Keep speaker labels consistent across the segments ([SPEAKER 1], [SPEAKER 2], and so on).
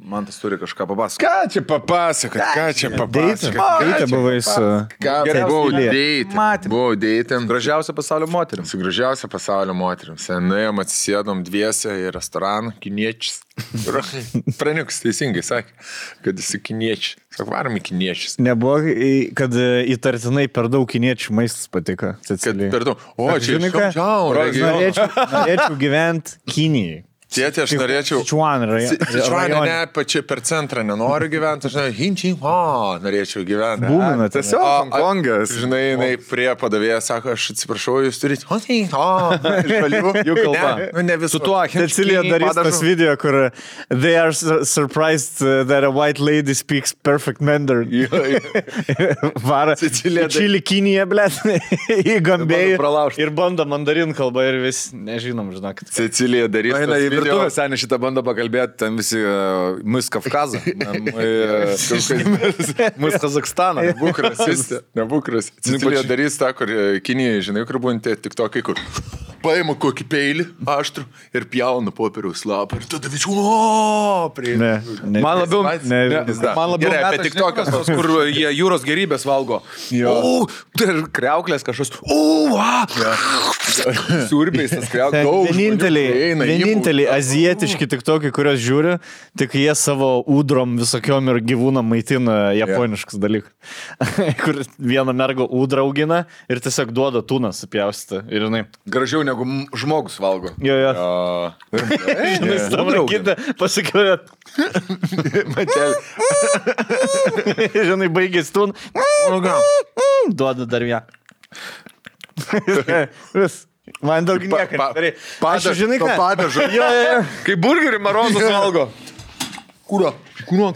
[SPEAKER 1] Man tas turi kažką papasakoti.
[SPEAKER 2] Ką čia papasakot, ką čia
[SPEAKER 3] Deitė,
[SPEAKER 2] papasakot?
[SPEAKER 3] deitė buvai su...
[SPEAKER 2] Ką
[SPEAKER 1] Geriausia
[SPEAKER 2] buvau
[SPEAKER 1] lėja.
[SPEAKER 2] deitė?
[SPEAKER 1] Matėm.
[SPEAKER 2] Buvau deitė.
[SPEAKER 1] Gražiausia pasaulio moterim.
[SPEAKER 2] Su gražiausia pasaulio moterim. Senėjom, atsisėdom dviese į restoraną, kiniečius. Praniukas teisingai sakė, kad esi kiniečius. Sakau, varom į kiniečius.
[SPEAKER 3] Nebuvo, į- kad e, įtartinai per daug kiniečių maistas patiko.
[SPEAKER 2] Kad
[SPEAKER 3] Cecilijai.
[SPEAKER 2] per daug. O,
[SPEAKER 3] Kad,
[SPEAKER 2] čia
[SPEAKER 3] žinai
[SPEAKER 2] iš
[SPEAKER 3] ką?
[SPEAKER 2] Kamčiao
[SPEAKER 3] Aš
[SPEAKER 2] regiono.
[SPEAKER 3] norėčiau, norėčiau gyventi Kinijai.
[SPEAKER 2] Tėtė, aš norėčiau.
[SPEAKER 3] Sichuan rajo-
[SPEAKER 2] Sičiuanė,
[SPEAKER 3] rajone.
[SPEAKER 2] ne, pačia per centrą nenoriu gyventi, aš žinai, Hinčiai, o, norėčiau gyventi.
[SPEAKER 3] Būmina
[SPEAKER 2] A,
[SPEAKER 3] ten.
[SPEAKER 2] tiesiog.
[SPEAKER 3] O,
[SPEAKER 2] Hongkongas. Žinai, jinai prie padavėjo sako, aš atsiprašau, jūs turite, o, tai, o, žalių.
[SPEAKER 1] Jų kalba.
[SPEAKER 2] Ne, nu, ne visų tuo.
[SPEAKER 3] Cecilija darys tas video, kur uh, they are su- surprised uh, that a white lady speaks perfect mandarin. Vara.
[SPEAKER 2] Cecilija dar-
[SPEAKER 3] Čili Kinija, blėt, į
[SPEAKER 1] Ir bando
[SPEAKER 3] Gambėjų.
[SPEAKER 1] pralaužt.
[SPEAKER 3] Ir bando mandarin kalbą ir vis, nežinom, žinokit.
[SPEAKER 2] Cecilija darys.
[SPEAKER 4] Eina
[SPEAKER 2] tas
[SPEAKER 4] į
[SPEAKER 2] video.
[SPEAKER 4] virtuvę, seniai šitą bandą pakalbėti, ten visi uh, mus Kafkazą,
[SPEAKER 2] e,
[SPEAKER 4] mus
[SPEAKER 3] nu,
[SPEAKER 4] Kazakstaną.
[SPEAKER 2] Nebūk rasistė, nebūk rasistė. Cecilija darys tą, kur e, Kinijai, žinai, kur būnti tik tokai, kur paimu kokį peilį aštrų ir pjaunu popieriaus lapą ir tada visi, o, prie.
[SPEAKER 3] Ne, ne.
[SPEAKER 4] Man labiau,
[SPEAKER 3] Ne, vis dar.
[SPEAKER 4] man labiau
[SPEAKER 2] Gerai, apie e,
[SPEAKER 4] meta,
[SPEAKER 2] tik
[SPEAKER 4] žinai,
[SPEAKER 2] tokias
[SPEAKER 4] tos, kur jie jūros gerybės valgo. O, tai ir kreuklės kažkoks. O, va. Surbiais tas kreuklės.
[SPEAKER 2] Daug žmonių
[SPEAKER 3] Vieninteliai,
[SPEAKER 2] prieina, jį
[SPEAKER 3] vieninteliai azijietiški tik tokie, kuriuos žiūri, tik jie savo ūdrom visokiom ir gyvūnam maitina japoniškus dalykus. Kur vieną mergą ūdra augina ir tiesiog duoda tūną supjaustyti. Ir jinai.
[SPEAKER 4] Gražiau negu m- žmogus valgo.
[SPEAKER 3] Jo, jo.
[SPEAKER 2] O,
[SPEAKER 3] Žinai, tam raukita, pasikliuojat. Žinai, baigės tūn. Mm, Duoda dar ją. Vis. Man daug nieko.
[SPEAKER 2] pa-
[SPEAKER 3] nedarai. Aš
[SPEAKER 2] padažo-
[SPEAKER 3] žinai,
[SPEAKER 2] to
[SPEAKER 3] ką?
[SPEAKER 2] padažo.
[SPEAKER 3] Jo, jo, jo.
[SPEAKER 4] Kai burgerį marozas valgo.
[SPEAKER 2] Kūro. Kūro.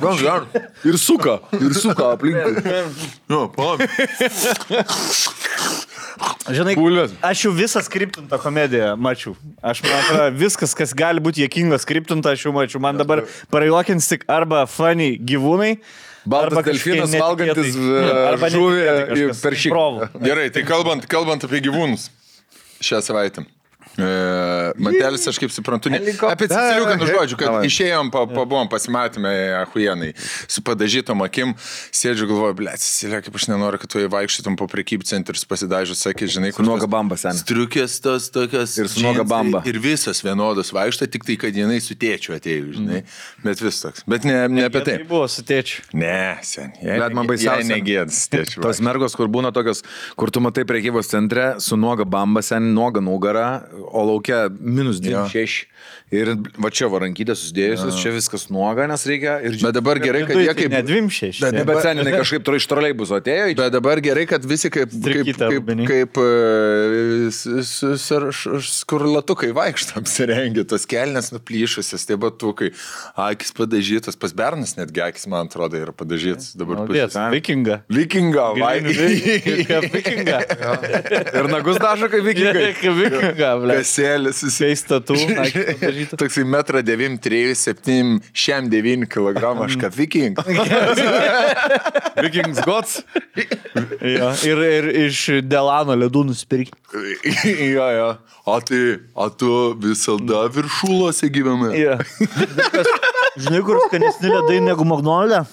[SPEAKER 4] Ir suka, ir suka aplinkui.
[SPEAKER 2] Nu, pam.
[SPEAKER 3] Žinai,
[SPEAKER 4] Bulvės.
[SPEAKER 3] aš jau visą skriptintą komediją mačiau. Aš man atrodo, viskas, kas gali būti jėkinga skriptinta, aš jau mačiau. Man dabar prajuokins tik arba funny gyvūnai.
[SPEAKER 4] Baltas
[SPEAKER 3] arba
[SPEAKER 4] delfinas
[SPEAKER 3] kažkokie
[SPEAKER 4] valgantis,
[SPEAKER 3] netikėtai. Hmm,
[SPEAKER 4] e,
[SPEAKER 3] Arba
[SPEAKER 4] žuvį
[SPEAKER 3] netikėtai
[SPEAKER 4] ir
[SPEAKER 3] kažkas. tai
[SPEAKER 4] peršyką.
[SPEAKER 3] Provo.
[SPEAKER 2] Gerai, tai kalbant, kalbant apie gyvūnus šią savaitę. E, Matelis, aš kaip suprantu, ne, apie Ceciliuką nužodžiu, kad išėjom, pa, pa, buvom pasimatymę Ahuienai su padažytom akim, sėdžiu galvoju, ble, Cecilija, kaip aš nenoriu, kad tu įvaikščytum po prekybcentrius pasidažius, sakė, žinai, kur...
[SPEAKER 4] nuoga
[SPEAKER 2] tos
[SPEAKER 4] bamba, seni.
[SPEAKER 2] Striukės tos tokios.
[SPEAKER 4] Ir su nuoga
[SPEAKER 2] džinsai,
[SPEAKER 4] bamba.
[SPEAKER 2] Ir visas vienodas vaikšta, tik tai, kad jinai su tėčiu atėjo, žinai.
[SPEAKER 4] Mhm.
[SPEAKER 2] Mm. Bet vis toks. Bet ne, ne apie tai.
[SPEAKER 3] Tai buvo su tėčiu.
[SPEAKER 2] Ne, seniai.
[SPEAKER 4] Bet man baisiausia-
[SPEAKER 2] Negėdas, tėčiu.
[SPEAKER 4] Tos mergos, kur būna tokios, kur tu matai priekybos centre su nuoga bamba, sen nuoga nugara, o laukia minus 26. Ir va čia varankytė susidėjusios, čia viskas nuoga, nes reikia. Ir...
[SPEAKER 2] Bet dabar gerai, kad
[SPEAKER 3] Viduj
[SPEAKER 2] jie
[SPEAKER 3] tai
[SPEAKER 2] kaip...
[SPEAKER 3] Ne dvim šeši.
[SPEAKER 4] Bet, bet sen jinai kažkaip turi iš troliai bus atėjo.
[SPEAKER 2] Bet dabar gerai, kad visi kaip, kaip,
[SPEAKER 3] Striukytė
[SPEAKER 2] kaip,
[SPEAKER 3] rubenį.
[SPEAKER 2] kaip e, s- s- s- š- š- skurlatukai vaikšto apsirengę, tos kelnes nuplyšusios, tie batukai, akis padažytos, pas Bernas netgi akis, man atrodo, yra padažytas dabar.
[SPEAKER 3] Paldies, vikinga.
[SPEAKER 2] Likinga,
[SPEAKER 3] Vikinga.
[SPEAKER 4] Ir nagus dažo kaip vikingai.
[SPEAKER 3] Vikinga, ble.
[SPEAKER 2] Kasėlis, jis
[SPEAKER 3] Seis tatų. akys padažytos.
[SPEAKER 2] Toksai metra 9, 3, 7, 9 kg, aš ką viking.
[SPEAKER 4] Vikings gods.
[SPEAKER 3] Jo, Ir, ir iš Delano ledų nusipirkti.
[SPEAKER 2] jo, jo. O tai, o tu visada viršulose gyvenai?
[SPEAKER 3] Jo. Žinai, kur skanesni ledai negu Magnolė?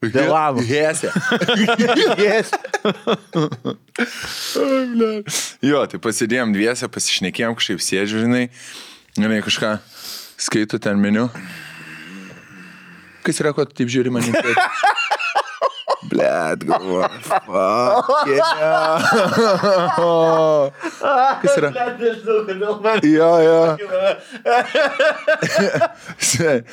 [SPEAKER 3] Delano.
[SPEAKER 2] Hesė.
[SPEAKER 3] Yes.
[SPEAKER 2] Jo, tai pasidėjom dviese, pasišnekėjom, kažkaip sėdžiu, žinai, žinai, kažką skaito ten meniu. Kas yra, ko tu taip žiūri manim? Blet, galvo. Kas yra? Jo, jo. Se-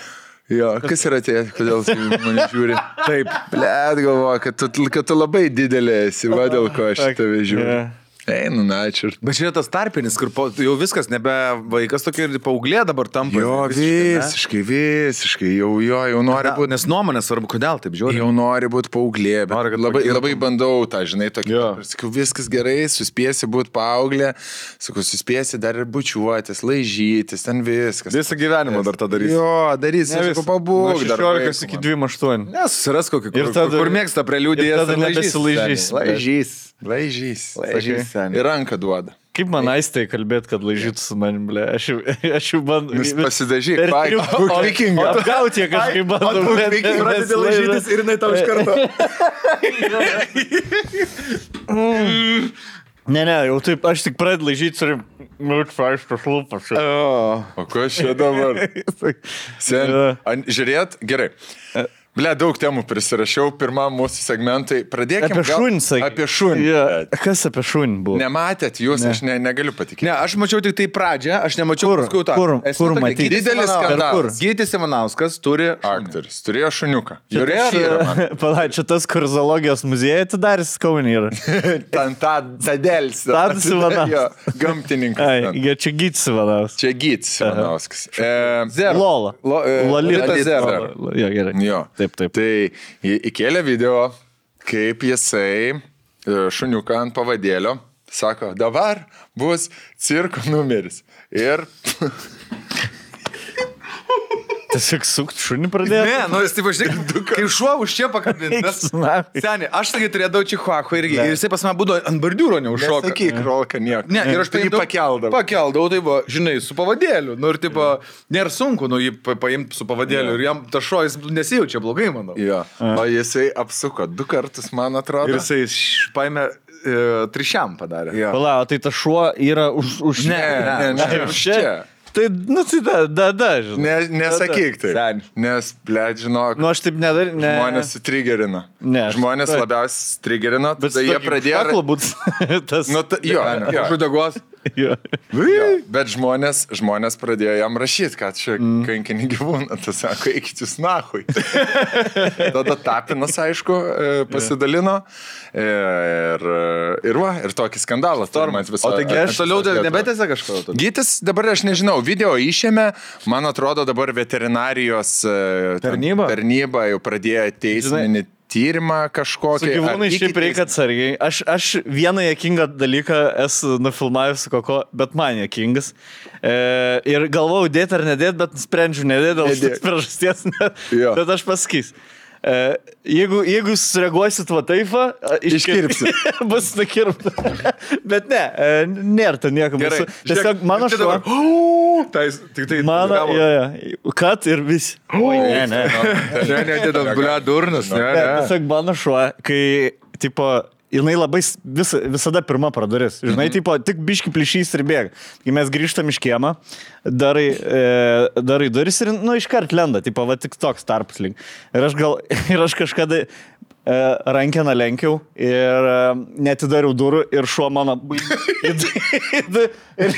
[SPEAKER 2] Jo, kas yra tie, kodėl jis į mane žiūri? Taip, blėt galvoju, kad, tu- kad tu labai didelė esi, va dėl ko aš į tave žiūriu.
[SPEAKER 3] Jo.
[SPEAKER 2] Einu, na, ačiū. ir-
[SPEAKER 4] Bet čia tas tarpinis, kur po, jau viskas, nebe vaikas tokia ir paauglė dabar tampa.
[SPEAKER 2] Jo,
[SPEAKER 4] visiškai, ne?
[SPEAKER 2] visiškai, visiškai, jau jo, jau nori
[SPEAKER 4] Svarbu,
[SPEAKER 2] būti.
[SPEAKER 4] Nes nuomonė svarbu, kodėl taip žiūri.
[SPEAKER 2] Jau nori būti paauglė, bet
[SPEAKER 4] Nori, kad
[SPEAKER 2] labai,
[SPEAKER 4] pagirtų.
[SPEAKER 2] labai bandau tą, žinai, tokį.
[SPEAKER 4] Jo.
[SPEAKER 2] ir Sakau, viskas gerai, suspėsi būti paauglė, sakau, suspėsi dar ir bučiuotis, laižytis, ten viskas.
[SPEAKER 4] Visą gyvenimą dar tą darys.
[SPEAKER 2] Jo, darys,
[SPEAKER 4] Ne,
[SPEAKER 2] sakau,
[SPEAKER 4] vis-
[SPEAKER 2] pabūk.
[SPEAKER 4] nuo
[SPEAKER 2] dar vaiko
[SPEAKER 3] 16 iki
[SPEAKER 2] man.
[SPEAKER 3] 28.
[SPEAKER 4] Nes susiras kokį
[SPEAKER 3] Ir
[SPEAKER 4] kur,
[SPEAKER 3] tada-
[SPEAKER 4] kur mėgsta preliudiją.
[SPEAKER 3] ir tada nebesilaižys.
[SPEAKER 2] Laižys. Laižys.
[SPEAKER 3] Laižys.
[SPEAKER 2] Ir ranką duoda.
[SPEAKER 3] Kaip man aistai kalbėti, kad lažytų su manim, ble. Aš, jau- aš jau bandau.
[SPEAKER 2] Nes pasidažyk, paik, būk
[SPEAKER 3] vikingai.
[SPEAKER 2] vikingas.
[SPEAKER 3] Apgauti jie kažkaip bandau. bet-
[SPEAKER 1] Reikia
[SPEAKER 3] nes
[SPEAKER 1] pradėti
[SPEAKER 3] laižo-
[SPEAKER 1] lažytis ir jinai tau iš karto.
[SPEAKER 3] Ne, ne, jau taip, aš tik pradedu lažyti ir... Nu, čia aiškus lūpas.
[SPEAKER 2] O kas čia dabar? Sen,
[SPEAKER 3] Jo.
[SPEAKER 2] an, žiūrėt, gerai. Ble, daug temų prisirašiau, pirmam mūsų segmentai. Pradėkime
[SPEAKER 3] Apie šunį, sakai.
[SPEAKER 2] Apie šunį.
[SPEAKER 3] Ja. Kas apie šunį buvo?
[SPEAKER 2] Nematėt jūs, ne. aš ne, negaliu patikėti.
[SPEAKER 4] Ne, aš mačiau tik tai pradžią, aš nemačiau
[SPEAKER 3] Kur?
[SPEAKER 4] paskui tą.
[SPEAKER 3] Kur?
[SPEAKER 4] Esmė
[SPEAKER 3] Kur
[SPEAKER 4] tokia,
[SPEAKER 3] matyti?
[SPEAKER 4] Gytis
[SPEAKER 2] Didelis
[SPEAKER 4] Ivanauskas-
[SPEAKER 2] skandalas.
[SPEAKER 4] Kur? Gytis Ivanauskas turi...
[SPEAKER 2] Aktorius turėjo šuniuką. Žiūrėk,
[SPEAKER 3] Palauk, čia tas, kur zoologijos muziejai atidarys Kaunį yra.
[SPEAKER 2] ten tą Tadelis.
[SPEAKER 3] Tadas Ivanauskas. Ai,
[SPEAKER 2] Gamtininkas. ten.
[SPEAKER 3] jie čia gytis vadovas.
[SPEAKER 2] Čia Gytis Ivanauskas. E,
[SPEAKER 3] Lola.
[SPEAKER 2] Lo- e,
[SPEAKER 3] Lolita
[SPEAKER 2] Lolita Zero.
[SPEAKER 3] Zero. Lo- Jo, gerai.
[SPEAKER 2] Jo.
[SPEAKER 3] Taip, taip.
[SPEAKER 2] Tai į- įkėlė video, kaip jisai e, šuniuką ant pavadėlio sako, dabar bus cirko numeris. Ir
[SPEAKER 3] Tai Tiesiog sukt šunį pradėjo.
[SPEAKER 4] Ne, nu jis taip važiuok, kai šuo už čia pakabintas. Seniai, aš taigi turėjau čihuachu irgi. Ir jisai pas mane būdavo ant bordiūro neužšoka.
[SPEAKER 2] šokiai krolka nieko.
[SPEAKER 4] Ne, ir aš
[SPEAKER 2] tai jį
[SPEAKER 4] paimdavau-
[SPEAKER 2] pakeldavau.
[SPEAKER 4] Pakeldavau, tai buvo, žinai, su pavadėliu. Nu ir taip, nėra sunku, nu jį pa- paimt su pavadėliu. Ir jam tas šuojas nesijaučia blogai, manau.
[SPEAKER 2] Jo. O jisai apsuko du kartus, man atrodo.
[SPEAKER 4] Ir jisai š- paėmė e, trišiam padarė.
[SPEAKER 2] Jo.
[SPEAKER 3] Pala, o tai ta šuo yra už... už...
[SPEAKER 2] Ne, ne, ne,
[SPEAKER 3] Už
[SPEAKER 2] už
[SPEAKER 3] čia.
[SPEAKER 2] čia.
[SPEAKER 3] Tai, nu, tai da, da, da, žinai.
[SPEAKER 2] Ne, nesakyk tai.
[SPEAKER 4] Seni.
[SPEAKER 2] Nes, ble, žinok,
[SPEAKER 3] Nu, aš taip nedariau. Ne.
[SPEAKER 2] žmonės sutrigerino.
[SPEAKER 3] Ne, aš-
[SPEAKER 2] Žmonės
[SPEAKER 3] tai-
[SPEAKER 2] labiausiai sutrigerino,
[SPEAKER 3] Bet
[SPEAKER 2] tada tai jie pradėjo...
[SPEAKER 3] Aklo būt. tas.
[SPEAKER 2] Nu, ta, jo, jo.
[SPEAKER 4] Už udagos.
[SPEAKER 3] jo.
[SPEAKER 2] Jo, bet žmonės, žmonės pradėjo jam rašyti, kad čia mm. kankinį gyvūną, tas sako, eikit jūs nahui. Tada tapinas, aišku, e, pasidalino. E, Ir, e, ir, va, ir tokį skandalą. Stormas visą
[SPEAKER 4] O tai aš toliau dar nebetėsiu kažko. tada?
[SPEAKER 2] Gytis dabar, aš nežinau, video išėmė, man atrodo, dabar veterinarijos e, ten
[SPEAKER 3] Tarnyba?
[SPEAKER 2] tarnyba jau pradėjo teisminį tyrimą
[SPEAKER 3] Su
[SPEAKER 2] kažkokį. ar
[SPEAKER 3] gyvūnai
[SPEAKER 2] iki
[SPEAKER 3] šiaip reikia atsargiai. Aš, aš vieną jėkingą dalyką esu nufilmavęs su koko, bet man jėkingas. E, ir galvojau dėti ar nedėti, bet sprendžiu nedėti dėl šios
[SPEAKER 2] Nedėt.
[SPEAKER 3] priežasties. Ne,
[SPEAKER 2] Jo.
[SPEAKER 3] bet aš pasakysiu. E, jeigu, jeigu jūs reaguosit va taip, va, e, iškir- bus nukirpta. bet ne, e, nėra to nieko.
[SPEAKER 4] Gerai,
[SPEAKER 3] mūsų. Tiesiog mano
[SPEAKER 4] Čia dabar,
[SPEAKER 3] šuo.
[SPEAKER 4] "Au", tai jis Tik tai
[SPEAKER 3] Mano,
[SPEAKER 4] gavo.
[SPEAKER 3] jo, jo, kad ir visi. Ne, ne.
[SPEAKER 4] Ne, ne, tai tas blia durnas, ne,
[SPEAKER 3] Ne,
[SPEAKER 4] ne.
[SPEAKER 3] tiesiog mano šuo, kai, tipo, jinai labai s- vis, visada pirma pradaris. Žinai, mm -hmm. tipo, tik biški plyšys ir bėga. Kai mes grįžtam iš kiemą, darai, e, darai duris ir, nu, iškart lenda, tipo, va tik toks tarpas link. Ir aš gal, ir aš kažkada e, rankeną lenkiau ir e, netidariau durų ir šuo mano... bui- ir, ir,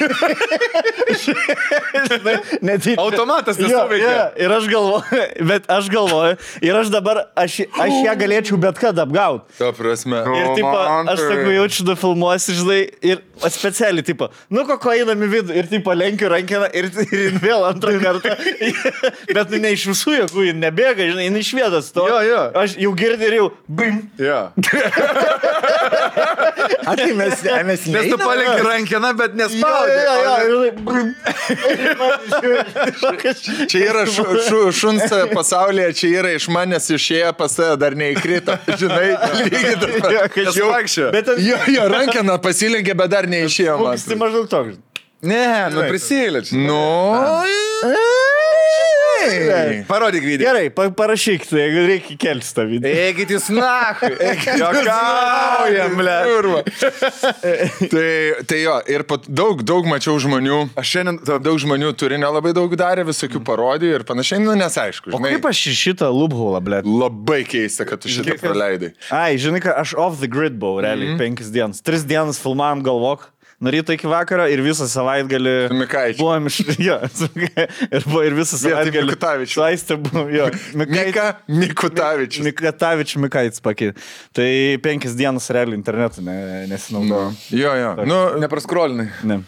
[SPEAKER 3] žinai, netyčia-
[SPEAKER 4] Automatas
[SPEAKER 3] Jo,
[SPEAKER 4] nesuveikė.
[SPEAKER 3] jo, Ir aš galvoju, bet aš galvoju, ir aš dabar, aš, aš ją galėčiau bet kada apgauti.
[SPEAKER 2] Ta prasme.
[SPEAKER 3] Ir tipo, aš sakau, jaučiu, du filmuosi, žinai, ir aš specialiai, tipo, nu koko einam į vidų, ir tipo, lenkiu rankeną, ir, ir jin vėl antrą kartą. Bet nu, ne iš visų jėgų, jin nebėga, žinai, jin iš vietos to.
[SPEAKER 4] Jo, jo.
[SPEAKER 3] Aš jau girdžiu ir jau, bim.
[SPEAKER 4] Jo.
[SPEAKER 3] A, tai mes, mes,
[SPEAKER 4] Nes tu palikti rankeną, bet nespaudai.
[SPEAKER 3] Čia
[SPEAKER 2] Čia yra šu, šu, šuns pasaulyje, čia yra iš manęs išėję pas tave dar neįkrito. Žinai, lygiai tas pats.
[SPEAKER 3] Jo, kad
[SPEAKER 2] Jau-
[SPEAKER 4] vaikščiojo.
[SPEAKER 3] Bet ten-
[SPEAKER 2] Jo, jo rankena pasilenkė, bet dar neišėjo. man
[SPEAKER 3] Koks tai maždaug toks.
[SPEAKER 4] Ne, nu prisiliečia.
[SPEAKER 2] Nu. žinai.
[SPEAKER 4] Parodyk video.
[SPEAKER 3] Gerai, pa, parašyk, tai, jeigu reikia kelti tą video.
[SPEAKER 4] Eikit jūs nahui. Jokaujam, ble.
[SPEAKER 2] Urva. tai, tai jo, ir pat, daug, daug mačiau žmonių.
[SPEAKER 4] Aš šiandien... ta-
[SPEAKER 2] Daug žmonių turi nelabai daug darė, visokių parodijų ir panašiai, nu nes aišku,
[SPEAKER 3] O
[SPEAKER 2] žinai,
[SPEAKER 3] kaip aš į šitą lubhulą, blė?
[SPEAKER 2] labai keista, kad tu šitą praleidai.
[SPEAKER 3] Ai, žinai, ką, aš off the grid buvau, realiai, mm
[SPEAKER 2] Mhm.
[SPEAKER 3] -hmm. penkias dienas. Tris dienas filmavom galvok. Nuo ryto iki vakaro ir visą savaitgalį.
[SPEAKER 2] Su Mikaičiu. tai
[SPEAKER 3] Buvom iš. Jo, su Mika- ir, buvo, ir visą
[SPEAKER 2] Vietoj
[SPEAKER 3] savaitgalį.
[SPEAKER 2] Mikutavičiaus.
[SPEAKER 3] Su Aiste buvom, jo.
[SPEAKER 2] Mika Nikutavičius.
[SPEAKER 3] Mikatavič Mikaitis pakė. Tai penkias dienas realiai internetu ne, nesinaudojom.
[SPEAKER 2] Jo, jo. Nu,
[SPEAKER 4] Nepraskrolinai.
[SPEAKER 3] Ne.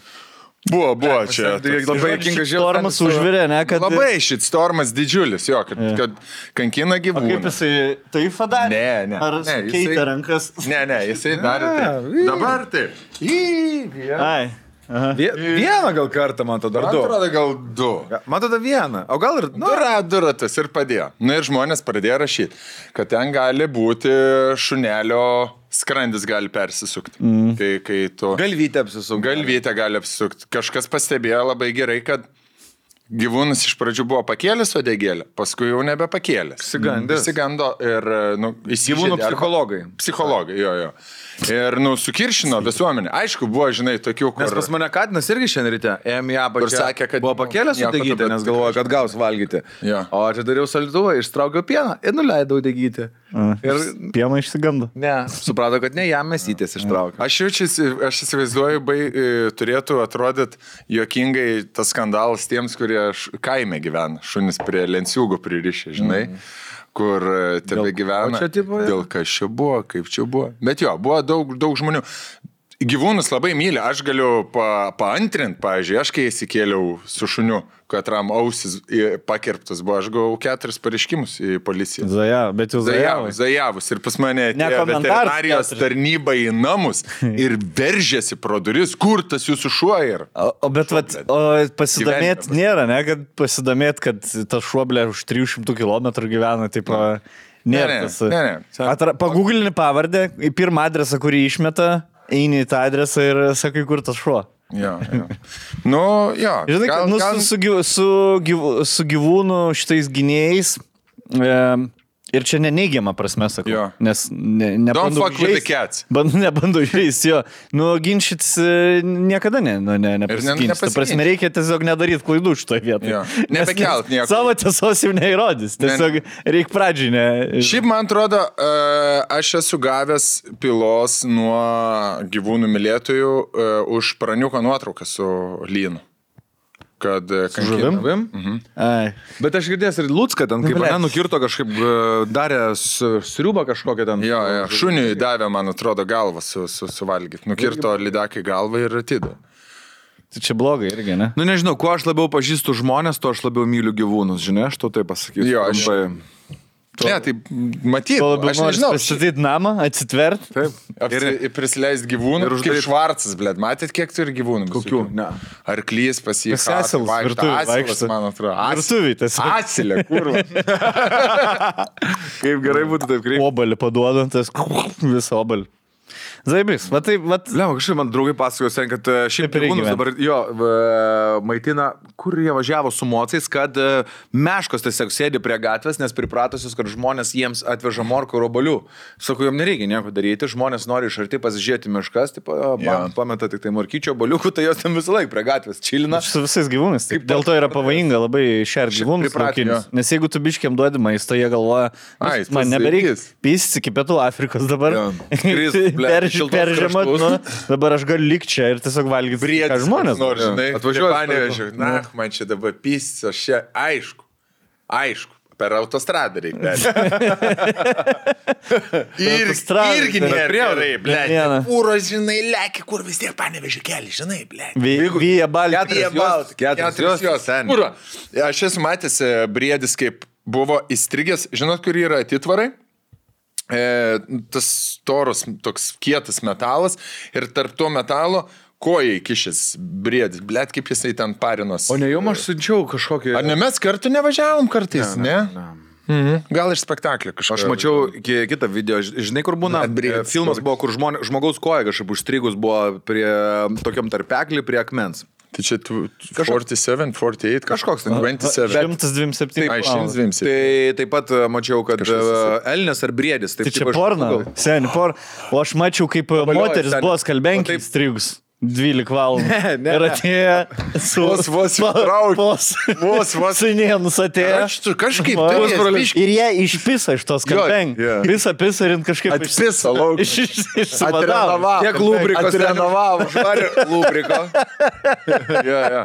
[SPEAKER 2] buvo, buvo čia.
[SPEAKER 4] Tai
[SPEAKER 2] toks-
[SPEAKER 4] Labai kinkas
[SPEAKER 3] Štormas užvirė, ne, kad...
[SPEAKER 2] Labai šit stormas didžiulis, jo, kad,
[SPEAKER 3] Jo.
[SPEAKER 2] kad kankina
[SPEAKER 3] O kaip
[SPEAKER 2] gyvūnus.
[SPEAKER 3] jisai tai padarė?
[SPEAKER 2] Ne, ne,
[SPEAKER 3] Ar
[SPEAKER 2] ne, jisai-
[SPEAKER 3] keitė rankas?
[SPEAKER 2] Ne, ne, jisai darė taip. Dabar taip. Į,
[SPEAKER 3] Ai.
[SPEAKER 4] Vie- Vieną gal kartą, man atrodo,
[SPEAKER 2] Man
[SPEAKER 4] ar du.
[SPEAKER 2] atrodo, gal du.
[SPEAKER 3] Nu.
[SPEAKER 4] Man atrodo vieną, o gal ir
[SPEAKER 2] Nu,
[SPEAKER 4] du.
[SPEAKER 2] ra, du ratus ir padėjo. Na ir žmonės pradėjo rašyti, kad ten gali būti šunelio skrandis gali persisukti. Mm. Tai kai tu...
[SPEAKER 4] Galvytę apsisuk.
[SPEAKER 2] Galvytę gali apsukti. Kažkas pastebėjo labai gerai, kad gyvūnas iš pradžių buvo pakėlęs odegėlę, paskui jau nebepakėlęs.
[SPEAKER 4] Išsigandęs.
[SPEAKER 2] Įsigando ir nu, įsigijo.
[SPEAKER 4] Gyvūnų psichologai.
[SPEAKER 2] Psichologai, jo, jo. Ir, nu, sukiršino visuomenę. Aišku, buvo, žinai, tokių,
[SPEAKER 4] Nes
[SPEAKER 2] kur...
[SPEAKER 4] pas mane Katinas irgi šiandien ryte ėmė ją
[SPEAKER 2] Ir
[SPEAKER 4] apačią.
[SPEAKER 2] sakė, kad
[SPEAKER 4] buvo pakėlęs
[SPEAKER 2] nieko,
[SPEAKER 4] udegytę,
[SPEAKER 2] bet
[SPEAKER 4] nes galvojo, kad gaus valgyti.
[SPEAKER 2] Jo.
[SPEAKER 4] O atidariau salduvą, ištraukiau pieną ir nuleidau udegytę.
[SPEAKER 2] Mm.
[SPEAKER 4] Ir
[SPEAKER 3] Pieną išsigando.
[SPEAKER 4] ne, suprato, kad ne jam
[SPEAKER 2] Mm.
[SPEAKER 4] mesytės ištraukiau.
[SPEAKER 2] Aš jaučiuosi, aš įsivaizduoju, bai, e, turėtų atrodyti juokingai tas skandalas tiems, kurie š, kaime gyvena, šunis prie lenciūgų pririšę, žinai, mm. kur e, tebe
[SPEAKER 4] Mhm. Dėl ko
[SPEAKER 2] gyvena.
[SPEAKER 4] čia, tipo, jo?
[SPEAKER 2] Dėl kas čia buvo, kaip čia buvo. Bet jo, buvo daug, daug žmonių. Gyvūnus labai myli, aš galiu pa, paantrinti, pavyzdžiui, aš kai įsikėliau su šuniu, kad ram ausis e, pakirptas buvo, aš gavau keturis pareiškimus į policiją.
[SPEAKER 3] Zaja, bet jau
[SPEAKER 2] Zajavus,
[SPEAKER 3] zajavai.
[SPEAKER 2] Zajavus. Ir pas mane
[SPEAKER 3] Ne
[SPEAKER 2] atėjo
[SPEAKER 3] komentaras
[SPEAKER 2] veterinarijos
[SPEAKER 3] keturis.
[SPEAKER 2] tarnyba į namus ir veržėsi pro duris, kur tas jūsų šuo yra.
[SPEAKER 3] O, o bet vat, o pasidomėt
[SPEAKER 2] Gyvenime.
[SPEAKER 3] nėra, ne, kad pasidomėt, kad tas šuoblė už 300 km gyvena, taip.
[SPEAKER 2] Ne,
[SPEAKER 3] Nėra.
[SPEAKER 2] ne,
[SPEAKER 3] tas-
[SPEAKER 2] ne, ne.
[SPEAKER 3] Atra- Pagūglini pavardę, į pirmą adresą, kurį išmeta, eini į tą adresą ir sakai, kur tas šuo.
[SPEAKER 2] Jo, jo. Nu, jo.
[SPEAKER 3] Žinai, gal, nu, gal... Su, gyv- su, gyv, su gyvūnų šitais gynėjais. E, ir čia neneigiama prasme, sakau.
[SPEAKER 2] Jo.
[SPEAKER 3] Nes ne, nebandau
[SPEAKER 2] fuck with the
[SPEAKER 3] įžeist.
[SPEAKER 2] cats.
[SPEAKER 3] Ban- Nebandau žaisti jo. Nu, ginčytis e, niekada ne, nu, ne, nepasiginčytis. Ta prasme,
[SPEAKER 2] nepasiginčyt.
[SPEAKER 3] reikia tiesiog nedaryti klaidų šitoje vietoje.
[SPEAKER 2] Jo. Nebekelt nieko.
[SPEAKER 3] Savo tiesos jau neįrodys. Tiesiog reikia pradžiai. Ne...
[SPEAKER 2] Šiaip man atrodo, e, aš esu gavęs pilos nuo gyvūnų mylėtojų e, už praniuko nuotrauką su lynu. Kad e, kankino.
[SPEAKER 4] Žuvim? Mhm.
[SPEAKER 3] Ai.
[SPEAKER 4] Bet aš girdėjęs ir Lūtską ten, kaip
[SPEAKER 2] Nu,
[SPEAKER 3] Blet.
[SPEAKER 4] mane nukirto kažkaip, e, darė s- sriubą kažkokią ten.
[SPEAKER 2] Jo, jo, šuniui davė, man atrodo, galvą su, su, suvalgyti. Nukirto lidakai galvą ir atidavė.
[SPEAKER 3] Tai čia blogai irgi, ne?
[SPEAKER 4] Nu nežinau, kuo aš labiau pažįstu žmonės, tuo aš labiau myliu gyvūnus, žinai, aš to taip pasakysiu.
[SPEAKER 2] Jo, aš-
[SPEAKER 4] Trumpai.
[SPEAKER 2] Ne, tai matyt,
[SPEAKER 3] Tuo labiau
[SPEAKER 2] aš
[SPEAKER 3] noriu
[SPEAKER 2] nežinau.
[SPEAKER 3] pastatyti namą, atsitvert.
[SPEAKER 4] Taip.
[SPEAKER 2] Ir, ir prisileisti tai gyvūnų.
[SPEAKER 4] Ir
[SPEAKER 2] Ir
[SPEAKER 4] uždaryt-
[SPEAKER 2] uždaryti švarcas, blėt. Matėt, kiek turi gyvūnų?
[SPEAKER 4] Kokių? Ne.
[SPEAKER 2] Arklys
[SPEAKER 3] Pas
[SPEAKER 2] pasiekia.
[SPEAKER 3] asilus virtuvėj vaikšto.
[SPEAKER 2] man atrodo.
[SPEAKER 3] Virtuvėj tiesiog.
[SPEAKER 2] Asilė, kur?
[SPEAKER 4] Kaip gerai būtų taip greitai.
[SPEAKER 3] obalį paduodantas, visą obalį. Zaibis, va taip, va.
[SPEAKER 4] Lema, kažkaip man draugai pasakojo, sen, kad e, šiaip
[SPEAKER 3] Taip ir
[SPEAKER 4] gyvūnus
[SPEAKER 3] reikia
[SPEAKER 4] dabar jo v- maitina, kur jie važiavo su mocais, kad e, meškos tiesiog sėdi prie gatvės, nes pripratusios, kad žmonės jiems atveža morko ir obalių. Sako, jom nereikia nieko daryti, žmonės nori iš arti pasižiūrėti miškas, tipo, o,
[SPEAKER 2] Jo.
[SPEAKER 4] pam- pameta tik tai morkyčio obaliukų, tai jos ten visą laiką prie gatvės čilina.
[SPEAKER 3] Su visais gyvūnais. Taip.
[SPEAKER 4] Kaip
[SPEAKER 3] Dėl to yra pavojinga labai šerti gyvūnus
[SPEAKER 2] pripratinio.
[SPEAKER 3] laukinius. Nes jeigu tu biškiam duodi maistą, jie galvoja, "Nu,
[SPEAKER 2] Ai, tas
[SPEAKER 3] man nebereikia.
[SPEAKER 2] vaikis."
[SPEAKER 3] Pysis iki pietų Afrikos dabar.
[SPEAKER 4] Jo, skris, ble, šiltuos
[SPEAKER 3] Peržemą.
[SPEAKER 4] kraštus.
[SPEAKER 3] Nu, dabar aš galiu likti čia ir tiesiog valgyti. ką žmonės.
[SPEAKER 2] Nors,
[SPEAKER 4] Jo.
[SPEAKER 2] žinai,
[SPEAKER 4] Atvažiuoja
[SPEAKER 2] atvažiuoja. Panevežiu. Na, man čia dabar pysis, aš čia aišku. Aišku. Per autostradą reikia. Ir,
[SPEAKER 3] autostradą
[SPEAKER 2] irgi
[SPEAKER 3] reikia.
[SPEAKER 2] nėra gerai, blėt.
[SPEAKER 3] Vieną.
[SPEAKER 2] Pūro, žinai, leki, kur vis tiek panevežiu keli, žinai, blėt.
[SPEAKER 4] Jeigu-
[SPEAKER 3] Vyja balti.
[SPEAKER 4] Keturias jos, keturias jos, sen.
[SPEAKER 2] Kur? Aš esu matęs e, briedis, kaip buvo įstrigęs, žinot, kur yra atitvarai? E, tas toros, toks kietas metalas ir tarp to metalo kojai kišęs briedis, blėt kaip jisai ten parinos.
[SPEAKER 4] O ne jom aš siunčiau kažkokį...
[SPEAKER 2] Ar ne mes kartu nevažiavom kartais, ne? ne? Mhm. Gal iš spektaklio kažkas.
[SPEAKER 4] Aš mačiau ki- kitą video, ž- žinai kur būna?
[SPEAKER 2] Net briedis.
[SPEAKER 4] E, Filmas buvo, kur žmon, žmogaus koja kažkaip užstrigus buvo prie tokiam tarpeklį, prie akmens.
[SPEAKER 2] Tai čia tu, tu 47, 48, kažkoks ten 27.
[SPEAKER 3] 127.
[SPEAKER 2] Ai,
[SPEAKER 3] Au.
[SPEAKER 2] 127.
[SPEAKER 4] Tai taip pat e, mačiau, kad
[SPEAKER 2] Kažkas
[SPEAKER 4] e, Elnis ar Briedis.
[SPEAKER 3] Tai čia
[SPEAKER 4] tipo, aš
[SPEAKER 3] porno.
[SPEAKER 4] Google.
[SPEAKER 3] Seniai, porno. O aš mačiau, kaip moteris
[SPEAKER 4] seni.
[SPEAKER 3] buvo
[SPEAKER 4] O
[SPEAKER 2] Nu,
[SPEAKER 3] skalbenkiai
[SPEAKER 4] taip-
[SPEAKER 3] strigus. 12 valandų.
[SPEAKER 4] Ne, ne,
[SPEAKER 3] Ir atėjo su...
[SPEAKER 2] Vos, vos
[SPEAKER 3] po-
[SPEAKER 2] ištraukė.
[SPEAKER 3] Vos,
[SPEAKER 2] Vos, vos.
[SPEAKER 3] Su nienus atėjo.
[SPEAKER 2] Aš tu kažkaip
[SPEAKER 3] Va.
[SPEAKER 2] tai biškį-
[SPEAKER 3] Ir jie išpisa iš tos skalbenk.
[SPEAKER 2] jo.
[SPEAKER 3] Pisa, pisa ir jin kažkaip... iš-
[SPEAKER 2] Atpisa lauk.
[SPEAKER 3] Iš, iš, išsimadavo.
[SPEAKER 4] Tiek lubrikos renovavo, švarė lubriko.
[SPEAKER 2] jo, jo.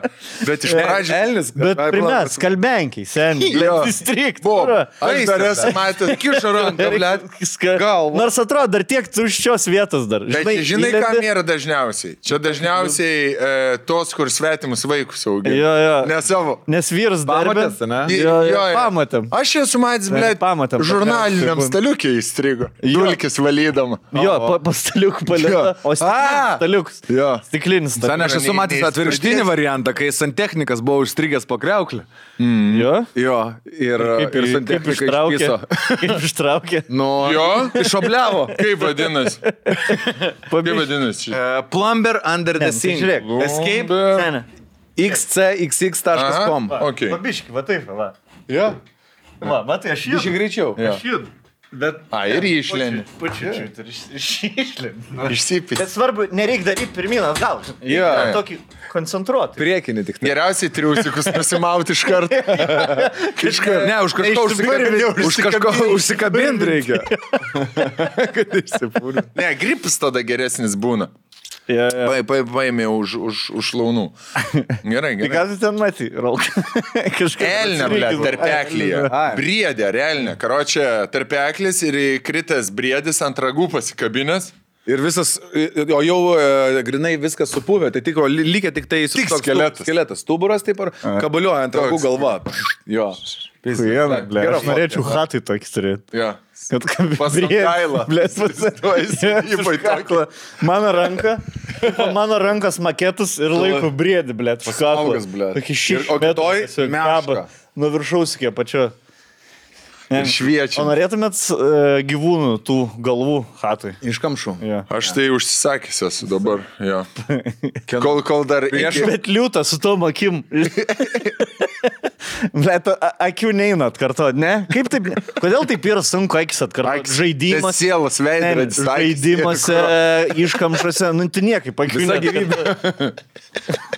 [SPEAKER 2] Bet
[SPEAKER 3] E,
[SPEAKER 2] iš pradžių.
[SPEAKER 4] Elnis.
[SPEAKER 3] Bet primės, skalbenkiai, seniai.
[SPEAKER 2] Jo.
[SPEAKER 3] Įstrikt.
[SPEAKER 2] Buvo. Aš dar esu matęs. Kišo ranką, ble.
[SPEAKER 3] Ska...
[SPEAKER 4] galvą.
[SPEAKER 3] Nors atrodo, dar tiek tuščios vietos dar.
[SPEAKER 2] Bet žinai,
[SPEAKER 3] įlendi-
[SPEAKER 2] kam yra dažniausiai? Čia dažniausiai e, tos, kur svetimus vaikus augina.
[SPEAKER 3] Jo, jo.
[SPEAKER 2] Ne savo.
[SPEAKER 3] Nes vyras darbė.
[SPEAKER 4] Pamatėsi, ne?
[SPEAKER 3] Jo, jo, pamatėm.
[SPEAKER 2] Aš esu matęs, ble,
[SPEAKER 3] pamatėm.
[SPEAKER 2] žurnaliniam
[SPEAKER 3] Sekund.
[SPEAKER 2] staliukė įstrigo.
[SPEAKER 3] Jo.
[SPEAKER 2] Dulkis valydama.
[SPEAKER 3] Jo, pa- pastaliuk palėta.
[SPEAKER 2] A!
[SPEAKER 3] O stiklinis staliukas.
[SPEAKER 2] Jo.
[SPEAKER 3] Stiklinis
[SPEAKER 4] Ten aš
[SPEAKER 3] staliukas.
[SPEAKER 4] esu matęs atvirkštinį
[SPEAKER 2] pradės.
[SPEAKER 4] variantą, kai santechnikas buvo užstrigęs po kreuklį.
[SPEAKER 3] Jo.
[SPEAKER 4] Jo,
[SPEAKER 3] Kaip,
[SPEAKER 4] ir, ir
[SPEAKER 3] ir kaip
[SPEAKER 4] santechnikas
[SPEAKER 3] ištraukė.
[SPEAKER 4] ištraukė.
[SPEAKER 3] Kaip ištraukė.
[SPEAKER 4] Nu,
[SPEAKER 2] Jo?
[SPEAKER 4] Išobliavo.
[SPEAKER 2] Kaip vadinasi? Kaip
[SPEAKER 3] Pabiškį.
[SPEAKER 2] vadinasi?
[SPEAKER 4] E, Plumber under the
[SPEAKER 3] tai
[SPEAKER 4] sink.
[SPEAKER 3] žiūrėk.
[SPEAKER 4] Escape
[SPEAKER 2] Escape. Aha,
[SPEAKER 4] xcxx.com.
[SPEAKER 2] ok.
[SPEAKER 3] Pabiškį, va taip, va.
[SPEAKER 2] Jo.
[SPEAKER 3] Va, matai, aš
[SPEAKER 4] Išį
[SPEAKER 3] judu.
[SPEAKER 4] greičiau.
[SPEAKER 3] Aš judu. Bet...
[SPEAKER 2] A, ir jį išlendi.
[SPEAKER 3] Pačiu, ir iš- iš- išlendi.
[SPEAKER 2] Nu. Išsipys.
[SPEAKER 3] Bet svarbu, nereikia daryti pirmin atgal.
[SPEAKER 4] Jo.
[SPEAKER 3] Reikia Tokį koncentruoti.
[SPEAKER 4] Priekinį tik. tai.
[SPEAKER 2] Geriausiai triusikus nusimauti iš karto.
[SPEAKER 4] Iš kar- Ne, už kažko
[SPEAKER 2] Neišsipurvini,
[SPEAKER 4] užsikabinti. Už kažko
[SPEAKER 2] užsikabinti.
[SPEAKER 4] užsikabinti reikia. Kad išsipūrė.
[SPEAKER 2] Ne, grips tada geresnis būna.
[SPEAKER 3] Jo, jo.
[SPEAKER 2] Pa- pa- Paėmė už, už, už launų. Gerai,
[SPEAKER 3] Tai ką
[SPEAKER 2] gerai.
[SPEAKER 3] tu ten matai, Rauk? Kažkas.
[SPEAKER 2] Elnė, ble, tarpeklyje.
[SPEAKER 4] Ai.
[SPEAKER 2] Briedė, realnė. Karočią, tarpeklis ir įkritęs briedis ant ragų pasikabinės.
[SPEAKER 4] Ir visas, o jau e, grinai viskas supuvę, tai tikro, li- likę tik tai
[SPEAKER 2] Tik
[SPEAKER 4] toks
[SPEAKER 2] skeletas.
[SPEAKER 4] stu- Skeletas, stuburas taip ar kabalioja ant ragų
[SPEAKER 2] Toks.
[SPEAKER 4] galva. Jo.
[SPEAKER 3] Vieną, ble.
[SPEAKER 4] Gera
[SPEAKER 3] Aš norėčiau hatui tokį turėti.
[SPEAKER 2] Jo.
[SPEAKER 3] Kad kaip
[SPEAKER 2] Pas Sunkailą.
[SPEAKER 3] Blės
[SPEAKER 2] Įsivaizduoji, įsivaizduoji
[SPEAKER 3] pasitaklą. Mano ranka. tipo, Mano rankas maketus ir laiko briedį, blėt.
[SPEAKER 4] Pasaugas, blet.
[SPEAKER 3] Tokį
[SPEAKER 2] Ir-
[SPEAKER 3] šį.
[SPEAKER 2] o kitoj meška.
[SPEAKER 3] Nuo viršaus iki apačio. Ne.
[SPEAKER 2] šviečia.
[SPEAKER 3] O norėtumėt e, gyvūnų tų galvų hatui?
[SPEAKER 4] Iš kamšų.
[SPEAKER 3] Jo.
[SPEAKER 2] Aš tai užsisakęs esu dabar. Jo. Kol, kol dar iki...
[SPEAKER 3] Bet liūtą su tom akim. Bet akių neina atkartoti, ne? Kaip taip? Kodėl taip yra sunku akis atkartoti? Žaidimas.
[SPEAKER 2] Sielos veidrodis. akys ir
[SPEAKER 3] Žaidimuose,
[SPEAKER 2] kro-
[SPEAKER 3] iškamšuose, nu, tu niekaip akių
[SPEAKER 4] Visa
[SPEAKER 3] neatkartoji.
[SPEAKER 4] gyvybė.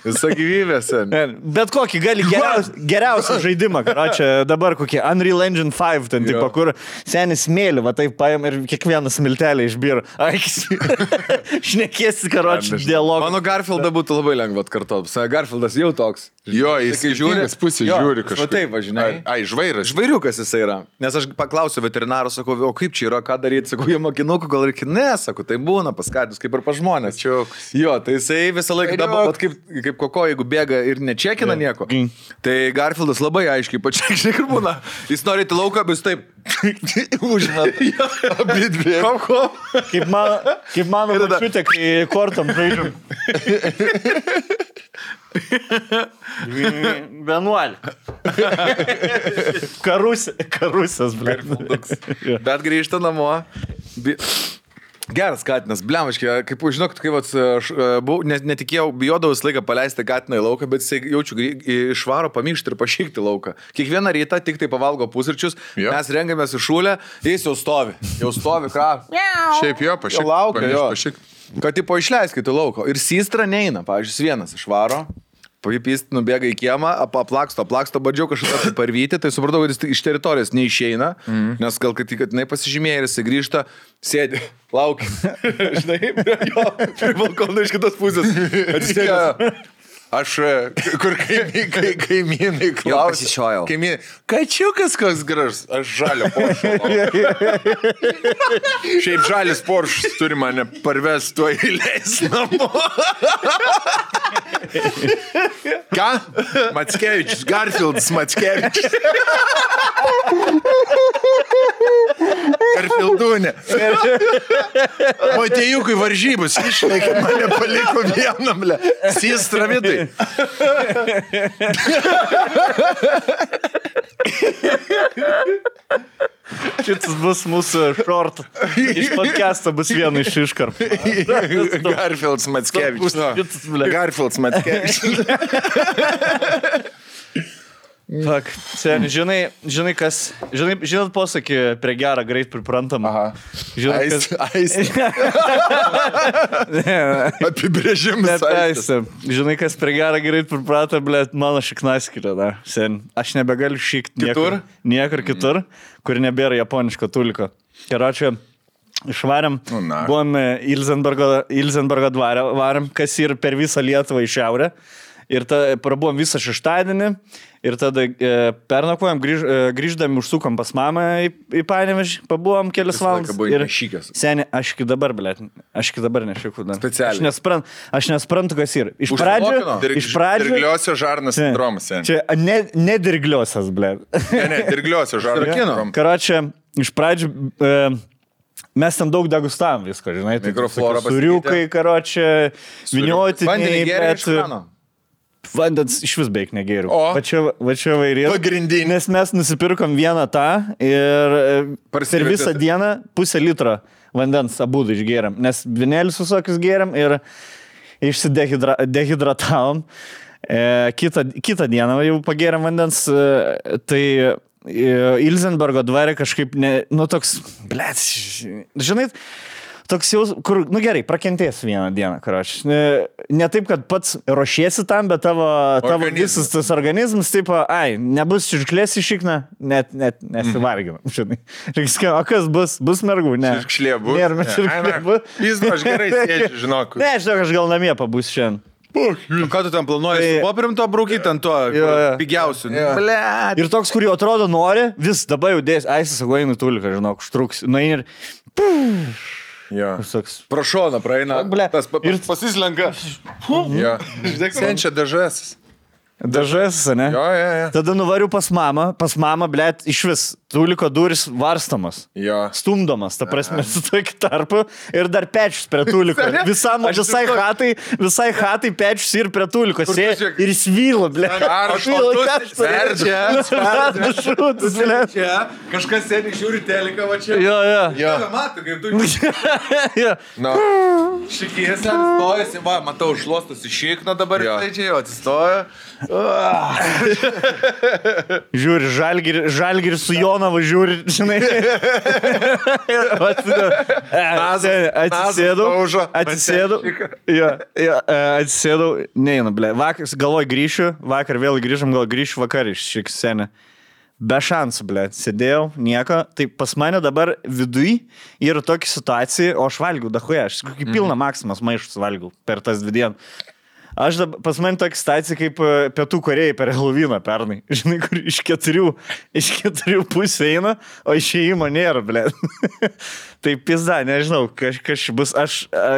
[SPEAKER 4] Visa gyvybė sen.
[SPEAKER 3] Ne, Bet kokį gali geriausią, geriausią žaidimą, ką čia dabar kokie Unreal Engine 5, ten tipo, kur senis mėly, va taip paėm ir kiekvieną smiltelę išbyr. Akis. Šnekėsi, ką čia dialogą.
[SPEAKER 4] Mano Garfieldą būtų labai lengva atkartoti. Garfieldas jau toks.
[SPEAKER 2] Jo, jis
[SPEAKER 4] Kai žiūri-
[SPEAKER 2] žiūri, pusė
[SPEAKER 4] Jo,
[SPEAKER 2] žiūri
[SPEAKER 4] va
[SPEAKER 2] kažkaip.
[SPEAKER 4] taip va, žinai.
[SPEAKER 2] Ai, ai, žvairas.
[SPEAKER 4] Žvairiukas jisai yra. Nes aš paklausiau veterinaro, sakau, o kaip čia yra, ką daryti, sakau, jie mokinukų gal ir kine, sakau, tai būna paskatinus, kaip ir pa žmonės.
[SPEAKER 2] Kačiukas.
[SPEAKER 4] Jo, tai jisai visą laiką
[SPEAKER 2] Kairiok.
[SPEAKER 4] dabar, vat kaip, kaip koko, jeigu bėga ir nečekina nieko.
[SPEAKER 3] Mm.
[SPEAKER 4] Tai Garfieldas labai aiškiai, pačiai, žinai, kur būna. Jis nori į lauką, bet jis taip užmeta.
[SPEAKER 2] Abi dvi.
[SPEAKER 4] Kom, kom.
[SPEAKER 3] Kaip mano, kaip mano
[SPEAKER 4] Ir tada-
[SPEAKER 3] mačiutė, kai kortom žaidžiam. 11. Karus, karusas, ble. Jo.
[SPEAKER 4] Bet grįžta namo. Bi... Geras katinas, blemaškiai, kaip žinok, kaip vat, aš e, buvau, net, netikėjau, bijodavau visą laiką paleisti katiną į lauką, bet jisai jaučiu grį- į- išvaro pamyšti ir pašykti lauką. Kiekvieną rytą tik tai pavalgo pusryčius,
[SPEAKER 2] Jo.
[SPEAKER 4] yep. mes rengiamės į šūlę, jis jau stovi, jau stovi, ką.
[SPEAKER 2] Šiaip jo, pašik.
[SPEAKER 4] Jo, laukia,
[SPEAKER 2] pamirš-
[SPEAKER 4] jo.
[SPEAKER 2] pašik.
[SPEAKER 4] Kad tipo išleiskit į lauką. Ir sistra neina, pavyzdžiui, jis vienas išvaro. Pavypys, nubėga į kiemą, ap- aplaksto, aplaksto, bandžiau kažką tai parvyti, tai supratau, kad jis iš teritorijos neišeina, mm. nes gal kad tik jinai pasižymėjo ir jis grįžta, sėdi, laukia. Žinai, prie jo, prie balkono iš kitos pusės. Atsisėdęs.
[SPEAKER 2] Aš, e, kur kaimy, kai, kaimynai klausia.
[SPEAKER 4] pasišiojau.
[SPEAKER 2] Kaimynai, kačiukas koks gražus, aš žalio poršą. Šiaip žalis poršas turi mane parvesti tuo įleis namo. Ką? Matskevičius, Garfieldas Matskevičius. Garfieldūnė. Matėjukui varžybus išlaikė, mane paliko vienam, le. Sistra vidai.
[SPEAKER 3] Šitas bus mūsų short. Iš podcast'o bus viena iš iškarpų.
[SPEAKER 2] Garfields Matskevičius.
[SPEAKER 3] Šitas, ble.
[SPEAKER 2] Garfields Matskevičius.
[SPEAKER 3] Fak, sen, žinai, žinai, kas, žinai, žinot posakį, prie gerą greit priprantam. Aha. Žinai,
[SPEAKER 2] Ais,
[SPEAKER 3] kas,
[SPEAKER 2] ais. Apibrėžimas.
[SPEAKER 3] bet,
[SPEAKER 2] aistas.
[SPEAKER 3] aiste, žinai, kas prie gerą greit priprato, ble, mano šiknaskilė, da, sen, aš nebegaliu šikti niekur,
[SPEAKER 4] Kitur?
[SPEAKER 3] niekur kitur, kur nebėra japoniško tuliko. Keročią. Išvarėm, e,
[SPEAKER 2] Nu, na.
[SPEAKER 3] buvom Ilzenbergo, Ilzenbergo dvarę, varėm, kas ir per visą Lietuvą į šiaurę. Ir ta, prabuvom visą šeštadienį ir tada e, pernakvojom, grįž, e, grįždami užsukom pas mamą į, į Panevežį, pabuvom kelias
[SPEAKER 4] Visą laiką
[SPEAKER 3] valandas.
[SPEAKER 4] buvai
[SPEAKER 3] ir-
[SPEAKER 4] nešykęs.
[SPEAKER 3] Seniai, aš iki dabar, blė, aš iki dabar nešikau dar.
[SPEAKER 4] Specialiai.
[SPEAKER 3] Aš nesprantu, aš nesprantu kas yra. Iš pradžių,
[SPEAKER 4] Užblokino?
[SPEAKER 3] iš pradžių.
[SPEAKER 2] Dirgliosio žarnas
[SPEAKER 3] Ne.
[SPEAKER 2] sindromas. seni.
[SPEAKER 3] Čia ne- nedirgliosios, blė.
[SPEAKER 2] Ne, ne, dirgliosio žarnas
[SPEAKER 4] Surakino.
[SPEAKER 2] sindromas.
[SPEAKER 3] Karočią, iš pradžių e, mes ten daug degustavom visko, žinai, tai
[SPEAKER 4] Mikroflora pasikeitė.
[SPEAKER 3] Suriukai, karočią, vinioti.
[SPEAKER 4] Vandenį geria iš krano.
[SPEAKER 3] Vandens iš vis beveik negėriau.
[SPEAKER 2] O.
[SPEAKER 3] va čia, va čia vairėjo.
[SPEAKER 2] Pagrindinį.
[SPEAKER 3] Nes mes nusipirkom vieną tą ir e, per
[SPEAKER 4] Parsivertėt.
[SPEAKER 3] visą dieną pusę litro vandens abu du išgėrėm. Nes vinėlius visokius gėrėm ir išsidehidratavom. E, kitą, kitą dieną jau pagėrėm vandens. E, tai e, Ilzenbergo dvarė kažkaip, ne, nu toks, blėt, žinai, Toks jau, kur, nu gerai, prakentės vieną dieną, karoči. Ne, ne taip, kad pats ruošiesi tam, bet tavo, tavo
[SPEAKER 2] Organizmas.
[SPEAKER 3] visas tas organizmas, taip, ai, nebus čiurklės išikna, net, net nesivarginam,
[SPEAKER 2] Mhm.
[SPEAKER 3] žinai. Reikia, sakyti, o kas bus, bus mergų, ne.
[SPEAKER 2] Čiurkšlė bus.
[SPEAKER 3] Ne, ar
[SPEAKER 2] Ne.
[SPEAKER 3] čiurkšlė
[SPEAKER 2] Ai, na,
[SPEAKER 3] bus.
[SPEAKER 2] jis, nu, aš gerai sėdžiu, žinok.
[SPEAKER 3] Ne, žinok, aš gal namie pabūsiu šiandien.
[SPEAKER 4] Nu, Ką tu ten planuoji?
[SPEAKER 3] Tai-
[SPEAKER 4] Popirim to braukyti ant to
[SPEAKER 3] Jo, jo.
[SPEAKER 4] pigiausių.
[SPEAKER 2] Jo.
[SPEAKER 4] Ble.
[SPEAKER 3] Ir toks, kurį atrodo nori, vis dabar jau dės, ai, sakau, einu tuliką, žinok, užtruks. Na ir
[SPEAKER 2] Jo.
[SPEAKER 3] toks.
[SPEAKER 4] Pro šoną
[SPEAKER 3] O,
[SPEAKER 4] praeina.
[SPEAKER 3] ble.
[SPEAKER 4] Tas pa,
[SPEAKER 3] Ir-
[SPEAKER 4] ir pasislenka.
[SPEAKER 2] Jo. Senčia dažas.
[SPEAKER 3] Dažas, ne?
[SPEAKER 2] Jo, jo, jo.
[SPEAKER 3] Tada nuvariu pas mamą, pas mamą, blėt, iš vis, tuliko duris varstamas.
[SPEAKER 2] Jo.
[SPEAKER 3] stumdomas, ta prasme, su tokiu tarpu ir dar pečius prie tuliko.
[SPEAKER 4] Sene,
[SPEAKER 3] Visam,
[SPEAKER 4] aš
[SPEAKER 3] visai
[SPEAKER 4] įsivaizduoju.
[SPEAKER 3] hatai, visai hatai pečius ir prie tuliko.
[SPEAKER 4] tu
[SPEAKER 3] sėdi
[SPEAKER 4] žiūrėk-
[SPEAKER 3] Ir svyla, ble.
[SPEAKER 2] Karštas,
[SPEAKER 3] Svyla,
[SPEAKER 2] tu
[SPEAKER 3] karštas.
[SPEAKER 2] sverdi.
[SPEAKER 3] Nu, verda šūdas, ble.
[SPEAKER 4] Čia kažkas sėdi žiūri teleką va čia.
[SPEAKER 3] Jo, jo.
[SPEAKER 2] Jo.
[SPEAKER 4] Matai, kaip tu
[SPEAKER 3] jo.
[SPEAKER 2] Na,
[SPEAKER 4] šikijas atstojasi, va, matau, užlostus išikna dabar,
[SPEAKER 2] Jo.
[SPEAKER 4] tai čia jau atsistoja.
[SPEAKER 3] Žiūri, žalgir, žalgir su Jonavu žiūri, žinai. Atsisėdau. Atsisėdau.
[SPEAKER 2] laužo.
[SPEAKER 3] Atsisėdau. Jo, jo, e, atsisėdau. Neina, ble. Vakar, galvoj, grįšiu. Vakar vėl grįžom, gal grįšiu vakar iš šį seną. Be šansų, ble. Sėdėjau, nieko. Tai pas mane dabar viduj yra tokia situacija, o aš valgiau, dahuje, aš kokį pilną maksimas maišus valgiau per tas dvi dienas. Aš dabar, pas mane tokia stacija kaip e, pietų korėjai per Helovyną pernai. Žinai, kur iš keturių, iš keturių pusė eina, o išėjimo nėra, blė. tai pizda, nežinau, kažkas bus. Aš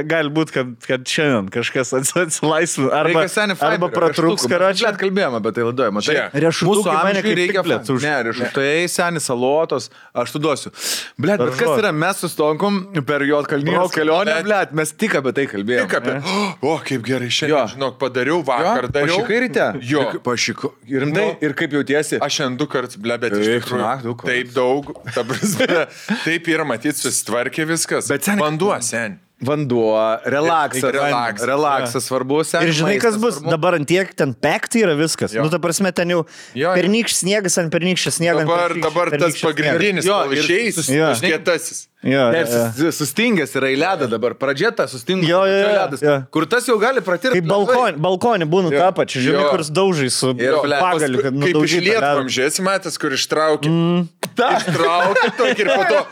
[SPEAKER 3] galbūt, kad, kad šiandien kažkas ats- atsilaisvina. Arba, arba pratrūks karočią.
[SPEAKER 4] Net kalbėjome apie tai laidojimą. Tai
[SPEAKER 2] Čia.
[SPEAKER 3] Riešutukai
[SPEAKER 4] mūsų
[SPEAKER 3] mane
[SPEAKER 4] amžiui
[SPEAKER 3] kaip
[SPEAKER 4] reikia
[SPEAKER 3] tik, blet,
[SPEAKER 4] fa-
[SPEAKER 3] už-
[SPEAKER 4] Ne, riešutai, senis salotos, aš tu duosiu. Blet, bet kas
[SPEAKER 3] Daržovė.
[SPEAKER 4] yra, mes sustonkom per jo kalnijos
[SPEAKER 3] Brokoli,
[SPEAKER 4] kelionę,
[SPEAKER 2] blet.
[SPEAKER 4] blet, mes tik apie tai kalbėjome.
[SPEAKER 2] tik apie. O, kaip gerai šiandien.
[SPEAKER 4] Jo.
[SPEAKER 2] Žinok, padariau vakar. dariau.
[SPEAKER 4] Pašikai ryte?
[SPEAKER 2] Jo.
[SPEAKER 4] Pašikai. Rimtai.
[SPEAKER 2] Nu.
[SPEAKER 4] Ir kaip jautiesi?
[SPEAKER 2] Aš šiandien du kartus, ble, bet iš
[SPEAKER 4] Eik, na,
[SPEAKER 2] tikrųjų.
[SPEAKER 4] du kartus.
[SPEAKER 2] Taip daug. ta prasme, Taip yra, matyt, susitvarkė viskas.
[SPEAKER 4] Bet, seni-
[SPEAKER 2] vanduo, sen.
[SPEAKER 4] Vanduo, relaksas.
[SPEAKER 2] Reikia relaksą.
[SPEAKER 4] Relaksas svarbus.
[SPEAKER 3] Ir žinai, kas bus,
[SPEAKER 4] Svarbu.
[SPEAKER 3] dabar ant tiek ten pekti yra viskas.
[SPEAKER 2] Jo.
[SPEAKER 3] Nu, ta prasme, ten jau
[SPEAKER 2] Jo, jo.
[SPEAKER 3] pernykštis sniegas ant pernykščio sniego. ant
[SPEAKER 2] Dabar,
[SPEAKER 3] pernykščio,
[SPEAKER 2] dabar tas
[SPEAKER 3] pernykščio
[SPEAKER 2] pagrindinis,
[SPEAKER 4] Jo,
[SPEAKER 2] kol
[SPEAKER 4] ir
[SPEAKER 2] išeis,
[SPEAKER 4] sus-
[SPEAKER 3] jo.
[SPEAKER 2] tas kietasis.
[SPEAKER 3] sniego. Jo,
[SPEAKER 4] Ne,
[SPEAKER 3] jo.
[SPEAKER 4] sus- sustingęs yra į ledą dabar. Pradžia ta sustingęs.
[SPEAKER 3] e. Jo, jo, jo,
[SPEAKER 4] ledas.
[SPEAKER 3] jo.
[SPEAKER 4] Kur tas jau gali pratirti.
[SPEAKER 3] Kaip balkonį, balkonį būna
[SPEAKER 2] Jo.
[SPEAKER 3] tą pačią, žinai,
[SPEAKER 2] Jo.
[SPEAKER 3] kur daužai su
[SPEAKER 4] Ir, ble,
[SPEAKER 3] pagaliu, kad
[SPEAKER 2] Kaip iš
[SPEAKER 3] nudaužytų ledą.
[SPEAKER 2] lietvamžio, esi matęs, kur ištraukė. Mm. Ištraukė tokį ir po to.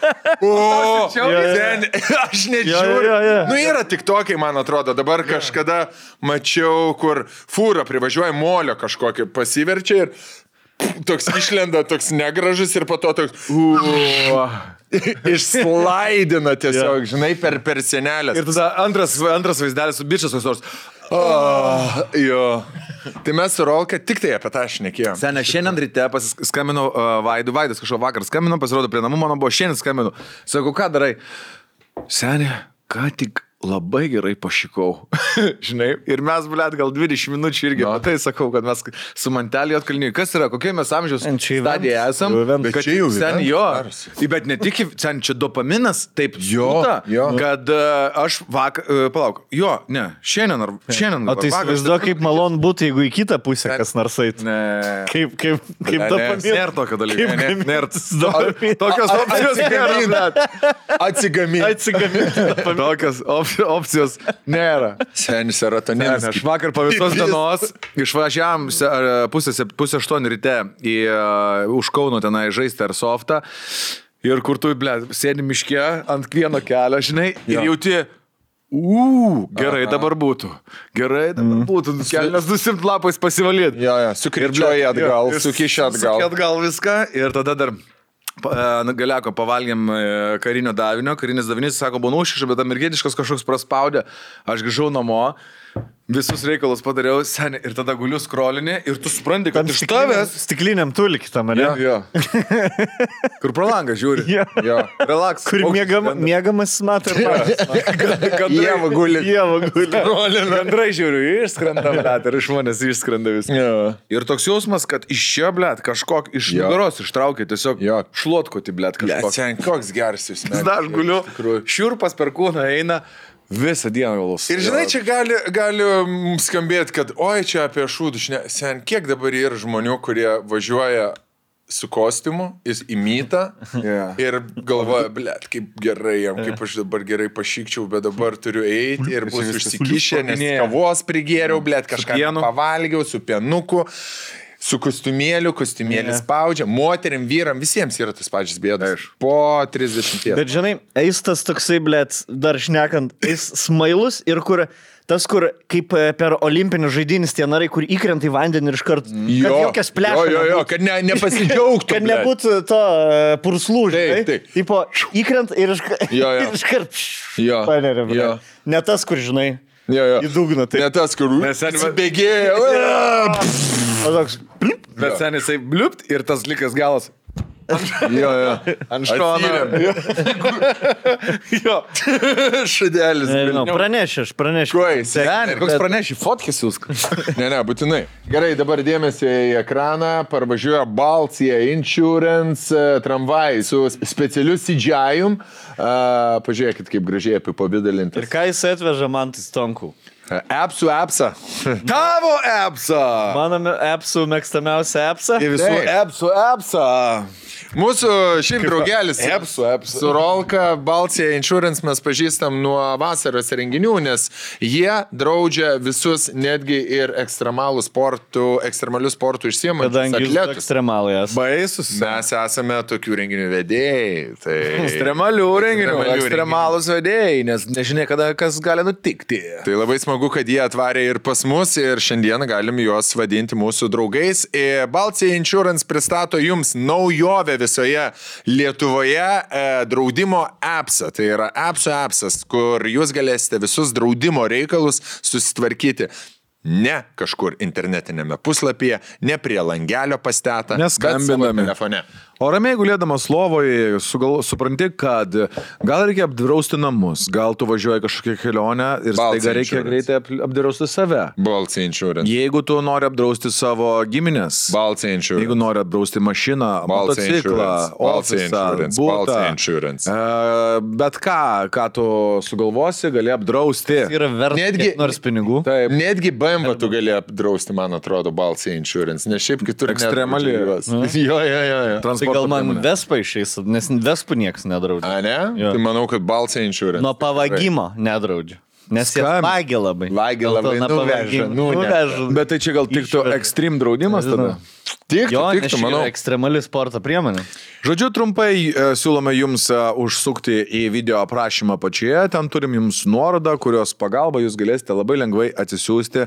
[SPEAKER 2] O,
[SPEAKER 4] Jo,
[SPEAKER 3] jo.
[SPEAKER 2] ten, aš
[SPEAKER 3] Jo, jo, jo, jo.
[SPEAKER 2] nežiūriu. Nu yra tik tokiai, man atrodo. Dabar kažkada mačiau, kur fūra privažiuoja molio kažkokį pasiverčia ir toks išlenda, toks negražus ir po to toks išslaidina tiesiog, žinai, per, per senelę.
[SPEAKER 4] Ir tada antras, antras vaizdelis su bičias koks nors.
[SPEAKER 2] Jo. Tai mes su Rolka tik tai apie tą šnekėjom.
[SPEAKER 4] Senė, šiandien ryte paskambinau uh, Vaidu, Vaidas kažko vakar skambino, pasirodo prie namų mano buvo, šiandien skambinu. Sakau, ką darai? Senė, ką tik labai gerai pašikau. Žinai, ir mes, blėt, gal 20 minučių irgi. Na, tai sakau, kad mes su mantelį atkalnyje. Kas yra, kokie mes amžiaus
[SPEAKER 3] En, čia event,
[SPEAKER 4] stadija esam?
[SPEAKER 3] jau event.
[SPEAKER 2] Bet
[SPEAKER 4] Kad
[SPEAKER 2] čia jau
[SPEAKER 4] sen
[SPEAKER 2] event,
[SPEAKER 4] jo.
[SPEAKER 2] karas.
[SPEAKER 4] Į, Bet ne tik, sen čia dopaminas, taip,
[SPEAKER 2] Jo,
[SPEAKER 4] sputa,
[SPEAKER 2] jo.
[SPEAKER 4] kad uh, aš vakar, uh, palauk, jo, ne, šiandien ar
[SPEAKER 3] O
[SPEAKER 4] šiandien. dabar,
[SPEAKER 3] tai
[SPEAKER 4] vakar-
[SPEAKER 3] įsivaizduoju, kaip malonu būtų, jeigu į kitą pusę kas nors eitų.
[SPEAKER 4] Ne.
[SPEAKER 3] Kaip, kaip, kaip
[SPEAKER 2] ne,
[SPEAKER 3] ta
[SPEAKER 4] Nėra tokio dalyko.
[SPEAKER 3] Kaip
[SPEAKER 4] ne,
[SPEAKER 3] gamint?
[SPEAKER 4] nėra.
[SPEAKER 3] Dopamin.
[SPEAKER 4] Tokios opcijos nėra. blet.
[SPEAKER 2] Atsigamina.
[SPEAKER 3] Atsigaminti.
[SPEAKER 4] Tokios op- opcijos nėra.
[SPEAKER 2] Senis
[SPEAKER 4] Ne,
[SPEAKER 2] serotoninas.
[SPEAKER 4] ne, aš vakar po visos
[SPEAKER 2] Tipis.
[SPEAKER 4] dienos išvažiavam se- ar, pusę, sep- pusę aštuonių ryte į, uh, už Kauno tenai žaisti ar softą. Ir kur tu, ble, sėdi miške ant vieno kelio, žinai, ir jauti, U, gerai dabar būtų. Gerai
[SPEAKER 3] Mm.
[SPEAKER 4] dabar būtų. Kelnes nusimt lapais pasivalyti.
[SPEAKER 2] Jo, jo, sukrypčioji atgal, sukiši
[SPEAKER 4] Suki
[SPEAKER 2] atgal.
[SPEAKER 4] atgal viską ir tada dar... pa- e, Galiako pavalgėm e, karinio davinio, karinis davinys, sako, buvo nušiša, bet amerikietiškas kažkoks praspaudė, aš grįžau namo, visus reikalus padariau, seniai, ir tada guliu skrolinį ir tu supranti, kad iš tavęs...
[SPEAKER 3] Stikliniam tulkitam, ar ne?
[SPEAKER 2] Jo,
[SPEAKER 4] Kur pro langą žiūri?
[SPEAKER 3] Jo.
[SPEAKER 2] jo.
[SPEAKER 4] Relaks.
[SPEAKER 3] Kur mėgam, mėgamas matai.
[SPEAKER 2] Jie vagulė.
[SPEAKER 3] Dievą guli.
[SPEAKER 4] Bendrai žiūriu, išskrenda, bet ir žmonės išskrenda vis.
[SPEAKER 2] Jo.
[SPEAKER 4] Ir toks jausmas, kad iš čia, blėt, kažkok iš
[SPEAKER 2] Jo.
[SPEAKER 4] nugaros ištraukė tiesiog
[SPEAKER 2] Jo.
[SPEAKER 4] šluotkoti, blėt,
[SPEAKER 2] Ble,
[SPEAKER 4] kažkokį.
[SPEAKER 2] Sen, koks geras jūs.
[SPEAKER 4] Vis dar aš guliu, šiurpas per kūną eina visą dieną galus.
[SPEAKER 2] Ir žinai, čia gali, gali mm, skambėti, kad oi, čia apie šūdus. šne- Sen, kiek dabar yra žmonių, kurie važiuoja su kostiumu, jis įmyta
[SPEAKER 4] Jo.
[SPEAKER 2] ir galvoja, blėt, kaip gerai jam, kaip aš dabar gerai pašykčiau, bet dabar turiu eiti ir bus užsikišę, nes
[SPEAKER 4] šokinėja.
[SPEAKER 2] kavos prigėriau, blėt, kažką
[SPEAKER 4] pienu.
[SPEAKER 2] pavalgiau su pienuku. Su kostiumėliu, kostiumėlis
[SPEAKER 3] Jo.
[SPEAKER 2] spaudžia, moterim, vyram, visiems yra tas pačias bėdas. Po 30.
[SPEAKER 3] Bet žinai, eistas toksai, blėt, dar šnekant, jis smailus ir kur tas, kur kaip e, per olimpinius žaidynis tie narai, kur įkrenta į vandenį ir iškart...
[SPEAKER 2] Jo,
[SPEAKER 3] Jokias plešas.
[SPEAKER 2] Jo, jo, jo, kad ne, nepasidžiaugtų.
[SPEAKER 3] Kad
[SPEAKER 2] blet.
[SPEAKER 3] nebūtų to e, purslų,
[SPEAKER 2] Taip,
[SPEAKER 3] žinai.
[SPEAKER 2] taip.
[SPEAKER 3] Tipo, įkrent ir iškart...
[SPEAKER 2] Jo, jo.
[SPEAKER 3] iškart...
[SPEAKER 2] Jo,
[SPEAKER 3] Paneria,
[SPEAKER 2] jo.
[SPEAKER 3] blet. Ne tas, kur, žinai,
[SPEAKER 2] Jo, jo.
[SPEAKER 3] į dugną. Tai
[SPEAKER 2] Ne tas, kur
[SPEAKER 4] Nes ten-
[SPEAKER 2] bėgėjo.
[SPEAKER 3] O toks... Plip,
[SPEAKER 4] Bet seniai jisai bliupt ir tas likęs galas.
[SPEAKER 2] Jo, jo.
[SPEAKER 4] Ant šono. Jo.
[SPEAKER 2] Šudelis.
[SPEAKER 3] nežinau, pranešiu, aš pranešiu.
[SPEAKER 2] Kuo jis?
[SPEAKER 4] Seniai, koks
[SPEAKER 3] bet-
[SPEAKER 4] praneši, fotkis jūs.
[SPEAKER 2] Ne, ne, būtinai. Gerai, dabar dėmesio į ekraną. Parvažiuoja Baltija Insurance e, tramvajai su specialiu CGI-um. Pažiūrėkit, kaip gražiai apipavydalinti.
[SPEAKER 3] Ir ką jis atveža man tai stonkų?
[SPEAKER 2] Apsu, apsa.
[SPEAKER 4] Tavo apsa.
[SPEAKER 3] Mano apsų mėgstamiausia apsa.
[SPEAKER 4] Ir visų
[SPEAKER 2] Taip.
[SPEAKER 4] apsų apsa.
[SPEAKER 2] Mūsų šiaip draugelis.
[SPEAKER 4] Apsų apsa.
[SPEAKER 2] Su Rolka Baltija Insurance mes pažįstam nuo vasaros renginių, nes jie draudžia visus netgi ir ekstremalų sportų, ekstremalių sportų išsiemančius
[SPEAKER 3] Kadangi jūs
[SPEAKER 2] atletus.
[SPEAKER 3] ekstremalai esate.
[SPEAKER 4] Baisus.
[SPEAKER 2] Mes esame tokių renginių vedėjai. Tai...
[SPEAKER 4] Ekstremalių renginių,
[SPEAKER 2] Ekstremalių renginių.
[SPEAKER 4] ekstremalus vedėjai, nes nežinia, kada kas gali nutikti.
[SPEAKER 2] Tai labai smagu, kad jie atvarė ir pas mus ir šiandien galim juos vadinti mūsų draugais. E, Baltija Insurance pristato jums naujovę visoje Lietuvoje e, draudimo appsą. Tai yra appsų appsas, kur jūs galėsite visus draudimo reikalus susitvarkyti. Ne kažkur internetinėme puslapyje, ne prie langelio pastatą,
[SPEAKER 4] Neskambindami.
[SPEAKER 2] telefone.
[SPEAKER 4] O ramiai gulėdamas lovoje sugal, supranti, kad gal reikia apdrausti namus, gal tu važiuoji kažkokią kelionę ir
[SPEAKER 2] Baltic
[SPEAKER 4] staiga reikia
[SPEAKER 2] Insurance.
[SPEAKER 4] greitai ap- apdrausti save.
[SPEAKER 2] Baltija Insurance.
[SPEAKER 4] Jeigu tu nori apdrausti savo giminės,
[SPEAKER 2] Baltija Insurance.
[SPEAKER 4] jeigu nori apdrausti mašiną,
[SPEAKER 2] Baltic
[SPEAKER 4] motociklą,
[SPEAKER 2] Insurance, Baltic
[SPEAKER 4] ofisą,
[SPEAKER 2] Insurance,
[SPEAKER 4] butą,
[SPEAKER 2] Baltic Insurance.
[SPEAKER 4] e, bet ką, ką tu sugalvosi, gali apdrausti.
[SPEAKER 3] Tai Yra verta
[SPEAKER 2] Netgi-
[SPEAKER 3] netgi nors pinigų.
[SPEAKER 4] Taip.
[SPEAKER 2] Taip. Netgi BMW tu gali apdrausti, man atrodo, Balsai Insurance, nes šiaip kitur
[SPEAKER 4] Ekstremali.
[SPEAKER 2] nedraudžia
[SPEAKER 3] Nu.
[SPEAKER 2] juos. Jo, jo, jo. jo.
[SPEAKER 3] Tai gal man vespa išeis, nes vespa niekas nedraudžia.
[SPEAKER 2] A, ne?
[SPEAKER 3] Jo.
[SPEAKER 2] Tai manau, kad Balsai Insurance.
[SPEAKER 3] Nuo pavagimo nedraudžia. Nes jie
[SPEAKER 4] Skam-
[SPEAKER 3] vagė labai.
[SPEAKER 2] Vagia
[SPEAKER 3] Dėl to
[SPEAKER 2] labai,
[SPEAKER 3] nuo
[SPEAKER 2] nuveža,
[SPEAKER 3] pavagimo.
[SPEAKER 2] nuneša.
[SPEAKER 3] Nuveža.
[SPEAKER 4] Nu, Bet tai čia gal tik tu
[SPEAKER 3] Išveža.
[SPEAKER 4] ekstrem draudimas tada?
[SPEAKER 3] Nežinau.
[SPEAKER 2] Tik,
[SPEAKER 3] Jo,
[SPEAKER 2] tik,
[SPEAKER 3] nes
[SPEAKER 2] tu,
[SPEAKER 3] čia
[SPEAKER 2] manau.
[SPEAKER 3] yra ekstremali sporto priemonė.
[SPEAKER 4] Žodžiu, trumpai e, siūlome jums e, užsukti į video aprašymą pačioje, ten turim jums nuorodą, kurios pagalba jūs galėsite labai lengvai atsisiųsti e,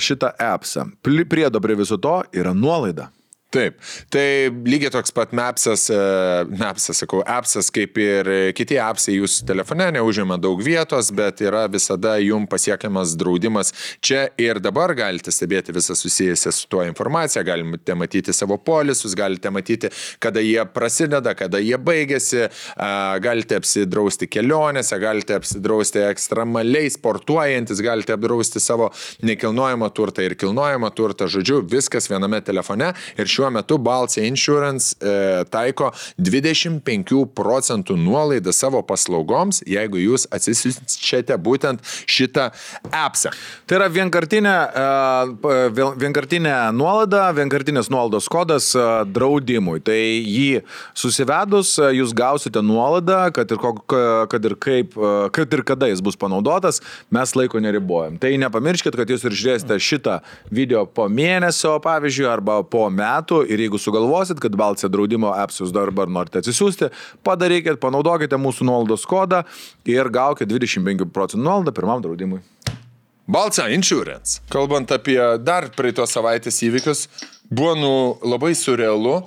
[SPEAKER 4] šitą appsą. Pli- Priedo prie viso to yra nuolaida.
[SPEAKER 2] Taip, tai lygiai toks pat mapsas, e, mapsas, sakau, apsas kaip ir e, kiti apsai jūsų telefone, neužima daug vietos, bet yra visada jums pasiekiamas draudimas. Čia ir dabar galite stebėti visą susijusią su tuo informaciją, galite matyti savo polisus, galite matyti, kada jie prasideda, kada jie baigėsi, a, galite apsidrausti kelionėse, galite apsidrausti ekstremaliai sportuojantis, galite apdrausti savo nekilnojamą turtą ir kilnojamą turtą, žodžiu, viskas viename telefone ir šiuo metu Balsia Insurance e, taiko 25 procentų nuolaidą savo paslaugoms, jeigu jūs atsisiunčiate būtent šitą appsą.
[SPEAKER 4] Tai yra vienkartinė, e, p- vėl- vienkartinė nuolaida, vienkartinės nuolaidos kodas e, draudimui. Tai jį susivedus e, jūs gausite nuolaidą, kad ir, kok, e, kad ir kaip, e, kad ir kada jis bus panaudotas, mes laiko neribojam. Tai nepamirškit, kad jūs ir žiūrėsite šitą video po mėnesio, pavyzdžiui, arba po metų, metų ir jeigu sugalvosit, kad Balcija draudimo apsius dabar norite atsisiųsti, padarykit, panaudokite mūsų nuolaidos kodą ir gaukite 25 procentų nuolaidą pirmam draudimui.
[SPEAKER 2] Balca Insurance. Kalbant apie dar praeitos savaitės įvykius, buvo nu labai surrealu,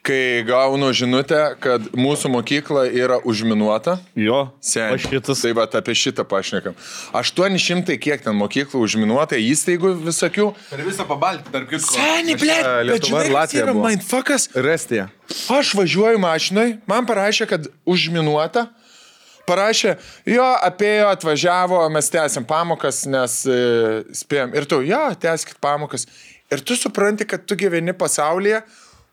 [SPEAKER 2] kai gaunu žinutę, kad mūsų mokykla yra užminuota.
[SPEAKER 3] Jo,
[SPEAKER 2] Seniai.
[SPEAKER 3] aš šitas.
[SPEAKER 4] Tai-
[SPEAKER 2] Taip, bet apie šitą pašnekam. 800 kiek ten mokyklų užminuota, įstaigų visokių.
[SPEAKER 4] Per visą pabaltį, tarp kitų.
[SPEAKER 2] Seniai, ble, bet žinai, kas yra mindfuckas.
[SPEAKER 4] Restija.
[SPEAKER 2] Aš važiuoju mašinai, man parašė, kad užminuota. Parašė, jo, apėjo, atvažiavo, mes tęsim pamokas, nes e, spėjom. Ir tu, jo, tęskit pamokas. Ir tu supranti, kad tu gyveni pasaulyje,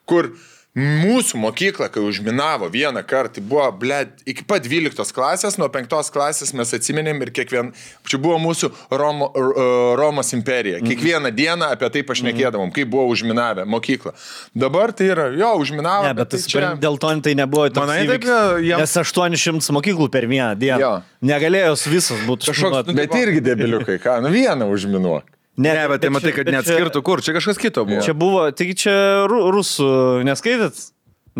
[SPEAKER 2] kur mūsų mokykla, kai užminavo vieną kartą, buvo, ble, iki pat 12 klasės, nuo 5 klasės mes atsiminėm ir kiekvien, čia buvo mūsų Romo, R- e, Romos imperija. Kiekvieną dieną apie tai pašnekėdavom, kaip buvo užminavę mokyklą. Dabar tai yra, jo, užminavo.
[SPEAKER 3] Ne, bet
[SPEAKER 2] tai
[SPEAKER 3] tas čia... dėl to tai nebuvo toks
[SPEAKER 4] Manai, taip,
[SPEAKER 3] įvykis.
[SPEAKER 4] jam-
[SPEAKER 3] Nes 800 mokyklų per vieną dieną.
[SPEAKER 2] Jo.
[SPEAKER 3] Negalėjo jos visos būti
[SPEAKER 2] Kažkoks, bet irgi debiliukai, ką, nu vieną užminuok.
[SPEAKER 4] nu, Ne, bet tai matai,
[SPEAKER 3] čia-
[SPEAKER 4] kad
[SPEAKER 3] bet čia-
[SPEAKER 4] neatskirtų kur, čia kažkas kito buvo.
[SPEAKER 3] Čia buvo, tik čia ru- rusų neskaitėt?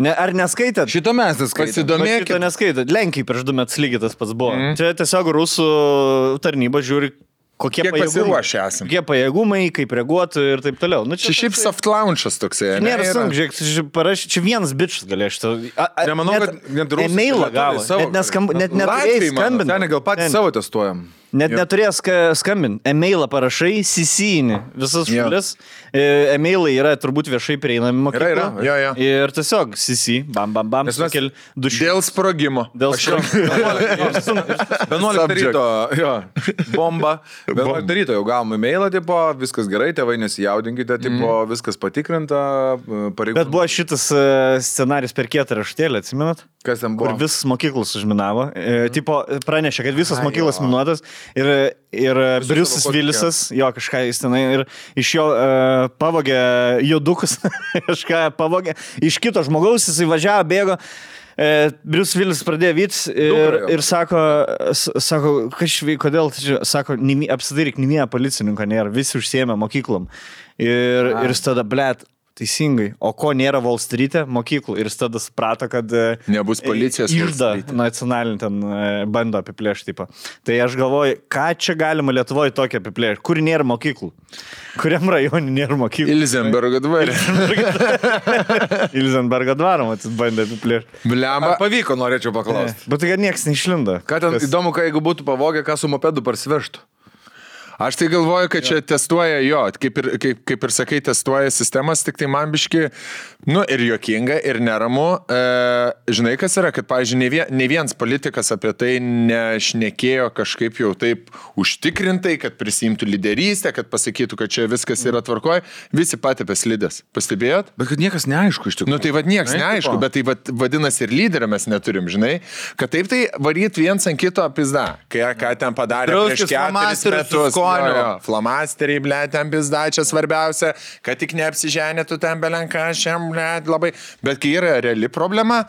[SPEAKER 3] Ne, ar neskaitėt?
[SPEAKER 4] Šito mes neskaitėme.
[SPEAKER 2] Pasidomėkit.
[SPEAKER 3] Šito neskaitot. Lenkijai prieš du metus lygiai tas pats buvo.
[SPEAKER 4] Mhm.
[SPEAKER 3] Mm. Čia tiesiog rusų tarnyba žiūri, kokie
[SPEAKER 2] Kiek pasiruošę esam.
[SPEAKER 3] Kokie pajėgumai, kaip reaguoti ir taip toliau. Nu,
[SPEAKER 2] Čia šiaip soft launchas toksai.
[SPEAKER 3] Nėra sunku, žiūrėk, čia parašy- čia vienas bičias galėjo šitą. a- a-
[SPEAKER 4] Nemanau,
[SPEAKER 3] net-
[SPEAKER 4] kad net rusai,
[SPEAKER 3] Emailą
[SPEAKER 4] lietuviai
[SPEAKER 3] gavo.
[SPEAKER 4] savo-
[SPEAKER 3] Net, neskam, net neturėjai
[SPEAKER 2] Latviai, mano,
[SPEAKER 3] skambinti.
[SPEAKER 4] Ten gal patys savo testuojam.
[SPEAKER 3] Net neturės skambinti. E-mailą parašai, sisyni visas
[SPEAKER 2] Jo.
[SPEAKER 3] šalis. E, E-mailai yra turbūt viešai prieinami mokykloje.
[SPEAKER 4] Yra,
[SPEAKER 2] yra. Jo, jo.
[SPEAKER 3] Ir tiesiog sisi, bam, bam, bam,
[SPEAKER 4] Nes mes-
[SPEAKER 3] sukel du šimtus.
[SPEAKER 2] Dėl sprogimo.
[SPEAKER 3] Dėl šio.
[SPEAKER 4] 11
[SPEAKER 2] Subject.
[SPEAKER 4] ryto, jo, bomba. 11 ryto jau gavom e-mailą, tipo, viskas gerai, tėvai nesijaudinkite, tipo, viskas patikrinta, e,
[SPEAKER 3] Bet
[SPEAKER 4] pareigūnai.
[SPEAKER 3] buvo šitas e, scenarius per kietą raštėlį, atsimenat?
[SPEAKER 4] Kas ten
[SPEAKER 3] Kur
[SPEAKER 4] buvo? Mhm.
[SPEAKER 3] visas mokyklas užminavo. E, tipo, pranešė, kad visas mokyklas minuotas. Ir, ir Briusas
[SPEAKER 4] savo kokį-
[SPEAKER 3] Vilisas, jo kažką jis tenai, ir iš jo e, pavogė judukus, kažką pavogė. Iš kito žmogaus jis įvažiavo, bėgo. E, Brius Vilis pradėjo vytis ir,
[SPEAKER 4] Dukrą jo.
[SPEAKER 3] ir sako, s- sako kažkaip, kodėl, tu čia?" sako, "Nimi- apsidairyk, nė policininko nėra, visi užsiemė mokyklom. Ir, ir jis tada, blėt, teisingai, o ko nėra Wall Street'e mokyklų. Ir jis tada suprato, kad e,
[SPEAKER 2] Nebus policijos Wall
[SPEAKER 3] Išda nacionalinį ten e, bando apiplėšti. Tipo. Tai aš galvoju, ką čia galima Lietuvoje tokį apiplėšti, kur nėra mokyklų. Kuriam rajonui nėra mokyklų.
[SPEAKER 2] Ilzenbergo dvarė.
[SPEAKER 3] Ilzenbergo dvarą, matyt, bandė apiplėšti.
[SPEAKER 4] Ar
[SPEAKER 2] Bliamba.
[SPEAKER 4] pavyko, norėčiau paklausti.
[SPEAKER 3] Bet tai kad niekas neišlindo.
[SPEAKER 4] Ką ten įdomu, ką jeigu būtų pavogę, ką su mopedu parsivežtų.
[SPEAKER 2] Aš tai galvoju, kad čia testuoja jo, kaip ir, kaip, kaip ir sakai, testuoja sistemas, tik tai man biški, nu ir jokinga, ir neramu. E, žinai, kas yra, kad, pavyzdžiui, ne, vien, ne vienas politikas apie tai nešnekėjo kažkaip jau taip užtikrintai, kad prisimtų lyderystę, kad pasakytų, kad čia viskas yra tvarkoje. Visi patepė slidės. Pastebėjot?
[SPEAKER 4] Bet kad niekas neaišku iš tikrųjų.
[SPEAKER 2] Nu tai vad nieks
[SPEAKER 4] Žinai,
[SPEAKER 2] neaišku,
[SPEAKER 4] tipo.
[SPEAKER 2] bet tai vad vadinasi ir lyderio mes neturim, žinai, kad taip tai varyt viens ant kito pizda, kai ką ten padarė. prieš
[SPEAKER 4] Drauskis
[SPEAKER 2] keturis
[SPEAKER 4] flomasterius su
[SPEAKER 2] metus.
[SPEAKER 4] skoniu.
[SPEAKER 2] Jo, jo, Flomasteriai, ble, ten pizda, čia svarbiausia, kad tik neapsiženėtų ten belenka, šiam, ble, labai. Bet kai yra reali problema,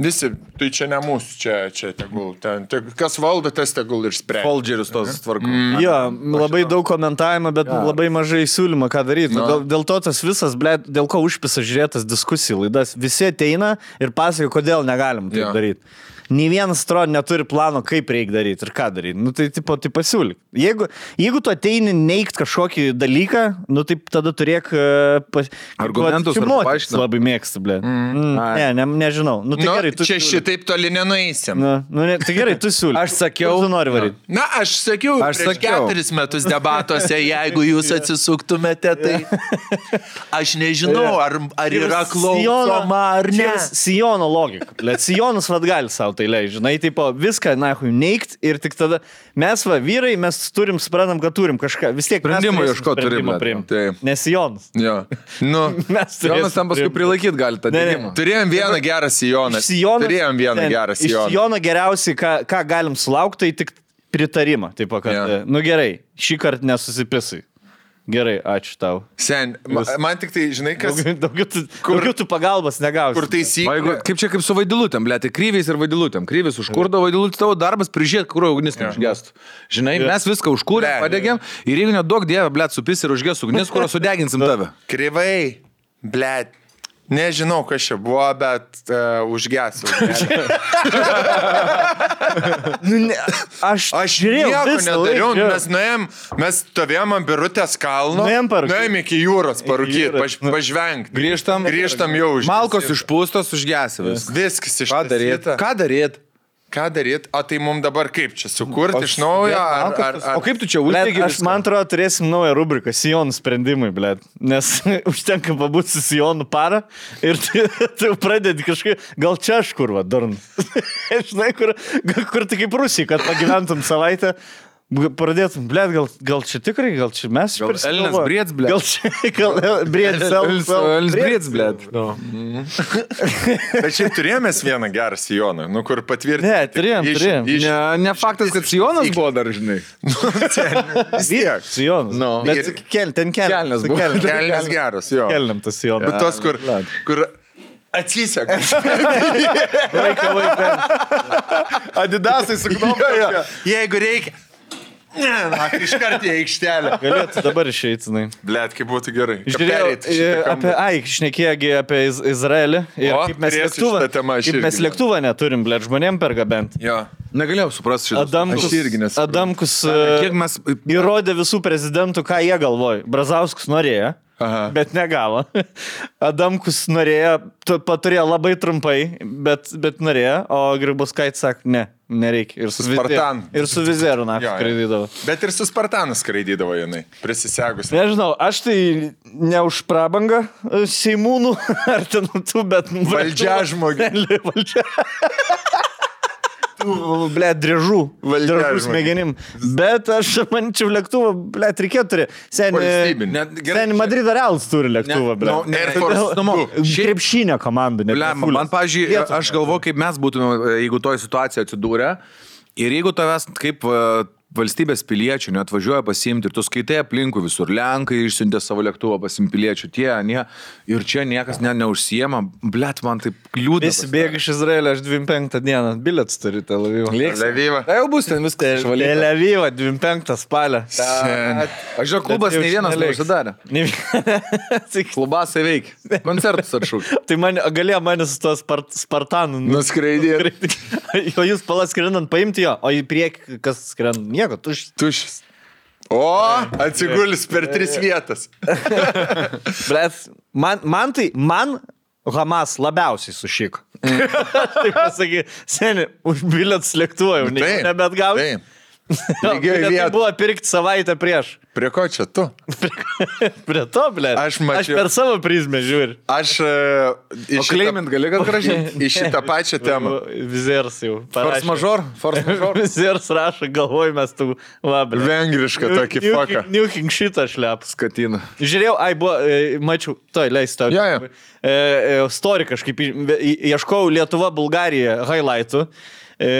[SPEAKER 2] visi, tai čia ne mūsų, čia, čia tegul, ten, te, kas valdo, tas tegul ir sprendžia.
[SPEAKER 4] Foldžerius tos tvarkų.
[SPEAKER 3] Jo, labai daug komentavimo, bet labai mažai siūlymų, ką daryti. Dėl, dėl to tas visas, ble, dėl ko užpisa žiūrėtas diskusijų laidas. Visi ateina ir pasakoja, kodėl negalim tai
[SPEAKER 2] Jo.
[SPEAKER 3] daryti. Nė vienas tro neturi plano, kaip reikia daryti ir ką daryti. Nu, tai, tipo, tai pasiūlyk. Jeigu, jeigu tu ateini neigt kažkokį dalyką, nu, tai tada turėk... e, Pas...
[SPEAKER 4] Argumentus arba
[SPEAKER 3] moteris
[SPEAKER 4] paaiškinam.
[SPEAKER 3] labai mėgstu, ble. Mm. Ne, ne, nežinau. Nu, tai
[SPEAKER 2] Nu,
[SPEAKER 3] nu, gerai, tu...
[SPEAKER 2] čia
[SPEAKER 3] siūlyk.
[SPEAKER 2] šitaip toli nenueisim.
[SPEAKER 3] Nu, nu, ne, tai gerai, tu siūlyk.
[SPEAKER 4] Aš sakiau-
[SPEAKER 3] Kur Tu nori varyti.
[SPEAKER 2] Na, aš sakiau,
[SPEAKER 4] Aš
[SPEAKER 2] aš prieš
[SPEAKER 4] sakiau.
[SPEAKER 2] sakiau. keturis metus debatuose, jeigu jūs atsisuktumėte, tai aš nežinau, ar, ar yra klausoma ar ne.
[SPEAKER 3] čia Sijono logika. Let Sijonas vad gali savo tai leidžia. Žinai, tipo, viską, na, hui, neigt ir tik tada mes, va, vyrai, mes turim, suprantam, kad turim kažką. Vis tiek mes
[SPEAKER 4] Sprendimo
[SPEAKER 3] turėsim
[SPEAKER 4] ieškot tai- turim,
[SPEAKER 3] sprendimą
[SPEAKER 4] blet.
[SPEAKER 3] priimt.
[SPEAKER 2] Taip.
[SPEAKER 3] Ne Sijonas.
[SPEAKER 2] Jo. Nu,
[SPEAKER 3] Mes turėsim
[SPEAKER 4] Jonas tam paskui
[SPEAKER 3] priimt.
[SPEAKER 4] prilaikyti gali
[SPEAKER 3] Ne,
[SPEAKER 4] tą
[SPEAKER 3] ne.
[SPEAKER 4] dėjimą.
[SPEAKER 2] turėjom vieną gerą sijoną.
[SPEAKER 3] Iš Sijono.
[SPEAKER 2] Turėjom vieną
[SPEAKER 3] ten,
[SPEAKER 2] gerą
[SPEAKER 3] Iš
[SPEAKER 2] sijoną.
[SPEAKER 3] Sijono geriausiai, ką, ką galim sulaukti, tai tik pritarimą. Tipo, kad,
[SPEAKER 2] Jo.
[SPEAKER 3] yeah. nu gerai, šį kartą nesusipisai. Gerai, ačiū tau.
[SPEAKER 2] Sen, ma- man tik tai, žinai, kas,
[SPEAKER 3] Daugiau, daugiau, tu,
[SPEAKER 2] Kur-
[SPEAKER 3] daugiau tu pagalbas negausi.
[SPEAKER 2] kur tai-
[SPEAKER 4] O jeigu,
[SPEAKER 2] taisyklė.
[SPEAKER 4] kaip čia kaip su vaidilutėm, blėtai, kryviais ir vaidilutėm. Kryvis užkurdo vaidilutį, tavo darbas prižiūrėti, kur ugnis neužgestų. Žinai,
[SPEAKER 3] Jo.
[SPEAKER 4] mes viską
[SPEAKER 2] Blet.
[SPEAKER 4] užkūrėm, padegėm ir jeigu nedaug dievė, blėtai, supis ir užges ugnis, kur sudeginsim tave.
[SPEAKER 2] Krivai, blėt. Nežinau, kas čia buvo, bet uh, užgesau.
[SPEAKER 3] Nu, ne, aš,
[SPEAKER 2] Aš
[SPEAKER 3] žiūrėjau,
[SPEAKER 2] nieko
[SPEAKER 3] visą
[SPEAKER 2] nedariau,
[SPEAKER 3] laiką,
[SPEAKER 2] mes nuėjom, mes stovėjom ant birutės kalno,
[SPEAKER 3] Nuėjom parūkyt.
[SPEAKER 2] nuėjom iki jūros parūkyti,
[SPEAKER 3] jūros,
[SPEAKER 2] paž, pažvengti.
[SPEAKER 4] Grįžtam.
[SPEAKER 2] Grįžtam jau už.
[SPEAKER 4] Malkos išpūstos, užgesivės.
[SPEAKER 2] Viskas iš
[SPEAKER 4] Ką daryt? Ką daryt?
[SPEAKER 2] Ką daryt? O tai mums dabar kaip čia sukurti iš naujo? Ar, ar, ar,
[SPEAKER 4] O kaip tu čia
[SPEAKER 3] Blet,
[SPEAKER 4] uždegi?
[SPEAKER 3] aš man atrodo, turėsim naują rubriką - Sion sprendimai, blėt. Nes užtenka pabūti su Sionu parą ir tu, tu jau pradedi kažkaip, gal čia aš kur, va, darn. Žinai, kur, gal kur tik kaip Rusija, kad pagyventum savaitę. g- Pradėtum, blėt, gal, gal čia tikrai, gal čia mes
[SPEAKER 4] Gal
[SPEAKER 3] išprisigalvojom.
[SPEAKER 4] Elnias Briedz, blet?
[SPEAKER 3] Gal čia, gal El- Briedz, Elnias
[SPEAKER 4] Elnis Brits, blėt.
[SPEAKER 2] Bet šiaip turėjome mes vieną gerą sijoną, nu kur patvirtinti.
[SPEAKER 3] Ne, turėjom,
[SPEAKER 2] Iš-
[SPEAKER 3] turėjom.
[SPEAKER 2] iš-
[SPEAKER 4] Ne, ne faktas, kad Sionas buvo dar, žinai.
[SPEAKER 3] Briedz. Sionas.
[SPEAKER 2] Nu.
[SPEAKER 3] bet
[SPEAKER 2] Ir-
[SPEAKER 3] kel, ten kelias.
[SPEAKER 4] Kelnės buvo.
[SPEAKER 2] Kelnes geras, jo.
[SPEAKER 3] Kelniam tas Sionas.
[SPEAKER 2] Bet tos, kur, kur atsiseka.
[SPEAKER 3] Vaiką, vaiką. Adidasai su
[SPEAKER 2] Jo, jo. Jeigu reikia. Ne, na, iškart į aikštelę.
[SPEAKER 3] Galėtų dabar išeitinai.
[SPEAKER 2] Blet, kaip būtų gerai. Kad
[SPEAKER 3] Žiūrėjau,
[SPEAKER 2] pereit šitą
[SPEAKER 3] e, apie,
[SPEAKER 2] kampą.
[SPEAKER 3] ai, šnekėjagi apie Iz Izraelį. Ir
[SPEAKER 2] O,
[SPEAKER 3] kaip mes
[SPEAKER 2] turėsiu
[SPEAKER 3] lėktuvą,
[SPEAKER 2] šitą temą aš
[SPEAKER 3] kaip
[SPEAKER 2] irgi.
[SPEAKER 3] mes lėktuvą neturim, ble, žmonėm pergabent.
[SPEAKER 2] Jo.
[SPEAKER 4] Negalėjau suprasti šitą.
[SPEAKER 3] Adamkus,
[SPEAKER 2] Aš irgi nesuprantu.
[SPEAKER 3] Adamkus
[SPEAKER 4] Kiek
[SPEAKER 3] e,
[SPEAKER 4] mes...
[SPEAKER 3] įrodė visų prezidentų, ką jie galvoja. Brazauskas norėjo. Aha.
[SPEAKER 2] Aha.
[SPEAKER 3] Bet negavo. Adamkus norėjo, tu- paturėjo labai trumpai, bet, bet norėjo, o Gribuskait sako, ne, nereikia. Ir su, vizi-
[SPEAKER 2] Spartan.
[SPEAKER 3] ir su vizieru, na,
[SPEAKER 2] Jo, jo.
[SPEAKER 3] skraidydavo.
[SPEAKER 2] Bet ir su Spartanu skraidydavo jinai, prisisegus.
[SPEAKER 3] Nežinau, aš tai ne už prabangą e, Seimūnų, ar ten tu, bet...
[SPEAKER 2] Valdžiažmogių.
[SPEAKER 3] Realiai Valdžia. Tų, Ble, driežų. Driežų
[SPEAKER 2] Valdžiažmogių.
[SPEAKER 3] smegenim. Bet aš manyčiau, lėktuvą, ble, tai reikėtų turėti. Seniai.
[SPEAKER 2] Valstybinį.
[SPEAKER 4] Net gerai.
[SPEAKER 3] Seniai e, Madrido Realas turi lėktuvą, ble.
[SPEAKER 4] nu, ne,
[SPEAKER 2] Air Force
[SPEAKER 4] todėl-
[SPEAKER 2] du.
[SPEAKER 4] Šiaip
[SPEAKER 3] Krepšinio komandų, ne?
[SPEAKER 4] Lemba, man, pažiūrėjau, aš galvoju, kaip mes būtume, e, jeigu toje situacijoje atsidūrė ir jeigu tavęs kaip e, valstybės piliečių neatvažiuoja pasimti ir tu skaitai aplinkų visur, Lenkai išsiuntė savo lėktuvą pasimpiliečių, tie, ne, ir čia niekas ne, neužsiema, blėt, man taip liūdna.
[SPEAKER 3] Visi bėga iš Izraelio, aš 25 dieną bilietus turiu Tel Avivą.
[SPEAKER 2] Levyva.
[SPEAKER 4] Tai jau bus ten viskas
[SPEAKER 3] Tel
[SPEAKER 4] išvalyta.
[SPEAKER 3] Avivą, 25 spalio.
[SPEAKER 2] Sen.
[SPEAKER 4] Aš žinau, klubas
[SPEAKER 3] Bet
[SPEAKER 4] nei
[SPEAKER 3] jau
[SPEAKER 4] vienas
[SPEAKER 3] neliks.
[SPEAKER 4] neužsidarė.
[SPEAKER 3] Ne vienas.
[SPEAKER 4] Klubasai veikia. Koncertus atšaukė.
[SPEAKER 3] Tai man, galėjo mane su tuo spart, Spartanu.
[SPEAKER 2] Nu. Nuskraidė.
[SPEAKER 3] O jūs palas skrendant paimti jo, o į priekį kas skrenda? Nieko, tu iš...
[SPEAKER 2] Tušis. O, atsigulis per tris vietas.
[SPEAKER 3] Bet man, man tai, man Hamas labiausiai sušyko.
[SPEAKER 2] Mm.
[SPEAKER 3] tai pasakyk, seniai, už bilietus lėktuvą jau ne,
[SPEAKER 2] Nu, Taip,
[SPEAKER 3] nebet gavau.
[SPEAKER 2] taip. lygioj vietoj.
[SPEAKER 3] buvo pirkti savaitę prieš.
[SPEAKER 2] Prie ko čia tu?
[SPEAKER 3] Prie to, ble.
[SPEAKER 2] Aš
[SPEAKER 3] Aš
[SPEAKER 2] mačiau.
[SPEAKER 3] per savo prizmę žiūriu.
[SPEAKER 2] Aš... e,
[SPEAKER 4] O kleimint gali, kad gražiai.
[SPEAKER 2] Į šitą pačią temą.
[SPEAKER 3] Vizers jau.
[SPEAKER 4] Force major, force major.
[SPEAKER 3] Vizers rašo, galvoj mes tų labai.
[SPEAKER 2] Vengrišką tokį foką.
[SPEAKER 3] Nuking šitą šlepą.
[SPEAKER 4] Skatina.
[SPEAKER 3] Žiūrėjau, ai, buvo, e, mačiau, toj, leis toj.
[SPEAKER 2] Jo, jo.
[SPEAKER 3] E, e, story kažkaip, i- i- ieškojau Lietuva, Bulgarija, highlightų, e,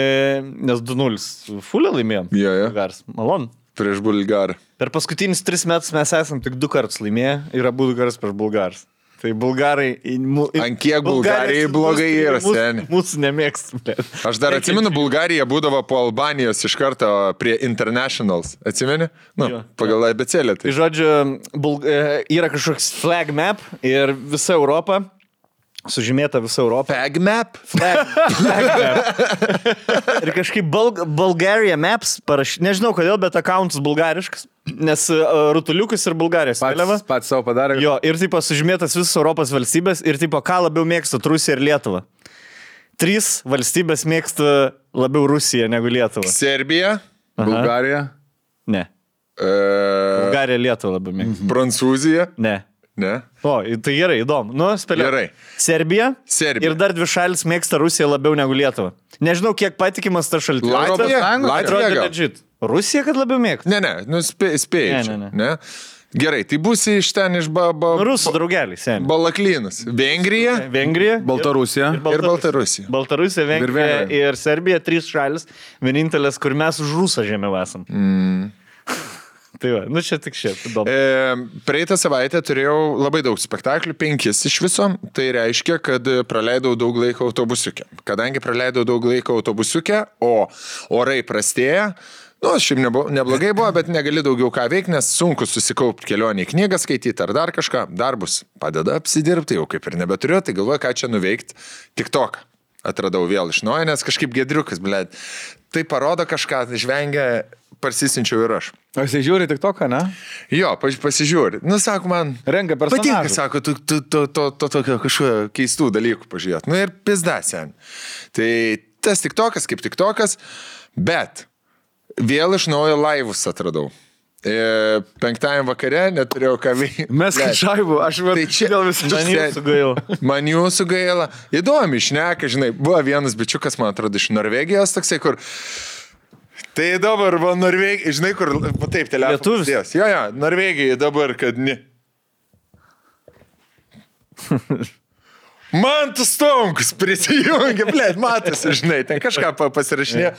[SPEAKER 3] nes 2-0 fulę laimėjom.
[SPEAKER 2] Jo, jo.
[SPEAKER 3] Gars, malon.
[SPEAKER 2] Prieš bulgarą.
[SPEAKER 3] Per paskutinius tris metus mes esam tik du kartus laimėję ir abu du kartus prieš bulgarus. Tai bulgarai... į mu- į-
[SPEAKER 2] Ant kiek
[SPEAKER 3] bulgarai
[SPEAKER 2] Bulgarijai blogai yra,
[SPEAKER 3] mūsų-
[SPEAKER 2] seni.
[SPEAKER 3] Mūsų nemėgstam.
[SPEAKER 2] Aš dar atsimenu, Bulgarija būdavo po Albanijos iš karto prie Internationals. Atsimeni? Nu,
[SPEAKER 3] Jo.
[SPEAKER 2] jo, pagal abecelę.
[SPEAKER 3] Tai
[SPEAKER 2] Tai.
[SPEAKER 3] žodžiu, bul, e, yra kažkoks flag map ir visa Europa, sužymėta visa Europa.
[SPEAKER 2] Peg map?
[SPEAKER 3] Flag, flag map. Ir kažkaip Bul Bulgarija Maps parašy, nežinau kodėl, bet accountas bulgariškas, nes uh, rutuliukas ir bulgarijos vėliava.
[SPEAKER 4] Pats, pats savo padarė.
[SPEAKER 3] Jo, ir taip sužymėtas visos Europos valstybės ir taip, ką labiau mėgsta Rusija ir Lietuva. Trys valstybės mėgsta labiau Rusiją negu Lietuvą.
[SPEAKER 2] Serbija,
[SPEAKER 4] Bulgarija.
[SPEAKER 3] Ne.
[SPEAKER 2] e,
[SPEAKER 3] Bulgarija Lietuvą labiau mėgsta.
[SPEAKER 2] Prancūzija.
[SPEAKER 3] Ne.
[SPEAKER 2] Ne.
[SPEAKER 3] O, tai gerai, įdomu. Nu, spėliau.
[SPEAKER 2] Gerai.
[SPEAKER 3] Serbija.
[SPEAKER 2] Serbija.
[SPEAKER 3] Ir dar dvi šalis mėgsta Rusiją labiau negu Lietuvą. Nežinau, kiek patikimas tas šaltinis.
[SPEAKER 2] Latvija?
[SPEAKER 3] bet
[SPEAKER 2] Latvija
[SPEAKER 3] Atrodo,
[SPEAKER 2] gal?
[SPEAKER 3] legit. Rusija, kad labiau mėgsta.
[SPEAKER 2] Ne, ne, nu, spė, spėjai.
[SPEAKER 3] Ne,
[SPEAKER 2] Ne,
[SPEAKER 3] ne, Nu,
[SPEAKER 2] ne,
[SPEAKER 3] ne.
[SPEAKER 2] ne. Gerai, tai būsi iš ten, iš ba, ba,
[SPEAKER 3] Rusų draugeliai, seniai.
[SPEAKER 2] Balaklinas. Vengrija.
[SPEAKER 3] Vengrija.
[SPEAKER 4] Baltarusija.
[SPEAKER 3] Baltarusija.
[SPEAKER 2] ir Baltarusija.
[SPEAKER 3] Baltarusija, Vengrija
[SPEAKER 4] Vengrija.
[SPEAKER 3] ir Serbija, trys šalis, vienintelės, kur mes už Rusą žemiau esam. Mm. tai va, nu čia tik šiaip įdomu.
[SPEAKER 2] E, Praeitą savaitę turėjau labai daug spektaklių, penkis iš viso. Tai reiškia, kad praleidau daug laiko autobusiuke. Kadangi praleidau daug laiko autobusiuke, o orai prastėja, Nu, šiaip nebu- neblogai buvo, bet negali daugiau ką veikti, nes sunku susikaupti kelionį į knygą skaityti ar dar kažką. Darbus padeda apsidirbti, jau kaip ir nebeturiu, tai galvoju, ką čia nuveikti. Tik tok. Atradau vėl iš naujo, nes kažkaip gedriukas, blėt. Tai parodo kažką, žvengia, parsisinčiau ir aš.
[SPEAKER 4] O jisai žiūri tik toką, ne?
[SPEAKER 2] Jo, paž- pasižiūri. Nu, sako man.
[SPEAKER 4] Renka
[SPEAKER 2] Patinka,
[SPEAKER 4] personažą.
[SPEAKER 2] sako, tu, tu, tu, to, to tokio kažkokio keistų dalykų pažiūrėt. Nu ir pizdasien. Tai tas tik tokas, kaip tik tokas, bet vėl iš naujo laivus atradau. E, penktąjį vakare neturėjau ką veikti.
[SPEAKER 4] Mes
[SPEAKER 2] Blet.
[SPEAKER 4] kažkaip, aš vėl,
[SPEAKER 2] Tai čia-
[SPEAKER 4] vėl visą
[SPEAKER 3] Man jūsų gaila.
[SPEAKER 2] Man jūsų gaila. Įdomi, išneka, žinai, buvo vienas bičiukas, man atrodo, iš Norvegijos toksai, kur... Tai dabar, va, Norvegija, žinai, kur... va Taip, telefonas.
[SPEAKER 3] Lietuvis?
[SPEAKER 2] dės. Jo, jo, Norvegija dabar, kad ne. Man tas stonkus prisijungia, blėt, matosi, žinai, ten kažką pa- pasirašinė.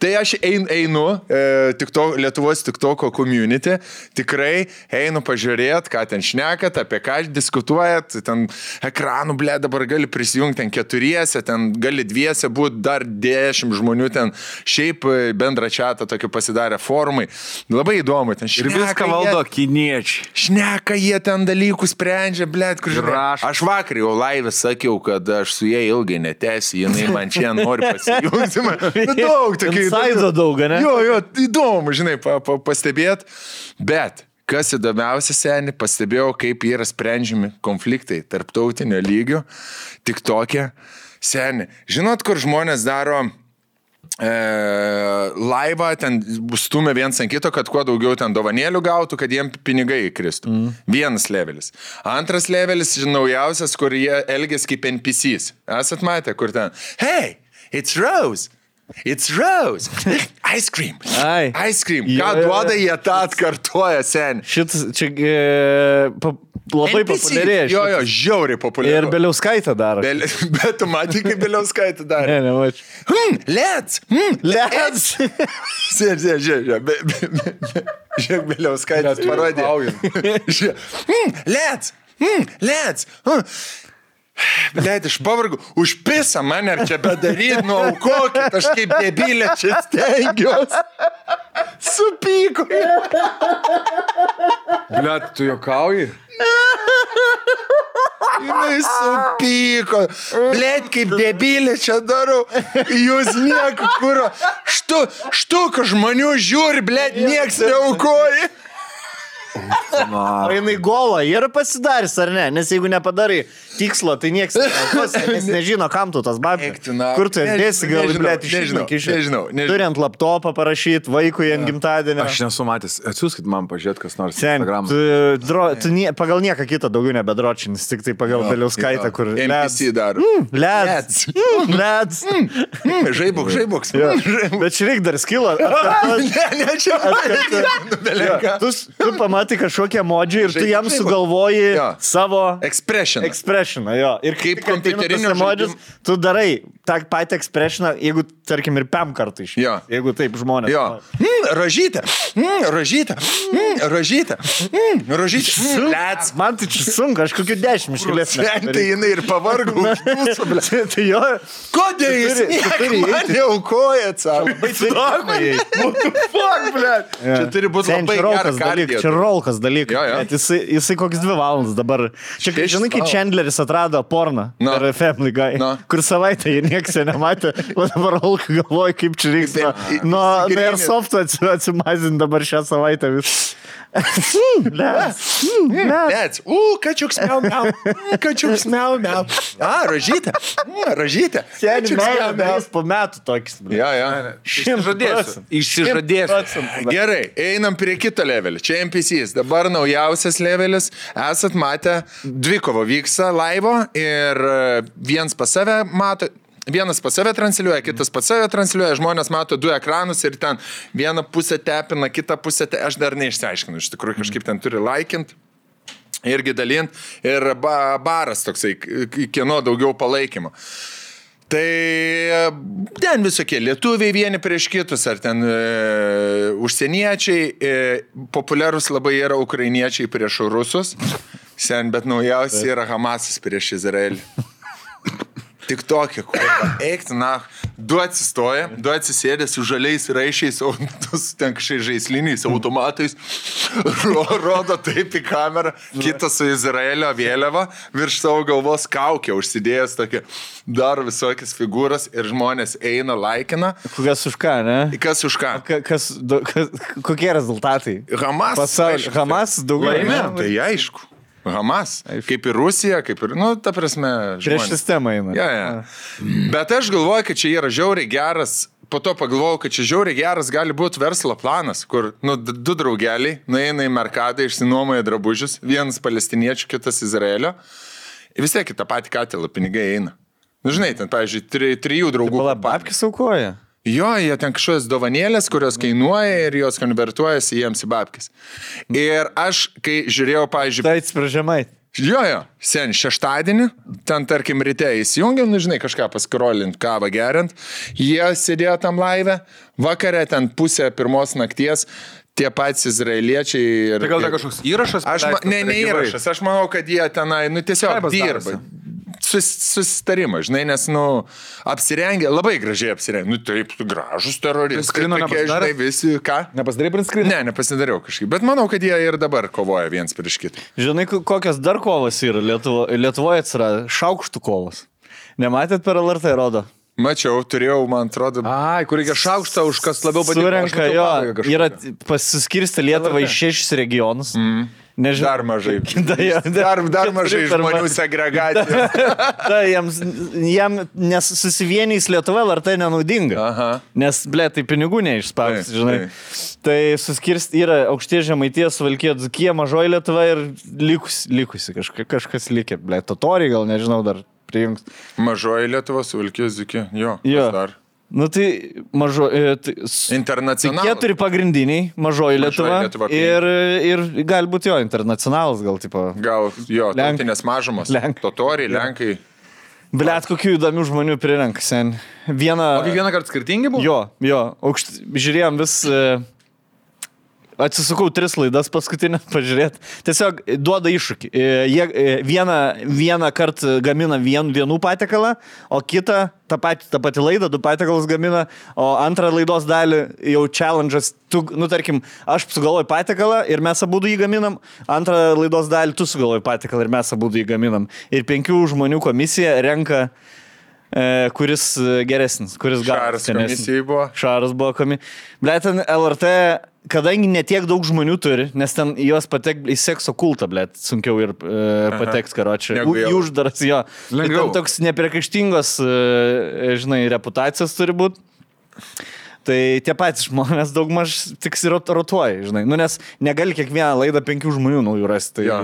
[SPEAKER 2] Tai aš ein, einu, e, tik to, Lietuvos tik toko community, tikrai einu pažiūrėti, ką ten šnekat, apie ką diskutuojat, ten ekranų, blėt, dabar gali prisijungti ten keturiese, ten gali dviese būti dar dešimt žmonių, ten šiaip e, bendrą čatą tokį pasidarę formai. Labai įdomu, ten
[SPEAKER 5] Ir viską
[SPEAKER 2] šneka jie-
[SPEAKER 5] valdo kiniečiai.
[SPEAKER 2] Šneka jie ten dalykų sprendžia, blėt, kur
[SPEAKER 5] Rašo.
[SPEAKER 2] Aš vakar jau laivę sakiau, kad aš su jie ilgai netęsiu, jinai man čia nori pasijungti. Man. Nu, daug tokių
[SPEAKER 3] Insaido daug, ne?
[SPEAKER 2] Jo, jo, įdomu, žinai, pa, pa, pastebėt. Bet kas įdomiausia, seniai, pastebėjau, kaip yra sprendžiami konfliktai tarptautinio lygio, tik tokie. Seniai, žinot, kur žmonės daro e, laivą, ten stumia viens ant kito, kad kuo daugiau ten dovanėlių gautų, kad jiem pinigai kristų. Mm.
[SPEAKER 3] Mhm.
[SPEAKER 2] Vienas levelis. Antras levelis, žin- naujausias, kur jie elgesi kaip NPCs. Esat matę, kur ten. Hey, it's Rose. It's Rose. Ice cream.
[SPEAKER 3] Ai.
[SPEAKER 2] Ice cream.
[SPEAKER 3] Jo,
[SPEAKER 2] Ką
[SPEAKER 3] jo, jo.
[SPEAKER 2] duoda, jie tą atkartoja, sen.
[SPEAKER 3] Šitas čia e, pa, labai populiarėja.
[SPEAKER 2] Jo, jo,
[SPEAKER 3] šitas.
[SPEAKER 2] žiauriai populiaru.
[SPEAKER 3] Ir Beliauskaitė daro.
[SPEAKER 2] Bel... Bet tu matai, kaip Beliauskaitė darė.
[SPEAKER 3] Ne, ne, mačiau.
[SPEAKER 2] Hmm, let's. Hmm,
[SPEAKER 3] Let's.
[SPEAKER 2] Žiūrėk, žiūrėk, žiūrėk, be- be- be- be- žiūrėk, vėliau skaitęs parodė. Žiūrėk, Mm, Lets, mm, lets. Lėt hmm." iš pavargų, už pisą mane ar čia bedaryti, nu aukokit, aš kaip debilė čia stengiuosi. Supyko.
[SPEAKER 4] Blet, tu juokauji?
[SPEAKER 2] Jis supyko. Lėt kaip debilė čia darau. Jūs nieko, kur. Štu, štuk žmonių žiūri, blėt, nieks neaukoji.
[SPEAKER 3] Ar jinai gola yra pasidarys ar ne? Nes jeigu nepadarai tikslo, tai niekas nežino, nes nežino, kam tu tas babė.
[SPEAKER 2] Eik tu na-
[SPEAKER 3] Kur tu
[SPEAKER 2] Nežinau,
[SPEAKER 3] dėsi, gal
[SPEAKER 2] nežinau,
[SPEAKER 3] blėt iš
[SPEAKER 2] nežinau, nežinau, nežinau.
[SPEAKER 3] Turint laptopą parašyti vaikui ant gimtadienio.
[SPEAKER 4] Aš nesu matęs. Atsiųskit man pažiūrėti, kas nors.
[SPEAKER 3] Sen, tu,
[SPEAKER 4] Instagram.
[SPEAKER 3] dro, tu nie, pagal nieką kitą daugiau nebedročinis, tik tai pagal Beliauskaitę, kur... Hmm. Mm,
[SPEAKER 2] NPC daro.
[SPEAKER 3] Leds. Leds.
[SPEAKER 2] Mm, Žaibuks, žaibuks.
[SPEAKER 3] Bet čia reikia dar skilą.
[SPEAKER 2] Ne, ne, čia
[SPEAKER 3] Tu, s- tu pamatai kažkokią modžią ir tu
[SPEAKER 2] Žaidimai,
[SPEAKER 3] jam
[SPEAKER 2] va.
[SPEAKER 3] sugalvoji
[SPEAKER 2] Jo.
[SPEAKER 3] savo
[SPEAKER 2] Expression.
[SPEAKER 3] Expressioną, jo. Ir kai
[SPEAKER 2] Kaip
[SPEAKER 3] tik ateina tas
[SPEAKER 2] kompiuterinio
[SPEAKER 3] emodžis, Tu darai tą patį expressioną, jeigu, tarkim, ir pem kartų iš.
[SPEAKER 2] Jo.
[SPEAKER 3] Jeigu taip žmonės.
[SPEAKER 2] Jo. Mm, ražytė. Mm, ražytė. Mm, ražytė. Mm, ražytė. Mm,
[SPEAKER 3] Lets. Man tai čia sunku, aš kokiu dešimt iškilės.
[SPEAKER 2] Šventai jinai ir pavargo.
[SPEAKER 3] Tai jo.
[SPEAKER 2] Kodėl jis
[SPEAKER 3] turi- tu turi
[SPEAKER 2] man neaukoja savo?
[SPEAKER 3] Tai-
[SPEAKER 2] Fuck, ble. Čia turi būti
[SPEAKER 3] Sen,
[SPEAKER 2] labai
[SPEAKER 3] čia rolkas
[SPEAKER 2] geras
[SPEAKER 3] dalykas. Čia
[SPEAKER 2] kardio.
[SPEAKER 3] rolkas dalykas.
[SPEAKER 2] Jo, jo.
[SPEAKER 3] net Jisai, jisai koks dvi valandas dabar. Čia, kai,
[SPEAKER 2] Šešias
[SPEAKER 3] žinai, kai
[SPEAKER 2] valandas.
[SPEAKER 3] Chandleris atrado porną
[SPEAKER 2] Na.
[SPEAKER 3] per Family Guy,
[SPEAKER 2] Na.
[SPEAKER 3] kur savaitę jie niekas jo nematė, o dabar rolka galvoja, kaip čia reiks.
[SPEAKER 2] Taip,
[SPEAKER 3] nuo- Nuo
[SPEAKER 2] įsigrynint.
[SPEAKER 3] Airsoft atsimazinti dabar šią savaitę vis. Lės. Lės.
[SPEAKER 2] Bet, u, kačiuks miau miau, Mm, kačiuks miau miau. A, ražytė, Mm, ražytė. Kačiuks miau miau.
[SPEAKER 3] Seniai, po metų tokis. bro.
[SPEAKER 2] Jo, jo.
[SPEAKER 4] Išsižadėsiu. Išsižadėsiu.
[SPEAKER 3] 100%.
[SPEAKER 2] Gerai, einam prie kito levelio. Čia NPCs. Dabar naujausias levelis. Esat matę, dvikovo vyksta laivo ir e, viens pas save mato. Vienas pas save transliuoja, kitas pas save transliuoja, žmonės mato du ekranus ir ten vieną pusę tepina, kitą pusę, te... aš dar neišsiaiškinu, iš tikrųjų kažkaip ten turi laikinti irgi dalint ir ba, baras toksai, k- kieno daugiau palaikymo. Tai e, ten visokie lietuviai vieni prieš kitus, ar ten e, užsieniečiai, e, populiarus labai yra ukrainiečiai prieš rusus, sen, bet naujausi yra Hamasas prieš Izraelį. Tik tokia, kur eik, na, Du atsistoja, du atsisėdė su žaliais raišiais, o tu su ten kažkaip žaisliniais automatais, ro- rodo taip į kamerą, kitas su Izraelio vėliava virš savo galvos kaukę užsidėjęs tokia, dar visokias figūras ir žmonės eina, laikina. Tai
[SPEAKER 3] Kas už ką, ne?
[SPEAKER 2] Kas už ką?
[SPEAKER 3] Ka- Kas, do- kas, kokie rezultatai?
[SPEAKER 2] Hamas.
[SPEAKER 3] Pasaulis.
[SPEAKER 2] aišku, tai
[SPEAKER 3] Hamas daugiau.
[SPEAKER 2] Laimė,
[SPEAKER 3] ne?
[SPEAKER 2] tai aišku. Hamas. Kaip ir Rusija, kaip ir, nu, ta prasme,
[SPEAKER 3] Prieš
[SPEAKER 2] žmonės.
[SPEAKER 3] sistemą eina.
[SPEAKER 2] Ja, ja. Bet aš galvoju, kad čia yra žiauriai geras, po to pagalvojau, kad čia žiauriai geras gali būti verslo planas, kur nu, d- du draugeliai nueina į merkadą, išsinuomoja drabužius, vienas palestiniečių, kitas Izraelio. Ir vis tiek į tą patį katilą pinigai eina. Na, žinai, ten, pavyzdžiui, tri, trijų draugų.
[SPEAKER 3] Pala, babkis aukoja.
[SPEAKER 2] Jo, jie ten kažkokios dovanėlės, kurios kainuoja ir jos konvertuojasi jiems į babkis. Ir aš, kai žiūrėjau, pavyzdžiui,
[SPEAKER 3] Tai atsiprašymai.
[SPEAKER 2] Jo, jo, sen šeštadienį, ten tarkim ryte įsijungiam, nu žinai, kažką paskrolint, kavą geriant, jie sėdėjo tam laive, vakare ten pusę pirmos nakties tie patys izraeliečiai ir...
[SPEAKER 4] Tai gal tai kažkoks įrašas?
[SPEAKER 2] Aš, ma... ne, ne įrašas, aš manau, kad jie tenai, nu tiesiog
[SPEAKER 4] Darbas
[SPEAKER 2] dirba.
[SPEAKER 4] darosi.
[SPEAKER 2] Sus, susitarimą, žinai, nes, nu, apsirengė, labai gražiai apsirengė, nu taip, gražus teroristai,
[SPEAKER 4] Skrino
[SPEAKER 2] tokie,
[SPEAKER 4] nepasidarė?
[SPEAKER 2] žinai, visi, ką?
[SPEAKER 4] Nepasidarai prinskrinį?
[SPEAKER 2] Ne, nepasidariau kažkaip, bet manau, kad jie ir dabar kovoja viens prieš kitą.
[SPEAKER 3] Žinai, ko- kokios dar kovos yra Lietuvo, Lietuvoje atsirado? Šaukštų kovos. Nematėt per LRT, rodo.
[SPEAKER 2] Mačiau, turėjau, man atrodo,
[SPEAKER 4] Ai, kur reikia šaukštą už kas labiau patiko. Aš
[SPEAKER 3] Surenka
[SPEAKER 4] matau
[SPEAKER 3] jo,
[SPEAKER 4] pabaigą kažkokią.
[SPEAKER 3] yra pasiskirsti Lietuvą į šešis regionus. Mm. Nežinau.
[SPEAKER 2] Dar mažai.
[SPEAKER 3] Da, jo,
[SPEAKER 2] Dar, dar mažai
[SPEAKER 3] keturi per
[SPEAKER 2] žmonių
[SPEAKER 3] mažai.
[SPEAKER 2] segregacija.
[SPEAKER 3] Ta, tai jiems, jam nes susivienys Lietuva LRT nenaudinga.
[SPEAKER 2] Aha.
[SPEAKER 3] Nes, ble, tai pinigų neišspausti,
[SPEAKER 2] Taip,
[SPEAKER 3] žinai. Tai suskirst yra aukštie žemaities, valkė, dzukie, mažoji Lietuva ir likus, likusi kažkas, kažkas likė. Ble, totoriai gal nežinau dar prijungs.
[SPEAKER 2] Mažoji Lietuvos Vilkijos Zikė. Jo.
[SPEAKER 3] Jo.
[SPEAKER 2] kas Dar.
[SPEAKER 3] Nu tai mažo. e, Tai, s- tai
[SPEAKER 2] Internacionalas.
[SPEAKER 3] keturi pagrindiniai, mažoji Lietuva.
[SPEAKER 2] Lietuva,
[SPEAKER 3] ir, ir galbūt jo, internacionalas gal tipo.
[SPEAKER 2] Gal jo,
[SPEAKER 3] Lenk-
[SPEAKER 2] tautinės mažumos.
[SPEAKER 3] Lenk-
[SPEAKER 2] Totoriai, Lenkai.
[SPEAKER 3] Blet, kokių įdomių žmonių prirenka sen. Vieną.
[SPEAKER 4] O kiekvieną kartą skirtingi buvo?
[SPEAKER 3] Jo, jo, aukšt, žiūrėjom vis. E, atsisukau tris laidas paskutinę pažiūrėti. Tiesiog duoda iššūkį. E, jie e, vieną, vieną kartą gamina vien, vienų patiekalą, o kitą tą patį, tą patį laidą, du patiekalus gamina, o antrą laidos dalį jau challenge'as, tu, nu tarkim, aš sugalvoju patiekalą ir mes abu jį gaminam, antrą laidos dalį tu sugalvoji patiekalą ir mes abu jį gaminam. Ir penkių žmonių komisija renka e, kuris e, geresnis, kuris
[SPEAKER 2] Šaras komisijai buvo.
[SPEAKER 3] Šaras buvo komi. Ble, ten LRT, kadangi netiek daug žmonių turi, nes ten į juos patek į sekso kultą, ble, sunkiau ir e, pateks, karočiui.
[SPEAKER 2] Negu
[SPEAKER 3] Į
[SPEAKER 2] jau.
[SPEAKER 3] uždaras jo. Tai
[SPEAKER 4] Lengviau.
[SPEAKER 3] ten Toks nepriekaištingos, e, žinai, reputacijos turi būti. Tai tie patys žmonės daugmaž tik ir rot- rotuoja, žinai. Nu, nes negali kiekvieną laidą penkių žmonių naujų rasti. Tai
[SPEAKER 2] Jo.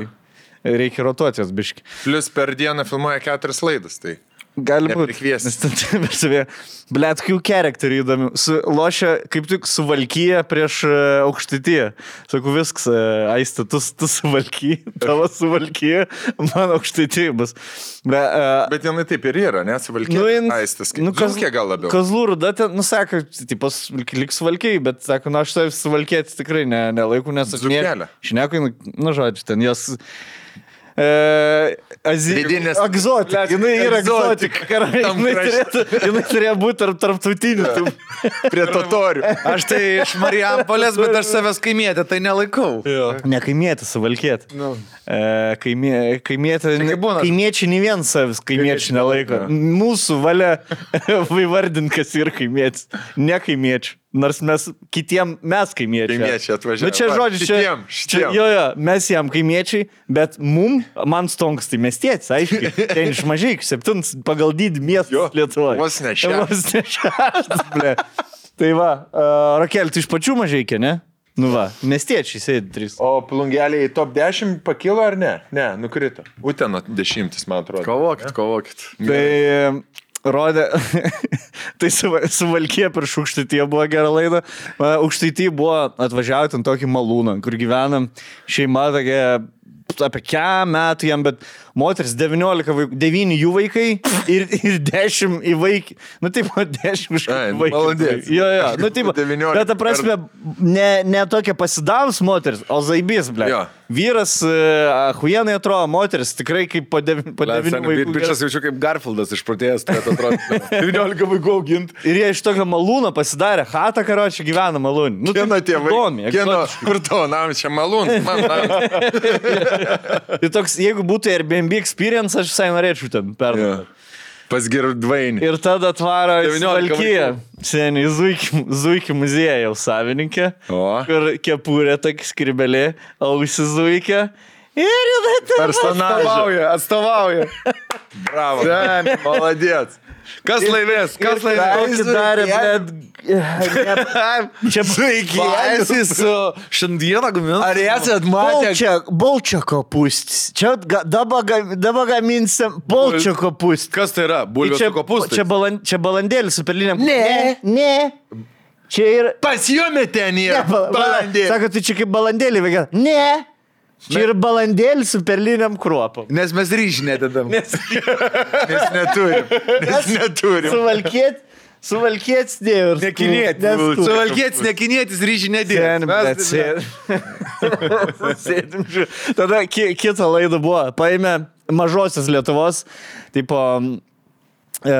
[SPEAKER 3] reikia rotuotis biški.
[SPEAKER 2] Plus per dieną filmuoja keturias laidas. Tai.
[SPEAKER 3] Gali būti.
[SPEAKER 2] Neprikviesi.
[SPEAKER 3] Blet, kokių charakterių įdomių. Su lošia, kaip tik suvalkyja prieš e, aukštytyje. Sakau, viskas, e, aistė, tu, tu suvalkyji, tavo suvalkyji, man aukštytyje bus. Ble, e,
[SPEAKER 2] Bet jinai taip ir yra, nes Vilkijos.
[SPEAKER 3] Nu, jin,
[SPEAKER 2] aistas. Nu,
[SPEAKER 3] kaz-
[SPEAKER 2] Kazlė gal labiau.
[SPEAKER 3] Kazlų ruda, ten, nu, sako, tipas, liks valkiai, bet, sako, nu, aš savęs valkėti tikrai ne, nelaiku, nes aš...
[SPEAKER 2] Dzūkelė.
[SPEAKER 3] Šinekui, nu, žodžiu, ten jos... E, Azi...
[SPEAKER 2] Vidinės-
[SPEAKER 3] Egzotika. Jis
[SPEAKER 2] egzotika.
[SPEAKER 3] yra egzotika. karai.
[SPEAKER 2] Tam
[SPEAKER 3] Jinai
[SPEAKER 2] krašte.
[SPEAKER 3] turėtų, jinai turėjo būti tarp, tarptautinių. tų-
[SPEAKER 2] Prie totorių.
[SPEAKER 4] Aš tai iš Marijampolės, bet aš savęs kaimėtė, tai nelaikau.
[SPEAKER 3] Ne kaimėtis, valkėti.
[SPEAKER 4] Nu.
[SPEAKER 3] E, kaimė, kaimėti,
[SPEAKER 4] kaip būna.
[SPEAKER 3] kaimiečiai ne vien savęs, kaimiečiai nelaiko. Mūsų valia įvardint, kas yra kaimietis. Ne kaimiečiai. Nors mes kitiem, mes kaimiečiai.
[SPEAKER 2] Kaimiečiai atvažiavo.
[SPEAKER 3] Nu, čia
[SPEAKER 2] Va,
[SPEAKER 3] žodžiu, čia,
[SPEAKER 2] šitiem, šitiem.
[SPEAKER 3] Čia, jo, jo, mes jam kaimiečiai, bet mum, man stonks, tai miestietis, aišku. Ten iš mažai, septins pagal dydį
[SPEAKER 2] Jo,
[SPEAKER 3] miestas Lietuvoje.
[SPEAKER 2] vos ne šeštas.
[SPEAKER 3] Vos ne šeštas, ble. Tai va, uh, Rakel, tu iš pačių mažai, ne? Nu va, miestiečiai sėdi trys.
[SPEAKER 2] O plungeliai į top 10 pakilo ar ne? Ne, nukrito. Uteno dešimtis, man atrodo.
[SPEAKER 4] Kovokit, kovokit.
[SPEAKER 3] Tai rodė, tai suvalkė per Šukštytyje buvo gera laida. Aukštytyje buvo atvažiavę ten tokį malūną, kur gyvena šeima tokia apie ką metų jam, bet moteris 19 vaikų, 9 jų vaikai ir, ir 10 į vaikį. Nu taip, o 10 iš
[SPEAKER 2] Ai, nu,
[SPEAKER 3] vaikų.
[SPEAKER 2] malandės.
[SPEAKER 3] Jo, jo, nu taip.
[SPEAKER 2] 19
[SPEAKER 3] Bet ta prasme, ne, ne tokia pasidavus moteris, o zaibys, ble.
[SPEAKER 2] Jo.
[SPEAKER 3] Vyras, uh, huienai atrodo, moteris tikrai kaip po 9 vaikų.
[SPEAKER 4] Bičias jaučiu kaip Garfieldas išprotėjęs, turėtų atrodyti. 19 vaikų auginti.
[SPEAKER 3] Ir jie iš tokio malūno pasidarė, hatą karočią gyvena malūnį. Nu,
[SPEAKER 2] Kieno
[SPEAKER 3] taip
[SPEAKER 2] tėvai?
[SPEAKER 3] Įdomi,
[SPEAKER 2] Kieno, kur tavo namas čia malūn? Man namas.
[SPEAKER 3] Tai toks, jeigu būtų Airbnb experience, aš visai norėčiau ten perduoti.
[SPEAKER 2] Jo. Pas girdvainį.
[SPEAKER 3] Ir tada atvaro į
[SPEAKER 4] 19
[SPEAKER 3] Valkiją, seniai Zuikį muziejaus savininkė,
[SPEAKER 2] O.
[SPEAKER 3] kur kepurė tokia skribelė, ausis Zuikė. Ir jinai ten.
[SPEAKER 2] Personažą.
[SPEAKER 4] atstovauja.
[SPEAKER 2] Bravo. Žemė, maladėt.
[SPEAKER 4] Kas laimės, kas laimės?
[SPEAKER 3] Tokį darė, bet... Čia
[SPEAKER 2] Valgių.
[SPEAKER 3] baigėsi su...
[SPEAKER 4] Šiandieną gaminam.
[SPEAKER 2] Ar esat matę?
[SPEAKER 3] Bolčia, bolčia kopūstis. Čia ga- dabar ga- dabar gaminsim bolčia kopūstį.
[SPEAKER 4] Kas tai yra? Bulvės
[SPEAKER 3] čia,
[SPEAKER 4] su kopūstu.
[SPEAKER 3] Čia, balan, čia balandėlis su perlinėm. Ne, ne. Čia ir...
[SPEAKER 2] Pasijomė ten jie.
[SPEAKER 3] Ne, bal, bal,
[SPEAKER 2] Balandė.
[SPEAKER 3] sako, tai čia kaip balandėlį veikia. Ne. Čia ir balandėlis su perliniam kruopom.
[SPEAKER 4] Nes mes ryžį nededam.
[SPEAKER 2] Nes neturim. Nes neturim.
[SPEAKER 3] Suvalkėt, suvalkėt dėjau. ir- Nes-
[SPEAKER 4] Suvalkėtis, nekinėtis, ryžį
[SPEAKER 3] Ten,
[SPEAKER 4] nedėti.
[SPEAKER 3] bet sėd- sėdim. žiū- Tada ki, kita laida buvo. Paėmė mažosios Lietuvos, tipo, e,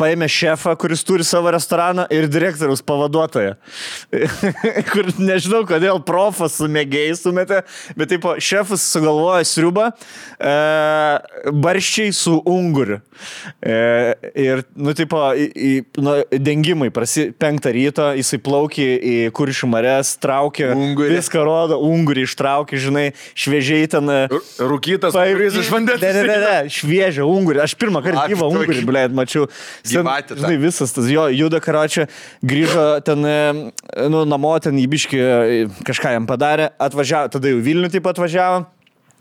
[SPEAKER 3] paėmė šefą, kuris turi savo restoraną ir direktoriaus pavaduotoją. Kur nežinau, kodėl profas su mėgėjais sumetė, bet tipo, šefas sugalvoja sriubą e, barščiai su unguriu. E, ir, nu, tipo, į, į, nu, dengimai, prasi, penktą ryto jisai plaukia į kuršių mares, traukia
[SPEAKER 2] Ungurį.
[SPEAKER 3] viską rodo, ungurį ištraukia, žinai, šviežiai ten. e,
[SPEAKER 4] Rūkytas,
[SPEAKER 3] Paim-
[SPEAKER 4] kuris iš vandens.
[SPEAKER 3] Ne, ne, ne, ne, šviežią ungurį. Aš pirmą kartą
[SPEAKER 2] Apie
[SPEAKER 3] gyvą
[SPEAKER 2] tokį
[SPEAKER 3] ungurį, blė, mačiau. Ten,
[SPEAKER 2] gyvatę tą.
[SPEAKER 3] žinai, visas tas jo juda karočią, grįžo ten, e, nu, namo ten į biškį e, kažką jam padarė, atvažiavo, tada jau į Vilnių taip atvažiavo.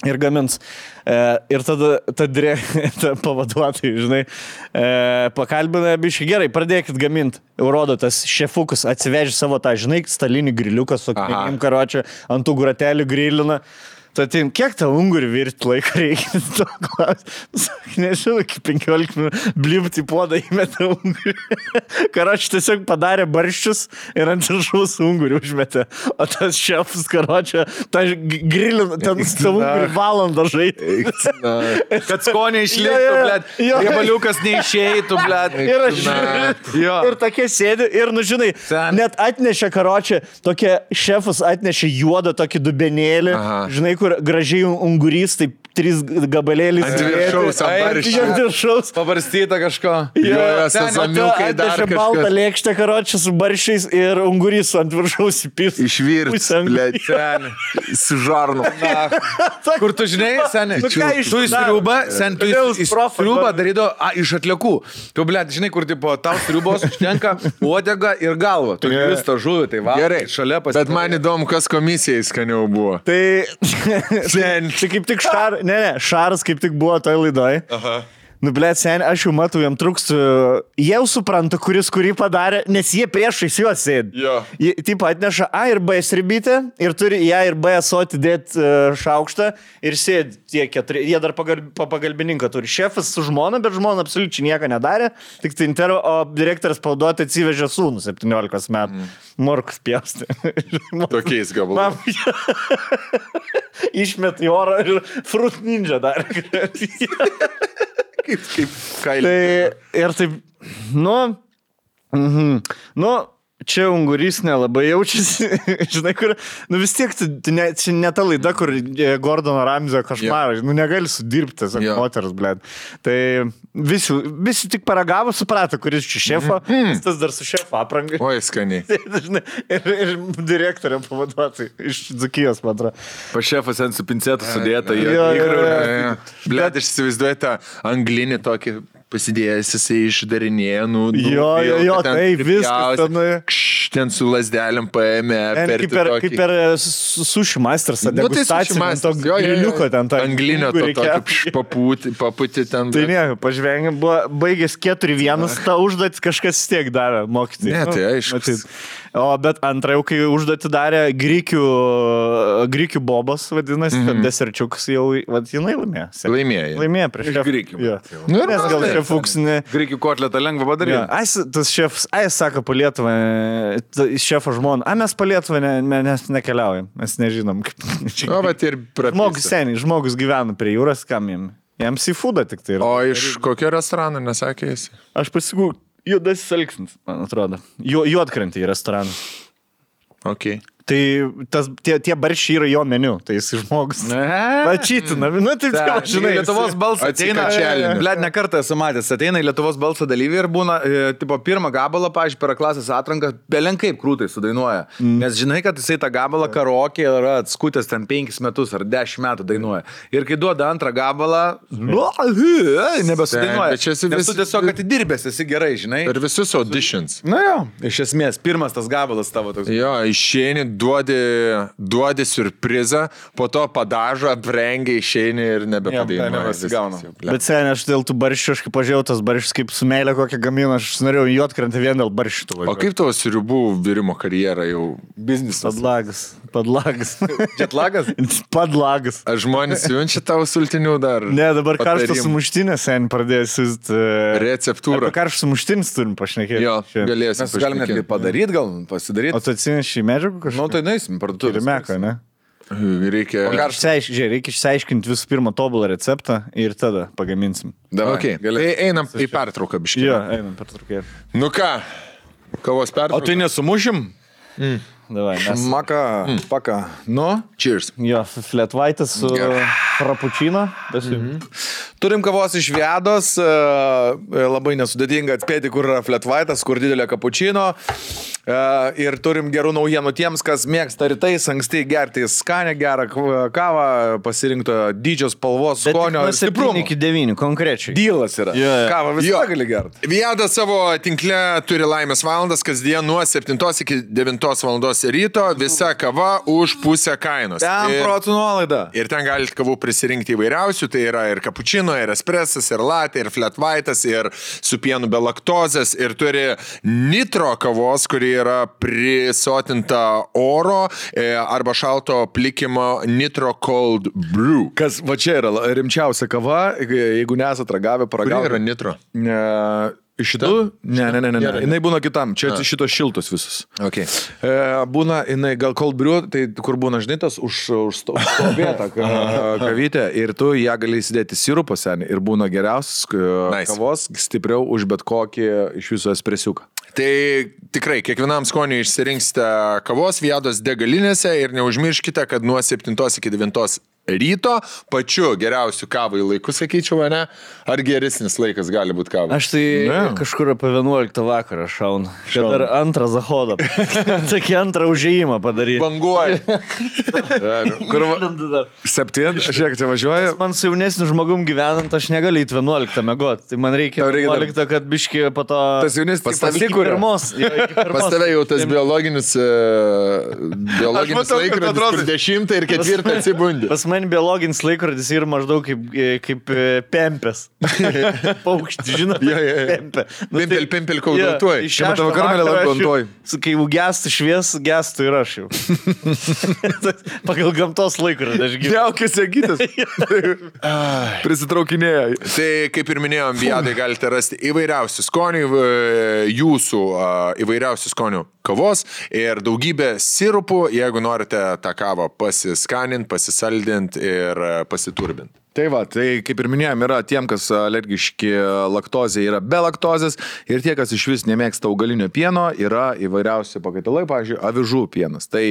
[SPEAKER 3] Ir gamins. E, ir tada ta, dire, ta pavaduotojai, žinai, e, pakalbina biškai, gerai, pradėkit gaminti. Rodo tas šefukas, atsivežė savo tą, žinai, stalinį griliuką su
[SPEAKER 2] Aha.
[SPEAKER 3] akmenim karočią, ant tų gratelių grilina. Tad ten, kiek tą ungurį virti laiko reikia? To klausiu. Sak, Nežinau, iki 15 minučių blibti podą įmetė ungurį. Karočiui tiesiog padarė barščius ir ant viršaus ungurį užmetė. O tas šefas karočiui, tą g- grilino, ten su tą ungurį valandą žaidė.
[SPEAKER 4] Kad
[SPEAKER 3] Jo,
[SPEAKER 4] skonė išliktų,
[SPEAKER 3] jo,
[SPEAKER 4] blėt.
[SPEAKER 3] jo.
[SPEAKER 4] Riebaliukas neišeitų, blėt.
[SPEAKER 3] Ir aš
[SPEAKER 2] Na,
[SPEAKER 3] žiūriu, ir tokie sėdi, ir, nu, žinai,
[SPEAKER 2] Ten.
[SPEAKER 3] net atnešė karočią, tokie šefas atnešė juodą tokį dubenėlį,
[SPEAKER 2] Aha.
[SPEAKER 3] žinai, kur gražiai ungurys, taip trys gabalėliai.
[SPEAKER 2] Ant
[SPEAKER 3] sudėti.
[SPEAKER 2] viršaus, ant
[SPEAKER 3] Ai,
[SPEAKER 2] barščių.
[SPEAKER 3] Ant viršaus.
[SPEAKER 4] Pavarstyta kažko.
[SPEAKER 2] Jo, jo,
[SPEAKER 3] Ten ata-
[SPEAKER 2] sezamiukai dar
[SPEAKER 3] atnešė
[SPEAKER 2] kažkas.
[SPEAKER 3] baltą lėkštę karočią su baršiais ir ungurys ant viršaus įpys.
[SPEAKER 2] Išvirti.
[SPEAKER 3] Pusę ungurį.
[SPEAKER 2] Seni. Su žarnu.
[SPEAKER 4] Kur tu žinai, seniai?
[SPEAKER 3] Nu, ką iš-
[SPEAKER 4] Tu į sriubą, seniai, tu
[SPEAKER 3] Kodėl
[SPEAKER 4] į- į
[SPEAKER 3] strofa
[SPEAKER 4] sriubą
[SPEAKER 3] duoda?
[SPEAKER 4] darydavo a, iš atliekų. Tu, blėt, žinai, kur tipo, tau sriubos užtenka uodega ir galva. Tu
[SPEAKER 2] Jo.
[SPEAKER 4] vis tą žuvį, tai va.
[SPEAKER 2] Gerai.
[SPEAKER 4] Šalia pasitinka.
[SPEAKER 2] Bet man įdomu, kas komisijai skaniau buvo.
[SPEAKER 3] Tai čia kaip tik šar, ne, ne, Šaras kaip tik buvo toj laidoj. Nu, blė, seniai, aš jau matau, jam trūksta. Jau suprantu, kuris kurį padarė, nes jie priešais juos sėdi.
[SPEAKER 2] Jo.
[SPEAKER 3] Jie taip atneša A ir B sribytę ir turi į A ir B esoti dėti e, šaukštą ir sėdi tie keturi. Jie dar pagal, pa pagalbininką turi. Šefas su žmona, bet žmona absoliučiai nieko nedarė. Tik tai intervo, o direktoras paduoti atsivežė sūnų 17 metų. Mm. Morkus pjausti.
[SPEAKER 2] Tokiais gabalais.
[SPEAKER 3] Mam, išmet į orą ir frut ninja dar.
[SPEAKER 2] Kaip, kaip kailį.
[SPEAKER 3] tai ir taip, nu, mhm, nu, čia ungurys nelabai jaučiasi, žinai, kur, nu vis tiek, tu, tu ne, čia ne ta laida, kur e, Gordono Ramzio košmaras, yeah. nu negali sudirbti, tiesiog
[SPEAKER 2] Jo.
[SPEAKER 3] yeah. moteris, blė. Tai visi, visi tik paragavo, suprato, kuris čia šefo, mm. tas dar su šefo aprangai.
[SPEAKER 2] Oi, skaniai.
[SPEAKER 3] Žinai, ir, ir direktoriam pavaduotojai iš Dzukijos, man atrodo.
[SPEAKER 4] Pa šefas ant su pincetu sudėta. jie-
[SPEAKER 3] Jo, jo, jo.
[SPEAKER 2] Blet, aš įsivaizduoju tą anglinį tokį pasidėjęs, jisai išdarinėja, nu, nu,
[SPEAKER 3] Jo,
[SPEAKER 2] bijau,
[SPEAKER 3] jo, jo,
[SPEAKER 2] kad ten
[SPEAKER 3] tai viskas
[SPEAKER 2] pripjausi.
[SPEAKER 3] tenai.
[SPEAKER 2] Kš, ten su lasdelėm paėmė.
[SPEAKER 3] Ten
[SPEAKER 2] apvertė
[SPEAKER 3] kaip per,
[SPEAKER 2] tokį-
[SPEAKER 3] kaip per e, suši masters,
[SPEAKER 2] Nu, tai
[SPEAKER 3] degustaciją, ant to
[SPEAKER 2] sušimasis, jo, jo, jo.
[SPEAKER 3] griliuko ten tą.
[SPEAKER 2] Anglinio to,
[SPEAKER 3] kukurį
[SPEAKER 2] to
[SPEAKER 3] kepurį.
[SPEAKER 2] papūti, papūti ten.
[SPEAKER 3] Tai ne, pažvengė, buvo baigęs 4-1, tą užduotį kažkas vis tiek darė mokyti. Nu,
[SPEAKER 2] Ne, tai aišku.
[SPEAKER 3] O bet antrą jau, kai užduotį darė grikių, grikių bobas, vadinasi, mm -hmm. deserčiukas jau, vadinai, laimėjo. Se-
[SPEAKER 2] Mhm. Laimėjo.
[SPEAKER 3] Laimėjo prieš šefą.
[SPEAKER 4] grikių.
[SPEAKER 3] Jo.
[SPEAKER 2] Nu ir
[SPEAKER 3] Nes gal
[SPEAKER 2] matai.
[SPEAKER 3] šefuksinė.
[SPEAKER 4] Greikių kotletą lengva padaryti.
[SPEAKER 3] Jo, ai, s- tas šefas, ai, jis sako, po Lietuvą, e, ta- šefo žmona, a mes po Lietuvą ne, ne, nes nekeliaujam, mes nežinom, kaip.
[SPEAKER 2] O, bet Nu, ir
[SPEAKER 3] Žmogus
[SPEAKER 2] prapūti.
[SPEAKER 3] seniai, žmogus gyvena prie jūros, kam jam? Jam seafoodą tik tai. yra.
[SPEAKER 2] O iš kokio restorano nesakė jis?
[SPEAKER 3] Aš pasigūriu, juodasis elgsnis, man atrodo. Ju, juodkrantį į restoraną.
[SPEAKER 2] Ok.
[SPEAKER 3] Tai tas, tie, tie baršiai yra jo meniu, tai jis žmogus. Pačytina, nu tai
[SPEAKER 4] Ta,
[SPEAKER 3] jau, žinai,
[SPEAKER 4] Lietuvos balsas ateina.
[SPEAKER 2] atsikačialinęs.
[SPEAKER 4] Blet, ne kartą esu matęs, ateina į Lietuvos balsą dalyviai ir būna, e, tipo, pirmą gabalą, pažiūrėjau, per klasės atranką, belenkai krūtai sudainuoja. Mm. Nes žinai, kad jisai tą gabalą karokį yra atskutęs ten 5 metus ar 10 metų dainuoja. Ir kai duoda antrą gabalą, nu, ahy, e, nebesudainuoja.
[SPEAKER 2] Bet čia esi
[SPEAKER 4] Nes
[SPEAKER 2] vis-
[SPEAKER 4] tu tiesiog atidirbęs, esi gerai, žinai.
[SPEAKER 2] Per visus auditions.
[SPEAKER 4] Na jo, iš esmės, pirmas tas gabalas tavo toks.
[SPEAKER 2] Jo, išeini, duodi, duodi surprizą, po to padažo, aprengi, išeini ir
[SPEAKER 4] Jo, ne,
[SPEAKER 2] nebepadainai.
[SPEAKER 4] nebesigauna.
[SPEAKER 3] Bet seniai, aš dėl tų baršių, aš kaip pažiūrėjau, tas baršys kaip su meilė kokią gaminą, aš norėjau į juodkrantį vien dėl baršių.
[SPEAKER 2] O kaip tavo siribų virimo karjera jau?
[SPEAKER 4] Biznisas.
[SPEAKER 3] Padlagas. Padlagas.
[SPEAKER 4] Jetlagas?
[SPEAKER 3] Padlagas.
[SPEAKER 2] Ar žmonės siunčia tavo sultinių dar?
[SPEAKER 3] Ne, dabar karštas
[SPEAKER 2] patarimų?
[SPEAKER 3] sumuštinis, seniai, pradėjęs e, jūs.
[SPEAKER 2] Receptūra.
[SPEAKER 3] Karštas sumuštinis turim pašnekėti.
[SPEAKER 2] Jo,
[SPEAKER 3] Šiandien.
[SPEAKER 2] galėsim.
[SPEAKER 4] Mes galim netgi
[SPEAKER 2] pašnekėt.
[SPEAKER 4] padaryti, gal pasidaryti.
[SPEAKER 3] O tu atsineši medžiagų kažką?
[SPEAKER 4] Nu, tai naisim, parduotuvė.
[SPEAKER 3] turi meką, ne?
[SPEAKER 2] Reikia.
[SPEAKER 3] Ar išsiaiškinti, žiūrėk, reikia išsiaiškinti visų pirma tobulą receptą ir tada pagaminsim.
[SPEAKER 4] Davai,
[SPEAKER 2] Okay.
[SPEAKER 4] gali-
[SPEAKER 2] Tai einam į pertrauką, biškai.
[SPEAKER 3] Jo, einam per trukėlį.
[SPEAKER 2] Nu ką, kavos
[SPEAKER 4] O tai
[SPEAKER 2] pertrauką.
[SPEAKER 4] nesumušim?
[SPEAKER 3] Davai, mes.
[SPEAKER 4] Maka, mm. paka. Nu,
[SPEAKER 2] Cheers.
[SPEAKER 3] Jo, flat white su frapučino. Mhm.
[SPEAKER 4] turim kavos iš vėdos, e, labai nesudėtinga atspėti, kur yra fletvaitas, kur didelė kapučino. E, Ir turim gerų naujienų tiems, kas mėgsta rytais anksti gerti skanę, gerą kv- kavą, pasirinkto dydžio spalvos, skonio ir stiprumo.
[SPEAKER 3] iki 9 konkrečiai.
[SPEAKER 4] Dylas yra.
[SPEAKER 3] Jo, jo.
[SPEAKER 4] Kavą
[SPEAKER 2] Jo.
[SPEAKER 4] visą gali gerti.
[SPEAKER 2] Vieda savo tinkle turi laimės valandas kasdien nuo 7 iki 9 valandos ryto. Visa kava už pusę kainos.
[SPEAKER 4] Ten
[SPEAKER 2] Ir-
[SPEAKER 4] protų nuolaida.
[SPEAKER 2] Ir ten galite kavų prisirinkti įvairiausių, tai yra ir kapučino, ir espresas, ir latė, ir flat white'as, ir su pienu be laktozės, ir turi nitro kavos, kuri yra prisotinta oro e, arba šalto plikimo nitro cold brew.
[SPEAKER 4] Kas va čia yra la- rimčiausia kava, jeigu nesat ragavę,
[SPEAKER 2] Kuri
[SPEAKER 4] paragavę.
[SPEAKER 2] yra nitro?
[SPEAKER 4] Ne, Šitų? Ne, ne, ne, ne.
[SPEAKER 2] Gerai.
[SPEAKER 4] ne. Jis būna kitam. Čia šitos šiltos visus.
[SPEAKER 2] Okay.
[SPEAKER 4] E, būna, jinai gal kol briu, tai kur būna žnytas, už, už stovėta kavytė ir tu ją gali įsidėti sirupą senį ir būna geriausias
[SPEAKER 2] Nice.
[SPEAKER 4] nice. kavos, stipriau už bet kokį iš jūsų espresiuką.
[SPEAKER 2] Tai tikrai kiekvienam skoniui išsirinksite kavos vietos degalinėse ir neužmirškite, kad nuo 7 iki 9 ryto pačiu geriausiu kavai laiku, sakyčiau, ne? Ar geresnis laikas gali būti kavai?
[SPEAKER 3] Aš tai ne. kažkur apie 11 vakarą šaunu. Kad dar antrą zahodą. Tokį antrą užėjimą padaryti.
[SPEAKER 2] Banguoju.
[SPEAKER 4] Kur va- septintą, žiūrėk, čia važiuoja.
[SPEAKER 3] Man su jaunesniu žmogum gyvenant, aš negaliu į 11 mėgoti. Tai man reikia
[SPEAKER 4] Tau reikia dar-
[SPEAKER 3] 11, kad biški po to...
[SPEAKER 4] Tas jaunesnis
[SPEAKER 3] Pas-
[SPEAKER 4] pas
[SPEAKER 3] iki
[SPEAKER 4] tave kuria.
[SPEAKER 3] pirmos, jo, iki pirmos.
[SPEAKER 2] Pas tave jau tas biologinis, e, biologinis
[SPEAKER 4] matau, kad
[SPEAKER 2] laikrodis,
[SPEAKER 4] atrodo-
[SPEAKER 2] kur 10 ir 4 atsibundi.
[SPEAKER 3] Pas mane biologinis laikrodis yra maždaug kaip, kaip e, pempės. Paukštis, žinot,
[SPEAKER 2] Jo, jo, jo.
[SPEAKER 3] pempė. Nu tai-
[SPEAKER 2] Pimpel, pimpel, kol dantuoji.
[SPEAKER 3] Iš
[SPEAKER 2] Čia
[SPEAKER 4] matau,
[SPEAKER 3] šešto
[SPEAKER 4] karmelė
[SPEAKER 3] vakaro
[SPEAKER 4] labiau
[SPEAKER 3] aš jau-
[SPEAKER 4] dantuoji.
[SPEAKER 3] su- Kai jau gestų švies, gestų ir aš jau. Pagal gamtos laikrodį aš gyvenu.
[SPEAKER 4] Jaukis Egitas. Prisitraukinėja.
[SPEAKER 2] Tai kaip ir minėjom, viadai galite rasti įvairiausių skonių, įv- jūsų a, įvairiausių skonių kavos ir daugybę sirupų, jeigu norite tą kavą pasiskaninti, pasisaldinti ir e, a, pasiturbinti.
[SPEAKER 4] Tai va, tai kaip ir minėjom, yra tiem, kas alergiški laktozė, yra be laktozės ir tie, kas iš vis nemėgsta augalinio pieno, yra įvairiausi pakaitalai, pavyzdžiui, avižų pienas. Tai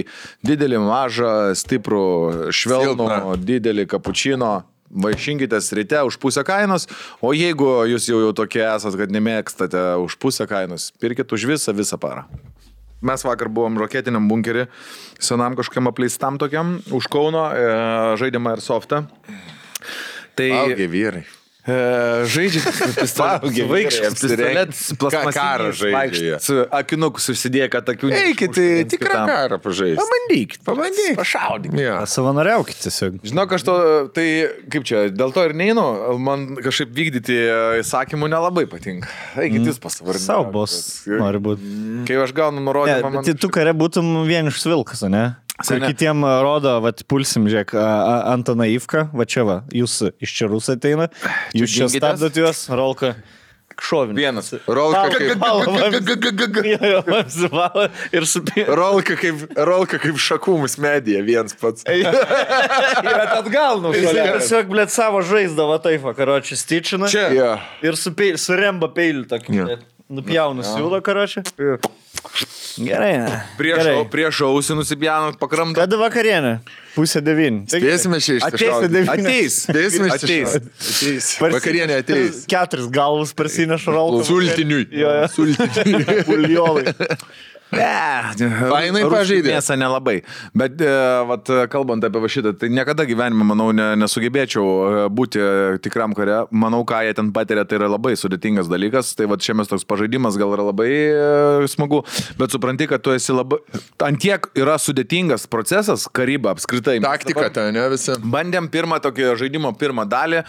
[SPEAKER 4] didelį, mažą, stiprų, švelnų,
[SPEAKER 2] Silpną.
[SPEAKER 4] didelį kapučino. Vaišinkitės ryte už pusę kainos, o jeigu jūs jau, jau tokie esat, kad nemėgstate už pusę kainos, pirkit už visą, visą parą. Mes vakar buvom roketiniam bunkerį, senam kažkokiam apleistam tokiam, už Kauno, e, žaidimą ir softą. Tai
[SPEAKER 2] Augiai vyrai.
[SPEAKER 4] e, žaidžia
[SPEAKER 2] Suaugę vyrai
[SPEAKER 4] vaikščius,
[SPEAKER 2] apsirengę.
[SPEAKER 4] pistoletas,
[SPEAKER 2] Ką karą
[SPEAKER 4] plasmasinis
[SPEAKER 2] žaidžia jie?
[SPEAKER 4] vaikščius, akinukus užsidėję, kad akių
[SPEAKER 2] Eikit tai į tikrą karą pažaisti.
[SPEAKER 4] Pabandykit,
[SPEAKER 2] Pabandykit.
[SPEAKER 4] Pašaudykit.
[SPEAKER 2] Ja.
[SPEAKER 3] Savanoriaukit tiesiog.
[SPEAKER 4] Žinok, aš to, tai kaip čia, dėl to ir neinu, man kažkaip vykdyti e, įsakymų nelabai patinka. Eikit jūs pasivardinti.
[SPEAKER 3] Savo bos nori būti.
[SPEAKER 4] Kai aš gaunu
[SPEAKER 3] Ne,
[SPEAKER 4] nurodymą,
[SPEAKER 3] bet
[SPEAKER 4] man...
[SPEAKER 3] tai tu kare būtum vienišas vilkas, ne? Kur
[SPEAKER 4] Sene.
[SPEAKER 3] kitiem a, rodo, va, pulsim, žiūrėk, a- a- Antaną Ivką, va čia va, jūs iš čia rusai ateina, jūs čia
[SPEAKER 4] dingitės?
[SPEAKER 3] stabdot juos, rolka. Šovinį.
[SPEAKER 4] Vienas.
[SPEAKER 2] Rolka kaip,
[SPEAKER 3] Palva. Jo, apsivalo ir supėjo.
[SPEAKER 2] rolka, kaip, rolka kaip šakūmus medyje viens pats.
[SPEAKER 4] Bet atgal
[SPEAKER 3] Jis
[SPEAKER 4] nušalia.
[SPEAKER 3] tiesiog, blėt, savo žaisdavo taip, karočią stičiną.
[SPEAKER 4] Čia.
[SPEAKER 2] Ja.
[SPEAKER 3] Ir su, peil, su remba peiliu tokį.
[SPEAKER 2] Jo.
[SPEAKER 3] Yeah. Nupjaunu siūlą, karočią. Gerai. ne?
[SPEAKER 4] Prieš,
[SPEAKER 3] Gerai.
[SPEAKER 4] au- prieš ausį nusipjaunat, pakramda.
[SPEAKER 3] Kada vakarienė? Pusė devyni.
[SPEAKER 2] Spėsime čia
[SPEAKER 3] Ateisi
[SPEAKER 2] išsišaudyti.
[SPEAKER 3] devyni.
[SPEAKER 4] Ateis.
[SPEAKER 2] Spėsime
[SPEAKER 4] Ateis.
[SPEAKER 2] išsišaudyti. Ateis. Vakarienė ateis.
[SPEAKER 3] Keturis galvus prasineša rolą.
[SPEAKER 2] Sultiniui.
[SPEAKER 3] Jo, jo.
[SPEAKER 2] Sultiniui.
[SPEAKER 3] Uljonai.
[SPEAKER 4] Ne,
[SPEAKER 2] Fainai
[SPEAKER 4] rusų
[SPEAKER 2] pažaidė.
[SPEAKER 4] Mėsą nelabai. Bet, e, vat, kalbant apie va šitą, tai niekada gyvenime, manau, ne, nesugebėčiau e, būti e, tikram kare. Manau, ką jie ten patiria, tai yra labai sudėtingas dalykas. Tai va šiemet toks pažaidimas gal yra labai e, smagu, bet supranti, kad tu esi labai... Antiek yra sudėtingas procesas karyba apskritai. Mes
[SPEAKER 2] Taktika
[SPEAKER 4] dabar-
[SPEAKER 2] ta, ne visi.
[SPEAKER 4] Bandėm pirmą tokį žaidimo pirmą dalį e,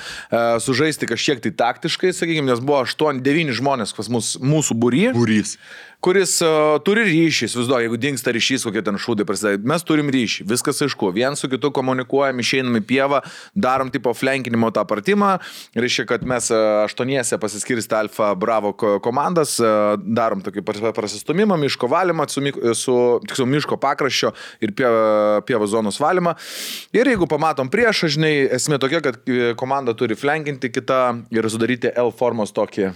[SPEAKER 4] sužaisti kažkiek tai taktiškai, sakykime, nes buvo 8-9 žmonės pas mus, mūsų būry,
[SPEAKER 2] Būrys.
[SPEAKER 4] kuris e, turi ryšį, įsivaizduoju, jeigu dinksta ryšys, kokie ten šūdai prasideda, mes turim ryšį, viskas aišku, vien su kitu komunikuojam, išeinam į pievą, darom tipo flankinimo tą pratimą, reiškia, kad mes e, aštuoniese pasiskirsti Alfa Bravo ko- komandas, e, darom tokį pas- prasistumimą, miško valymą, su, mik- su tiksliau, miško pakraščio ir pie, pievo zonos valymą. Ir jeigu pamatom priešą, žinai, esmė tokia, kad e, komanda turi flankinti kitą ir sudaryti L formos tokį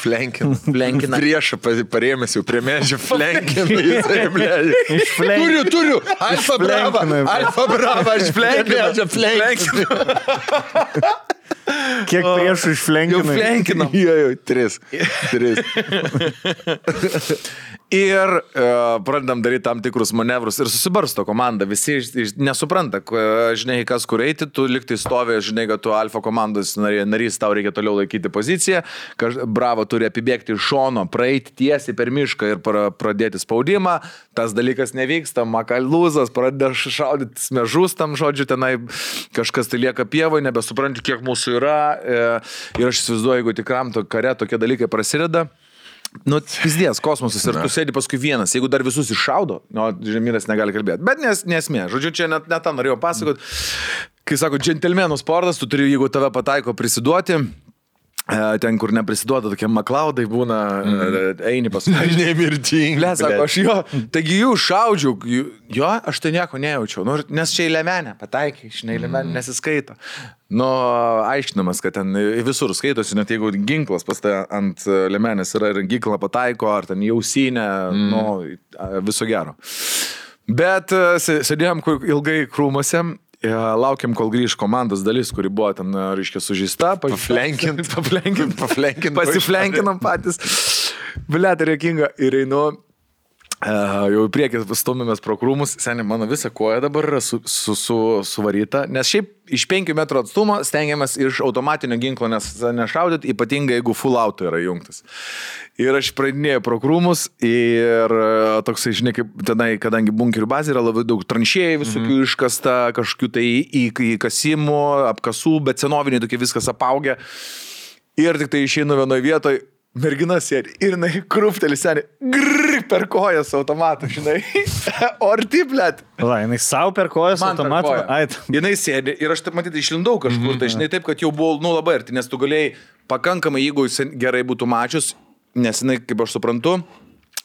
[SPEAKER 2] Flenkin.
[SPEAKER 4] Flenkina.
[SPEAKER 2] Priešą pa- parėmęs jau prie medžio. Flenkin. Jisai, blei.
[SPEAKER 3] Išflenk-
[SPEAKER 2] Turiu, turiu. Alfa brava.
[SPEAKER 3] Išflenkina.
[SPEAKER 2] Alfa brava. Aš flenkinu. Flenkinu.
[SPEAKER 3] Kiek priešų
[SPEAKER 4] Jau
[SPEAKER 3] išlenkinai.
[SPEAKER 4] flankinam.
[SPEAKER 2] Jo, jo, tris. Tris.
[SPEAKER 4] Ir e, pradedam daryti tam tikrus manevrus ir susibarsto komanda, visi iš, iš, nesupranta, ku- e, žinai, kas kur eiti, tu liktai stovi, žinai, kad tu alfa komandos narė- narys, tau reikia toliau laikyti poziciją, kaž, bravo turi apibėgti iš šono, praeiti tiesiai per mišką ir pra, pradėti spaudimą, tas dalykas nevyksta, makalūzas, pradeda š- šaudyti smežus tam žodžiu, tenai kažkas tai lieka pievai, nebesupranti, kiek mūsų yra e, ir aš įsivaizduoju, jeigu tikram to kare tokie dalykai prasideda. Nu, pizdės, kosmosas ir tu sėdi paskui vienas, jeigu dar visus iššaudo, nu, Žemynas negali kalbėti. Bet nes, nesmė, žodžiu, čia net, net tą norėjau pasakoti. Kai sako, džentelmenų sportas, tu turi, jeigu tave pataiko, prisiduoti. E, Ten, kur neprisiduoda tokie maklaudai, būna, mm. eini paskui.
[SPEAKER 2] Aš nemirtingas.
[SPEAKER 4] Ne, sako, aš jo, taigi jų šaudžiau, jų, jo, aš tai nieko nejaučiau, nu, ir- nes čia į lemenę pataikai, žinai, į lemenę nesiskaito. Nu, aiškinamas, kad ten į- visur skaitosi, net jeigu ginklas pas tai ant e, lemenės yra ir ginklą pataiko, ar ten jausinę, mm. nu, a, viso gero. Bet e, sė- sėdėjom kur- ilgai krūmose. e, Laukiam, kol grįž komandos dalis, kuri buvo ten, e, reiškia, sužįsta.
[SPEAKER 2] Paflenkint.
[SPEAKER 4] paflenkint,
[SPEAKER 2] Paflenkint.
[SPEAKER 4] Pasiflenkinam patys. Bliat, reikinga. Ir einu Uh, jau į priekį stumėmės pro krūmus, seniai mano visa koja dabar yra su, su, su, suvaryta, nes šiaip iš 5 metrų atstumo stengiamės iš automatinio ginklo nes, nešaudyti, ypatingai jeigu full auto yra jungtas. Ir aš praeidinėjau pro krūmus ir e, toksai, žinai, kaip tenai, kadangi bunkerių bazė yra labai daug tranšėjai visokių mm. iškasta, kažkokių tai į- įkasimų, apkasų, bet senoviniai tokie viskas apaugę. Ir tik tai išeinu vienoje vietoje, mergina sėdi ir jinai krūptelį seniai, grrr, per kojas automatą, žinai. Ortiplėt.
[SPEAKER 3] Lai, jinai savo per kojas automatą. Ai, Mhm, t-
[SPEAKER 4] Jinai sėdi ir aš taip matyti išlindau kažkur, tai žinai taip, kad jau buvau, nu labai arti, nes tu galėjai pakankamai, jeigu jis gerai būtų mačius, nes jinai, kaip aš suprantu,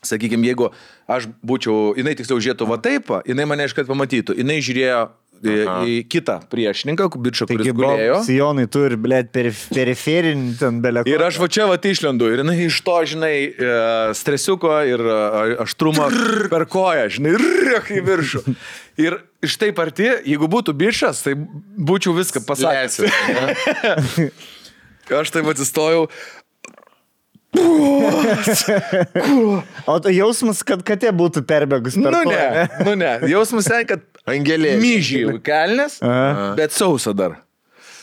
[SPEAKER 4] sakykime, jeigu aš būčiau, jinai tiksliau žiūrėtų va taip, va, jinai mane iškart pamatytų, jinai žiūrėjo į, į kitą priešininką, bičią, kuris
[SPEAKER 3] Taigi, buvo,
[SPEAKER 4] gulėjo.
[SPEAKER 3] Sijonai turi, blėt, perif- periferinį ten belekį.
[SPEAKER 4] Ir aš va čia va tai išlendu ir jinai iš to, žinai, e, stresiuko ir e, aštrumo per koją, žinai, rrrk į viršų. Ir iš taip arti, jeigu būtų bišas, tai būčiau viską pasakęs.
[SPEAKER 2] Pasakėsi.
[SPEAKER 4] Aš taip atsistojau,
[SPEAKER 3] O tai jausmas, kad katė būtų perbėgus per
[SPEAKER 4] nu
[SPEAKER 3] koją.
[SPEAKER 4] ne, nu ne, jausmas ten, kad
[SPEAKER 2] Angelė.
[SPEAKER 4] myžiai kelnes,
[SPEAKER 3] Aha.
[SPEAKER 4] bet sausa dar.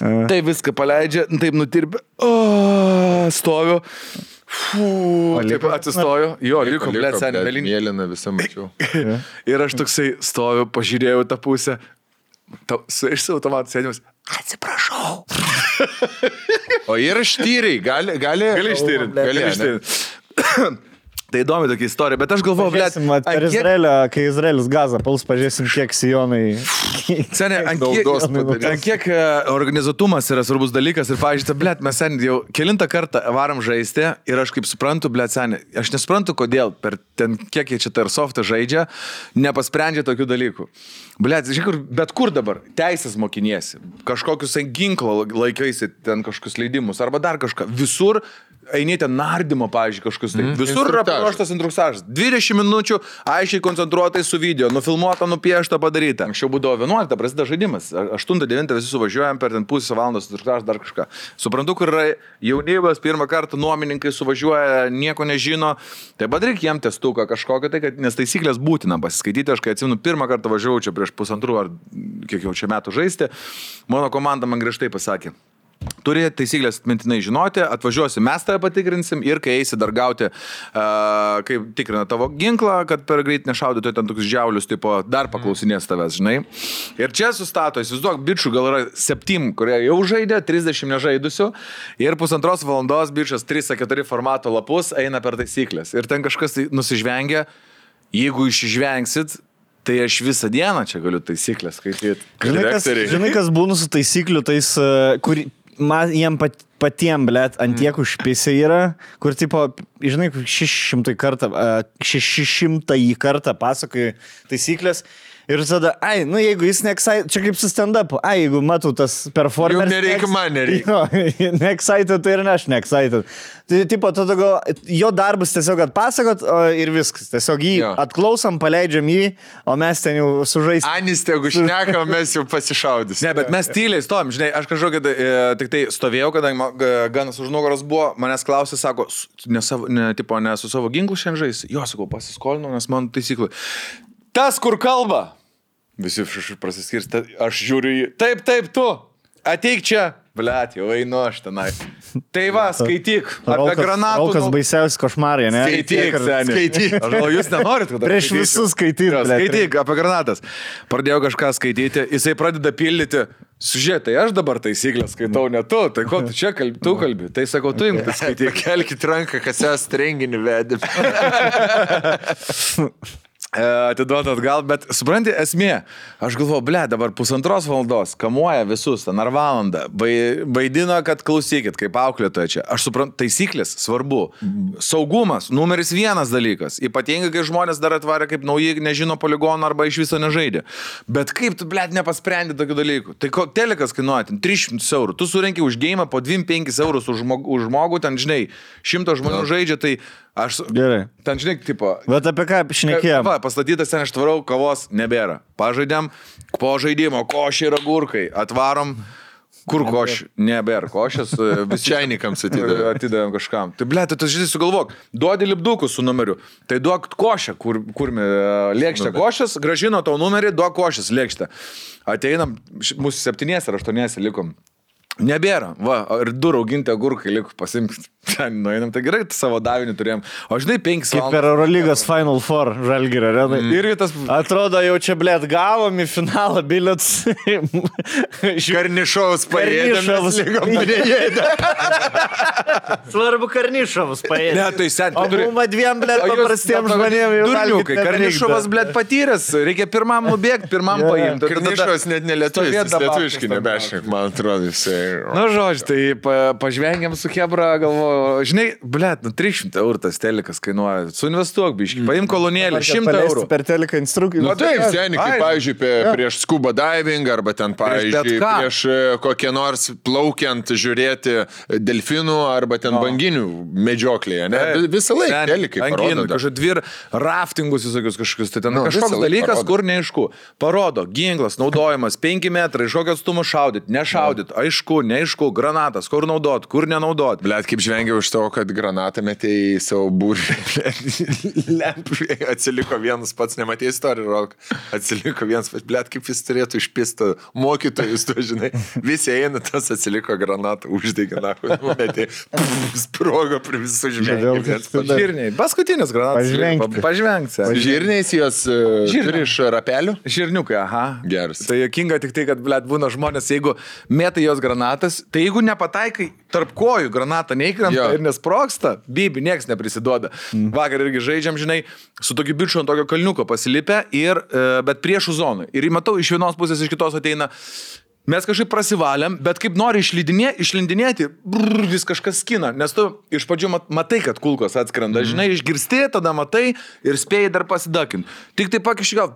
[SPEAKER 4] Tai viską paleidžia, taip nutirpia. O, stoviu. Fū, taip atsistoju. Jo, liko, liko seniai,
[SPEAKER 2] bet
[SPEAKER 4] melinė.
[SPEAKER 2] mėlyna visą mačiau.
[SPEAKER 4] Ir aš toksai stoviu, pažiūrėjau į tą pusę. Ta, su iš savo automatu sėdimas. Atsiprašau.
[SPEAKER 2] O ir ištyriai, gali, gali.
[SPEAKER 4] Gali ištyrinti. Gali
[SPEAKER 2] Gali ištyriai.
[SPEAKER 4] ištyrinti. tai įdomi tokia istorija, bet aš galvoju, blėt,
[SPEAKER 3] Pažiūrėsim, vat, per Izraelio, kai Izraelis gazą puls, pažiūrėsim, kiek sijonai.
[SPEAKER 4] Seniai, ant kiek,
[SPEAKER 2] Naudos
[SPEAKER 3] padarys.
[SPEAKER 4] ant kiek e, organizuotumas yra svarbus dalykas ir, pavyzdžiui, blėt, mes sen jau kilintą kartą varom žaisti ir aš kaip suprantu, blėt, seniai, aš nesuprantu, kodėl per ten kiek jie čia tarsoftą žaidžia, nepasprendžia tokių dalykų. Blėt, žiūrėk, kur- bet kur dabar teisės mokiniesi, kažkokius ant ginklo laikaisi ten kažkokius leidimus arba dar kažką, visur eini ten nardymo, pavyzdžiui, kažkokius tai. Visur yra
[SPEAKER 2] Mhm. Instruktažas.
[SPEAKER 4] paruoštas instruktažas. 20 minučių aiškiai koncentruotai su video, nufilmuota, nupiešta, padaryta. Anksčiau būdavo 11, prasideda žaidimas. 8-9 visi suvažiuojam per ten pusę valandos instruktažas dar kažką. Suprantu, kur yra jaunimas, pirmą kartą nuomininkai suvažiuoja, nieko nežino. Tai padaryk jiem testuką kažkokią, tai, kad, nes taisyklės būtina pasiskaityti. Aš kai atsimenu, pirmą kartą važiavau čia prieš pusantrų ar kiek jau čia metų žaisti, mano komanda man griežtai pasakė. Turi taisyklės mintinai žinoti, atvažiuosi, mes tave patikrinsim ir kai eisi dar gauti, uh, kaip tikrina tavo ginklą, kad per greit nešaudytų ten tokius žiaulius, tipo, dar paklausinės tavęs, žinai. Ir čia sustato, įsivaizduok, bičių gal yra septym, kurie jau žaidė, 30 nežaidusių ir pusantros valandos bičias 3-4 formato lapus eina per taisyklės. Ir ten kažkas tai nusižvengia, jeigu išžvengsit, tai aš visą dieną čia galiu taisyklės skaityti.
[SPEAKER 3] Žinai kas, žinai, kas būna su taisykliu, tais, e, kur man jiem pat, patiem, blėt, ant tiek užpisi yra, kur, tipo, žinai, 600 kartą, 600 į kartą pasakoju taisyklės. Ir tada, ai, nu jeigu jis neksai, čia kaip su stand-upu, ai, jeigu matau tas
[SPEAKER 2] Jum
[SPEAKER 3] performance.
[SPEAKER 2] nereikia, man nereikia.
[SPEAKER 3] Jo, neexcited, tai ir ne aš neexcited. Tai tipo, tada gal, jo darbas tiesiog atpasakot o, ir viskas. Tiesiog jį
[SPEAKER 2] Jo.
[SPEAKER 3] atklausom, paleidžiam jį, o mes ten jau sužaisime.
[SPEAKER 2] Anis, jeigu šneka, mes jau pasišaudysim.
[SPEAKER 4] Ne, bet mes tyliai stovim, žinai, aš kažkokia, da- e, tik tai stovėjau, kadangi ma- g- ganas už nugaros buvo, manęs klausė, sako, "S- ne, savo, ne, tipo, ne su savo ginklu šiandien žais, jo, sakau, pasiskolinau, nes man taisyklė. Tas, kur kalba, visi iš prasiskirsti, aš žiūriu į, taip, taip, tu, ateik čia, blėt, jau einu aš tenai. Tai va, skaityk, apie granatų.
[SPEAKER 3] Aukas
[SPEAKER 4] nau-
[SPEAKER 3] baisiausias košmarai, ne?
[SPEAKER 4] Skaityk, seniai.
[SPEAKER 2] skaityk.
[SPEAKER 4] Aš galvoju, jūs nenorit, kad aš
[SPEAKER 3] Prieš
[SPEAKER 4] skaityčiau?
[SPEAKER 3] visus skaityt,
[SPEAKER 4] Jo,
[SPEAKER 3] blet.
[SPEAKER 4] Skaityk apie granatas. Pradėjau kažką skaityti, jisai pradeda pildyti. Sužiūrėtai, aš dabar taisyklės skaitau, ne tu, tai ko tu čia kalbi, tu kalbi, tai sakau, tu imk, tai skaityk.
[SPEAKER 2] Kelkit ranką, kas esate renginį vedėm.
[SPEAKER 4] E, Atiduot atgal, bet supranti, esmė, aš galvoju, ble, dabar pusantros valandos kamuoja visus, ten ar valandą, vai- vaidina, kad klausykit, kaip auklėtoja čia. Aš suprantu, taisyklės svarbu. Saugumas, numeris vienas dalykas, ypatingai kai žmonės dar atvarė kaip nauji, nežino poligono arba iš viso nežaidė. Bet kaip tu, ble, nepasprendė tokių dalykų? Tai ko, telekas kainuoja ten 300 eurų, tu surenki už gėjimą po 25 eurus už žmogų, už žmogų, ten žinai, 100 žmonių žaidžia, tai aš...
[SPEAKER 3] Gerai.
[SPEAKER 4] Ten žinai, tipo,
[SPEAKER 3] Bet apie ką šnekėjom?
[SPEAKER 4] Va, pastatytas ten ištvarau, kavos nebėra. Pažaidėm, po žaidimo košiai ir agurkai. Atvarom, kur košiai? Nebėra košės, e, visi
[SPEAKER 2] Čiainikams atidavė.
[SPEAKER 4] atidavėm kažkam. Tai ble, tai tu žinai, sugalvok, duodi lipdukų su numeriu, tai duok košę, kur, kur lėkštė košės, gražino tau numerį, duok košės lėkštę. Ateinam, š- mūsų septynės ar aštuonės likom. Nebėra, va, ir du rauginti agurkai liko pasimti. Ten nueinam, tai gerai, tu savo davinį turėjom. O žinai, penkis
[SPEAKER 3] Kaip per Eurolygos Final Four žalgyrą, ne?
[SPEAKER 4] Mm. Irgi tas
[SPEAKER 3] Atrodo, jau čia, blėt, gavom į finalą bilietus.
[SPEAKER 2] Karnišovas paėdėm.
[SPEAKER 3] Svarbu, Karnišovas paėdė.
[SPEAKER 4] Ne, tai sen,
[SPEAKER 3] O
[SPEAKER 4] tu turi-
[SPEAKER 3] mums dviem, blėt,
[SPEAKER 4] O jūs-
[SPEAKER 3] paprastiem
[SPEAKER 4] na,
[SPEAKER 3] žmonėm jau.
[SPEAKER 4] Durniukai, Karnišovas, blėt, patyręs, reikia pirmam nubėgti, pirmam
[SPEAKER 3] Jo.
[SPEAKER 4] paimti. Ir tada-
[SPEAKER 2] Karnišovas net nelietuvis,
[SPEAKER 4] Stovėt
[SPEAKER 2] jis
[SPEAKER 4] dabar-
[SPEAKER 2] lietuviškai nebešink, man atrodo, jisai.
[SPEAKER 4] Na, žodžiu, tai pa, pažvengiam su Hebra, galvoju, žinai, blėt, nu 300 eurų tas telikas kainuoja, suinvestuok,
[SPEAKER 2] Mm.
[SPEAKER 4] biškai, paim kolonėlį, 100 eurų. Nu,
[SPEAKER 3] Per teleką instrukcijų.
[SPEAKER 2] Na Nu, taip, seniai,
[SPEAKER 4] tai Ai.
[SPEAKER 2] kaip, pavyzdžiui, pe- prieš scuba diving arba ten, pavyzdžiui,
[SPEAKER 4] bet ką.
[SPEAKER 2] prieš e, kokią nors plaukiant žiūrėti delfinų arba ten banginių medžioklėje, ne? Vi- Visą laiką, delikai,
[SPEAKER 4] Anginų,
[SPEAKER 2] parodo.
[SPEAKER 4] kažkokius dvir raftingus visokius kažkokius. Tai ten
[SPEAKER 2] Nu,
[SPEAKER 4] nu, kažkoks
[SPEAKER 2] visą laiką
[SPEAKER 4] dalykas,
[SPEAKER 2] parodo.
[SPEAKER 4] parodo.
[SPEAKER 2] Nu.
[SPEAKER 4] kur neaišku. Parodo, ginklas naudojamas, 5 metrai, iš kokio atstumo šaudyt, nešaudyt, aišku, aišku, neaišku, granatas, kur naudot, kur nenaudot.
[SPEAKER 2] Blet, kaip žvengiau iš to, kad granatą metėjai į savo būrį. Lempui atsiliko vienas pats, nematėjai istorijų, Rok. Atsiliko vienas pats. Blet, kaip jis turėtų išpistą mokytojus, tu žinai. Visi eina, tas atsiliko granatą, uždegė, na, nu, metė. Sprogo prie visų
[SPEAKER 3] Vėl kas
[SPEAKER 2] žvengių.
[SPEAKER 3] tada.
[SPEAKER 4] Žirniai, paskutinis granatas.
[SPEAKER 3] Pažvengt.
[SPEAKER 4] Pa- Pažvengsi.
[SPEAKER 2] Žirniais jos e, turi iš rapelių.
[SPEAKER 4] Žirniukai, aha.
[SPEAKER 2] Geras.
[SPEAKER 4] Tai jokinga tik tai, kad, blėt, būna žmonės, jeigu metai jos granatas, tai jeigu nepataikai tarp kojų granatą neįkrenta
[SPEAKER 2] Jo.
[SPEAKER 4] ir nesproksta, bibi, nieks neprisiduoda. Mm. Vakar irgi žaidžiam, žinai, su tokiu bičiu ant tokio kalniuko pasilipę, ir, e, bet priešų zonų. Ir matau, iš vienos pusės, iš kitos ateina. Mes kažkaip prasivalėm, bet kaip nori išlydinė, išlindinėti, brrr, vis kažkas skina, nes tu iš pradžių mat, matai, kad kulkos atskrenda, mm. žinai, išgirsti, tada matai ir spėjai dar pasidakinti. Tik tai pakiši gal,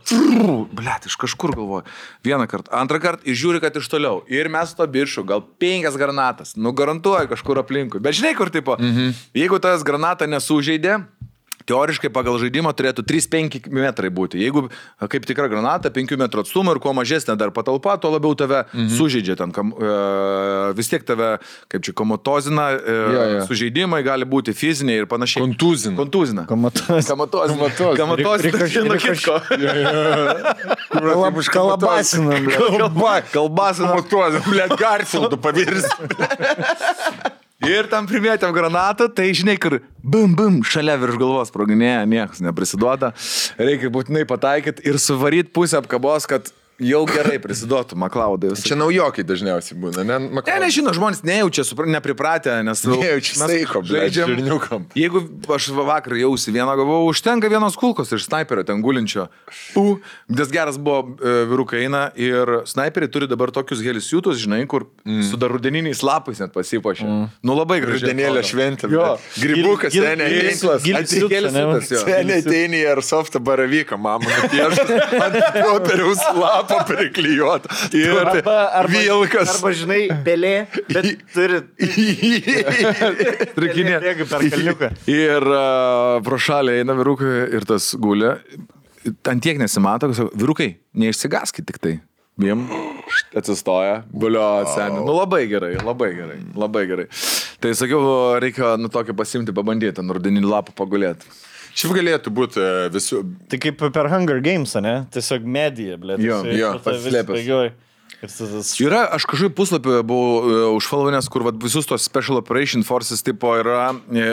[SPEAKER 4] blėt, iš kažkur galvoju. Vieną kartą, antrą kartą ir žiūri, kad iš toliau. Ir mes to bišu, gal penkias granatas, nu garantuoju kažkur aplinkui. Bet žinai, kur tipo, mm
[SPEAKER 2] Mhm.
[SPEAKER 4] -hmm. jeigu tas granatą nesužeidė, Teoriškai pagal žaidimą turėtų 3-5 metrai būti. Jeigu kaip tikra granata, 5 metrų atstumo ir kuo mažesnė dar patalpa, tuo labiau tave mhm. sužeidžia ten. Kam, e, vis tiek tave, kaip čia, komotozina, e, ja,
[SPEAKER 2] Jo,
[SPEAKER 4] ja.
[SPEAKER 2] jo.
[SPEAKER 4] sužeidimai gali būti fiziniai ir panašiai.
[SPEAKER 2] Kontuzina.
[SPEAKER 4] Kontuzina.
[SPEAKER 3] Kamatas.
[SPEAKER 4] Kamatozina.
[SPEAKER 2] Komatozina.
[SPEAKER 4] Kamatozina. Kamatozina.
[SPEAKER 3] Kalab- Kalabasinam.
[SPEAKER 4] Kalba, kalbasina.
[SPEAKER 2] Matuoju, blėt, Garfieldų pavirsti.
[SPEAKER 4] Ir tam primėtėm granatą, tai žinai, kur bum bum šalia virš galvos proginėja, niekas neprisiduoda. Reikia būtinai pataikyti ir suvaryti pusę apkabos, kad jau gerai prisiduotų Maklaudai.
[SPEAKER 2] Čia naujokai dažniausiai būna, ne?
[SPEAKER 4] Ne,
[SPEAKER 2] Makaulai.
[SPEAKER 4] nežinau, žmonės nejaučia, supra- nepripratę, nes...
[SPEAKER 2] Nejaučia
[SPEAKER 4] mes
[SPEAKER 2] saiko, blėt,
[SPEAKER 4] žaidžiam-
[SPEAKER 2] žirniukam.
[SPEAKER 4] Jeigu aš va vakar jausi vieną gavau, užtenka vienos kulkos iš sniperio ten gulinčio. U, nes geras buvo e, vyrukai eina ir sniperiai turi dabar tokius helisiutus, žinai, kur mm. su dar rudeniniais lapais net pasipošia. Mm. Nu labai gražiai.
[SPEAKER 2] Rudenėlė
[SPEAKER 4] atrodo.
[SPEAKER 2] šventė.
[SPEAKER 4] Jo.
[SPEAKER 2] blet. Grybukas,
[SPEAKER 3] Gil-
[SPEAKER 2] seniai
[SPEAKER 3] gil-
[SPEAKER 2] tinklas.
[SPEAKER 3] gil-
[SPEAKER 2] Atsik-
[SPEAKER 4] Helisiutas jo.
[SPEAKER 2] Seniai ateini į Airsoftą baravyką, mamą, nupiešęs ant popieriaus lapą priklijuot. Ir
[SPEAKER 3] tai
[SPEAKER 2] vilkas.
[SPEAKER 5] Arba, žinai, pelė, bet turi...
[SPEAKER 4] Trikinė.
[SPEAKER 3] Bėga per kalniuką.
[SPEAKER 4] Ir uh, pro šalį eina vyrukai ir tas gulė. Ant tiek nesimato, kad sako, vyrukai, neišsigaskit tik tai. Jiem atsistoja, bulio atseni. Nu labai gerai, labai gerai, labai gerai. Tai sakiau, reikia nu tokį pasimti, pabandyti, ant rudenį lapą pagulėti.
[SPEAKER 2] Šiaip galėtų būti e, visų.
[SPEAKER 3] Tai kaip per Hunger Games, ne? Tiesiog medija, tai blė.
[SPEAKER 4] Jo,
[SPEAKER 2] jo,
[SPEAKER 4] paslėpęs.
[SPEAKER 3] Ir tas
[SPEAKER 4] Yra, aš kažkaip puslapį buvau e, užfalvinęs, kur vat, visus tos Special Operation Forces tipo yra e,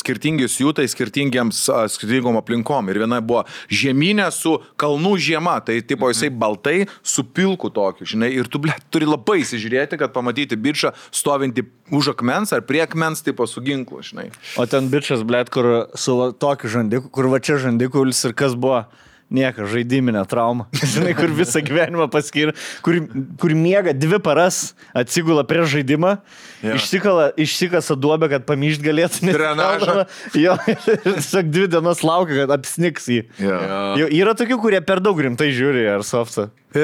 [SPEAKER 4] skirtingi siūtai skirtingiams e, skirtingom aplinkom. Ir viena buvo žemynė su kalnų žiema, tai tipo jisai
[SPEAKER 3] Mhm.
[SPEAKER 4] baltai su pilku tokiu, žinai, ir tu ble, turi labai įsižiūrėti, kad pamatyti bičią stovinti už akmens ar prie akmens tipo su ginklu, žinai.
[SPEAKER 3] O ten bičias, blėt, kur su la- tokiu žandiku, kur va čia žandikulis ir kas buvo. Nieka, žaidiminė trauma. Žinai, kur visą gyvenimą paskir, kur, kur miega dvi paras, atsigula prie žaidimą, yeah. išsikala, išsikasa duobę, kad pamyšt galėtų. nes
[SPEAKER 2] Drenažą.
[SPEAKER 3] gaudavo- Jo, ir tiesiog dvi dienas laukia, kad apsniks jį.
[SPEAKER 2] e,
[SPEAKER 4] Jo.
[SPEAKER 3] Jo, yra tokių, kurie per daug rimtai žiūri ar softą.
[SPEAKER 4] E,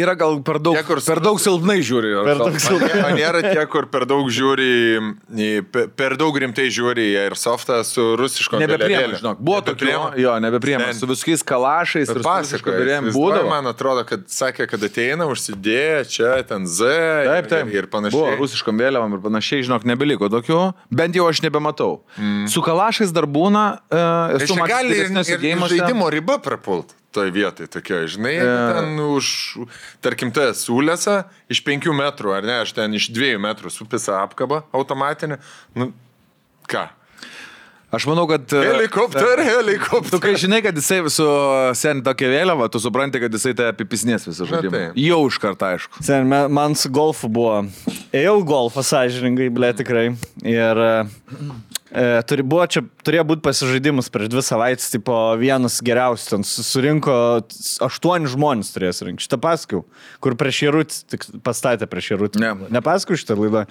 [SPEAKER 4] yra gal per daug,
[SPEAKER 2] Tie, kur-
[SPEAKER 4] per daug silpnai žiūri. ar
[SPEAKER 3] Per
[SPEAKER 4] gal-
[SPEAKER 3] daug silpnai.
[SPEAKER 2] O nėra tie, kur per daug žiūri, į- į- pe- per daug rimtai žiūri į Airsoftą su rusiško.
[SPEAKER 4] Nebepriemė, žinok, buvo tokių,
[SPEAKER 2] Nebepriema.
[SPEAKER 4] jo, nebepriemė,
[SPEAKER 2] Ten-
[SPEAKER 4] su viskiais kalašais ir
[SPEAKER 2] Pasakoja,
[SPEAKER 4] pasakojimais.
[SPEAKER 2] būdavo.
[SPEAKER 4] Būdavo.
[SPEAKER 2] Man atrodo, kad sakė, kad ateina, užsidėjo čia, ten Z.
[SPEAKER 4] Taip, taip.
[SPEAKER 2] Ir, ir
[SPEAKER 4] Buvo
[SPEAKER 2] panašiai.
[SPEAKER 4] rusiškom vėliavam ir panašiai, žinok, nebeliko tokių, bent jau aš nebematau. Mm. Su kalašais dar būna, uh,
[SPEAKER 2] Ir Tai
[SPEAKER 4] esu
[SPEAKER 2] čia
[SPEAKER 4] matęs
[SPEAKER 2] gali ir,
[SPEAKER 4] didesnės
[SPEAKER 2] ir, ir
[SPEAKER 4] judėjimas.
[SPEAKER 2] žaidimo riba prapult toje vietoje, tokia, žinai, e... ten už, tarkim, tą sūlėsą iš penkių metrų, ar ne, aš ten iš dviejų metrų supisa apkabą automatinį. Nu, ką?
[SPEAKER 4] Aš manau, kad... e, Nu,
[SPEAKER 2] Helikopter, helikopter.
[SPEAKER 4] Tu kai žinai, kad jisai su seniai tokia vėliava, tu supranti, kad jisai tai apipisnės visą
[SPEAKER 2] Na,
[SPEAKER 4] žaidimą.
[SPEAKER 2] taip.
[SPEAKER 4] Jau iš karto aišku.
[SPEAKER 3] Sen, me- man su golfu buvo. Ėjau į golfą sąžiningai, blė tikrai. Ir e, turi, buvo čia, turėjo būti pasižaidimas prieš dvi savaitės, tipo vienas geriausias, ten su- surinko s- aštuoni žmonės turėjo surinkti. Šitą paskiau, kur prieš Jerutį, tik pastatė prieš Jerutį.
[SPEAKER 4] Ne.
[SPEAKER 3] Nepaskui šitą laidą.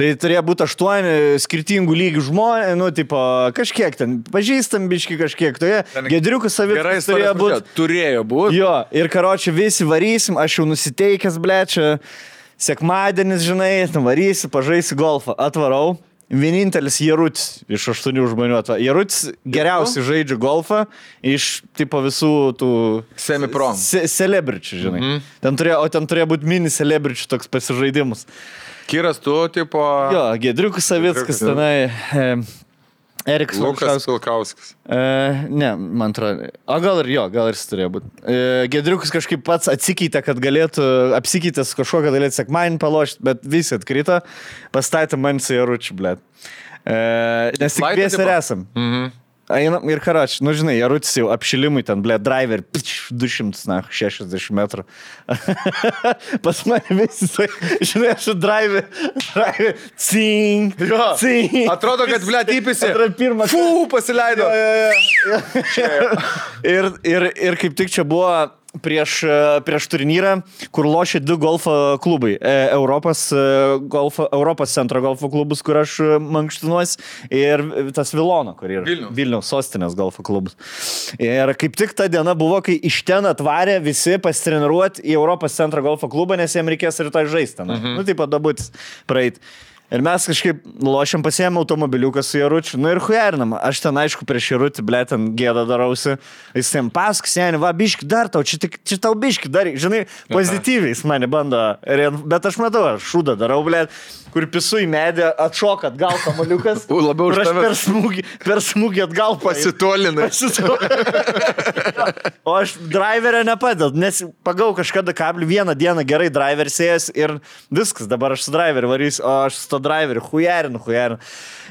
[SPEAKER 3] Tai turėjo būti aštuoni skirtingų lygių žmonės, nu, tipo, kažkiek ten, pažįstam biški kažkiek, toje gedriukų
[SPEAKER 4] Gerai,
[SPEAKER 3] savitkas turėjo
[SPEAKER 4] istorijos
[SPEAKER 3] būti.
[SPEAKER 4] pradžia. turėjo būti.
[SPEAKER 3] Jo, ir karočią visi varysim, aš jau nusiteikęs, blečia, sekmadienis, žinai, ten varysi, pažaisi golfą, atvarau. Vienintelis Jerutis iš aštuonių žmonių. atva- Jerutis geriausiai žaidžia golfą iš tipo visų tų
[SPEAKER 4] Semi-pro.
[SPEAKER 3] se celebričių, žinai. Ten turėjo, o ten turėjo būti mini celebričių toks pasižaidimas.
[SPEAKER 4] Kiras, tu, tipo...
[SPEAKER 3] Jo, Gedriukas Savickas
[SPEAKER 4] Giedriukas,
[SPEAKER 3] tenai. E, Erikas
[SPEAKER 2] Lukas
[SPEAKER 3] Lukas.
[SPEAKER 2] Vilkauskas.
[SPEAKER 3] E, ne, man atrodo. O gal ir jo, gal ir jis turėjo būti. E, Gedriukas kažkaip pats atsikeitė, kad galėtų, apsikeitė su kažkuo, kad galėtų sekmanį palošti, bet visi atkrito, pastatė man su Jaručiu, blė. E, nes tik
[SPEAKER 4] Laitą
[SPEAKER 3] dviesi ir
[SPEAKER 4] tipo?
[SPEAKER 3] esam.
[SPEAKER 4] Mhm.
[SPEAKER 3] Einam ir karač, nu žinai, Jarutis jau apšilimui ten, blė, driver, pš, 200, na, 60 metrų. Pas mane visi, tai, žinai, aš driver, driver, cing,
[SPEAKER 4] Jo.
[SPEAKER 3] cing.
[SPEAKER 4] Atrodo, kad, ble, typisi.
[SPEAKER 3] Atrodo, pirmą kartą.
[SPEAKER 4] Fū, pasileido.
[SPEAKER 3] ir, ir, ir kaip tik čia buvo prieš, e, prieš turnyrą, kur lošia du golfo klubai. E, Europos, e, golfo, Europos centro golfo klubus, kur aš e, mankštinuosi, ir tas Vilono, kur yra
[SPEAKER 2] Vilniaus.
[SPEAKER 3] Vilniaus sostinės golfo klubus. Ir kaip tik ta diena buvo, kai iš ten atvarė visi pasitreniruoti į Europos centro golfo klubą, nes jiems reikės rytoj žaisti. Mhm. Nu, taip pat dabutis praeit. Ir mes kažkaip lošiam pasiemę automobiliuką su Jaručiu. Nu ir huerinam. Aš ten, aišku, prieš Jarutį, blė, ten gėdą darausi. Jis ten pask, seniai, va, biški dar tau, čia, tik, čia tau biški dar, žinai, pozityviai jis mane bando. ren- Bet aš matau, aš šūdą darau, blė, kur pisu į medį atšokat, gal kamaliukas.
[SPEAKER 4] U, labiau už
[SPEAKER 3] Ir aš
[SPEAKER 4] tave.
[SPEAKER 3] per smūgį, per smūgį atgal pasit.
[SPEAKER 2] Pasitolina.
[SPEAKER 3] O aš driverio nepadedu, nes pagau kažkada kablį vieną dieną gerai driveris ėjęs ir viskas, dabar aš su driveriu varysiu, o aš su to driveriu hujerinu, hujerinu.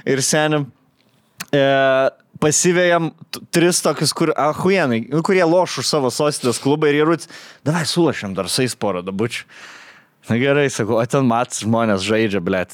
[SPEAKER 3] Ir senim e, pasivėjom t- tris tokius, kur, ahujenai, nu, kurie loš už savo sostinės klubą ir įrūts, davai sulašėm dar su jais porą dabučių. Na gerai, sakau, o ten mat žmonės žaidžia, blėt.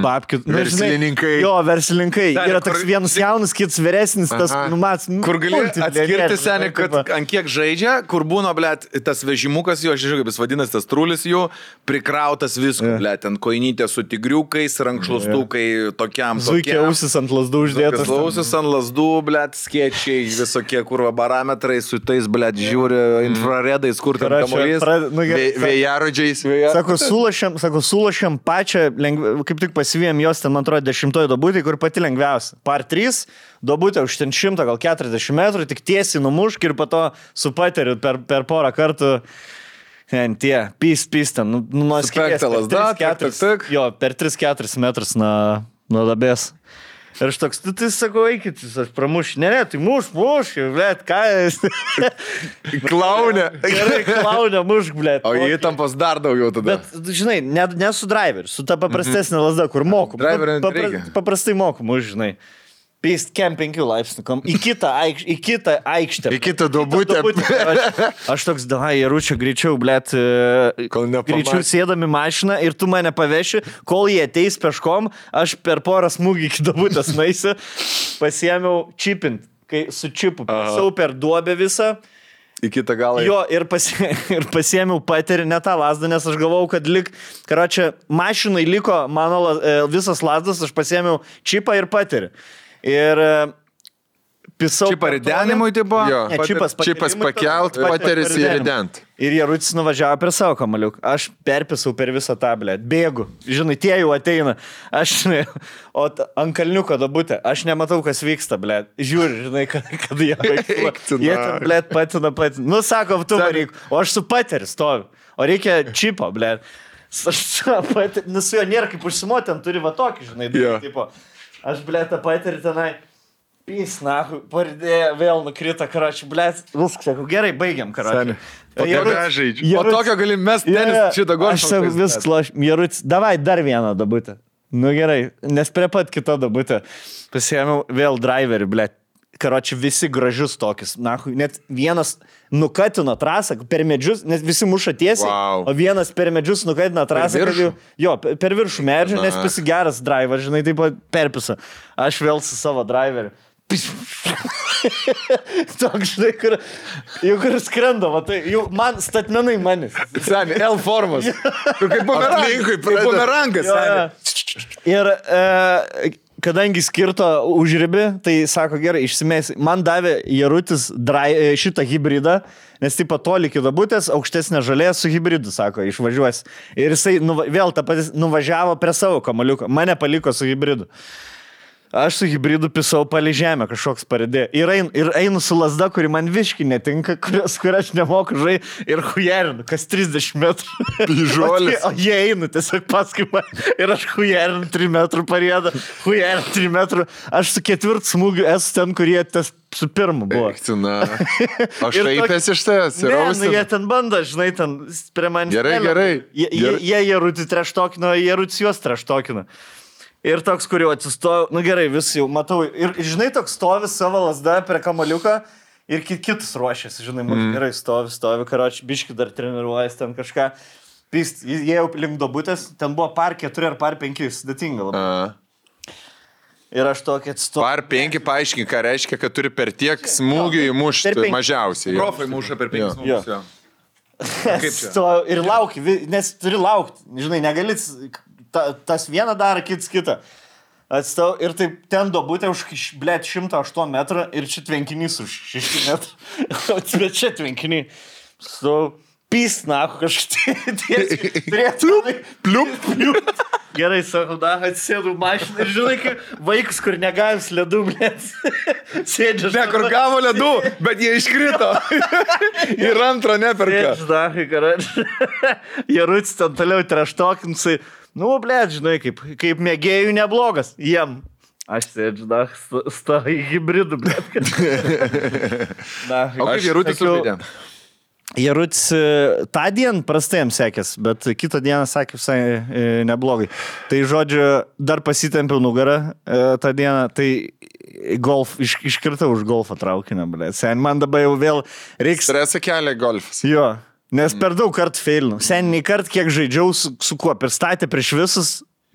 [SPEAKER 3] Papkit. Mm.
[SPEAKER 2] Verslininkai.
[SPEAKER 3] Jo, verslininkai.
[SPEAKER 4] Dar
[SPEAKER 3] Yra
[SPEAKER 4] kur-
[SPEAKER 3] toks vienas jaunas, kitas vyresnis, tas,
[SPEAKER 2] Aha.
[SPEAKER 3] nu, mat,
[SPEAKER 4] Kur gali atskirti senį, kad
[SPEAKER 3] Taip,
[SPEAKER 4] ant kiek žaidžia, kur būna, ble, tas vežimukas jo, aš žinau, kaip jis vadinasi, tas trulis jų, prikrautas visko, ble, ten koinytė su tigriukais, rankšlustukais, tokiam.
[SPEAKER 3] Zuikė
[SPEAKER 4] tokiam.
[SPEAKER 3] ausis ant lasdų uždėtas.
[SPEAKER 4] Kas lausis ant lasdų, blėt, skiečiai, visokie kurva barometrai, su tais, blėt, žiūri infraredais, kur ten
[SPEAKER 3] Yra Mm. čia
[SPEAKER 4] kamuolys.
[SPEAKER 3] pra- nu, gerai,
[SPEAKER 2] Vė- Vėjarodžiais.
[SPEAKER 3] Sako, sulašėm, sako, sulašėm pačią, lengv... kaip tik pasivėjom jos ten, man atrodo, dešimtojo dabutį, kur pati lengviausia. Par 3, dabutė už ten 100, gal 40 metrų, tik tiesiai numušk ir po to su pateriu per, per porą kartų. Ten tie, pys, pys ten, nu, nu, nuo skylės
[SPEAKER 4] Spekta
[SPEAKER 3] per
[SPEAKER 4] lazda,
[SPEAKER 3] tris,
[SPEAKER 4] tik,
[SPEAKER 3] keturis-
[SPEAKER 4] tik, tik.
[SPEAKER 3] Jo, per 3-4 metrus nuo, nuo dabės. Ir aš toks, tu tai sakau, eikit, jūs, aš pramušiu, ne, ne, tai muš, muš, bet ką,
[SPEAKER 4] Klaunė.
[SPEAKER 3] gerai, klaunė, mušk, blė.
[SPEAKER 4] O įtampos dar daugiau tada.
[SPEAKER 3] Bet, žinai, ne, ne su driveriu, su ta paprastesnė lazda, kur moku.
[SPEAKER 4] Driverio
[SPEAKER 3] Nu, papra,
[SPEAKER 4] nereikia.
[SPEAKER 3] paprastai moku, už, žinai. Pist kem 5 laipsnių, kam į kitą, aikš, į kitą aikštę.
[SPEAKER 2] Į kitą duobutę.
[SPEAKER 3] Aš, aš toks, davai, rūčia, greičiau, e, blėt.
[SPEAKER 2] Kol nepamatė.
[SPEAKER 3] Greičiau sėdami mašiną ir tu mane paveši, kol jie ateis peškom, aš per porą smūgį iki dabutės naisiu, pasiemiau čipint, kai su čipu, sau per duobę visą.
[SPEAKER 4] Į kitą galą.
[SPEAKER 3] Jo, ir, pasie, ir pasiemiau patirį ne tą lasdą, nes aš galvau, kad lik, karo čia mašinai liko mano la- e, visas lasdas, aš pasiemiau čipą ir patirį. Ir e, pisau.
[SPEAKER 4] Čia
[SPEAKER 3] per tolį.
[SPEAKER 4] paredenimui tai buvo.
[SPEAKER 2] Jo.
[SPEAKER 3] Ne, čipas,
[SPEAKER 2] Čipas
[SPEAKER 3] pakėlimui,
[SPEAKER 2] pakelt,
[SPEAKER 3] tada-
[SPEAKER 2] pateris ir
[SPEAKER 3] paterim.
[SPEAKER 2] rident.
[SPEAKER 3] Ir jie rutis nuvažiavo per savo kamaliuką. Aš perpisau per visą tablę. Bėgu. Žinai, tie jau ateina. Aš, žinai, o ta- ant kalniuko dabutė. Aš nematau, kas vyksta, blė. Žiūri, žinai, kad, kad jie vaikščioja. Jie ten, blė, patina pat. Nu, sakom, tu varyk. O aš su pateris stoviu. O reikia čipo, blė. Aš su pateriu. Nu, su juo nėra kaip užsimoti, ten turi va tokį, žinai,
[SPEAKER 2] Jo.
[SPEAKER 3] yeah. tipo. Aš, blė, tą paterį tenai. Pys, na, pardėjo, vėl nukrito, karoči, blė. Viskas, sakau, gerai, baigiam, karoči.
[SPEAKER 2] Tada žaidžiu.
[SPEAKER 4] O tokio gali mes tenis
[SPEAKER 3] Jo, jo.
[SPEAKER 4] šitą
[SPEAKER 3] Aš sakau,
[SPEAKER 4] goršą.
[SPEAKER 3] vis klaš, Jerutis, davai dar vieną dabutę. Nu gerai, nes prie pat kito dabutę pasiėmiau vėl driverį, ble. Karoči, visi gražius tokius. Na, net vienas nukatino trasą per medžius, nes visi muša tiesiai,
[SPEAKER 2] Vau.
[SPEAKER 3] o vienas per medžius nukatino trasą. kad
[SPEAKER 4] viršų?
[SPEAKER 3] jau- Jo, pe- per viršų medžių, nes
[SPEAKER 2] Na.
[SPEAKER 3] pasigeras driver, žinai, taip pat perpisa. Aš vėl su savo driveriu. Pis- Toks, žinai, kur, jau kur skrenda, va, tai jau man statmenai manis.
[SPEAKER 4] Seniai, L formos. Kur Kaip bumerangas.
[SPEAKER 2] Aplinkui
[SPEAKER 4] Kaip
[SPEAKER 2] pradeda.
[SPEAKER 4] bumerangas. seni.
[SPEAKER 3] Ir e, kadangi skirto užribi, tai sako gerai, išsimės. Man davė Jarutis dry, e, šitą hybridą, nes taip patolikį dabutės, aukštesnė žalė su hybridu, sako, išvažiuos. Ir jisai nuva, vėl tą patį nuvažiavo prie savo kamaliuko, mane paliko su hybridu. Aš su hybridu pisau palį žemę, kažkoks paredė. Ir, ein, ir einu su lasda, kuri man viški netinka, kurias, kur aš nemoku žai ir hujerinu, kas 30 metrų.
[SPEAKER 2] Pižuolis.
[SPEAKER 3] O jie eina tiesiog paskui mane ir aš hujerinu 3 metrų parėdą, hujerinu 3 metrų. Aš su ketvirt smūgiu esu ten, kurie tas su pirmu buvo.
[SPEAKER 2] Akcina. Aš
[SPEAKER 3] Ir tok-
[SPEAKER 2] raipęs iš tavęs. ir
[SPEAKER 3] Ne, nu,
[SPEAKER 2] austin.
[SPEAKER 3] jie ten bando, žinai, ten prie manęs.
[SPEAKER 2] Gerai,
[SPEAKER 3] nelenda.
[SPEAKER 2] gerai.
[SPEAKER 3] Jie, jie,
[SPEAKER 2] Gerai.
[SPEAKER 3] jie Jerutį treštokino, Jerutis juos treštokino. Ir toks, kur jau atsistoju, nu gerai, vis jau matau. Ir žinai, toks stovi savo lasdą prie kamaliuką ir ki- kitus ruošiasi, žinai, mm. gerai stovi, stovi, karoči, biški dar treniruojasi ten kažką. Tai jis- jie jau link dobutės, ten buvo par 4 ar par 5, sudėtinga labai.
[SPEAKER 2] A.
[SPEAKER 3] Ir aš tokį atsistoju.
[SPEAKER 2] Par penki paaiškink, ką reiškia, kad turi per tiek smūgių
[SPEAKER 3] Per
[SPEAKER 2] įmušti
[SPEAKER 3] penki.
[SPEAKER 2] mažiausiai. jo.
[SPEAKER 4] Profai muša per
[SPEAKER 3] Jo.
[SPEAKER 4] penkis nuomus. jo.
[SPEAKER 3] Stovi ir lauki, vi- nes turi laukti, žinai, negali, s- ta, tas vieną daro, kitas kitą. Atstau ir taip ten dobutė už, kiš- blėt, 108 metrų ir čia tvenkinys už 6 metrų. O čia- čia tvenkinys. Su pisnaku kažkaip. Turėtų. Pliup, pliup. Gerai, sakau, na, atsėdu mašiną ir žinai, kaip vaikas, kur negali slėdų, blėt. Sėdžiu.
[SPEAKER 4] Ne, kur gavo ledų, bet jie iškrito. Ir antro neperka.
[SPEAKER 3] Žinai, karai. Jarutis ten toliau treštokinsai. Nu, ble, žinai, kaip, kaip mėgėjų neblogas. Jiem. Aš sėdžiu, na, stai hybridų, ble. Na,
[SPEAKER 4] O kaip Jarutis
[SPEAKER 3] sakiau-
[SPEAKER 4] sužaidė?
[SPEAKER 3] Jarutis e, tą dieną prastai jam sekės, bet kitą dieną sakė visai e, neblogai. Tai žodžiu, dar pasitempiau nugarą e, tą dieną, tai golf, iš, iškirtau už golfą traukinę, ble. Sen, man dabar jau vėl reiks
[SPEAKER 2] Stresą kelia golfas.
[SPEAKER 3] Jo,
[SPEAKER 4] Mm.
[SPEAKER 3] nes per daug kart failinu. Seniai kart, kiek žaidžiau, su, su kuo pristatė prieš visus.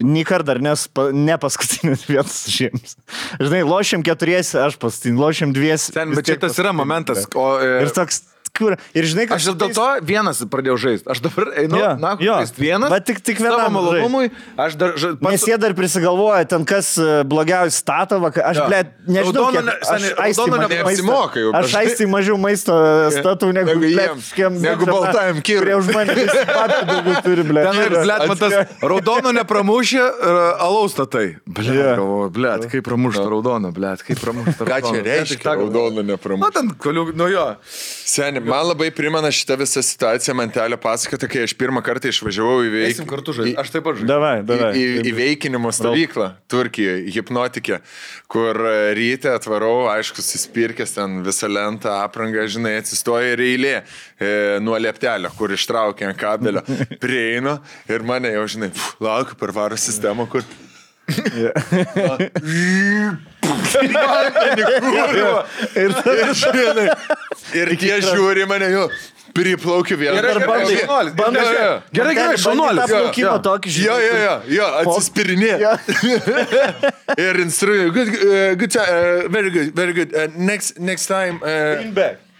[SPEAKER 3] Nį kartą dar nes, pa, ne paskutinės vietos šiems. Žinai, lošiam keturiesi, aš paskutinį, lošiam dviesi.
[SPEAKER 4] Ten,
[SPEAKER 3] vis
[SPEAKER 4] bet čia
[SPEAKER 3] tiek
[SPEAKER 4] tas yra momentas. O,
[SPEAKER 3] pas-
[SPEAKER 4] e,
[SPEAKER 3] Ir toks, kur. Ir žinai, kad...
[SPEAKER 4] aš ir dėl to vienas pradėjau žaisti. Aš dabar einu,
[SPEAKER 3] Jo,
[SPEAKER 4] na,
[SPEAKER 3] jo.
[SPEAKER 4] žaisti vienas.
[SPEAKER 3] Va, tik- tik
[SPEAKER 4] savo
[SPEAKER 3] vienam
[SPEAKER 4] malonumui. Aš dar ža-
[SPEAKER 3] Nes
[SPEAKER 4] pats-
[SPEAKER 3] jie dar prisigalvoja, ten kas e, blogiausiai stato, vaka- aš,
[SPEAKER 4] Jo.
[SPEAKER 3] ble, nežinau,
[SPEAKER 4] Raudono
[SPEAKER 3] kiek,
[SPEAKER 4] ne-
[SPEAKER 3] aš
[SPEAKER 4] seni,
[SPEAKER 3] aistei
[SPEAKER 4] raudono
[SPEAKER 3] mažiau
[SPEAKER 2] neapsimoka
[SPEAKER 3] maisto-
[SPEAKER 2] jau,
[SPEAKER 3] Aš
[SPEAKER 2] bet-
[SPEAKER 3] aistai mažiau maisto statau negu,
[SPEAKER 2] Negu
[SPEAKER 3] blet,
[SPEAKER 2] jiems,
[SPEAKER 3] kažkokiem-
[SPEAKER 2] negu
[SPEAKER 3] žinoma,
[SPEAKER 2] baltajam kirui.
[SPEAKER 3] Kurie už mane visi patį daugiau turi, ble.
[SPEAKER 4] Ten ir,
[SPEAKER 3] yra.
[SPEAKER 4] blėt, man tas raudono nepramušė, e, alaus tatai.
[SPEAKER 3] Jo.
[SPEAKER 4] Blėt, galvoju, blėt, kaip pramušta raudono, blėt, kaip pramušta
[SPEAKER 2] Ką
[SPEAKER 4] raudono.
[SPEAKER 2] čia reiškia? Raudoną nepramušti.
[SPEAKER 4] Na, ten, koliuk, nu jo.
[SPEAKER 2] Seniai, man labai primena šitą visą situaciją, man telio pasakota, kai aš pirmą kartą išvažiavau į
[SPEAKER 4] Eisim
[SPEAKER 2] veiklą.
[SPEAKER 4] kartu žaisti. Aš taip pat žaidžiu.
[SPEAKER 3] Davai, davai.
[SPEAKER 2] Į, į, įveikinimo stovyklą Turkijoje, hipnotikė, kur e, ryte atvarau, aišku, suspirkęs ten visą lentą, aprangą, žinai, atsistoja ir eilė e, nuo lieptelio, kur ištraukė ant kabelio, prieinu ir mane jau, žinai, pf, laukiu per varo sistemą, kur... Yeah.
[SPEAKER 3] Ir
[SPEAKER 2] Ir, žinai, ir jie žiūri į mane, jo, priplaukiu vieną.
[SPEAKER 4] Gerai,
[SPEAKER 2] Ir
[SPEAKER 4] gerai,
[SPEAKER 2] bandai- Jo,
[SPEAKER 4] šaunuolis.
[SPEAKER 2] jo, jo.
[SPEAKER 4] Gerai, gerai, šaunuolis. jo.
[SPEAKER 3] Plaukimo tokį
[SPEAKER 2] Jo, jo, jo, jo, atsispirinė. Ir instruoju, good, uh, good time, uh, very good, very good. Uh, next, next time. Uh,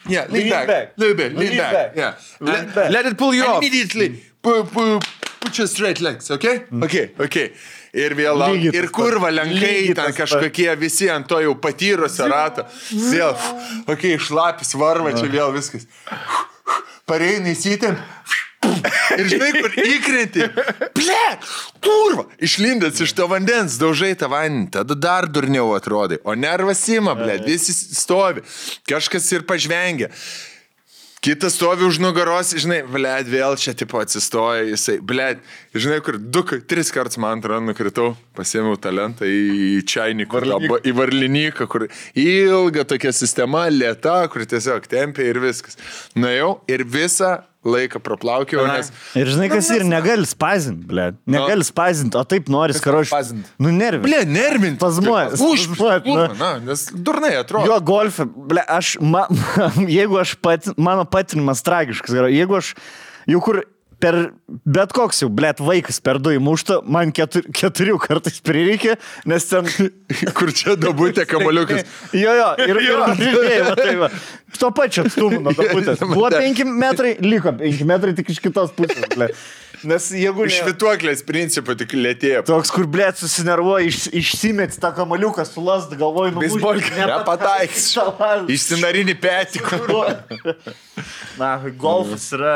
[SPEAKER 2] yeah, lean,
[SPEAKER 3] Lean
[SPEAKER 2] back.
[SPEAKER 3] back.
[SPEAKER 2] Little bit, lean,
[SPEAKER 3] Lean
[SPEAKER 2] back.
[SPEAKER 3] back.
[SPEAKER 2] Yeah.
[SPEAKER 3] Lean back.
[SPEAKER 4] Let it pull you off.
[SPEAKER 2] Immediately. Pu, pu, Put your straight legs, okay? Okay, okay. Ir vėl laukiu.
[SPEAKER 3] Mm. Lygiai
[SPEAKER 2] Ir
[SPEAKER 3] tas
[SPEAKER 2] kurva,
[SPEAKER 3] pats.
[SPEAKER 2] lenkai
[SPEAKER 3] Lygiai
[SPEAKER 2] ten
[SPEAKER 3] tas pats.
[SPEAKER 2] kažkokie visi ant to jau patyrusio rato. Vėl, okei, okay, šlapis varva,
[SPEAKER 3] Mm.
[SPEAKER 2] čia vėl viskas. Pareini įsitemp. Ir žinai, kur įkrenti. Ple, kurva. Išlindęs iš to vandens, daužai tą vandenį, tada dar durniau atrodai. O nervas ima, ble, visi stovi. Kažkas ir pažvengia. Kitas stovi už nugaros, žinai, bled, vėl čia tipo atsistoja, jisai, bled, žinai, kur du, k- tris kartus man atrodo nukritau, pasėmiau talentą į čainiką, į varlinyką, kur ilga tokia sistema, lėta, kur tiesiog tempia ir viskas. Nuėjau ir visą laiką praplaukiau, nes...
[SPEAKER 3] Ir žinai,
[SPEAKER 2] Nu,
[SPEAKER 3] kas ir negali spazinti, ble. Negali spazinti, o taip nori skarošti.
[SPEAKER 4] spazint.
[SPEAKER 3] Nu, nervi.
[SPEAKER 2] Ble, nervint.
[SPEAKER 3] Spazmuoja, spazmuoja,
[SPEAKER 2] Užmuoja.
[SPEAKER 3] nu.
[SPEAKER 2] Na, nes durnai atrodo.
[SPEAKER 3] Jo golfe, ble, aš, ma, jeigu aš pat, mano patinimas tragiškas, yra, jeigu aš jau kur per bet koks jau, ble, vaikas per du įmuštą, man ketur, keturių kartais prireikė, nes ten
[SPEAKER 2] Kur čia dabutė kamaliukas.
[SPEAKER 3] Jo, jo, ir jau žaidėjai, tai va. Tuo pačiu atstumu nuo to pusės. Buvo 5 metrai, liko 5 metrai tik iš kitos pusės. Ble. Nes jeigu ne-
[SPEAKER 2] Švituoklės principą tik lėtėja.
[SPEAKER 3] Toks, kur blėt susinervuoja, iš, išsimet tą kamaliuką, sulast galvoj, nu...
[SPEAKER 2] Beisbolkę nepataikys. Išsinarinį petį. kur-
[SPEAKER 5] Na, golfas yra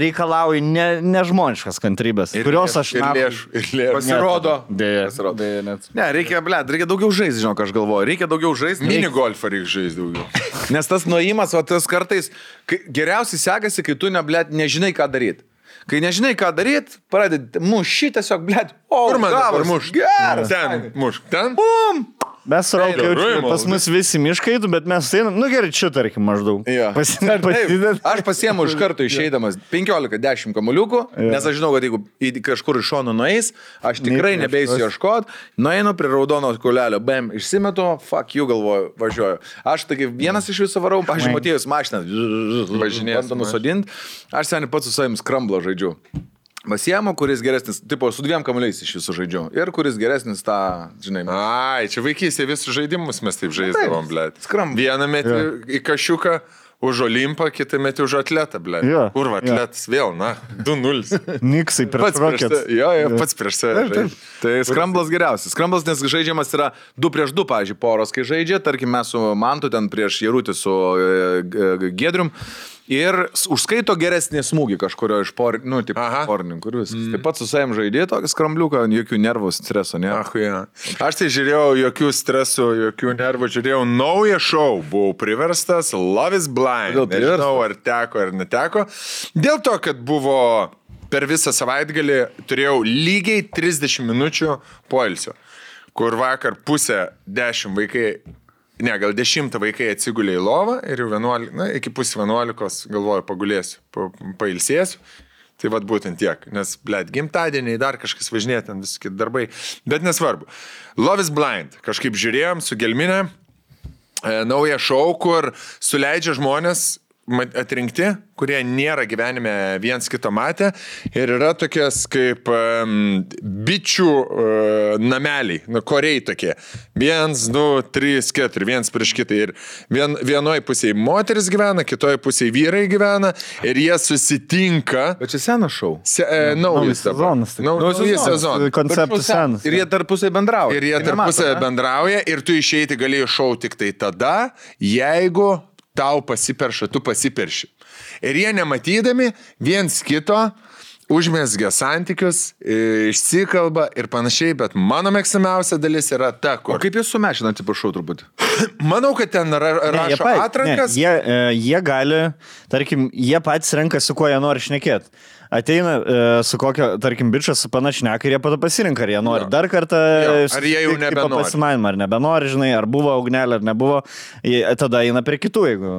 [SPEAKER 5] reikalauja ne, nežmoniškas kantrybės, ir, kurios aš...
[SPEAKER 2] Ir
[SPEAKER 5] na,
[SPEAKER 2] lėšų. Ir lėšų.
[SPEAKER 4] Pasirodo.
[SPEAKER 3] Dėja.
[SPEAKER 2] Pasirodo.
[SPEAKER 3] Dėja net.
[SPEAKER 4] Ne, reikia, blėt, reikia daugiau žaisti, žinok, aš galvoju. Reikia daugiau žaisti.
[SPEAKER 2] Mini golfą reikia žaisti daugiau.
[SPEAKER 4] Nes tas nuėjimas, o tas kartais kai, geriausiai sekasi, kai tu ne, blėt, nežinai, ką daryti. Kai nežinai, ką daryti, pradedi mušti tiesiog, blėt, o
[SPEAKER 2] Kur man dabar
[SPEAKER 4] gavos,
[SPEAKER 2] mušt?
[SPEAKER 4] Geras.
[SPEAKER 2] Ten. Mušk. Ten.
[SPEAKER 3] Mes su Rauku
[SPEAKER 2] Eina,
[SPEAKER 3] jaučiame,
[SPEAKER 2] ruimo,
[SPEAKER 3] pas mus visi miškai, eitų, bet mes einam, nu gerai, čia tarkim maždaug.
[SPEAKER 2] Jo.
[SPEAKER 3] Pasidedam.
[SPEAKER 4] Taip, aš pasiemu iš karto išeidamas 15-10 kamuliukų, nes aš žinau, kad jeigu į kažkur iš šonų nueis, aš tikrai nebeisiu ieškoti, nueinu prie raudono kulelio, bam, išsimetu, fuck jų galvoju, važiuoju. Aš taigi vienas iš viso varau, pažiūrėjau, matėjus mašiną,
[SPEAKER 2] Važinėjas,
[SPEAKER 4] bandau nusodinti, aš seniai pats su savim skramblą žaidžiu. Pasiemu, kuris geresnis, tipo, su dviem kamuoliais iš viso žaidžiu. Ir kuris geresnis tą, žinai,
[SPEAKER 2] Ai, čia vaikystėje visus žaidimus mes taip žaisdavom, bl ⁇ t.
[SPEAKER 4] skrambo.
[SPEAKER 2] Vieną metį į kašiuką už Olimpą, kitą metį už atletą, bl ⁇
[SPEAKER 3] Jo,
[SPEAKER 2] t. Kur va,
[SPEAKER 3] jo.
[SPEAKER 2] atletas vėl, na, 2-0.
[SPEAKER 3] Niksai
[SPEAKER 2] Pats
[SPEAKER 3] prieš
[SPEAKER 2] prieš tai save.
[SPEAKER 3] roketą.
[SPEAKER 2] Jo, jo, pats prieš save. žaidžia.
[SPEAKER 4] Tai skramblas geriausias. Skramblas, nes žaidžiamas yra 2 prieš 2, pavyzdžiui, poros, kai žaidžia, tarkim, mes su Mantu ten prieš Jerutį su e, Gedrium. Ir s- užskaito geresnį smūgį kažkurio iš por, nu, tipo,
[SPEAKER 2] Aha.
[SPEAKER 4] porininkų. Mm. Taip pat su savim žaidė tokį skrambliuką, jokių nervų, streso, ne?
[SPEAKER 2] Ach, jo. Aš tai žiūrėjau, jokių stresų, jokių nervų, žiūrėjau naują šou, buvau priverstas, Love is Blind.
[SPEAKER 4] Kodėl priverstas?
[SPEAKER 2] Nežinau, ar teko ar neteko. Dėl to, kad buvo per visą savaitgalį turėjau lygiai 30 minučių poilsio, kur vakar pusę 10 vaikai, ne, gal 10 vaikai atsigulė į lovą ir jau 11, na, iki pusę 11 galvoju, pagulėsiu, pa, pailsėsiu. Tai vad būtent tiek, nes, blėt, gimtadieniai, dar kažkas važinėti, ten visi kiti darbai, bet nesvarbu. Love is blind, kažkaip žiūrėjom su gelminė, e, naują šou, kur suleidžia žmonės ma- atrinkti, kurie nėra gyvenime viens kito matę. Ir yra tokias kaip um, bičių uh, nameliai, nu, koriai tokie. Vienas, du, trys, keturi, vienas prieš kitą. Ir vien, vienoje pusėje moteris gyvena, kitoje pusėje vyrai gyvena. Ir jie susitinka.
[SPEAKER 4] Bet čia senas šau.
[SPEAKER 2] Se, e, naujas dabar.
[SPEAKER 3] sezonas tik.
[SPEAKER 2] Nau- Naujas sezonas.
[SPEAKER 3] Konceptas senas.
[SPEAKER 4] Ir jie tarpusai bendrauja. Tai
[SPEAKER 2] Ir jie tarpusavę bendrauja ir tu išeiti gali iš šau tik tai tada, jeigu tau pasiperša, tu pasiperši. Ir jie nematydami viens kito užmėsgia santykius, i- išsikalba ir panašiai, bet mano mėgstamiausia dalis yra ta,
[SPEAKER 4] O
[SPEAKER 2] kur...
[SPEAKER 4] kaip jūs sumešinat, atsiprašau, turbūt?
[SPEAKER 2] Manau, kad ten ra
[SPEAKER 3] jie,
[SPEAKER 2] rašo
[SPEAKER 3] pat-
[SPEAKER 2] atrankas.
[SPEAKER 3] ne, jie, e, jie gali, tarkim, jie patys renka, su kuo jie nori šnekėti. Ateina e, su kokio, tarkim, bičias su panašneka ir jie pada pasirinka, ar jie nori
[SPEAKER 2] Jo.
[SPEAKER 3] jo. dar kartą.
[SPEAKER 2] Jo,
[SPEAKER 3] e,
[SPEAKER 2] ar jie jau
[SPEAKER 3] susitikti po
[SPEAKER 2] nebenori.
[SPEAKER 3] Pasimanymą, ar nebenori, žinai, ar buvo ugnelė, ar nebuvo. Jie, tada eina prie kitų, jeigu,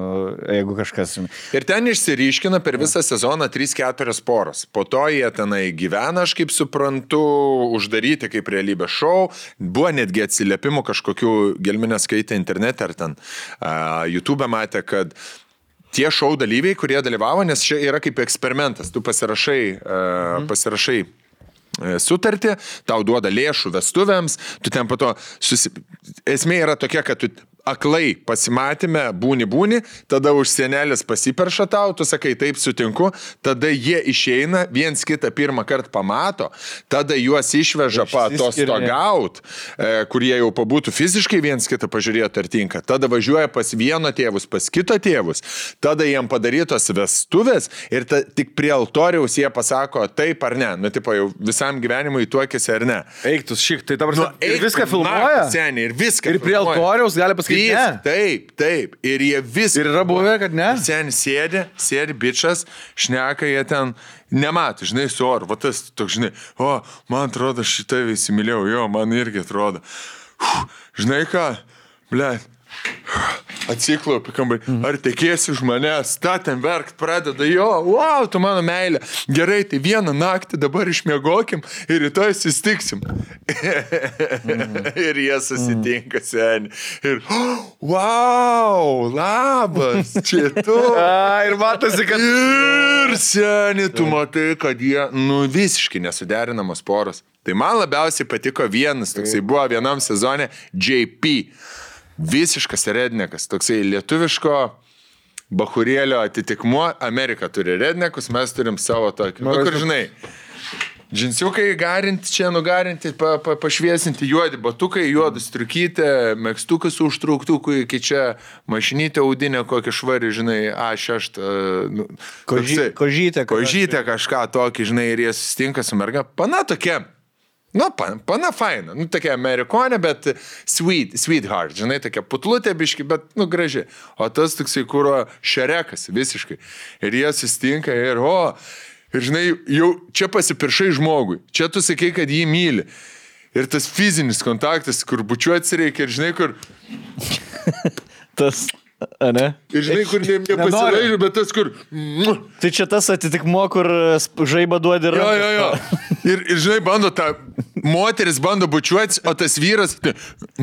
[SPEAKER 3] jeigu kažkas. Žinai.
[SPEAKER 2] Ir ten išsiriškina per visą sezoną 3-4 poras. Po to jie tenai gyvena, aš kaip suprantu, uždaryti kaip realybės šou. Buvo netgi atsiliepimų kažkokių gelminę skaitę internete ar ten a, YouTube e matė, kad tie šou dalyviai, kurie dalyvavo, nes čia yra kaip eksperimentas, tu pasirašai, a, pasirašai e, sutartį, tau duoda lėšų vestuvėms, tu ten po to susi... Esmė yra tokia, kad tu aklai pasimatime, būni būni, tada už senelės pasiperša tau, tu sakai taip sutinku, tada jie išeina, viens kitą pirmą kartą pamato, tada juos išveža patostogaut, e, kur jie jau pabūtų fiziškai viens kitą pažiūrėtų ar tinka, tada važiuoja pas vieno tėvus, pas kito tėvus, tada jiem padarytos vestuvės ir ta, tik prie altoriaus jie pasako taip ar ne, nu tipo jau visam gyvenimui tuokėsi ar ne.
[SPEAKER 4] Eiktus, šik, tai dabar... Nu, ir
[SPEAKER 2] eik
[SPEAKER 4] viską
[SPEAKER 2] tu,
[SPEAKER 4] filmuoja?
[SPEAKER 2] na, Seniai, ir viską.
[SPEAKER 4] Ir prie
[SPEAKER 2] filmuoja.
[SPEAKER 4] altoriaus gali pasakyti,
[SPEAKER 2] Vis,
[SPEAKER 4] ne.
[SPEAKER 2] Taip, taip. Ir jie viską.
[SPEAKER 4] Ir yra buvę, kad ne?
[SPEAKER 2] Seniai sėdi, sėdi bičias, šneka jie ten, nematai, žinai, su oru, va tas toks, žinai, o, man atrodo, šitą visi mylėjau, jo, man irgi atrodo. Uf, žinai ką, ble. Atsiklaupi kambarį. Ar tekėsi už mane, statin verkt pradeda, jo, wow, tu mano meilė. Gerai, tai vieną naktį dabar išmiegokim ir rytoj susitiksim. ir jie susitinka seniai. Ir, wow, labas, čia tu.
[SPEAKER 4] A, ir matosi, kad...
[SPEAKER 2] Ir seniai, tu matai, kad jie, nu, visiškai nesuderinamos poros. Tai man labiausiai patiko vienas, toksai buvo vienam sezone JP. Visiškas rednekas, toksai lietuviško bahurėlio atitikmuo. Amerika turi rednekus, mes turim savo tokį. Nu, kur žinai. Džinsiukai garinti, čia nugarinti, pa, pa, pašviesinti, juodi batukai, juoda striukytė, mėgstukas užtrauktukui, kai čia mašinytė audinė kokia švari, žinai, A6. Nu,
[SPEAKER 3] Koži-
[SPEAKER 2] toksai-
[SPEAKER 3] kožytė kažką.
[SPEAKER 2] Kožytė kažką tokį, žinai, ir jie susitinka su merga. Pana tokia. Nu, pana, pana faina, nu, tokia amerikonė, bet sweet, sweetheart, žinai, tokia putlutė biški, bet, nu, graži. O tas toksai kūro šerekas visiškai. Ir jie sustinka ir, o, ir žinai, jau čia pasipiršai žmogui, čia tu sakai, kad jį myli. Ir tas fizinis kontaktas, kur bučiuoti reikia, ir žinai, kur...
[SPEAKER 3] Tas, a, ne?
[SPEAKER 2] Ir žinai, kur ne, nepasileidžiu, bet tas, kur... Mm,
[SPEAKER 3] Tai čia tas atitikmo, kur e, sp- žaibą duodi ir...
[SPEAKER 2] Jo, jo, jo. Ir, ir žinai, bando tą moteris bando bučiuotis, o tas vyras tai,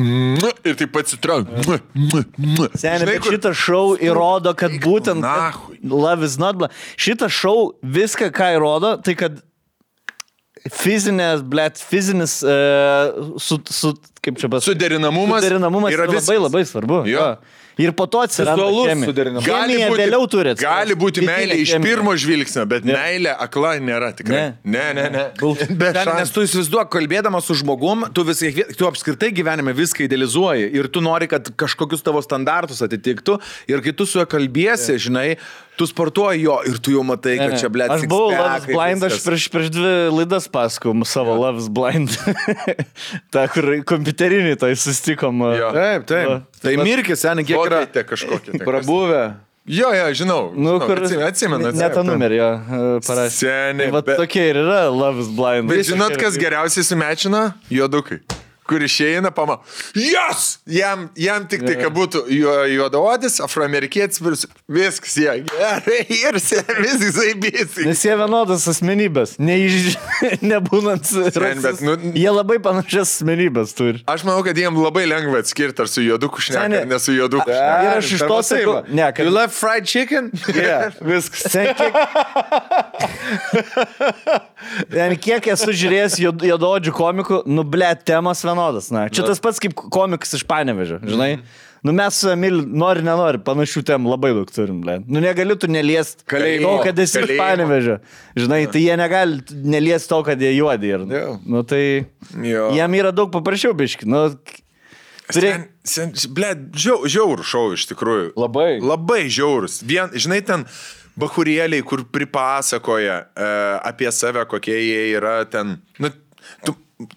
[SPEAKER 2] mm, ir taip pat sitraukia.
[SPEAKER 3] Seniai, bet šitas šou įrodo, kad būtent... kad
[SPEAKER 2] nahui.
[SPEAKER 3] Love is not love. Šitas šou viską, ką įrodo, tai kad fizinės, blėt, fizinis, e, su, su, kaip čia pasakyti,
[SPEAKER 2] Suderinamumas
[SPEAKER 3] suderinamumas
[SPEAKER 2] yra
[SPEAKER 3] yra labai
[SPEAKER 2] viskas.
[SPEAKER 3] labai svarbu.
[SPEAKER 2] Jo.
[SPEAKER 3] Ir po to atsiranda
[SPEAKER 4] Seksualus
[SPEAKER 3] chemija.
[SPEAKER 4] suderinamumas.
[SPEAKER 2] Gali
[SPEAKER 3] Chemija
[SPEAKER 2] būti,
[SPEAKER 3] vėliau turi atsirasti.
[SPEAKER 2] gali būti
[SPEAKER 3] Vidinė
[SPEAKER 2] meilė iš
[SPEAKER 3] chemija.
[SPEAKER 2] pirmo žvilgsnio, bet ne. meilė akla nėra tikrai. Ne, ne, ne. ne. Be
[SPEAKER 4] Ten, nes
[SPEAKER 2] šansų.
[SPEAKER 4] tu įsivaizduok, kalbėdamas su žmogum, tu, vis, kiekvie- tu apskritai gyvenime viską idealizuoji ir tu nori, kad kažkokius tavo standartus atitiktų ir kai tu su juo kalbėsi, žinai, tu sportuoji jo ir tu jau matai,
[SPEAKER 3] Ne,
[SPEAKER 4] kad
[SPEAKER 3] ne.
[SPEAKER 4] čia blėt.
[SPEAKER 3] Aš buvau Love's Blind, aš prieš, prieš dvi laidas pasakom savo Love's Blind. Ta, kur kompiuterinį tai sustikom.
[SPEAKER 2] Jo.
[SPEAKER 3] Va.
[SPEAKER 4] Taip, taip. Tai mirkis, seniai, kiek yra
[SPEAKER 2] Kokiate kažkokie. tai kas-
[SPEAKER 4] prabuvę.
[SPEAKER 2] Jo, jo, žinau.
[SPEAKER 3] Nu,
[SPEAKER 2] žinau,
[SPEAKER 3] kur,
[SPEAKER 2] atsimenu, atsimenu.
[SPEAKER 3] Ne tą
[SPEAKER 2] atsimenu.
[SPEAKER 3] numerį, jo, e, parašė.
[SPEAKER 2] Seniai,
[SPEAKER 3] Va
[SPEAKER 2] bet-
[SPEAKER 3] tokie ir yra Love's Blind.
[SPEAKER 2] Bet žinot, kas geriausiai sumečina? Juodukai. Kur išeina, pama. Jos! Jam, jam tik tai, kad būtų juo, juodaodis, afroamerikietis, virs- viskas jie. Gerai, ir se- viskas aibys.
[SPEAKER 3] Nes jie vienodas asmenybės, neiž... nebūnant.
[SPEAKER 2] Sen, bet,
[SPEAKER 3] rasis-
[SPEAKER 2] nu-
[SPEAKER 3] Jie labai panašias asmenybės turi.
[SPEAKER 2] Aš manau, kad jiem labai lengva atskirti, ar su juoduku šneka,
[SPEAKER 3] Seni-
[SPEAKER 2] ar ne su juoduku.
[SPEAKER 3] ir aš iš to sakau-
[SPEAKER 4] Ne,
[SPEAKER 3] ne,
[SPEAKER 4] kad...
[SPEAKER 3] kad-
[SPEAKER 4] You love fried chicken?
[SPEAKER 3] Yeah, viskas. Sen, kiek... Ten kiek esu žiūrėjęs juod- juododžių komikų, nu ble, temas vienodas. Na. Čia tas pats kaip komikas iš Panevežio, žinai.
[SPEAKER 2] Mhm.
[SPEAKER 3] Nu mes su Emil, nori, nenori, panašių temų labai daug turim, ble. Nu negali tu neliest
[SPEAKER 2] Kalėjimo,
[SPEAKER 3] to, kad esi iš
[SPEAKER 2] kalėjimo.
[SPEAKER 3] Panevežio. Žinai, tai jie negali neliest to, kad jie juodi. Ir,
[SPEAKER 2] Jo.
[SPEAKER 3] nu tai
[SPEAKER 2] Jo.
[SPEAKER 3] jam yra daug paprasčiau, biški. Nu, turė...
[SPEAKER 2] Sen, sen, ble, žiau, žiaurų šau iš tikrųjų.
[SPEAKER 4] Labai.
[SPEAKER 2] Labai žiaurus. Vien, žinai, ten bahurėliai, kur pripasakoja e, apie save, kokie jie yra ten. Nu, tu,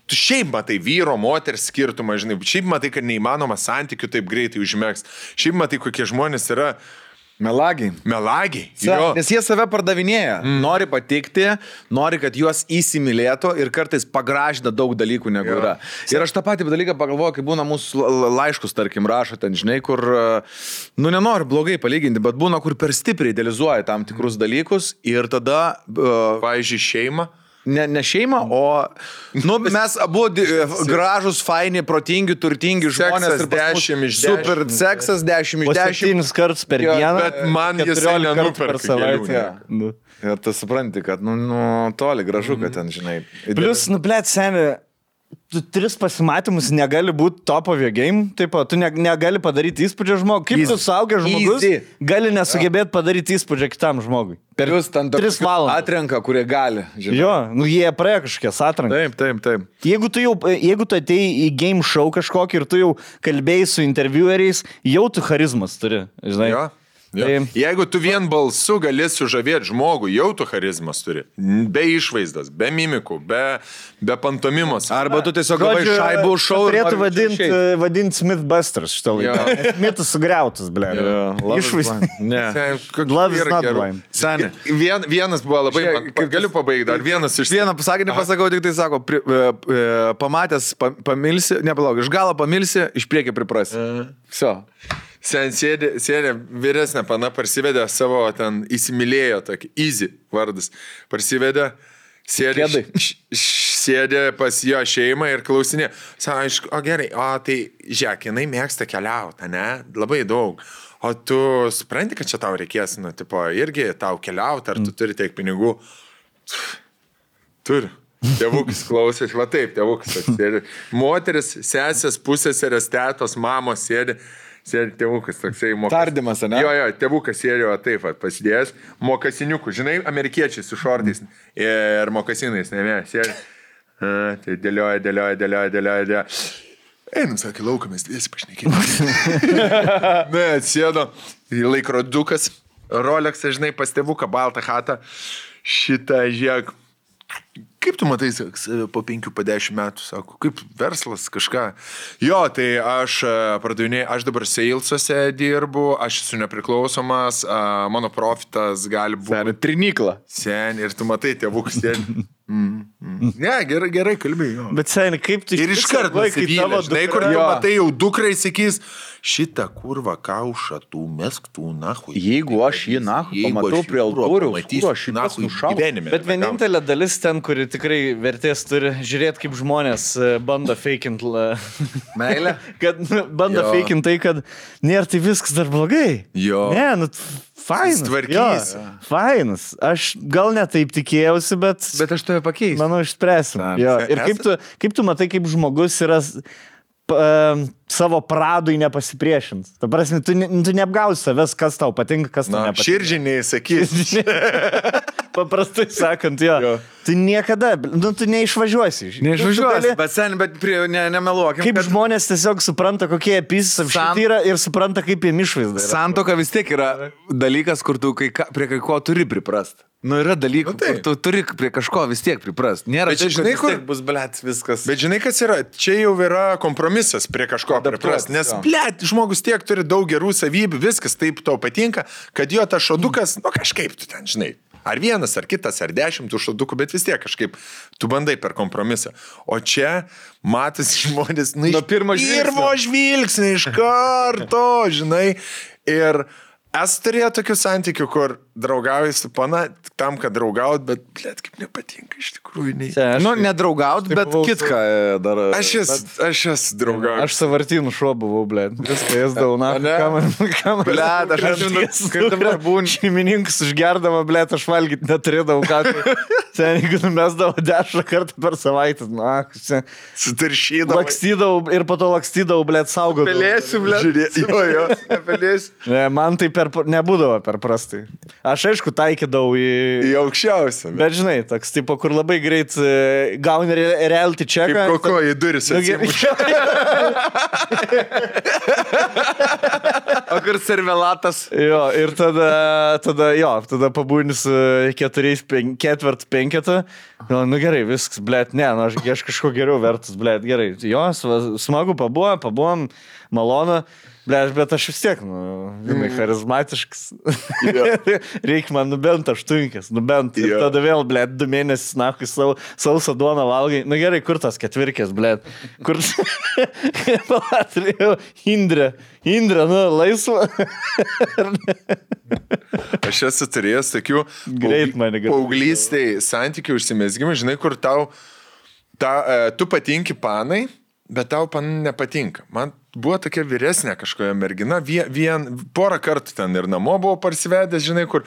[SPEAKER 2] tu šiaip matai vyro, moters skirtumą, žinai, šiaip matai, kad neįmanoma santykių taip greitai užmėgs. Šiaip matai, kokie žmonės yra
[SPEAKER 4] Melagiai.
[SPEAKER 2] melagiai.
[SPEAKER 4] Sa-
[SPEAKER 2] Jo.
[SPEAKER 4] Nes jie save pardavinėja. Mm. Nori patikti, nori, kad juos įsimylėtų ir kartais pagražina daug dalykų negu jo.
[SPEAKER 2] Jo.
[SPEAKER 4] yra. Ir aš tą patį dalyką pagalvoju, kai būna mūsų la- la- laiškus, tarkim, rašo ten, žinai, kur, e, nu nenoriu blogai palyginti, bet būna, kur per stipriai idealizuoja tam tikrus dalykus ir tada... Uh,
[SPEAKER 2] Pavyzdžiui, šeima.
[SPEAKER 4] Ne, ne šeima, o... Nu, mes abu di- e, gražūs, faini, protingi, turtingi žmonės.
[SPEAKER 2] Seksas
[SPEAKER 4] ir pas mus
[SPEAKER 2] 10 iš
[SPEAKER 4] Super seksas 10 iš
[SPEAKER 3] Po
[SPEAKER 4] 10.
[SPEAKER 3] septynis kartus per
[SPEAKER 4] Jo,
[SPEAKER 3] dieną.
[SPEAKER 2] bet man jisai
[SPEAKER 3] 14 kartų per
[SPEAKER 2] nenuperka
[SPEAKER 3] savaitę.
[SPEAKER 2] gėlių,
[SPEAKER 4] ne.
[SPEAKER 3] Nu.
[SPEAKER 4] Ir tu supranti, kad, nu, nu toli gražu, kad ten, žinai.
[SPEAKER 3] Mhm. Plius, nu, blėt, seniai, tu tris pasimatymus negali būti top of your game, taip, tu ne, negali padaryti įspūdžio žmogui. Kaip
[SPEAKER 4] Easy.
[SPEAKER 3] tu suaugęs žmogus
[SPEAKER 4] Easy.
[SPEAKER 3] gali nesugebėti padaryti įspūdžio kitam žmogui.
[SPEAKER 4] per jūs ten
[SPEAKER 3] tris valandas.
[SPEAKER 4] Atrenka, kurie gali, žinai.
[SPEAKER 3] Jo, nu jie praėjo kažkokias atrankas.
[SPEAKER 4] Taip, taip, taip.
[SPEAKER 3] Jeigu tu, jau, jeigu tu atei į game show kažkokį ir tu jau kalbėjai su interviueriais, jau tu charizmas turi, žinai.
[SPEAKER 2] Jo. Jo.
[SPEAKER 3] Tai-
[SPEAKER 2] Jeigu tu vien balsu gali sužavėti žmogų, jau tu charizmas turi. Be išvaizdos, be mimikų, be, be pantomimos.
[SPEAKER 4] Arba tu tiesiog labai
[SPEAKER 3] Žodžiu,
[SPEAKER 4] šaibų šau. ir
[SPEAKER 3] Turėtų
[SPEAKER 4] nori
[SPEAKER 3] vadinti
[SPEAKER 4] išeit.
[SPEAKER 3] vadint Smithbusters šitą laidą. Smithas sugriautas, ble.
[SPEAKER 4] Love is
[SPEAKER 3] Išvaizda.
[SPEAKER 4] blind. Ne.
[SPEAKER 3] Love is not blind.
[SPEAKER 4] Seni.
[SPEAKER 2] Vien, vienas buvo labai...
[SPEAKER 4] Žiūrėk,
[SPEAKER 2] man,
[SPEAKER 4] kaip-
[SPEAKER 2] galiu pabaigti dar vienas iš...
[SPEAKER 4] Vieną sakinį pasakau, tik tai sako, pri, e, e, pamatęs pa, pamilsi, nepalauk, iš galo pamilsi, iš priekio priprasi. Viso.
[SPEAKER 2] Sen sėdė, sėdė vyresnė pana, parsivedė savo ten įsimylėjo tokį Easy vardas. Parsivedė, sėdė,
[SPEAKER 4] Kedai.
[SPEAKER 2] š- š- sėdė pas jo šeimą ir klausinė. Sako, aišku, o gerai, o tai žiūrėk, jinai mėgsta keliauti, ne? Labai daug. O tu supranti, kad čia tau reikės, nu, tipo, irgi tau keliauti, ar
[SPEAKER 4] Mm.
[SPEAKER 2] tu turi tiek pinigų? Turi. Tėvukas klausėsi, va taip, tėvukas toks sėdi. Moteris, sesės, pusės ir estetos, mamos sėdi. sėdi tėvukas toksai mokas.
[SPEAKER 4] Tardymas, ane?
[SPEAKER 2] Jo, jo, tėvukas sėdėjo taip, vat, pasidėjęs, mokasiniukų, žinai, amerikiečiai su šortais ir mokasinais, ne, ne, sėdi. A, Tai dėlioja, dėlioja, dėlioja, dėlioja, dėlioja. Einam, sakė, laukamės dviesi pašnekėti. ne, atsėdo į laikrodukas, Roleksą, žinai, pas tėvuką, baltą hatą. Šitą, žiūrėk, Kaip tu matai sak- save po 5-10 metų, sako, kaip verslas kažką. Jo, tai aš e, pardavinėju, aš dabar salesuose dirbu, aš esu nepriklausomas, a, mano profitas gali būti
[SPEAKER 4] Ten trinikla.
[SPEAKER 2] sen ir tu matai tėvukus sen. Mm, mm. Ne, gerai, gerai kalbėjau.
[SPEAKER 5] Bet seniai, kaip tu
[SPEAKER 2] Ir iš karto, kai tavo žinai, kur jau
[SPEAKER 4] Jo.
[SPEAKER 2] matai, jau dukrai sakys, šitą kurvą kaušą, tu mesk tu Tai nahu.
[SPEAKER 4] Jeigu aš jį, na, pamatau prie altoriaus, kur aš jį, na, nušauksiu.
[SPEAKER 3] Bet vienintelė dalis ten, kuri tikrai vertės turi žiūrėti, kaip žmonės e, bando fakinti.
[SPEAKER 2] Meilė.
[SPEAKER 3] Kad nu, bando
[SPEAKER 2] Jo.
[SPEAKER 3] fakinti tai, kad nėra tai viskas dar blogai.
[SPEAKER 2] Jo.
[SPEAKER 3] Ne, nu, fainas.
[SPEAKER 2] Susitvarkys.
[SPEAKER 3] Jo, Fainas. Aš gal netaip tikėjausi, bet...
[SPEAKER 4] Bet aš tave pakeisiu.
[SPEAKER 3] Manau, išspręsim.
[SPEAKER 2] Tam.
[SPEAKER 3] Jo.
[SPEAKER 2] E-
[SPEAKER 3] Ir kaip tu, kaip tu matai, kaip žmogus yra s- p- e, savo pradui nepasipriešins. Ta prasme, tu, ne, tu neapgausi savęs, kas tau patinka, kas tau
[SPEAKER 2] Na,
[SPEAKER 3] nepatinka.
[SPEAKER 2] širdžiniai sakys.
[SPEAKER 3] Paprastai sakant, jo. jo.
[SPEAKER 2] Jo.
[SPEAKER 3] Tu niekada, bl- nu, tu neišvažiuosi. iš-
[SPEAKER 4] Neišvažiuosi,
[SPEAKER 3] Tu gali-
[SPEAKER 4] bet sen, bet prie, ne, nemeluokim.
[SPEAKER 3] Kaip žmonės tiesiog supranta, kokie apysis
[SPEAKER 4] San-
[SPEAKER 3] apšyti yra ir supranta, kaip jiem išvaizda. yra.
[SPEAKER 4] Santoka vis tiek yra dalykas, kur tu kai, ką- prie kai ko turi priprast. Nu, yra dalykų,
[SPEAKER 2] Nu,
[SPEAKER 4] kur
[SPEAKER 2] taip.
[SPEAKER 4] tu turi prie kažko vis tiek priprast. Nėra,
[SPEAKER 2] Bet čia
[SPEAKER 4] taip, kad
[SPEAKER 2] žinai,
[SPEAKER 4] vis
[SPEAKER 2] kur-
[SPEAKER 4] tiek bus blėt viskas.
[SPEAKER 2] Bet žinai, kas yra? Čia jau yra kompromisas prie kažko priprast. Nes, blėt, žmogus tiek turi daug gerų savybių, viskas taip tau patinka, kad jo tas šodukas, nu kažkaip tu ten, žinai. Ar vienas, ar kitas, ar dešimt tų šodukų, bet vis tiek kažkaip tu bandai per kompromisą. O čia matosi žmonės, nu,
[SPEAKER 4] Nuo
[SPEAKER 2] iš
[SPEAKER 4] pirmo
[SPEAKER 2] Pirmo žvilgsnio, iš karto, žinai. Ir es turėjo tokių santykių, kur draugauji su pana, tik tam, kad draugaut, bet, blėt, kaip nepatinka iš tikrųjų. Nei.
[SPEAKER 3] Čia, aš, tai-
[SPEAKER 4] Nu, nedraugaut, bet
[SPEAKER 2] tai buvau
[SPEAKER 4] kitką e, dar.
[SPEAKER 2] Aš esu, aš esu draugauju.
[SPEAKER 3] aš savartinų šuo buvau, blė. Viską jas dauna.
[SPEAKER 4] Ane?
[SPEAKER 3] Kam?
[SPEAKER 4] Blė, aš atsimenu, kaip dabar
[SPEAKER 3] būna. Šeimininkas užgerdavo, blė, aš valgyti neturėdavau ką. tai Ten, jeigu numesdavo dešimt kartų per savaitę, na, čia.
[SPEAKER 2] Sutaršydavau.
[SPEAKER 3] Lakstydavau ir po to lakstydavau, blė, saugodavau.
[SPEAKER 2] Pelėsiu, ble. Žiūrėsiu, jo, jo, pelėsiu.
[SPEAKER 3] Ne, man tai per, nebūdavo per prastai. Aš aišku taikydavau į...
[SPEAKER 2] Į aukščiausią. ble.
[SPEAKER 3] Bet žinai, toks tipo, kur labai greit e, gauni re- reality
[SPEAKER 2] Kaip
[SPEAKER 3] checką.
[SPEAKER 2] koko į duris.
[SPEAKER 3] Nu, gerai.
[SPEAKER 2] atsimuši.
[SPEAKER 4] O kur servelatas?
[SPEAKER 3] Jo, ir tada, tada jo, tada pabūnis e, keturiais, pen, ketvert penketą. Nu, nu gerai, viskas, blėt, ne, nu, aš, aš kažko geriau vertus, blėt, gerai. Jo, sva- smagu pabuvo, pabuvom, malonu, blėt, bet aš vis tiek, nu, žinai, charizmatiškas. Reikia man, nu bent aštunkis, nu bent. Ir
[SPEAKER 2] Jo.
[SPEAKER 3] tada vėl, blėt, du mėnesius, na, kai savo sausą duoną valgai. Nu gerai, kur tas ketvirkis, blėt? Kur... Palatrėjau, Indrė. Indrė, nu, laisva.
[SPEAKER 2] Aš esu turėjęs tokių
[SPEAKER 3] Greit mane greit.
[SPEAKER 2] paauglystėje santykių užsimesgimų, žinai, kur tau, ta, e, tu patinki panai, bet tau pan nepatinka. Man buvo tokia vyresnė kažkoja mergina, vien, vien porą kartų ten ir namo buvau parsivedęs, žinai, kur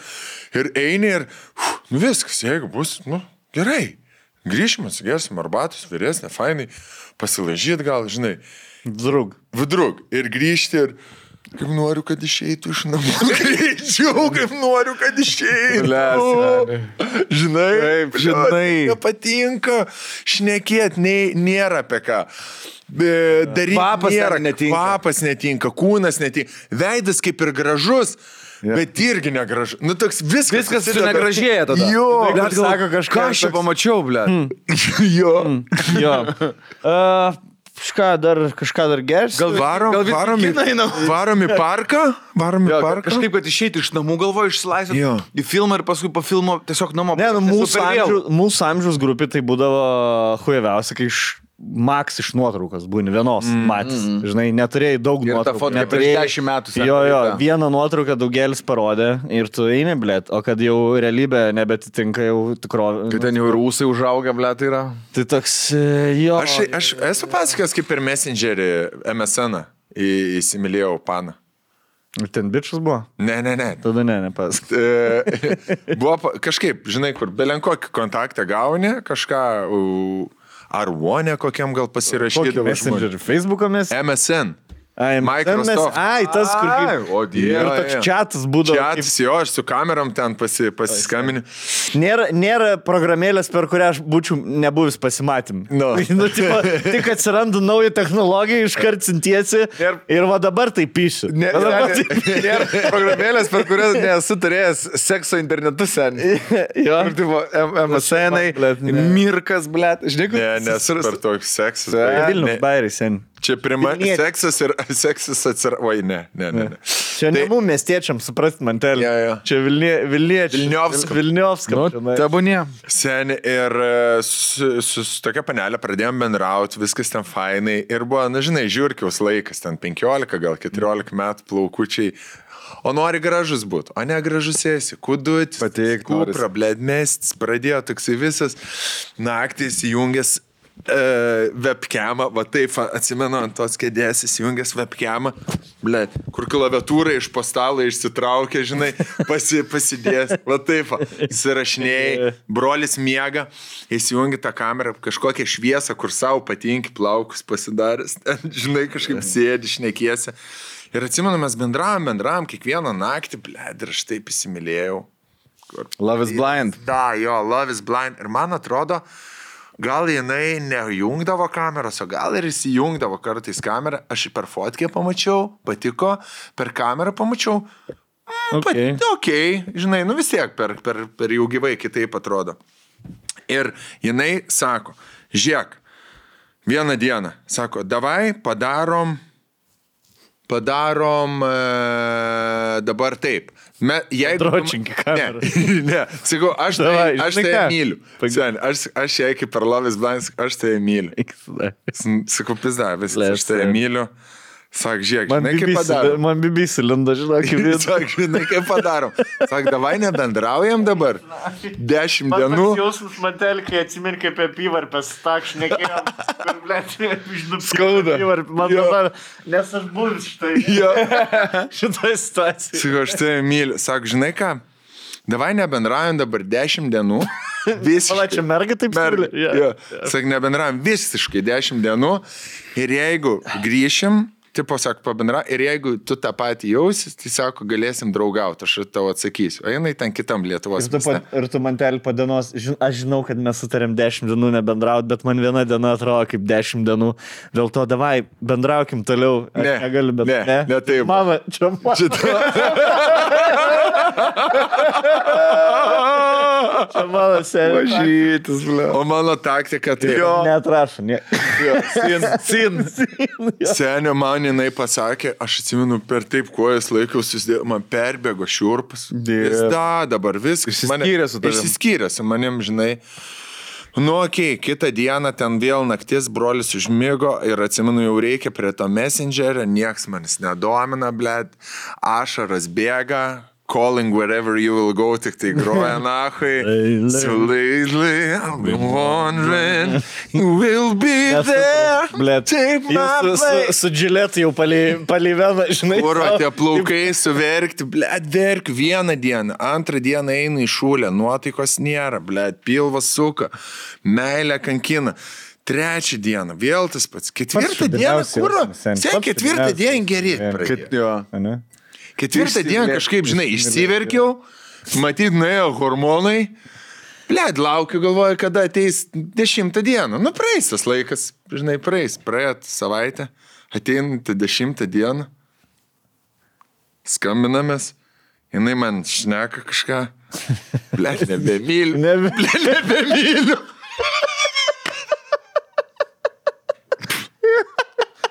[SPEAKER 2] ir eini ir, uf, nu viskas, jeigu bus, nu gerai, grįšim, atsigersim arbatus, vyresnė, fainai, pasilažyt gal, žinai.
[SPEAKER 3] Drug.
[SPEAKER 2] Vidruk ir grįžti ir kaip noriu, kad išeitų iš namų. Greičiau, kaip noriu, kad išeitų. Žinai,
[SPEAKER 4] Taip, žinai.
[SPEAKER 2] Nepatinka šnekėti, nei nėra apie ką. Daryti
[SPEAKER 4] Kvapas
[SPEAKER 2] nėra,
[SPEAKER 4] ten netinka.
[SPEAKER 2] Papas netinka, kūnas netinka. Veidas kaip ir gražus. Yeah. Bet irgi negražu. Nu, toks viskas.
[SPEAKER 4] Viskas
[SPEAKER 2] susideda-
[SPEAKER 4] sunegražėja tada.
[SPEAKER 2] Jo,
[SPEAKER 4] bet gal
[SPEAKER 3] sako Tai kažką
[SPEAKER 4] Ką aš čia
[SPEAKER 3] toks- Hmm.
[SPEAKER 4] pamačiau, blė?
[SPEAKER 2] jo.
[SPEAKER 4] "Mm,
[SPEAKER 3] Jo. Uh, kažką dar, kažką dar gersi.
[SPEAKER 4] Gal-
[SPEAKER 2] Varom,
[SPEAKER 4] gal vis
[SPEAKER 2] varom,
[SPEAKER 4] kiną
[SPEAKER 2] į,
[SPEAKER 4] einam?
[SPEAKER 2] varom į parką? Varom į
[SPEAKER 4] Jo,
[SPEAKER 2] parką?
[SPEAKER 4] Kažkaip, kad išeiti iš namų galvoju,
[SPEAKER 2] Jo.
[SPEAKER 4] išsilaisvinti į filmą ir paskui po filmo tiesiog namo.
[SPEAKER 3] Ne, nu,
[SPEAKER 4] Nes
[SPEAKER 3] mūsų,
[SPEAKER 4] super vėlu.
[SPEAKER 3] amžių, mūsų amžiaus grupė tai būdavo hueviausia, kai iš Maks iš nuotraukos būni vienos mm, matys. Mm, žinai, neturėjai daug
[SPEAKER 4] Ir ta
[SPEAKER 3] nuotraukų.
[SPEAKER 4] fotka prieš
[SPEAKER 3] neturėjai-
[SPEAKER 4] 10 metų sena
[SPEAKER 3] Jo, jo,
[SPEAKER 4] daryta.
[SPEAKER 3] vieną nuotrauką daugelis parodė ir tu eini, blėt, o kad jau realybė nebetitinka jau tikrovė.
[SPEAKER 4] Tai ten jau rūsai užauga, blė, tai yra.
[SPEAKER 3] Tai toks, e, jo.
[SPEAKER 2] Aš, aš esu pasakęs, kaip per Messengerį MSN į- įsimylėjau paną.
[SPEAKER 3] Ir Ten bičias buvo?
[SPEAKER 2] Ne, ne, ne.
[SPEAKER 3] Tada ne, nepas.
[SPEAKER 2] E, Buvo pa- kažkaip, žinai, kur belenkokį kontaktą gauni, kažką, u, ar vonę kokiam gal pasirašydavo.
[SPEAKER 3] Messenger, Facebook'o mes.
[SPEAKER 2] MSN.
[SPEAKER 3] Ai,
[SPEAKER 2] Microsoft.
[SPEAKER 3] MS, ai, tas, kur...
[SPEAKER 2] Ai,
[SPEAKER 3] kaip-
[SPEAKER 2] o dieve.
[SPEAKER 3] Ir toks čatas būdavo. kaip-
[SPEAKER 2] Čiatis, jo, aš su kameram ten pasi, pasiskambinį.
[SPEAKER 3] Nėra, nėra programėlės, per kurią aš būčiau nebuvęs pasimatym.
[SPEAKER 2] Nu.
[SPEAKER 3] nu, tipo, tik atsiranda nauja technologija, iškart sintiesi ir, ir va dabar tai pyšiu.
[SPEAKER 4] Ne,
[SPEAKER 3] Va dabar
[SPEAKER 4] ne,
[SPEAKER 3] tai-
[SPEAKER 4] ne, nėra programėlės, per kurias nesu turėjęs sekso internetu seniai.
[SPEAKER 3] Jo.
[SPEAKER 4] Ir tipo, MSN,
[SPEAKER 3] Blet, ne.
[SPEAKER 4] Mirkas, bl ⁇ t. Žinai, kur
[SPEAKER 2] Ne, nes
[SPEAKER 4] susir-
[SPEAKER 2] per toks seksas.
[SPEAKER 4] Ne,
[SPEAKER 3] Vilnius bairis, sen.
[SPEAKER 2] Čia pirma,
[SPEAKER 3] Vilnietis.
[SPEAKER 2] seksas ir seksas atsirado. Oi, ne, ne, ne. ne.
[SPEAKER 3] Čia ne mums miestiečiams, suprast, man telė.
[SPEAKER 2] Jo, jo.
[SPEAKER 3] Čia Vilnie, Vilniečiai.
[SPEAKER 2] Vilniovskam.
[SPEAKER 3] Vilniovskam.
[SPEAKER 4] Nu,
[SPEAKER 3] čionai.
[SPEAKER 4] Tebūnie.
[SPEAKER 2] Sen ir e, su, su, su tokia panelė pradėjom bendrauti, viskas ten fainai. Ir buvo, na žinai, žiūrkiaus laikas, ten 15, gal 14 metų plaukučiai. O nori gražus būti, o ne gražus esi, kudutis,
[SPEAKER 4] Pateikt norisi.
[SPEAKER 2] kupra, bledmestis, pradėjo toksai visas naktis įjungęs e, webcamą, va taip, va, atsimenu, ant tos kėdės įsijungęs webcamą, ble, kur klaviatūra iš postalo išsitraukė, žinai, pasi, pasidės, va taip, va, įsirašinėjai, brolis miega, įsijungi tą kamerą, kažkokią šviesą, kur savo patinki plaukus pasidaręs, ten, žinai, kažkaip sėdi, šnekiesi. Ir atsimenu, mes bendravom, bendravom kiekvieną naktį, ble, ir aš taip įsimylėjau. Kur
[SPEAKER 4] Love is blind.
[SPEAKER 2] Da, jo, Love is Blind. Ir man atrodo, gal jinai nejungdavo kameros, o gal ir įsijungdavo kartais kamerą. Aš jį per fotkę pamačiau, patiko, per kamerą pamačiau.
[SPEAKER 3] Okei.
[SPEAKER 2] Okay. Pat, ok, žinai, nu vis tiek per, per, per jau gyvai kitaip atrodo. Ir jinai sako, žiek, vieną dieną, sako, davai padarom padarom e, dabar taip. Me, jeigu,
[SPEAKER 3] Dročink į kamerą.
[SPEAKER 2] Ne, ne, sakau, aš tai,
[SPEAKER 3] Davai,
[SPEAKER 2] aš
[SPEAKER 3] žinai
[SPEAKER 2] tai
[SPEAKER 3] ką?
[SPEAKER 2] myliu.
[SPEAKER 3] Pag-
[SPEAKER 2] Sen, aš, aš jai kaip perlovės blanks, aš tai myliu. S- Sakau, pizda, vis, aš tai
[SPEAKER 3] Lesa.
[SPEAKER 2] myliu. Sak, žiūrėk,
[SPEAKER 3] Man
[SPEAKER 2] žinai, kaip
[SPEAKER 3] bibisi,
[SPEAKER 2] padarom.
[SPEAKER 3] man bibisi linda, žinok, vis.
[SPEAKER 2] Sak, žinai, kaip padarom. Sak, davai nebendraujam dabar. Dešimt dienų.
[SPEAKER 5] jausmas man telkia, atsimink kaip apie pivarpęs, takšnekėjom, kur blėtė, žinau,
[SPEAKER 3] Skauda. Man dabar
[SPEAKER 5] Nes aš buvau štai.
[SPEAKER 2] Jo.
[SPEAKER 3] šitą situaciją.
[SPEAKER 2] Sakau, aš tai myliu. Sak, žinai ką, davai nebendraujam dabar dešimt dienų. Visiškai.
[SPEAKER 3] Palačia merga taip
[SPEAKER 2] Merga.
[SPEAKER 3] siūlė? Jo.
[SPEAKER 2] Yeah. Sak, nebendravom visiškai 10 dienų ir jeigu grįšim, tipo, sako, pabendra, ir jeigu tu tą patį jausis, tai sako, galėsim draugauti, aš tau atsakysiu. O jinai ten kitam Lietuvos.
[SPEAKER 3] Ir tu, pa,
[SPEAKER 2] mieste.
[SPEAKER 3] ir tu man telį po dienos, žin, aš žinau, kad mes sutarėm 10 dienų nebendrauti, bet man viena diena atrodo kaip 10 dienų. Dėl to davai, bendraukim toliau. Aš
[SPEAKER 2] Ne,
[SPEAKER 3] negaliu, bet
[SPEAKER 2] ne, ne taip.
[SPEAKER 3] Mama, čia mama. Čia, čia mano seniai.
[SPEAKER 4] Mažytis, bl ⁇
[SPEAKER 2] O mano taktika tai... Jo.
[SPEAKER 3] Neatrašau, ne. Sin. Sin. jo.
[SPEAKER 2] Senio man jinai pasakė, aš atsimenu, per taip kojas laikiausi, man perbėgo šiurpas.
[SPEAKER 4] Dieve.
[SPEAKER 2] Jis da, dabar viskas. mane-
[SPEAKER 4] Išsiskyrė su tavim.
[SPEAKER 2] Išsiskyrė su manim, žinai. Nu, okei, okay, kitą dieną ten vėl naktis, brolis užmygo ir atsimenu, jau reikia prie to messengerio, nieks manis nedomina, blėt, ašaras bėga. Calling wherever you will go, tik tai groja nahui. so lately I've been wondering, you will be there.
[SPEAKER 3] Blet.
[SPEAKER 2] Take my
[SPEAKER 3] Jūs su,
[SPEAKER 2] place.
[SPEAKER 3] su džiletu jau palyvena, žinai.
[SPEAKER 2] Uro,
[SPEAKER 3] savo-
[SPEAKER 2] tie plaukai suverkti, blėt, verk vieną dieną, antrą dieną eina į šūlę, nuotaikos nėra, blėt, pilvas suka, meilė kankina. Trečią dieną, vėl tas pats. Ketvirtą dieną,
[SPEAKER 3] šūdiniausias
[SPEAKER 2] kur?
[SPEAKER 3] jausmas, sen.
[SPEAKER 2] Sen,
[SPEAKER 3] Pats
[SPEAKER 2] ketvirtą
[SPEAKER 3] šūdiniausias.
[SPEAKER 2] dieną
[SPEAKER 3] Sen.
[SPEAKER 2] gerėti.
[SPEAKER 4] Jo.
[SPEAKER 3] Ane?
[SPEAKER 2] Ketvirtą dieną kažkaip, žinai, išsiverkiau, matyt, nuėjo hormonai. Blėt, laukiu, galvoju, kada ateis dešimtą dieną. Nu, praeis tas laikas, žinai, praeis, praėjo savaitę, ateinantį dešimtą dieną. Skambinamės, jinai man šneka kažką. Blėt, nebemyliu.
[SPEAKER 3] Nebe-
[SPEAKER 2] Blėt, nebemyliu.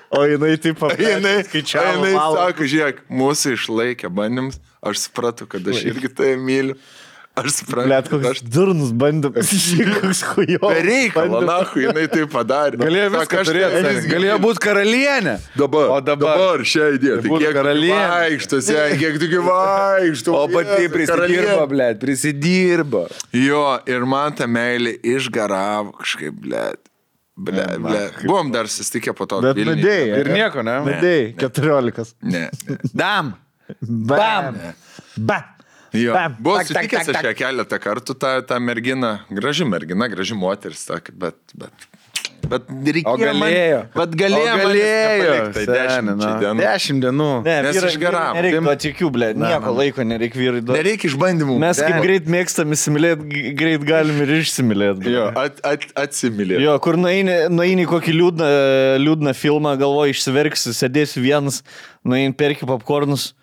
[SPEAKER 3] O jinai taip pat.
[SPEAKER 2] Jinai,
[SPEAKER 3] skaičiavo
[SPEAKER 2] jinai
[SPEAKER 3] valandą.
[SPEAKER 2] sako, žiūrėk, mūsų išlaikė bandymus, aš supratau, kad aš irgi tai myliu. Aš supratau,
[SPEAKER 3] Blet,
[SPEAKER 2] kad
[SPEAKER 3] koks
[SPEAKER 2] aš
[SPEAKER 3] durnus bandė pasižiūrėti, koks hujo.
[SPEAKER 2] Be reikalo, na, jinai tai padarė.
[SPEAKER 4] Galėjo viską turėti. Galėjo būti karalienė.
[SPEAKER 2] Dabar,
[SPEAKER 4] O dabar.
[SPEAKER 2] dabar šią idėją. Tai
[SPEAKER 4] Būtų
[SPEAKER 2] kiek
[SPEAKER 4] karalienė.
[SPEAKER 2] vaikštos, kiek tik vaikštos.
[SPEAKER 4] O pati prisidirbo, bl ⁇ t, prisidirbo.
[SPEAKER 2] Jo, ir man ta meilė išgaravo kažkaip, ble. Ble, ble. Buvom dar susitikę po to.
[SPEAKER 3] Bet
[SPEAKER 2] Vilniuj.
[SPEAKER 3] nudėjai.
[SPEAKER 4] Ir nieko, ne?
[SPEAKER 3] Vedėjai, 14.
[SPEAKER 2] Ne. ne.
[SPEAKER 4] Dam.
[SPEAKER 3] Bam. Bam.
[SPEAKER 2] Jo.
[SPEAKER 3] Bam.
[SPEAKER 2] Buvau
[SPEAKER 3] Tak, tak,
[SPEAKER 2] sutikęs
[SPEAKER 3] tak,
[SPEAKER 2] aš ją keletą kartų, tą, tą merginą. Graži mergina, graži moteris, ta, bet, bet Bet reikėjo.
[SPEAKER 4] O galėjo.
[SPEAKER 2] Man, bet galėjo.
[SPEAKER 4] O galėjo,
[SPEAKER 2] Tai
[SPEAKER 4] seni,
[SPEAKER 2] dešimt
[SPEAKER 4] na.
[SPEAKER 2] dienų.
[SPEAKER 4] Dešimt dienų.
[SPEAKER 3] Ne,
[SPEAKER 2] Nes
[SPEAKER 3] vyrai-
[SPEAKER 2] iš garamo.
[SPEAKER 3] Nereikia duot jokių, ble, nieko laiko nereikia vyrai duoti.
[SPEAKER 2] Nereikia išbandymų.
[SPEAKER 3] Mes kaip
[SPEAKER 2] Ne.
[SPEAKER 3] greit mėgstam įsimylėti, greit galim ir išsimylėti.
[SPEAKER 2] Jo, at, at, atsimylė.
[SPEAKER 3] Jo, kur nueini, nueini į kokį liūdną, liūdną filmą, galvoju, išsiverksiu, sėdėsiu vienas, nueini perki popkornus.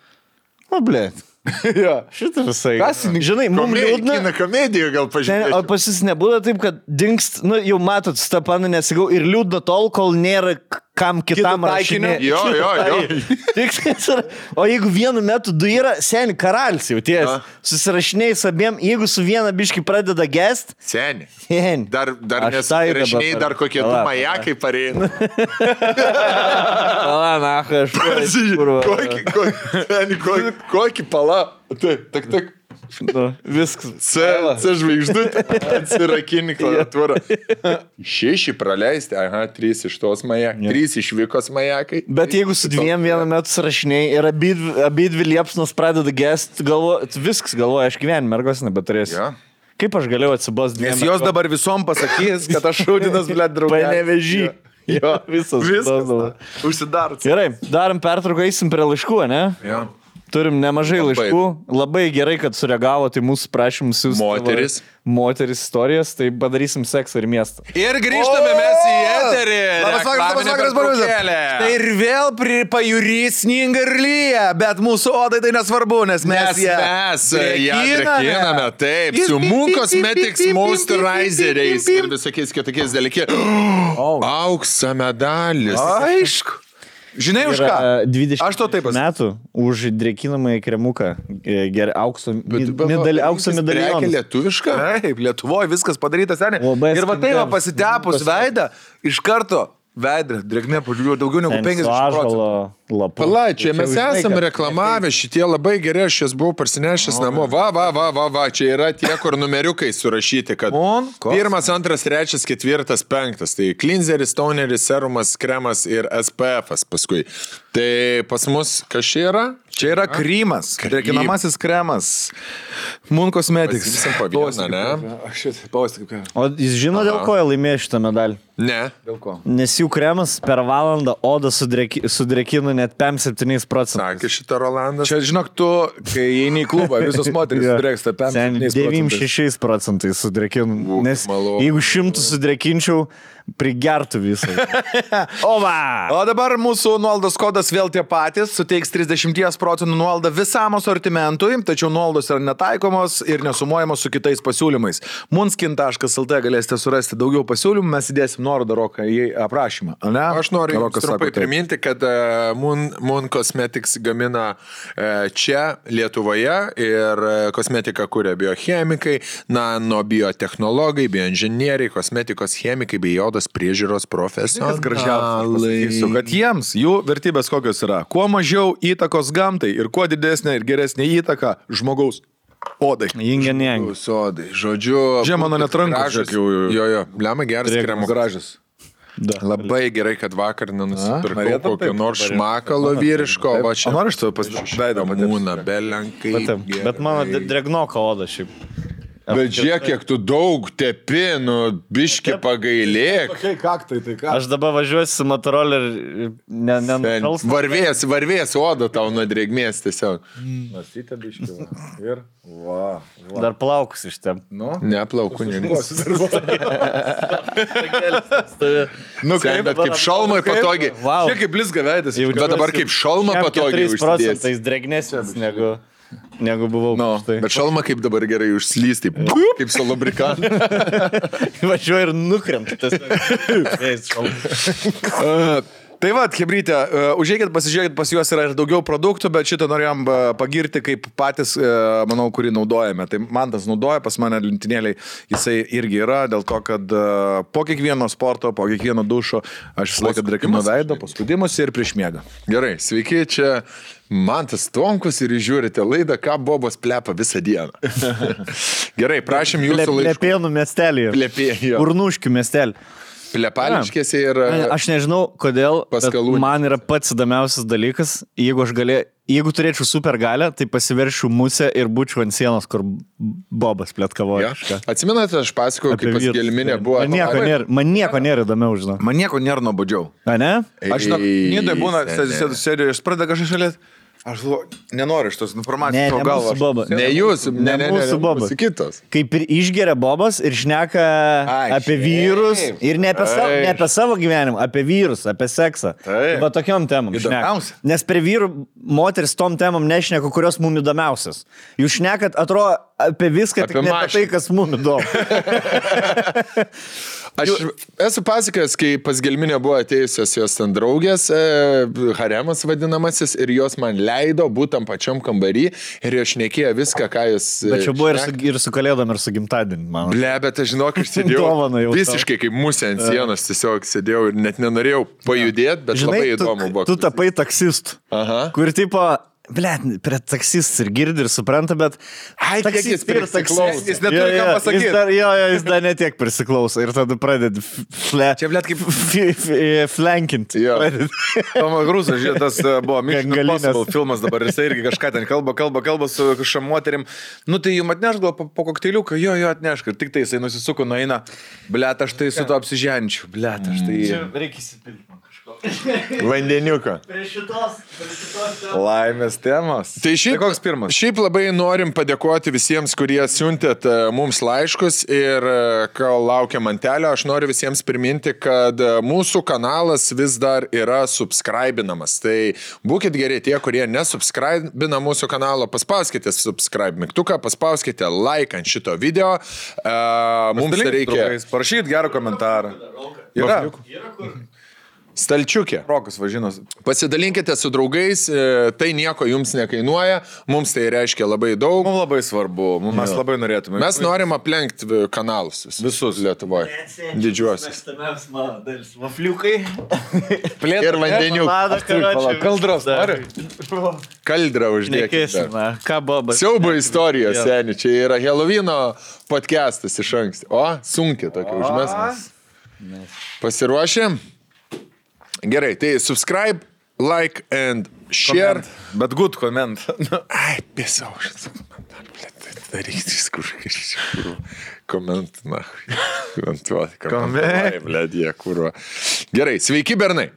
[SPEAKER 3] O, blė. Šitą visai.
[SPEAKER 2] Kas?
[SPEAKER 3] Žinai, mums liūdna.
[SPEAKER 2] Kino komediją gal
[SPEAKER 3] Ne, o
[SPEAKER 2] pažiūrėjau.
[SPEAKER 3] pas jis nebūna taip, kad dinkst, nu jau matot, stapanu nesigau ir liūdna tol, kol nėra k- kam kitam rašinė.
[SPEAKER 2] Jo, jo, jo.
[SPEAKER 3] Tikslas yra. O jeigu vienu metu du yra, seni karalis jau ties.
[SPEAKER 2] A.
[SPEAKER 3] Susirašinėjai su abiem, jeigu su viena biški pradeda gest,
[SPEAKER 2] Seni.
[SPEAKER 3] seni.
[SPEAKER 2] Dar, dar
[SPEAKER 3] Aš
[SPEAKER 2] nes
[SPEAKER 3] tai dabar
[SPEAKER 2] rašiniai
[SPEAKER 3] par-
[SPEAKER 2] dar kokie du
[SPEAKER 3] Pala,
[SPEAKER 2] majakai pareina.
[SPEAKER 3] Pala, na, aš. Kurva.
[SPEAKER 2] Kokį, kokį, seni, kokį, kokį pala. Taip, tak, tak.
[SPEAKER 3] Nu, Viskas.
[SPEAKER 2] C, C žvaigždutė. Atsirakini klaviatūrą. Šeši praleisti, aha, trys iš tos majakai. Trys išvykos majakai. Tai
[SPEAKER 3] Bet jeigu su dviem vienu metu surašiniai ir abi- abidvi liepsnos pradeda gest, galvo, viskas galvoja, aš gyvenime mergos nebeturėsiu.
[SPEAKER 2] Jo.
[SPEAKER 3] Kaip aš galėjau atsibosti dviem?
[SPEAKER 4] Nes jos dabar visom pasakys, kad aš šaudinas, blė, draugai.
[SPEAKER 3] Panevežį. Jo, visas.
[SPEAKER 4] Viskas.
[SPEAKER 3] Viskas.
[SPEAKER 4] Užsidarot.
[SPEAKER 3] Gerai, darom pertrauką, eisim prie laiškų, ne?
[SPEAKER 2] Jo.
[SPEAKER 3] Turim nemažai
[SPEAKER 2] Labai.
[SPEAKER 3] laiškų. Labai gerai, kad sureagavote į mūsų prašymus. siųsti savo
[SPEAKER 2] Moteris.
[SPEAKER 3] Moteris istorijas, tai padarysim seksą ir miestą.
[SPEAKER 4] Ir grįžtame mes į eterį.
[SPEAKER 2] Labas vakaras, labas vakaras,
[SPEAKER 4] Borisas. Tai ir vėl pri- pajūry sninga ir lyja, bet mūsų odai tai nesvarbu, nes mes
[SPEAKER 2] Mes ją drėkiname, taip, su Mu Cosmetics moisturizeriais ir visokiais kitokiais dalykais. Auksą medalis.
[SPEAKER 4] Ah. Aišku. Žinai už
[SPEAKER 3] Yra,
[SPEAKER 4] ką?
[SPEAKER 3] e, 20
[SPEAKER 4] Aš tau taip pasakysiu.
[SPEAKER 3] metų už drėkinamąjį kremuką. e, Gerai, aukso,
[SPEAKER 2] Bet, bet,
[SPEAKER 3] medali, aukso
[SPEAKER 2] rinkis Prekė
[SPEAKER 3] medalį.
[SPEAKER 2] lietuviška?
[SPEAKER 4] Taip, Lietuvoje viskas padaryta seniai.
[SPEAKER 3] Labai
[SPEAKER 4] Ir va taip, va,
[SPEAKER 3] skincare.
[SPEAKER 4] pasitepus veidą, iš karto veidą, drėgmė padžiūrėjo daugiau negu 50 procentų.
[SPEAKER 3] Ažalo lapų.
[SPEAKER 2] Pala, čia mes
[SPEAKER 3] žinai, kad-
[SPEAKER 2] esame reklamavę, šitie labai geri, aš jas buvau parsinešęs namo. Va, va, va, va, va, čia yra tie, kur numeriukai surašyti, kad
[SPEAKER 4] On koks?
[SPEAKER 2] pirmas, antras, trečias, ketvirtas, penktas. Tai klinzeris, toneris, serumas, kremas ir SPF'as paskui. Tai pas mus kas čia yra?
[SPEAKER 4] Čia yra krymas, drėkinamasis kremas. Mun kosmetiks.
[SPEAKER 2] Pasimsim po vieną, ne?
[SPEAKER 4] Aš šitą pausti kaip ką.
[SPEAKER 3] O jis žino, dėl ko jie laimėjo šitą medalį?
[SPEAKER 2] Ne.
[SPEAKER 4] Dėl ko?
[SPEAKER 3] Nes jų kremas per valandą odą sudreki- sudrėkino net 5-7 procentų.
[SPEAKER 2] Sakė šitą Rolandą.
[SPEAKER 4] Čia žinok, tu, kai eini į klubą, visos
[SPEAKER 2] tai
[SPEAKER 4] moteris drėksta 5-7
[SPEAKER 3] 96 procentais sudrėkinu.
[SPEAKER 2] Būk
[SPEAKER 3] Nes
[SPEAKER 2] malonu.
[SPEAKER 3] jeigu šimtų sudrėkinčiau, prigertų visą. Ova!
[SPEAKER 4] O dabar mūsų nuolaidos kodas vėl tie patys, suteiks 30 procentų nuolaidą visam asortimentui, tačiau nuolaidos yra netaikomos ir nesumuojamos su kitais pasiūlymais. Munskin.lt galėsite surasti daugiau pasiūlymų, mes įdėsim nuorodą roką į aprašymą. Ne?
[SPEAKER 2] Aš noriu Jums
[SPEAKER 4] Rokas sako
[SPEAKER 2] trumpai
[SPEAKER 4] taip.
[SPEAKER 2] priminti, kad e, Moon, Moon Cosmetics gamina e, čia Lietuvoje ir e, kosmetiką kuria biochemikai, nanobiotechnologai, bioinžinieriai, kosmetikos chemikai bei jodos priežiūros
[SPEAKER 4] Kas gražiausia,
[SPEAKER 2] profesionalai.
[SPEAKER 4] pasakysiu, kad jiems jų vertybės kokios yra. Kuo mažiau įtakos gamtai ir kuo didesnė ir geresnė įtaka žmogaus odai.
[SPEAKER 3] Jingenėng.
[SPEAKER 2] Sodai, žodžiu.
[SPEAKER 4] Čia mano net rankos
[SPEAKER 2] gražus.
[SPEAKER 4] jau- jau-
[SPEAKER 2] Jo, jo, lemia geras kremas.
[SPEAKER 4] Gražus.
[SPEAKER 2] Labai gerai, kad vakar nenusipirkau
[SPEAKER 4] norėtum
[SPEAKER 2] kokio
[SPEAKER 4] taip?
[SPEAKER 2] nors šmakalo vyriško, o
[SPEAKER 4] O
[SPEAKER 2] čia
[SPEAKER 4] nori aš tavo pasidaidau,
[SPEAKER 2] Mūna, belenkai.
[SPEAKER 3] Bet mano de- drėgnoka oda šiaip.
[SPEAKER 2] Bet žiūrėk, kiek tu daug tepi, nu, biški pagailėk.
[SPEAKER 4] Kai kaktai, tai ką?
[SPEAKER 3] Aš dabar važiuosiu su Motorola ir nenušals.
[SPEAKER 2] Varvės, varvės oda tau nuo drėgmės tiesiog.
[SPEAKER 4] Masite biškiu. Ir. Va.
[SPEAKER 3] Dar plaukus iš ten.
[SPEAKER 2] Neplauku, nes.
[SPEAKER 4] Nu
[SPEAKER 2] Sen, bet kaip šalmai patogiai.
[SPEAKER 3] Vau.
[SPEAKER 4] Čia kaip blizga veidas.
[SPEAKER 3] Jau
[SPEAKER 2] Bet dabar kaip šalma patogiai
[SPEAKER 3] 3
[SPEAKER 2] užsidėsi.
[SPEAKER 3] procentais drėgnesnis negu, negu buvau.
[SPEAKER 2] No,
[SPEAKER 3] prieš tai.
[SPEAKER 2] bet šalma kaip dabar gerai užslysti, kaip su lubrikantu.
[SPEAKER 3] Važiuoju ir nukrenta. tiesiog.
[SPEAKER 4] Tai va, Hebrytė, užėjkit, pasižiūrėkit, pas juos yra ir daugiau produktų, bet šitą norėjom e, pagirti kaip patys, e, manau, kurį naudojame. Tai man tas naudoja, pas mane lentinėliai jisai irgi yra, dėl to, kad e, po kiekvieno sporto, po kiekvieno dušo aš visą laiką drakinu
[SPEAKER 2] Paskudimas,
[SPEAKER 4] veidą, paskudimus ir prieš miegą.
[SPEAKER 2] Gerai, sveiki, čia Mantas Tomkus ir jūs žiūrite laidą, ką Bobas plepa visą dieną. Gerai, prašym jūsų laiškų.
[SPEAKER 3] Lepėnų miestelį.
[SPEAKER 2] Plepėjo.
[SPEAKER 3] Urnuškių miestelį.
[SPEAKER 2] Pilepališkėse ir...
[SPEAKER 4] e,
[SPEAKER 3] Ne, Aš nežinau, kodėl. bet
[SPEAKER 2] Paskalūnės.
[SPEAKER 3] Man yra pats įdomiausias dalykas, jeigu aš galėčiau, jeigu turėčiau supergalę, tai pasiveršiu musę ir būčiau ant sienos, kur Bobas plėtkavoja.
[SPEAKER 2] Ja. Atsimenate, aš pasakojau, kaip pas gelminė buvo.
[SPEAKER 3] Man nieko
[SPEAKER 2] avarijoj?
[SPEAKER 3] nėra, man nieko nėra įdomiau, žinau.
[SPEAKER 4] Man nieko nėra nuobodžiau.
[SPEAKER 3] A ne?
[SPEAKER 4] Aš žinau,
[SPEAKER 2] Ei,
[SPEAKER 4] nidai būna,
[SPEAKER 2] seni.
[SPEAKER 4] sėdu sėdėjau, aš pradeda kažką šalia. Aš galvoju, nenoriu iš tos
[SPEAKER 3] Ne,
[SPEAKER 4] informacijos.
[SPEAKER 3] ne
[SPEAKER 4] pro galvą.
[SPEAKER 3] mūsų Boba.
[SPEAKER 2] Ne jūs, ne, ne, ne, ne,
[SPEAKER 3] mūsų Bobas.
[SPEAKER 2] mūsų Kitas.
[SPEAKER 3] Kaip ir išgeria Bobas ir šneka
[SPEAKER 2] Ai,
[SPEAKER 3] apie vyrus
[SPEAKER 2] šiaip.
[SPEAKER 3] ir ne apie, savo, ne apie savo gyvenimą, apie vyrus, apie seksą.
[SPEAKER 2] Taip.
[SPEAKER 3] Va tokiom temom. šneka.
[SPEAKER 4] Įdomiausia.
[SPEAKER 3] Nes prie vyrų moteris tom temom nešneka, kurios mums įdomiausias. Jūs šnekat, atrodo, apie viską,
[SPEAKER 2] Apie
[SPEAKER 3] tik ne apie tai,
[SPEAKER 2] mašiną.
[SPEAKER 3] kas mums įdomu.
[SPEAKER 2] Aš esu pasakęs, kai pas Gelminę buvo atėjusios jos ten draugės, e, haremas vadinamasis, ir jos man leido būtent pačiam kambarį ir jos šnekėjo viską, ką jūs... e,
[SPEAKER 3] Bet čia buvo ir su,
[SPEAKER 2] šnek-
[SPEAKER 3] ir su kalėdom, ir su gimtadieniu, man.
[SPEAKER 2] Ble, bet aš žinok, aš sėdėjau
[SPEAKER 3] Dovana jau tau.
[SPEAKER 2] visiškai kaip musė ant sienos, tiesiog sėdėjau ir net nenorėjau pajudėti, bet labai įdomu buvo.
[SPEAKER 3] tu, tu tapai taksistu.
[SPEAKER 2] Aha.
[SPEAKER 3] Kur tipo, blėt, prie taksistas ir girdi ir supranta, bet...
[SPEAKER 2] Ai, kiek jis prisiklauso.
[SPEAKER 4] Jis neturi
[SPEAKER 3] Jo,
[SPEAKER 4] ką
[SPEAKER 3] jo,
[SPEAKER 4] pasakyt.
[SPEAKER 3] Jis dar, jo, jo, jis dar netiek prisiklauso ir tada pradedi fle...
[SPEAKER 4] Čia, blet, kaip-
[SPEAKER 3] f- f- flankinti.
[SPEAKER 2] Jo.
[SPEAKER 3] Pradedi.
[SPEAKER 4] Tomas Grūsas, žiūrėk, tas e, buvo Mission
[SPEAKER 3] Galinės.
[SPEAKER 4] Impossible filmas dabar, jisai irgi kažką ten kalba, kalba, kalba su kažkam moterim. Nu tai jum atneš gal po, po kokteiliuką, jo, jo atnešk. Ir tik tai jisai nusisuko, nueina, blet, aš tai su to apsiženčiu, blet, aš tai...
[SPEAKER 5] Reikia įsipilti man kažko.
[SPEAKER 2] Vandeniuką.
[SPEAKER 5] Prie šitos, prie šitos.
[SPEAKER 4] Laimės temos.
[SPEAKER 2] Tai šiaip,
[SPEAKER 4] koks pirmas?
[SPEAKER 2] Šiaip labai norim padėkoti visiems, kurie siuntėt e, mums laiškus ir e, kol laukia mantelio, aš noriu visiems priminti, kad e, mūsų kanalas vis dar yra subscribinamas. Tai būkite geri tie, kurie nesubscribina mūsų kanalo, paspauskite subscribe mygtuką, paspauskite like ant šito video. E, Mums
[SPEAKER 4] Pasidalinkit
[SPEAKER 2] reikia
[SPEAKER 4] draugais, Parašyt gerą komentarą. Yra.
[SPEAKER 2] stalčiukė.
[SPEAKER 4] Rokas važinas.
[SPEAKER 2] Pasidalinkite su draugais, e, tai nieko jums nekainuoja, mums tai reiškia labai daug.
[SPEAKER 4] Mums labai svarbu, mum mes labai norėtume.
[SPEAKER 2] Mes norim aplenkti vi- kanalus visus, visus Lietuvoje. Didžiuosius.
[SPEAKER 5] Mėgstamiausias mano dalis. Vafliukai.
[SPEAKER 4] plėtėme.
[SPEAKER 2] Ir vandeniu
[SPEAKER 5] Lada, karočiui.
[SPEAKER 4] Kaldros, nori?
[SPEAKER 2] kaldrą uždėkite.
[SPEAKER 3] Nekėsime. Ką Bobas?
[SPEAKER 2] Siaubo istorijos, seniai, čia yra Helovino podcastas iš anksto. O, sunkiai tokia užmesmas. Pasiruošėm? Gerai, tai subscribe, like and share.
[SPEAKER 4] Bet good comment.
[SPEAKER 2] Ai, pisau, aš atsiprašau. Darykit įskuškai iš tikrųjų. Koment, na, komentuoti. Komentuoti, blėd, jie kūro. Gerai, sveiki, bernai.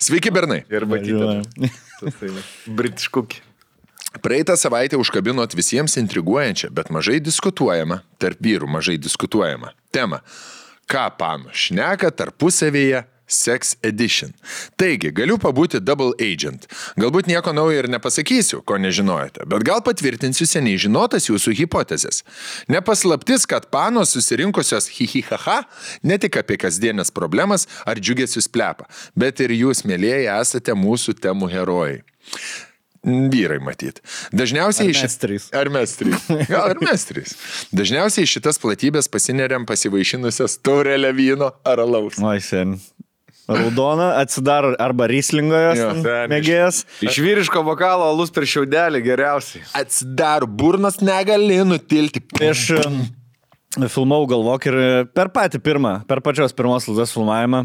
[SPEAKER 2] Sveiki, bernai.
[SPEAKER 4] Ir tai
[SPEAKER 3] Žinojau.
[SPEAKER 4] matyti. Britiškukį.
[SPEAKER 2] Praeitą savaitę užkabinot visiems intriguojančią, bet mažai diskutuojamą, tarp vyrų mažai diskutuojamą temą. Ką panu šneka tarpusavėje Sex Edition. Taigi, galiu pabūti double agent. Galbūt nieko naujo ir nepasakysiu, ko nežinojate, bet gal patvirtinsiu seniai žinotas jūsų hipotezės. Nepaslaptis, kad panos susirinkusios hihihaha ne tik apie kasdienės problemas ar džiugesius plepa, bet ir jūs, mėlyjeji, esate mūsų temų herojai. Mm, Vyrai matyt. Dažniausiai iš...
[SPEAKER 3] mes trys?
[SPEAKER 2] Ar mes trys? Gal ir mes trys. Dažniausiai į šitas platybės pasineriam pasivaišinusias taurelę vyno ar alaus.
[SPEAKER 3] Oi, sen. Raudona atsidaro arba ryslingoje
[SPEAKER 2] Jo,
[SPEAKER 4] ten iš-
[SPEAKER 3] mėgėjas.
[SPEAKER 4] Iš vyriško vokalo alus per šiaudelį geriausiai.
[SPEAKER 2] Atsidar burnas negali nutilti.
[SPEAKER 3] Aš em, filmavau galvok ir per patį pirmą, per pačios pirmos laidos filmavimą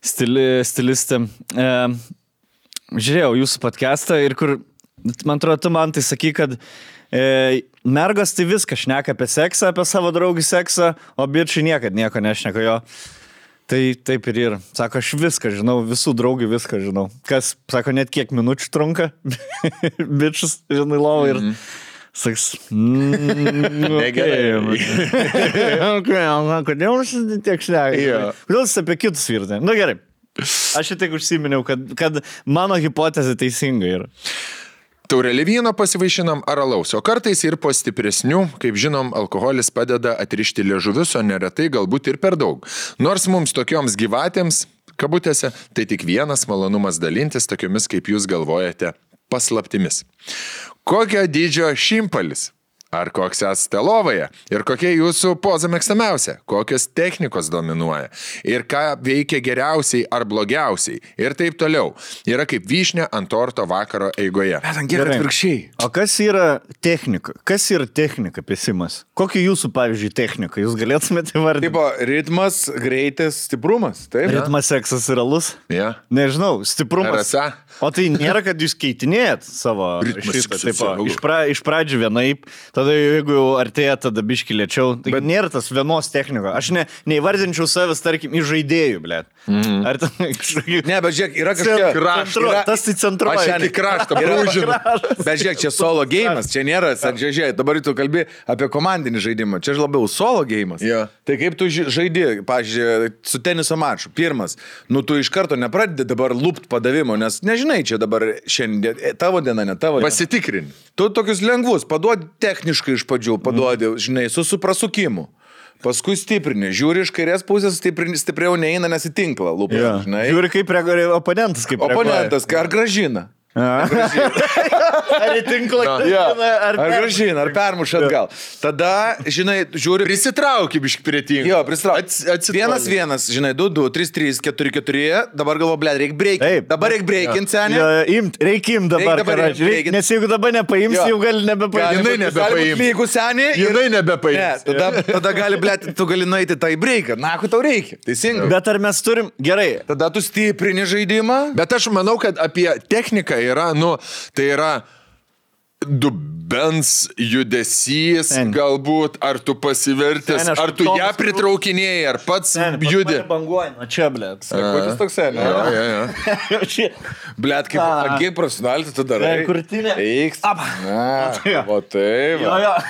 [SPEAKER 3] stili, stilistė. E, žiūrėjau jūsų podcastą ir kur, man atrodo, tu man tai sakai, kad e, mergos tai viską šneka apie seksą, apie savo draugį seksą, o bičiai niekad nieko nešneka jo. Tai taip ir yra. Sako, aš viską žinau, visų draugų viską žinau. Kas, sako, net kiek minučių trunka. Bičius, žinai, lovai ir... nu, Mm -hmm. Saks. Negerai. Kodėl aš tiek šneku?
[SPEAKER 2] Jo.
[SPEAKER 3] Kodėl jis apie kitus vyrus? ne? Na gerai. Aš šiek tiek užsiminiau, kad, kad mano hipotezė teisinga yra.
[SPEAKER 2] Taurelį vyno pasivaišinam ar alaus, o kartais ir po stipresnių, kaip žinom, alkoholis padeda atrišti liežuvius, o neretai galbūt ir per daug. Nors mums tokioms gyvatėms, kabutėse, tai tik vienas malonumas dalintis tokiomis, kaip jūs galvojate, paslaptimis. Kokio dydžio šimpalis? Ar koks esate lovoje? Ir kokia jūsų poza mėgstamiausia? Kokios technikos dominuoja? Ir ką veikia geriausiai ar blogiausiai? Ir taip toliau. Yra kaip vyšnia ant torto vakaro eigoje.
[SPEAKER 4] Bet ant gerai
[SPEAKER 3] Gerai.
[SPEAKER 4] atvirkščiai.
[SPEAKER 3] O kas yra technika? Kas yra technika, pesimas? Kokia jūsų, pavyzdžiui, technika? Jūs galėtumėte
[SPEAKER 4] Taip,
[SPEAKER 3] įvardinti.
[SPEAKER 4] ritmas, greitis, stiprumas. Taip.
[SPEAKER 3] Ritmas seksas yra lus?
[SPEAKER 2] Ja.
[SPEAKER 3] Nežinau, stiprumas.
[SPEAKER 2] RSA?
[SPEAKER 3] O tai nėra, kad jūs keitinėjat savo
[SPEAKER 2] Ritmas
[SPEAKER 3] šitą,
[SPEAKER 2] seksas
[SPEAKER 3] taip,
[SPEAKER 2] yra lus.
[SPEAKER 3] iš, pra, iš pradžių vienaip, tada jau jeigu jau artėja, tada biški lėčiau. Tai Bet nėra tas vienos technikos. Aš ne, neįvardinčiau savęs, tarkim, iš žaidėjų, blė. Mm. Ar ten kažkokių...
[SPEAKER 4] Mhm. Ne, bet žiūrėk, yra kažkokia
[SPEAKER 3] Centru-
[SPEAKER 4] yra-
[SPEAKER 3] tas tai centruoja.
[SPEAKER 4] Aš ten
[SPEAKER 2] Į kraštą brūžinu.
[SPEAKER 4] Bet žiūrėk, čia solo gėjimas, čia nėra sadžiažiai. Dabar tu kalbi apie komandinį žaidimą, čia labiau solo gėjimas.
[SPEAKER 2] Jo.
[SPEAKER 4] Tai kaip tu ži- žaidi, pažiūrėjau, su teniso maču, pirmas, nu tu iš karto nepradedi dabar lupt padavimo, nes nežinai, čia dabar šiandien e, tavo diena, ne tavo. diena.
[SPEAKER 2] Pasitikrin.
[SPEAKER 4] Tu tokius lengvus, paduodi techniškai iš pradžių,
[SPEAKER 2] Mhm.
[SPEAKER 4] paduodi, žinai, su suprasukimu. Paskui stiprini, žiūri iš kairės pusės, stiprini, stipriau neina, nes į tinklą lūpą.
[SPEAKER 3] Ja.
[SPEAKER 4] Žinai,
[SPEAKER 3] Žiūri, kaip reaguoja oponentas, kaip
[SPEAKER 4] oponentas, ar gražina?
[SPEAKER 3] reaguoja. Ar į tinklą,
[SPEAKER 4] Jo.
[SPEAKER 3] ar,
[SPEAKER 4] Ar gražina, ar permuša atgal. Tada, žinai, žiūri.
[SPEAKER 2] Prisitraukim iš prietinių.
[SPEAKER 4] Jo, pristrauk.
[SPEAKER 2] Ats-
[SPEAKER 4] Vienas, vienas, žinai, 2, 2, 3, 3, 4, 4, dabar galvo, ble, reikia breakinti.
[SPEAKER 3] Taip.
[SPEAKER 4] Dabar reikia breakinti, seniai.
[SPEAKER 3] Ja, imt, reikia imt dabar,
[SPEAKER 4] Reik dabar
[SPEAKER 3] dabar
[SPEAKER 4] imt, reikia-
[SPEAKER 3] nes jeigu dabar nepaimsi,
[SPEAKER 4] Jo.
[SPEAKER 3] jau gali nebepaimti.
[SPEAKER 2] Jinai nebepaims.
[SPEAKER 4] Jeigu seniai.
[SPEAKER 2] Jinai nebepaims.
[SPEAKER 4] Ne, tada, tada gali, ble, tu gali nueiti tą į breiką. Na, ko tau reikia? Teisingai.
[SPEAKER 3] Bet ar mes turim, gerai,
[SPEAKER 4] Tada tu stiprini žaidimą.
[SPEAKER 2] Bet aš manau, kad apie techniką yra, nu, tai yra dubens judesys,
[SPEAKER 3] Ten.
[SPEAKER 2] galbūt, ar tu pasivertęs,
[SPEAKER 3] Ten aš
[SPEAKER 2] ar tu ją
[SPEAKER 3] toks-
[SPEAKER 2] pritraukinėjai, ar pats
[SPEAKER 3] Ten, pas
[SPEAKER 2] judi.
[SPEAKER 3] mane Banguoja, nu čia, ble.
[SPEAKER 4] Kokius toks
[SPEAKER 2] Jo,
[SPEAKER 4] seniai?
[SPEAKER 2] jo, jo.
[SPEAKER 4] Blet, kaip
[SPEAKER 3] A.
[SPEAKER 4] agiai profesionalį tu darai.
[SPEAKER 3] Ten krūtinė.
[SPEAKER 4] Eiks.
[SPEAKER 3] Ap.
[SPEAKER 4] Na, o taip.
[SPEAKER 3] Jo, jo.
[SPEAKER 4] O,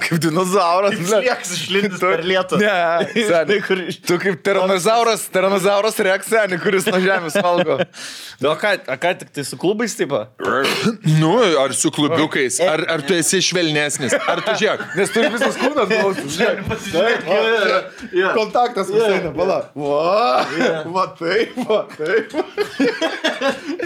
[SPEAKER 4] Kaip dinozauras. blet.
[SPEAKER 3] Lieks išlindęs per lietų.
[SPEAKER 4] Ne,
[SPEAKER 3] Tai
[SPEAKER 4] seniai.
[SPEAKER 3] kur...
[SPEAKER 4] Tu kaip tiranozauras, tiranozauras reaksenį, kuris nuo žemės valgo. Nu,
[SPEAKER 3] O ką, a ką tik tai su klubais, taip?
[SPEAKER 2] Nu, ar su klubiukais, ar, ar tu esi švelnesnis, ar tu žiūrėk.
[SPEAKER 4] Nes turi visas kūnas, žinai. Kontaktas visai, ne, pala. Va, taip, va, taip.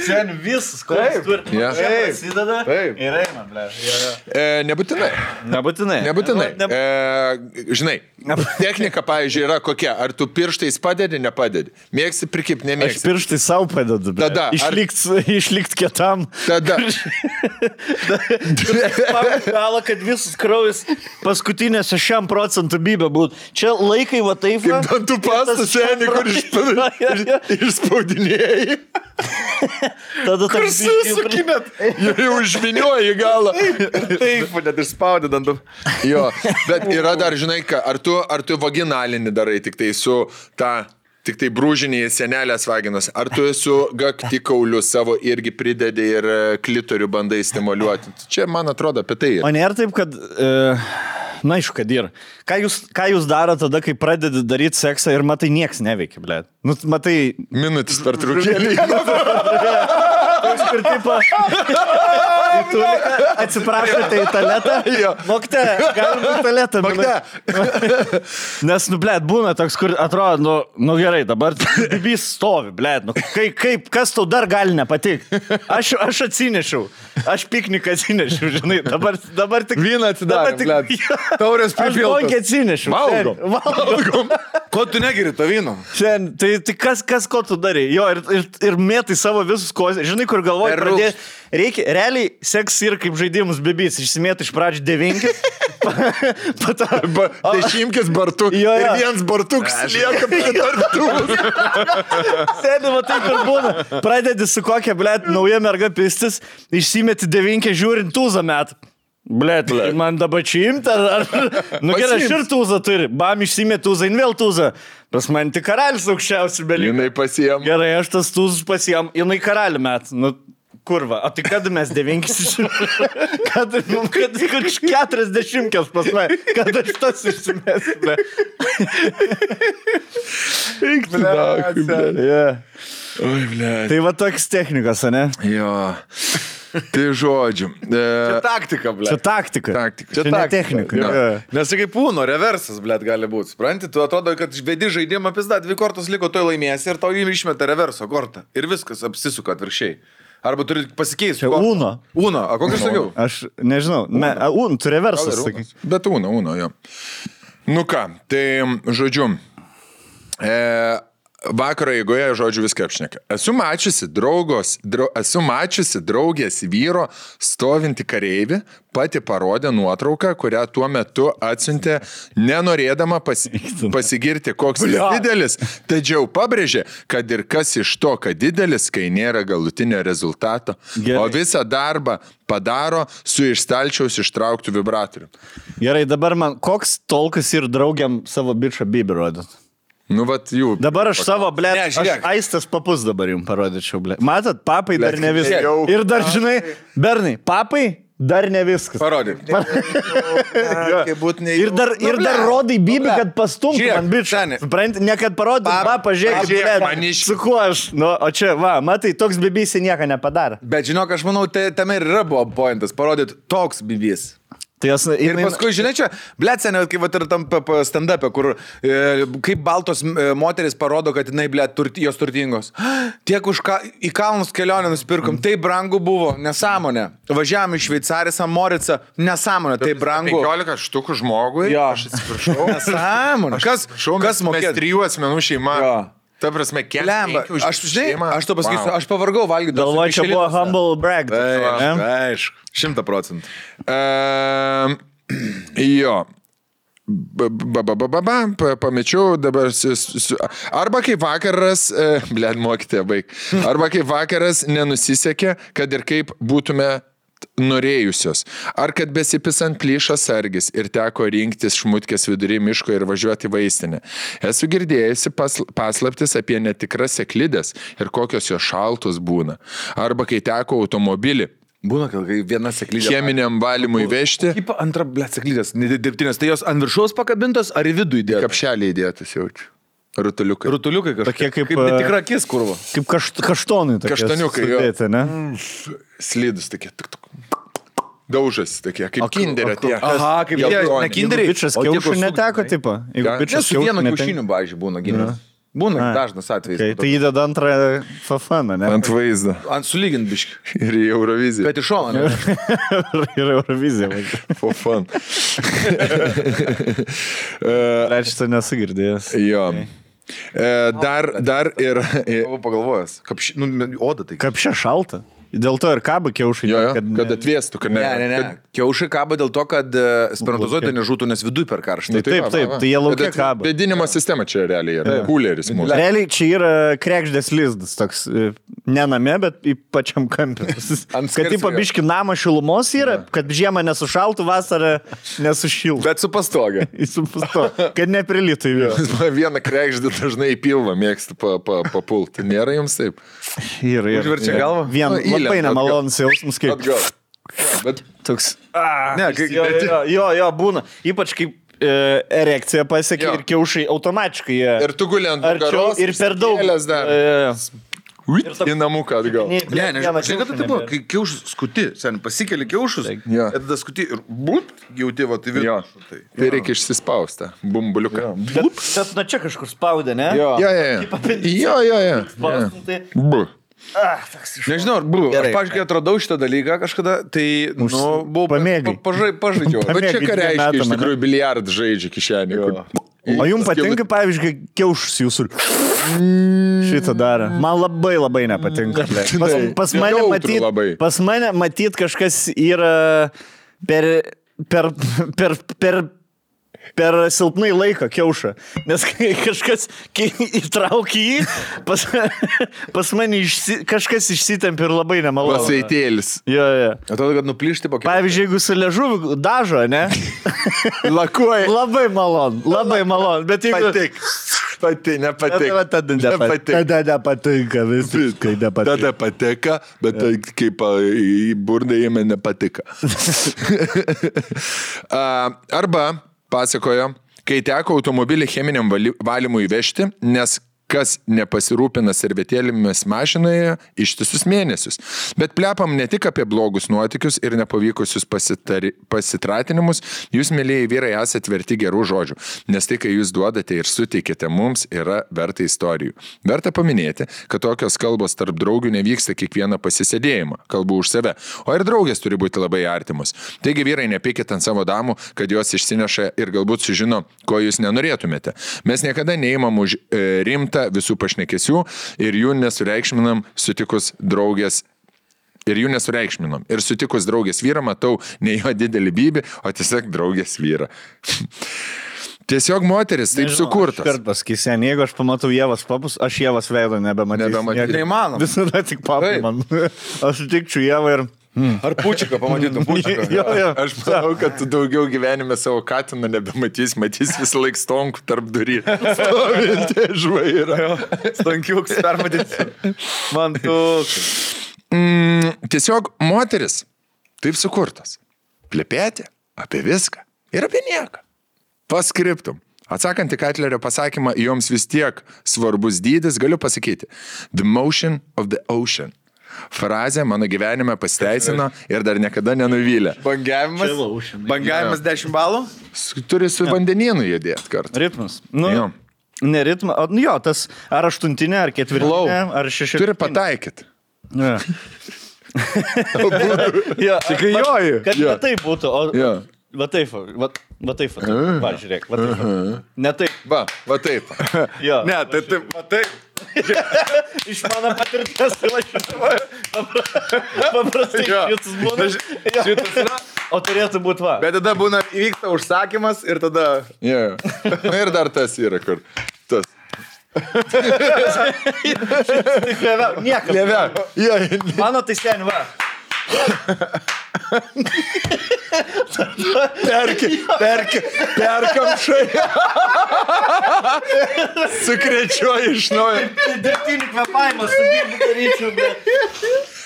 [SPEAKER 3] Sen visas, koks turi.
[SPEAKER 2] Jo.
[SPEAKER 3] Čia prasideda.
[SPEAKER 4] Taip.
[SPEAKER 3] Ir eina, ble. Jo, jo.
[SPEAKER 2] E, nebūtinai.
[SPEAKER 3] Nebūtinai.
[SPEAKER 2] Nebūtinai.
[SPEAKER 3] Nu, ne-
[SPEAKER 2] E, žinai, technika, pavyzdžiui, yra kokia. Ar tu pirštais padedi, nepadedi. Mėgsi prikip,
[SPEAKER 3] Aš
[SPEAKER 2] nemėgsi.
[SPEAKER 3] pirštai savo padedu. ble.
[SPEAKER 2] Tada, ar-
[SPEAKER 3] Išlikt, išlikt kietam.
[SPEAKER 2] Tada.
[SPEAKER 3] Galą, kad visas kraujas paskutinėse šiam procentų bybė būtų. Čia laikai va taip. va,
[SPEAKER 2] Kaip dantų
[SPEAKER 3] ir tas
[SPEAKER 2] pastą
[SPEAKER 3] šiam
[SPEAKER 2] senį, kur
[SPEAKER 3] pro- Jo, jo, jo.
[SPEAKER 2] iš- išspaudinėjai.
[SPEAKER 3] Tada
[SPEAKER 2] Kur
[SPEAKER 3] toks biškį-
[SPEAKER 2] susukinat? Jau jau užvinioji galą.
[SPEAKER 4] Taip, net ir spaudė dantų.
[SPEAKER 2] Jo, bet yra dar, žinai, ką, ar tu, ar tu vaginalinį darai tik tai su ta... Tik tai brūžiniai senelės vaginas. Ar tu su gaktikaulio savo irgi pridedi ir e, klitorių bandai stimuliuoti? Čia, man atrodo, apie tai.
[SPEAKER 3] O nėra taip, kad... E, na, aišku, kad ir. Ką jūs, ką jūs darote tada, kai pradedi daryti seksą ir matai, nieks neveikia, ble. Nu, matai,
[SPEAKER 2] Minutis per trukėlį.
[SPEAKER 3] ir taip... Atsiprašote tai į tualetą?
[SPEAKER 2] Jo.
[SPEAKER 3] Mokte, galbūt į tualetą.
[SPEAKER 2] Mokte.
[SPEAKER 3] minu- Nes, nu, blėt, būna toks, kur atrodo, nu, nu gerai, dabar bibis stovi, blėt, nu, kaip, kaip, kas tau dar gali nepatikti? Aš, aš atsinešiau, aš pikniką atsinešiau, žinai, dabar, dabar tik...
[SPEAKER 4] Vyną
[SPEAKER 3] dabar
[SPEAKER 4] atsidarė, ble.
[SPEAKER 3] Jo.
[SPEAKER 4] Taurės
[SPEAKER 3] Aš
[SPEAKER 4] pripildo.
[SPEAKER 3] bonkį atsinešiau.
[SPEAKER 2] Valgom.
[SPEAKER 3] sen, Valgom.
[SPEAKER 4] Ko tu negeri to vyno?
[SPEAKER 3] Sen, tai, tai kas, kas ko tu darai? Jo, ir, ir, ir mėtai savo visus kojas. Žinai, kur galvoji,
[SPEAKER 4] Per
[SPEAKER 3] pradė... reikia. Realiai, seks ir kaip žaidimus bibys. Išsimėtai iš pradžių devinkis. Pato...
[SPEAKER 2] Dešimkis Tai bartų.
[SPEAKER 3] Jo,
[SPEAKER 2] Ir
[SPEAKER 3] jo.
[SPEAKER 2] vienas bartuks lieka prie tartų.
[SPEAKER 3] Sėdi, va taip ir būna. Pradedi su kokia, blėt, nauja merga pistis, išsimeti devinkę žiūrint tūzą met. Blėt, man dabar čia imta, ar... ar- Nu gerai, aš ir tūzą turiu. Bam, išsimeti tūzą, in vėl tūzą. Pas man tik karalius aukščiausių belikų.
[SPEAKER 2] Jinai pasiemė.
[SPEAKER 3] Gerai, aš tas tūzus pasijam, jinai karalių met. Nu, kurva, o tai kada mes devinkis iš... Kad, kad, kad, kad iš keturiasdešimtkės pas mane, kad aš tas išsimesiu. Yeah.
[SPEAKER 2] Oi, ble.
[SPEAKER 3] Tai va toks technikas, ne?
[SPEAKER 2] Jo. Tai žodžiu. E,
[SPEAKER 4] Taktika, ble.
[SPEAKER 3] Čia taktika.
[SPEAKER 2] Taktika.
[SPEAKER 3] Čia,
[SPEAKER 2] Čia
[SPEAKER 3] čia ne
[SPEAKER 4] taktika.
[SPEAKER 3] technika.
[SPEAKER 2] Jo.
[SPEAKER 3] Jo.
[SPEAKER 4] Nes tai kaip pūno reversas, blėt, gali būti. Supranti, tu atrodo, kad vedi žaidimą, pizda, dvi kortos liko, tu laimėsi ir tau jį išmeta reverso kortą. Ir viskas apsisuka atvirkščiai. Arba turi pasikeisti.
[SPEAKER 3] Čia
[SPEAKER 4] kuo-
[SPEAKER 3] Uno.
[SPEAKER 4] Uno, a kokius sakiau?
[SPEAKER 3] Aš nežinau, ne, a, un, tu reversas,
[SPEAKER 2] Gal ir
[SPEAKER 3] sakai.
[SPEAKER 2] Unas. Bet Uno, Uno, jo. Nu ką, tai žodžiu, e, vakaro eigoje, žodžiu, viską apšneka. Esu mačiusi, draugos, dra, esu mačiusi draugės vyro stovinti kareivį, pati parodė nuotrauką, kurią tuo metu atsiuntė, nenorėdama pasi, pasigirti, koks jis didelis, tačiau pabrėžė, kad ir kas iš to, kad didelis, kai nėra galutinio rezultato, Gerai.
[SPEAKER 3] Gerai.
[SPEAKER 2] o visą darbą padaro su išstalčiaus ištrauktų vibratorių.
[SPEAKER 3] Gerai, dabar man, koks tolkas ir draugiam savo bičią Bibi rodot?
[SPEAKER 2] Nu, vat jų.
[SPEAKER 3] Dabar aš savo, ble,
[SPEAKER 4] Ne,
[SPEAKER 3] aš
[SPEAKER 4] žiūrėk.
[SPEAKER 3] aistas papus dabar jums parodyčiau, ble. Matot, papai dar ne viskas.
[SPEAKER 2] jau.
[SPEAKER 3] Ir dar, žinai, bernai, papai dar ne viskas.
[SPEAKER 4] Parodyk.
[SPEAKER 3] Ir dar, ir
[SPEAKER 4] Nu,
[SPEAKER 3] dar rodai Bibi, kad pastumtum
[SPEAKER 4] Žiūrėk,
[SPEAKER 3] man
[SPEAKER 4] Seni.
[SPEAKER 3] bičią. Suprant, ne kad parodytum,
[SPEAKER 4] Pa-
[SPEAKER 3] va, pažiūrėk, ble,
[SPEAKER 4] pažiūrėk,
[SPEAKER 2] maniški.
[SPEAKER 3] su kuo aš. Nu, o čia, va, matai, toks Bibi jisai nieko nepadaro.
[SPEAKER 4] Bet žinok, aš manau, tai tame ir yra buvo pointas, parodyt toks bibys.
[SPEAKER 3] Tai jos,
[SPEAKER 4] Ir paskui, žinai, čia, blėt, seniau, kaip vat ir tam pe- pe- stand-up'e, kur e, kaip baltos e, moteris parodo, kad jinai, blėt, turti, jos turtingos. Tiek už ką į kalnus kelionę nusipirkom, tai brangu buvo, nesąmonė. Važiavam į Šveicariją, Samoricą, nesąmonė, tai brangu.
[SPEAKER 2] 15 štukų žmogui.
[SPEAKER 4] Jo.
[SPEAKER 2] Aš atsiprašau.
[SPEAKER 4] Nesąmonė. Kas,
[SPEAKER 2] Šau,
[SPEAKER 4] kas
[SPEAKER 2] Mes
[SPEAKER 4] mokės?
[SPEAKER 2] trijų asmenų šeima.
[SPEAKER 4] Jo.
[SPEAKER 2] Ta prasme,
[SPEAKER 4] Lemba,
[SPEAKER 2] keliam.
[SPEAKER 4] aš, žinai, aš to pasakysiu, aš pavargau valgyti.
[SPEAKER 3] galvoju, čia buvo humble brag. ne?
[SPEAKER 4] Aišku, šimta procentų.
[SPEAKER 2] E, jo. Ba- ba- ba- ba- ba- ba, pa- Pamečiau dabar. Su, su, arba kaip vakaras, e, bled, mokite, baig. Arba kaip vakaras nenusisekė, kad ir kaip būtume t- norėjusios. Ar kad besipisant plyšas sargis ir teko rinktis šmutkės vidury miško ir važiuoti į vaistinę. Esu girdėjusi pas, paslaptis apie netikras seklidės ir kokios jos šaltos būna. Arba kai teko automobilį
[SPEAKER 4] Būna, kad kai viena seklydė.
[SPEAKER 2] cheminiam valymui vežti.
[SPEAKER 4] Kaip antra, ble, seklydės, dirbtinės, tai jos ant viršaus pakabintos ar į vidų įdėtos?
[SPEAKER 2] Kapšelį įdėtas jaučiu. Rutuliukai.
[SPEAKER 4] Rutuliukai
[SPEAKER 3] Tokie
[SPEAKER 4] kažkokie.
[SPEAKER 3] kaip,
[SPEAKER 4] kaip netikra akis kurvo.
[SPEAKER 3] Kaip kašt, kaštonai tokie.
[SPEAKER 2] Kaštaniukai, jo.
[SPEAKER 3] sudėti, ne?
[SPEAKER 2] Slidus tokie. Tuk, tuk. Daužas tokie, kaip
[SPEAKER 3] O k-
[SPEAKER 2] kinderio
[SPEAKER 3] o k-
[SPEAKER 2] tie.
[SPEAKER 4] Aha, kaip
[SPEAKER 2] Jau
[SPEAKER 4] jie,
[SPEAKER 2] broni.
[SPEAKER 4] ne kinderiai.
[SPEAKER 3] Bičias
[SPEAKER 4] o tie,
[SPEAKER 3] kiaušų
[SPEAKER 4] kur su-
[SPEAKER 3] neteko, tipo. Jeigu
[SPEAKER 2] Gal-
[SPEAKER 4] Ne,
[SPEAKER 3] bičias
[SPEAKER 4] su vienu
[SPEAKER 3] kiaušų
[SPEAKER 4] kiaušiniu,
[SPEAKER 3] neteko.
[SPEAKER 4] pavyzdžiui, būna gimęs. Būna
[SPEAKER 3] Ai.
[SPEAKER 4] dažnas atvejis.
[SPEAKER 3] Tai, tai įdeda antrą fafaną, ne?
[SPEAKER 2] Ant vaizdo.
[SPEAKER 4] Ant sulygint biškių.
[SPEAKER 2] Ir į Euroviziją.
[SPEAKER 4] Bet iš šono. ne?
[SPEAKER 3] Ir Eurovizija.
[SPEAKER 2] For fun.
[SPEAKER 3] Aš šitą nesu girdėjęs.
[SPEAKER 2] Uh, Jo. E, Dar, dar ir.
[SPEAKER 4] Buvau pagalvojęs. Kapši, nu, oda tai.
[SPEAKER 3] Kaip čia šalta. Dėl to ir kabo kiaušai.
[SPEAKER 2] Jo, jo,
[SPEAKER 3] kad
[SPEAKER 2] kad atvėstų, kad ne.
[SPEAKER 4] Ne, ne, ne.
[SPEAKER 2] kad-
[SPEAKER 4] Kiaušai kabo dėl to, kad e, spermatozoidai nežūtų, nes viduje per karšta.
[SPEAKER 3] Tai taip,
[SPEAKER 2] va,
[SPEAKER 3] taip,
[SPEAKER 2] va, va.
[SPEAKER 3] tai jie lauke
[SPEAKER 2] Bet
[SPEAKER 3] kabo.
[SPEAKER 2] Vėdinimo sistema čia realiai yra. Kuleris mūsų.
[SPEAKER 3] Realiai čia yra krekždės lizdas toks, e, ne name, bet į pačiam kampį.
[SPEAKER 4] Ant
[SPEAKER 3] Kad
[SPEAKER 4] skersvėjo.
[SPEAKER 3] tipo biški namo šilumos yra, kad žiemą nesušaltų, vasarą nesušiltų.
[SPEAKER 4] Bet su pastoga.
[SPEAKER 3] Kad neprilytų į vyrą.
[SPEAKER 2] Vieną krekždį dažnai į pilvą mėgstu pa- pa- papulti. Nėra jums taip.
[SPEAKER 3] Ir, ir.
[SPEAKER 4] Užverčia galvą?
[SPEAKER 3] Vien,
[SPEAKER 2] Nu, įlenda
[SPEAKER 3] labai
[SPEAKER 2] atgal.
[SPEAKER 3] nemalonus jausmas, kaip
[SPEAKER 2] Atgal. Jo, Bet
[SPEAKER 3] toks.
[SPEAKER 4] Ne, kai,
[SPEAKER 3] Jo,
[SPEAKER 4] bet,
[SPEAKER 3] jo, jo, jo būna. Ypač kaip e, erekcija pasiekia
[SPEAKER 2] Jo.
[SPEAKER 3] ir kiaušai automatiškai. Jie...
[SPEAKER 2] Ir tu guli ant
[SPEAKER 3] Arčiau
[SPEAKER 2] nugaros.
[SPEAKER 3] ir per daug.
[SPEAKER 2] išsikėlęs Dar.
[SPEAKER 3] E,
[SPEAKER 2] Uit, Į namuką atgal.
[SPEAKER 3] nei,
[SPEAKER 4] Ne,
[SPEAKER 3] blet,
[SPEAKER 4] ne,
[SPEAKER 3] vieno
[SPEAKER 4] žinai,
[SPEAKER 3] kiaušo
[SPEAKER 4] kad tai buvo,
[SPEAKER 3] nebėra.
[SPEAKER 4] kai kiaušus skuti, sen pasikeli kiaušus,
[SPEAKER 2] Jo.
[SPEAKER 4] ir tada skuti ir būt, jauti, va, tai
[SPEAKER 2] Jo.
[SPEAKER 4] vėl. Tai.
[SPEAKER 2] Tai reikia išsispausti. Bumbuliuką.
[SPEAKER 3] Bet, bet nuo čia kažkur spaudė, ne? nu tai
[SPEAKER 4] Jo.
[SPEAKER 2] Jo, jo, jo. Jo, jo, jo.
[SPEAKER 3] Spausdintai.
[SPEAKER 2] Bu.
[SPEAKER 4] Nežinau, ar buvo. Aš,
[SPEAKER 3] Gerai.
[SPEAKER 4] pažiūrėjau, atradau šitą dalyką kažkada, tai, nu, buvau...
[SPEAKER 3] Pamėgai.
[SPEAKER 4] pa- pažai- Pažaidžiau.
[SPEAKER 2] Va Nu, čia
[SPEAKER 3] Pamėgai
[SPEAKER 2] ką
[SPEAKER 3] dviem
[SPEAKER 2] reiškia, iš
[SPEAKER 3] metam,
[SPEAKER 2] tikrųjų, biliard žaidžia kišenį.
[SPEAKER 3] O jums patinka, pavyzdžiui, kai kiaušus jūsų šitą daro. Man labai labai nepatinka. ble. Pas, pas, mane,
[SPEAKER 2] Jautrų
[SPEAKER 3] matyt,
[SPEAKER 2] Mm. labai.
[SPEAKER 3] pas mane matyt kažkas yra per, per, per, per, per silpnai laiko kiaušą. Nes kai kažkas kai įtraukia jį, pas, pas mane išsi, kažkas išsitempia ir labai nemalonu.
[SPEAKER 2] Pasaitėlis.
[SPEAKER 3] Jo, jo.
[SPEAKER 4] Atrodo, kad nuplyšti po kiaušų.
[SPEAKER 3] Pavyzdžiui, jeigu su ležuviu dažo, ne?
[SPEAKER 2] Lakuoja.
[SPEAKER 3] Labai malonu, labai malonu. Bet jeigu...
[SPEAKER 2] Patik. Pati, nepatik.
[SPEAKER 3] Tada, tada, Tai nepatinka.
[SPEAKER 2] Nepatik.
[SPEAKER 3] tada nepatinka visiškai nepatinka.
[SPEAKER 2] Tada pateka, bet tai kaip a, į burną įėmė nepatika. A, Arba pasakojo, kai teko automobilį cheminiam vali- valymui vežti, nes kas nepasirūpina servetėlėmis mašinoje ištisus mėnesius. Bet plepam ne tik apie blogus nuotykius ir nepavykusius pasitari, pasitratinimus, jūs, mėlyjei vyrai, esate verti gerų žodžių, nes tai, kai jūs duodate ir suteikite mums, yra verta istorijų. Verta paminėti, kad tokios kalbos tarp draugių nevyksta kiekvieną pasisėdėjimą, kalbu už save, o ir draugės turi būti labai artimos. Taigi vyrai nepykit ant savo damų, kad jos išsineša ir galbūt sužino, ko jūs nenorėtumėte. Mes niekada neįmam už e, rimtą visų pašnekesių ir jų nesureikšminam sutikus draugės. Ir jų nesureikšminom. Ir sutikus draugės vyrą, matau ne jo didelį bybį, o tiesiog draugės vyrą. Tiesiog moteris taip sukurta.
[SPEAKER 3] Kart pasakysiu, Jan, jeigu aš pamatau Jėvas papus, aš Jėvas veido nebematysiu.
[SPEAKER 2] Nebematysiu.
[SPEAKER 3] Niekad.
[SPEAKER 4] Neįmanoma.
[SPEAKER 3] Visada tik papus
[SPEAKER 4] Taip. Hmm.
[SPEAKER 3] man. Aš sutikčiau Jėvą ir...
[SPEAKER 4] Ar pučiką pamatytum? Pučiką.
[SPEAKER 3] Jo, jo.
[SPEAKER 2] Aš manau, kad tu daugiau gyvenime savo katiną nebematys, matys visą laiką stonk tarp durų. Stovintė žvaigždė.
[SPEAKER 4] Stankiuks permatyti.
[SPEAKER 5] Man tu...
[SPEAKER 2] Tiesiog moteris taip sukurtas. Plepėti apie viską ir apie nieką. Paskriptum. Atsakant į Katlerio pasakymą, joms vis tiek svarbus dydis, galiu pasakyti. The motion of the ocean. Frazė mano gyvenime pasiteisino ir dar niekada nenuvylė.
[SPEAKER 4] Bangavimas. Bangavimas 10 balų.
[SPEAKER 2] S- Turi su vandenynu judėti kartu.
[SPEAKER 5] Ritmas. Nu,
[SPEAKER 2] Jo.
[SPEAKER 5] ne ritmas. O, nu jo, tas ar aštuntinė, ar ketvirtinė,
[SPEAKER 2] Low.
[SPEAKER 5] ar šešioliktinė.
[SPEAKER 2] Turi pataikyti.
[SPEAKER 5] Ja. ja, Tik
[SPEAKER 2] joji.
[SPEAKER 5] Kad
[SPEAKER 2] Jo.
[SPEAKER 5] ne taip būtų. O,
[SPEAKER 2] Jo.
[SPEAKER 5] Va taip, va, va, va taip, va, va žiūrėk, va taip. Va. Ne taip,
[SPEAKER 2] Va, va taip.
[SPEAKER 5] jo.
[SPEAKER 4] Ne, tai taip, matai.
[SPEAKER 5] Iš mano patirties tai ir aš žinau. Paprastai
[SPEAKER 4] Jo.
[SPEAKER 5] šitas būna. Jo. O turėtų būti va.
[SPEAKER 4] Bet tada būna įvyksta užsakymas ir tada...
[SPEAKER 2] Yeah. Na ir dar tas yra, kur. Tas.
[SPEAKER 5] Tik lėviau. Niekas.
[SPEAKER 2] Lėve. Yeah.
[SPEAKER 5] Mano tai sen va.
[SPEAKER 2] Perki, perki, perkam šai. Sukrečioju iš naujo.
[SPEAKER 5] Dirbtinį kvepavimą su dirbu daryčiau, bet...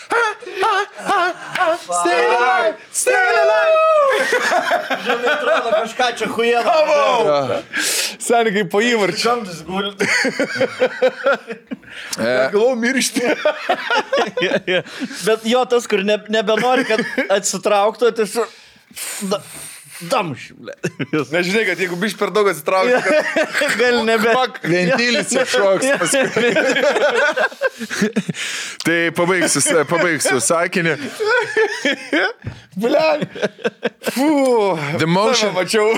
[SPEAKER 2] Stay alive, stay alive.
[SPEAKER 5] Žinai, atrodo kažką čia huijavo.
[SPEAKER 2] Seniai po įvarčių.
[SPEAKER 5] Šamdis guli.
[SPEAKER 2] Galau miršti.
[SPEAKER 5] Bet jo tas, kur ne, nebenori, kad atsitrauktų, tai su... Da, damšiu, ble.
[SPEAKER 4] Nežinai, kad jeigu biš per daug atsitraukia, kad...
[SPEAKER 5] Gal nebe.
[SPEAKER 4] Fuck.
[SPEAKER 2] Ventilis iššoks paskui. Tai pabaigsiu, sa- pabaigsiu sakinį.
[SPEAKER 4] Bliam. Fū.
[SPEAKER 2] The motion,
[SPEAKER 4] Mačiau.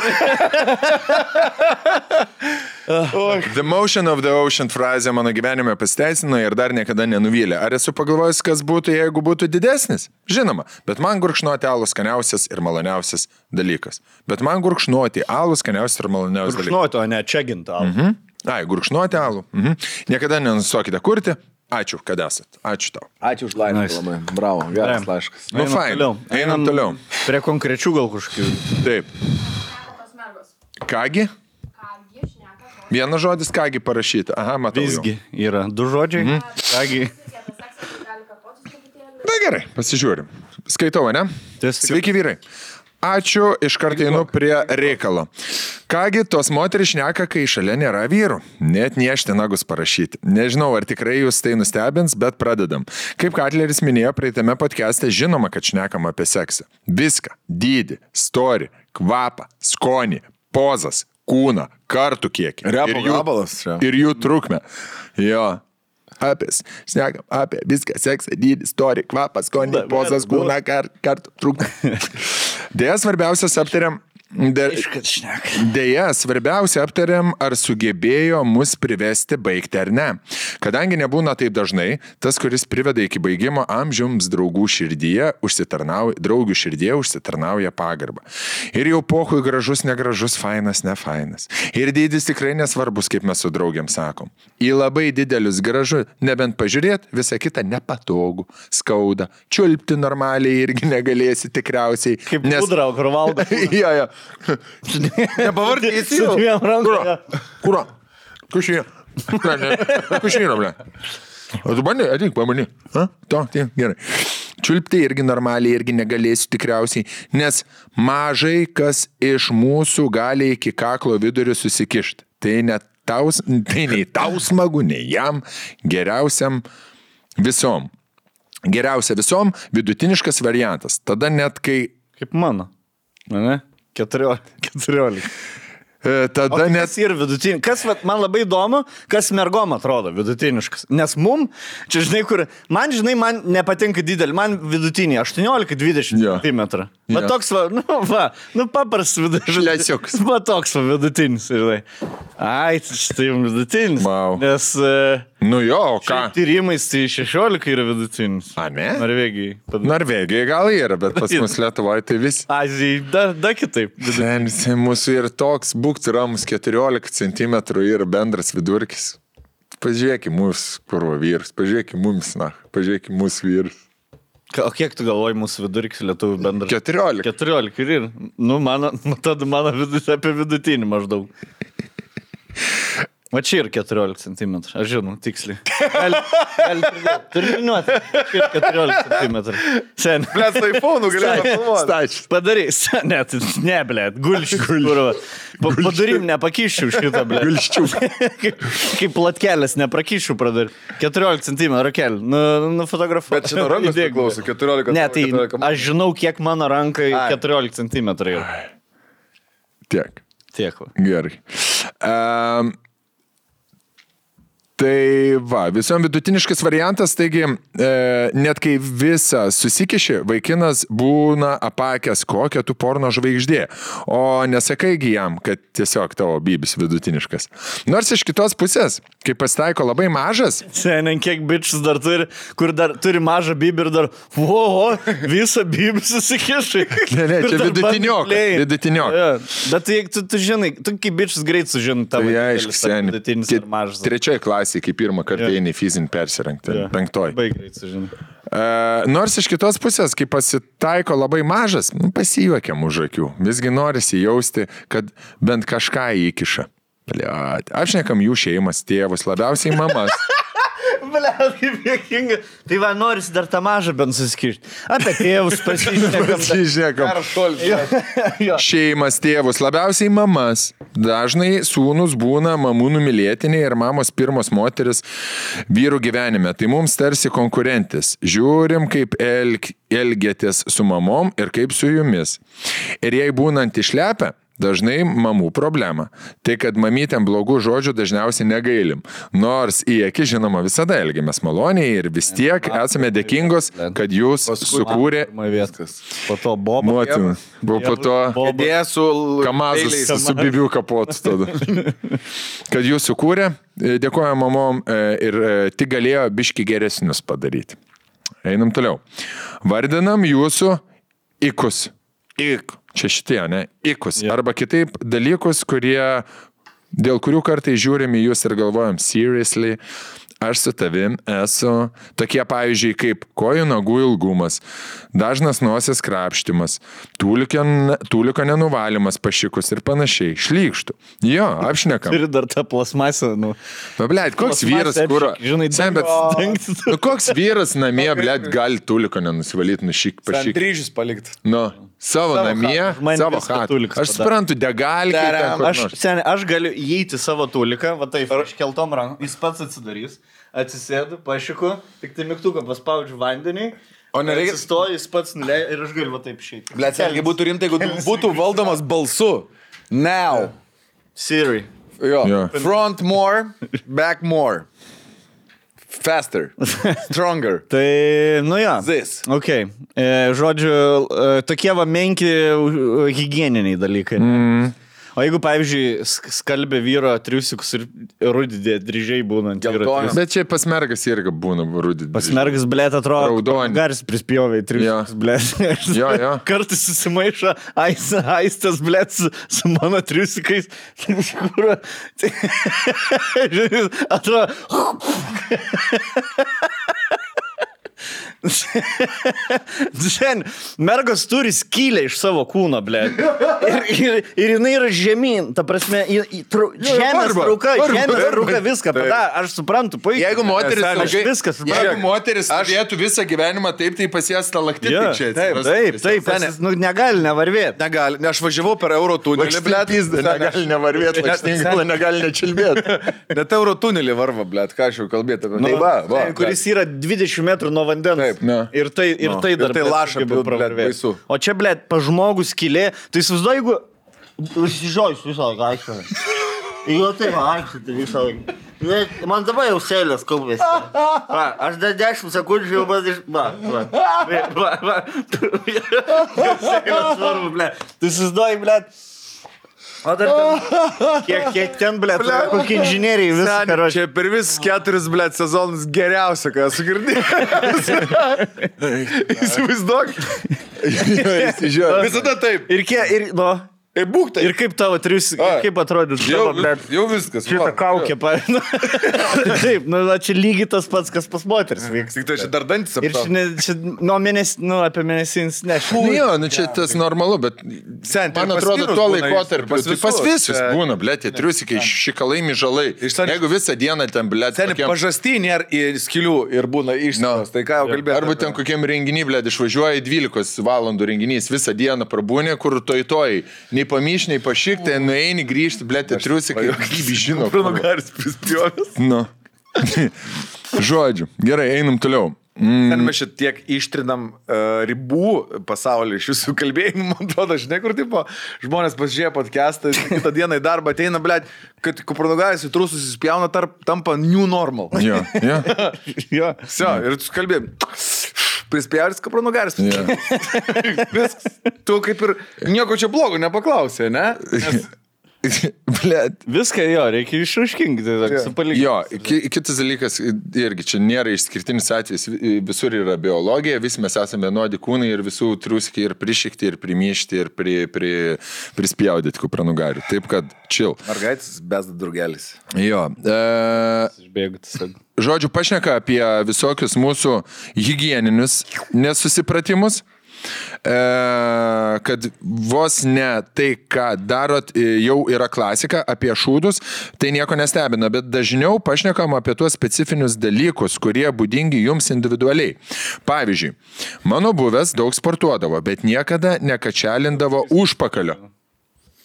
[SPEAKER 2] The motion of the ocean frazė mano gyvenime pasiteisino ir dar niekada nenuvylė. Ar esu pagalvojęs, kas būtų, jeigu būtų didesnis? Žinoma, bet man gurkšnuoti alus skaniausias ir maloniausias dalykas. Bet man gurkšnuoti alus skaniausias ir maloniausias dalykas.
[SPEAKER 5] Žinau, to ne, čia gintal. Mhm.
[SPEAKER 2] Ai, gurkšnuoti alų. Mhm. Niekada nenustokite kurti. Ačiū, kad esat. Ačiū tau.
[SPEAKER 4] Ačiū už laimę.
[SPEAKER 5] Nice.
[SPEAKER 4] Nice. Bravo, geras laiškas.
[SPEAKER 2] Nu, fain. Einam toliau.
[SPEAKER 5] Prie konkrečių gal kažkokių.
[SPEAKER 2] Taip.
[SPEAKER 6] tos mergos.
[SPEAKER 2] Kągi?
[SPEAKER 6] Ką jie šneka, ko
[SPEAKER 2] Vienas žodis kągi parašyti. Aha, matau. jau.
[SPEAKER 5] Visgi yra du žodžiai. Mhm. Kągi,
[SPEAKER 6] jie apie seksą tai gali kartotis truputėlį.
[SPEAKER 2] Na gerai, pasižiūrim. Skaitau, ne?
[SPEAKER 5] Ties-
[SPEAKER 2] Sveiki vyrai. Ačiū, iš karto einu prie reikalo. Kągi, tos moteris šneka, kai šalia nėra vyrų. Net niešti nagus parašyti. Nežinau, ar tikrai jūs tai nustebins, bet pradedam. Kaip Katleris minėjo praeitame podcast'e, žinoma, kad šnekam apie seksą. Viską. Dydį, storį, kvapą, skonį, pozas, kūną, kartų kiekį.
[SPEAKER 4] Repo
[SPEAKER 2] Ir jų-
[SPEAKER 4] gabalas čia.
[SPEAKER 2] ir jų trukmę. Jo. Apie, šnekam, apie viską, seksą, dydį, storį, kvapą, skonį, pozas, kūną, kart, kart, trukmę. Deja, svarbiausias aptariam. De, deja, svarbiausia aptariam, ar sugebėjo mus privesti baigti ar ne. Kadangi nebūna taip dažnai, tas, kuris priveda iki baigimo amžiams draugų širdyje, užsitarnauja- draugių širdyje užsitarnauja pagarbą. Ir jau pohui gražus, negražus, fainas, nefainas. Ir dydis tikrai nesvarbus, kaip mes su draugiam sakom. Į labai didelius gražu, nebent pažiūrėt, visa kita nepatogu, skauda, čiulpti normaliai irgi negalėsi tikriausiai.
[SPEAKER 5] kaip nes... pudra, kur valgo.
[SPEAKER 2] Jo, jo.
[SPEAKER 5] Su
[SPEAKER 4] Nepavardysiu.
[SPEAKER 5] dviem rankom.
[SPEAKER 2] Kuro. Kuro. Kušinė. Ne, ne. Kušinė, ble. Nu, O tu bandai, ateik, pabandyk. A? To, tie, gerai. Čiulpti irgi normaliai, irgi negalėsiu tikriausiai, nes mažai kas iš mūsų gali iki kaklo vidurio susikišti. Tai net tau, s- tai nei tau smagu, nei jam, geriausiam visom. Geriausia visom vidutiniškas variantas. Tada net kai
[SPEAKER 3] Kaip mano. Na, ne? 14. 14.
[SPEAKER 2] E,
[SPEAKER 3] O
[SPEAKER 2] Tada
[SPEAKER 3] tai
[SPEAKER 2] net
[SPEAKER 3] nes ir vidutiniškas. Kas vat, man labai įdomu, kas mergom atrodo vidutiniškas. Nes mum, čia žinai, kur, man žinai, man nepatinka didelį, man vidutinį 18-20
[SPEAKER 2] Jo.
[SPEAKER 3] cm. Yeah. Va
[SPEAKER 2] Jo.
[SPEAKER 3] toks, va, nu, va, nu paprastas vidutinis.
[SPEAKER 2] Šlesiukas.
[SPEAKER 3] Va toks, va, vidutinis. Ir, žinai. Ai, tai štai jums vidutinis.
[SPEAKER 2] Vau.
[SPEAKER 3] Nes uh,
[SPEAKER 2] Nu jo, o ką?
[SPEAKER 3] tyrimais tai 16 yra vidutinis.
[SPEAKER 2] A, ne?
[SPEAKER 3] Norvegijai. Pada...
[SPEAKER 2] Norvegija gal yra, bet pas mus Lietuvoje tai vis.
[SPEAKER 3] Azijai, dar da kitaip.
[SPEAKER 2] Sensi, mūsų ir toks būkti ramus 14 cm yra bendras vidurkis. Pažiūrėkime mūsų kurvo vyrus, pažiūrėkime mums, na, pažiūrėkime mūsų vyrus.
[SPEAKER 3] Ka- O kiek tu galvoji mūsų vidurkis lietuvių bendras?
[SPEAKER 2] 14.
[SPEAKER 3] 14 ir yra. Nu, mano, nu, tada mano vidus apie vidutinį maždaug. Va čia ir 14 cm, aš žinau, tiksliai. Gal, gal turiniuoti. Ir 14 cm. Sen.
[SPEAKER 4] Mes iPhone'ų galėjome filmuoti.
[SPEAKER 2] Stačiai.
[SPEAKER 3] Padarys. Ne, tai ne, ble, gulšiu. Pa, padarim, nepakyšiu šitą, ble.
[SPEAKER 2] Vilščių.
[SPEAKER 3] Kaip, kaip platkelės, neprakyšiu, pradar. 14 cm rakelį. Nu, nufotografuoju.
[SPEAKER 4] Bet čia nuo rankos
[SPEAKER 3] Įdėk, ble.
[SPEAKER 4] priklauso, 14
[SPEAKER 3] Ne, tai
[SPEAKER 4] 14.
[SPEAKER 3] aš žinau, kiek mano rankai
[SPEAKER 4] Ai.
[SPEAKER 3] 14 cm yra.
[SPEAKER 2] Tiek.
[SPEAKER 3] Tiek. va.
[SPEAKER 2] Gerai. Um, tai va, visom vidutiniškas variantas, taigi e, net kai visą susikiši, vaikinas būna apakęs kokią tu porno žvaigždė, o nesakaigi jam, kad tiesiog tavo bibis vidutiniškas. Nors iš kitos pusės, kai pasitaiko labai mažas,
[SPEAKER 3] Seniai, kiek bičias dar turi, kur dar turi mažą bibį ir dar, oho, visą bibį susikišai.
[SPEAKER 2] Ne, ne, čia vidutiniokas, vidutiniokas.
[SPEAKER 3] Bet tai, jeigu tu, tu žinai, tu kaip bičias greit sužinai tavo.
[SPEAKER 2] tai
[SPEAKER 3] didelis
[SPEAKER 2] aišku,
[SPEAKER 3] ar
[SPEAKER 2] seniai.
[SPEAKER 3] Vidutinis
[SPEAKER 2] kit-
[SPEAKER 3] ir mažas.
[SPEAKER 2] Trečioje klasėje, kai pirmą kartą
[SPEAKER 3] Jo.
[SPEAKER 2] eini į fizinį persirengti,
[SPEAKER 3] Jo.
[SPEAKER 2] penktoji.
[SPEAKER 3] Labai greit sužinai.
[SPEAKER 2] E, nors iš kitos pusės, kai pasitaiko labai mažas, nu, pasijuokiam už akių. Visgi norisi jausti, kad bent kažką įkiša. Bliat. Aš nekam jų šeimas, tėvus, labiausiai mamas.
[SPEAKER 3] Ble, kaip juokinga. Tai va, noris dar tą mažą bent susikišti. Apie tėvus pasišnekam.
[SPEAKER 2] Žiūrėkam.
[SPEAKER 3] Jo.
[SPEAKER 2] Šeimas, tėvus, labiausiai mamas. Dažnai sūnus būna mamų numylėtiniai ir mamos pirmos moteris vyrų gyvenime. Tai mums tarsi konkurentis. Žiūrim, kaip elg, elgėtės su mamom ir kaip su jumis. Ir jei būnant išlepę, dažnai mamų problema. Tai, kad mamytėm blogų žodžių dažniausiai negailim. Nors į akį, žinoma, visada elgiamės maloniai ir vis tiek esame dėkingos, kad jūs sukūrė
[SPEAKER 3] Viskas. Po to bobo.
[SPEAKER 2] motiną. Buvo po to
[SPEAKER 3] Bobo.
[SPEAKER 4] Idėja su l- peiliais.
[SPEAKER 2] Kamazas su bibiu kapotu tada. Kad jūs sukūrė, e, dėkoju mamom e, ir e, tik galėjo biški geresnius padaryti. Einam toliau. Vardinam jūsų ikus. Ik. Čia šitie, ne? Ikus. Arba kitaip dalykus, kurie, dėl kurių kartai žiūrim į jūs ir galvojam, seriously, aš su tavim esu. Tokie pavyzdžiai kaip kojų nagų ilgumas, dažnas nosies krapštimas, tūlikio n- tūliko nenuvalimas pašikus ir panašiai. Šlykštų. Jo, apšnekam.
[SPEAKER 3] Turi dar tą plasmasę, nu.
[SPEAKER 2] Na, blėt, koks vyras,
[SPEAKER 3] Plasmasę,
[SPEAKER 2] kur...
[SPEAKER 3] žinai,
[SPEAKER 2] Sen, bet...
[SPEAKER 3] dangtis.
[SPEAKER 2] Nu, koks vyras namie, blėt, gali tuliko nenusivalyti, nušyk, pašyk.
[SPEAKER 4] Ryžius palikti.
[SPEAKER 2] Nu, savo, savo namie,
[SPEAKER 3] Man
[SPEAKER 2] hat. savo
[SPEAKER 3] viską
[SPEAKER 2] hatą.
[SPEAKER 3] tulikas
[SPEAKER 2] Aš
[SPEAKER 3] padaro.
[SPEAKER 2] suprantu, degalį.
[SPEAKER 3] tai Aš, seniai, aš galiu įeiti į savo tuliką, va taip, aš keltom rankom, jis pats atsidarys, atsisėdu, pašiku, tik tai mygtuką paspaudžiu vandenį.
[SPEAKER 4] O nereikia-
[SPEAKER 3] Stoju, jis pats nuleidžia ir aš galiu va taip išeiti.
[SPEAKER 4] Ble, sergi būtų rimtai, jeigu tu būtų valdomas balsu. Now.
[SPEAKER 3] Siri.
[SPEAKER 4] Jo.
[SPEAKER 2] Jo.
[SPEAKER 4] Front more, back more. Faster. Stronger.
[SPEAKER 3] Tai, nu jo.
[SPEAKER 4] This.
[SPEAKER 3] Ok, e, žodžiu, e, tokie va menki e, hygieniniai dalykai.
[SPEAKER 4] Mhm.
[SPEAKER 3] Mm. O jeigu, pavyzdžiui, sk- skalbia vyro triusikus ir rudidė dryžiai būnant. vyro
[SPEAKER 4] Geltoni.
[SPEAKER 2] Bet čia pas mergas irgi būna rudit.
[SPEAKER 3] Pasmergas, blėt, atrodo.
[SPEAKER 2] Raudoni.
[SPEAKER 3] Garis prispjovė į triušius,
[SPEAKER 2] Jo.
[SPEAKER 3] blėt.
[SPEAKER 2] Jo, jo.
[SPEAKER 3] Kartais susimaišo ais- aistas, blėt, su, su mano triusikais. Kur... tai- Atrodo. Žen, mergos turi skylę iš savo kūno, ble. Ir, ir, ir jinai yra žemyn, ta prasme, į, į, tru, žemės
[SPEAKER 2] arba-
[SPEAKER 3] trauka,
[SPEAKER 2] arba-
[SPEAKER 3] žemės
[SPEAKER 2] arba-
[SPEAKER 3] trauka viską padaro, aš suprantu, puikiai.
[SPEAKER 2] Jeigu moteris,
[SPEAKER 3] Aš
[SPEAKER 2] ilgai-
[SPEAKER 3] viską
[SPEAKER 2] jeigu
[SPEAKER 3] suprantu.
[SPEAKER 2] moteris turėtų visą gyvenimą taip, tai pas ją stalaktitai
[SPEAKER 7] Jo,
[SPEAKER 2] čia.
[SPEAKER 3] Taip,
[SPEAKER 2] atsiras.
[SPEAKER 3] taip, taip, aš, nu, negali nevarvėti.
[SPEAKER 4] Negali, ne, aš važiavau per euro tunelį, blėt.
[SPEAKER 2] Lakštytis negali nevarvėti, lakštingala negali nečilbėti.
[SPEAKER 4] Net euro tunelį varva, blėt, ką aš jau kalbėti apie.
[SPEAKER 2] Tai va, va.
[SPEAKER 3] kuris yra 20 metrų nuo vandens.
[SPEAKER 2] Taip, ne.
[SPEAKER 3] Ir tai, ir
[SPEAKER 4] Nu,
[SPEAKER 3] tai
[SPEAKER 4] ir
[SPEAKER 3] dar
[SPEAKER 4] tai
[SPEAKER 3] blet,
[SPEAKER 4] laša
[SPEAKER 3] sugeba
[SPEAKER 4] pilt, blet,
[SPEAKER 3] pravarvėt.
[SPEAKER 4] baisu.
[SPEAKER 3] O čia, blė, pažmogus kilė, tai įsivaizduoju, jeigu užsižiojus visą laiką aikštę. Jo tai taip, aikštė visą laiką. Ne, man dabar jau sėlės kaupės. Va, aš dar 10 sekundžių jau man iš... Va, va, va, va, va. Jau sėlės svarbu, blė. Tu įsivaizduoji, blė. O dar ten, kiek, kiek ten, blė, kokie inžinieriai visą karą.
[SPEAKER 4] Čia per visus keturis, blėt, sezonus geriausia, ką esu girdėjęs. Įsivaizduok.
[SPEAKER 2] Visada taip.
[SPEAKER 3] Ir, kie, ir, nu,
[SPEAKER 2] Ir būk tai.
[SPEAKER 3] Ir kaip tavo tris,
[SPEAKER 2] Ai.
[SPEAKER 3] kaip atrodytų
[SPEAKER 2] Jau,
[SPEAKER 3] tavo, blėt,
[SPEAKER 2] jau viskas.
[SPEAKER 3] šitą
[SPEAKER 2] va.
[SPEAKER 3] kaukę, pavyzdžiui. Taip, nu, na, čia lygiai tas pats, kas pas moteris vyks.
[SPEAKER 4] Tik tai čia dar dantis
[SPEAKER 3] Ir čia,
[SPEAKER 4] apsiūsti.
[SPEAKER 3] ne- čia nu, mėnesį, nu, apie mėnesį
[SPEAKER 2] Nu
[SPEAKER 3] nešiu.
[SPEAKER 2] Jo, nu čia tas normalu, bet
[SPEAKER 4] Sen, tai
[SPEAKER 2] man
[SPEAKER 4] pas
[SPEAKER 2] atrodo,
[SPEAKER 4] vyrus
[SPEAKER 2] tuo
[SPEAKER 4] tai būna,
[SPEAKER 2] laikotarpiu pas,
[SPEAKER 4] pas visus.
[SPEAKER 2] pas visus
[SPEAKER 4] Čia-
[SPEAKER 2] būna, blė, tie triusikai, šikalai, myžalai.
[SPEAKER 4] Iš-
[SPEAKER 2] Jeigu visą dieną ten, blė,
[SPEAKER 4] Seniai, pažasty nėra į skilių ir būna išnaus. Tai ką jau kalbėjau.
[SPEAKER 2] Arba ten kokiam renginiui, blė, išvažiuoja 12 valandų renginys, visą dieną prabūnė, kur toitoj, nei pamyš, nei pašyk, ten nueini grįžti, blė, tie triusikai, gyvi žino. kur.
[SPEAKER 4] Pranugaris prispjovęs.
[SPEAKER 2] Nu. Žodžiu, gerai, einam toliau.
[SPEAKER 4] Ten mes šiek tiek ištrinam uh, ribų pasaulį iš jūsų kalbėjimų, man atrodo, žinai, kur tipo, žmonės pasižiūrėjo podcastą, jis kitą dieną į darbą ateina, ble, kad kupranugaris į trusus įspjauna, tarp, tampa new normal.
[SPEAKER 2] Jo, jo.
[SPEAKER 3] nu, Jo.
[SPEAKER 4] Sio, ir tu kalbėjai, prispjauris kupranugaris.
[SPEAKER 2] jo.
[SPEAKER 4] Viskas. Tu kaip ir nieko čia blogo nepaklausė, ne? Nes,
[SPEAKER 2] Blet.
[SPEAKER 3] Viską jo, reikia išraškinti, tiesiog
[SPEAKER 4] Jo.
[SPEAKER 3] supalikinti.
[SPEAKER 2] Jo, ki- kitas dalykas, irgi čia nėra išskirtinis atvejis, vi- visur yra biologija, visi mes esame vienodi kūnai ir visų truskiai ir prišikti, ir primyšti, ir pri, pri, prispjaudyti kupranugarių. Taip kad čil.
[SPEAKER 4] mergaitis besda drugelis.
[SPEAKER 2] Jo. E,
[SPEAKER 3] Išbėgu tiesiog.
[SPEAKER 2] žodžiu, pašneka apie visokius mūsų hygieninius nesusipratimus. E, kad vos ne tai, ką darot, e, jau yra klasika apie šūdus, tai nieko nestebina, bet dažniau pašnekam apie tuos specifinius dalykus, kurie būdingi jums individualiai. Pavyzdžiui, mano buvęs daug sportuodavo, bet niekada nekačialindavo užpakalio.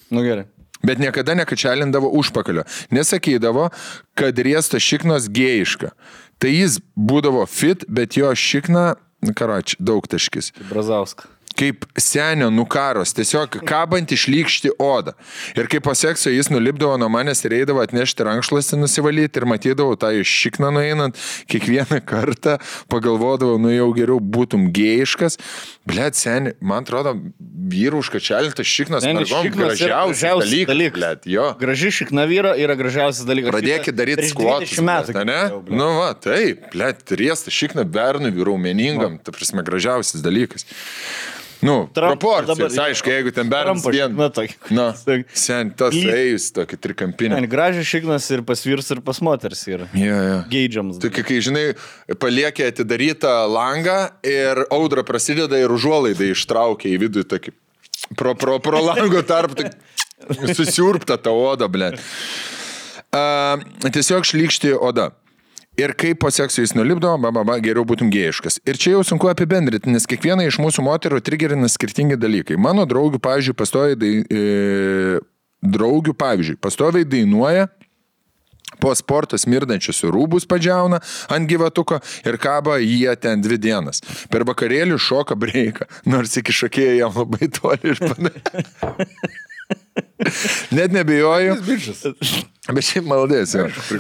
[SPEAKER 3] Nu gerai.
[SPEAKER 2] Bet niekada nekačialindavo užpakalio. Nesakydavo, kad riesta šiknos gėjiška. Tai jis būdavo fit, bet jo šikna, karoči, daug taškis.
[SPEAKER 3] Tai Brazauskas.
[SPEAKER 2] Kaip senio nukaros, tiesiog kabant išlykšti odą. Ir kaip po sekso jis nulipdavo nuo manęs ir eidavo atnešti rankšluostį nusivalyti ir matydavau tą iš šikną nueinant, kiekvieną kartą pagalvodavau, nu jau geriau būtum gėjiškas. Blet, seniai, man atrodo, vyrų užkačialintas šiknas,
[SPEAKER 3] Seni,
[SPEAKER 2] mergom,
[SPEAKER 3] šiknas yra
[SPEAKER 2] gražiausias
[SPEAKER 3] gražiausias dalykas.
[SPEAKER 2] dalykas. Blet, jo.
[SPEAKER 3] Graži šikna vyro yra gražiausias dalykas.
[SPEAKER 2] Pradėkit daryti skvotus.
[SPEAKER 3] skvotus. 20 metų.
[SPEAKER 2] Ne? Nu, va, taip, plėt, riesta, šikna bernui, raumeningam, ta prasme, gražiausias dalykas. Nu,
[SPEAKER 3] Trumpo
[SPEAKER 2] proporcijos,
[SPEAKER 3] dabar- tai-
[SPEAKER 2] aišku, jeigu ten bernas
[SPEAKER 3] Trumpo
[SPEAKER 2] vien. Nu.
[SPEAKER 3] šikna tokia.
[SPEAKER 2] Na,
[SPEAKER 3] Tiesiog-
[SPEAKER 2] sen, tas
[SPEAKER 3] Į-
[SPEAKER 2] ėjus tokį trikampinį.
[SPEAKER 3] Graži šiknas ir pas vyrus, ir pas moters yra.
[SPEAKER 2] Ja, ja.
[SPEAKER 3] Geidžiams.
[SPEAKER 2] Tu, kai, kai, žinai, paliekė atidarytą langą ir audra prasideda ir užuolaidai ištraukia į vidų tokį pro, pro, pro lango tarp tai susiurpta ta oda, ble. Uh, tiesiog šlykšti oda. Ir kai po sekso jis nulipdo, baba, ba, geriau būtum gėjiškas. Ir čia jau sunku apibendrinti, nes kiekvieną iš mūsų moterų trigerina skirtingi dalykai. Mano draugių, pavyzdžiui, pastoviai, dai, e, draugių, pavyzdžiui, pastoviai dainuoja po sporto smirdančius rūbus padžiauna ant gyvatuko ir kaba jie ten dvi dienas. Per vakarėlį šoka breiką, nors iki šokėjo jam labai toli ir panašiai. Net nebijoju. Bet šiaip maldės.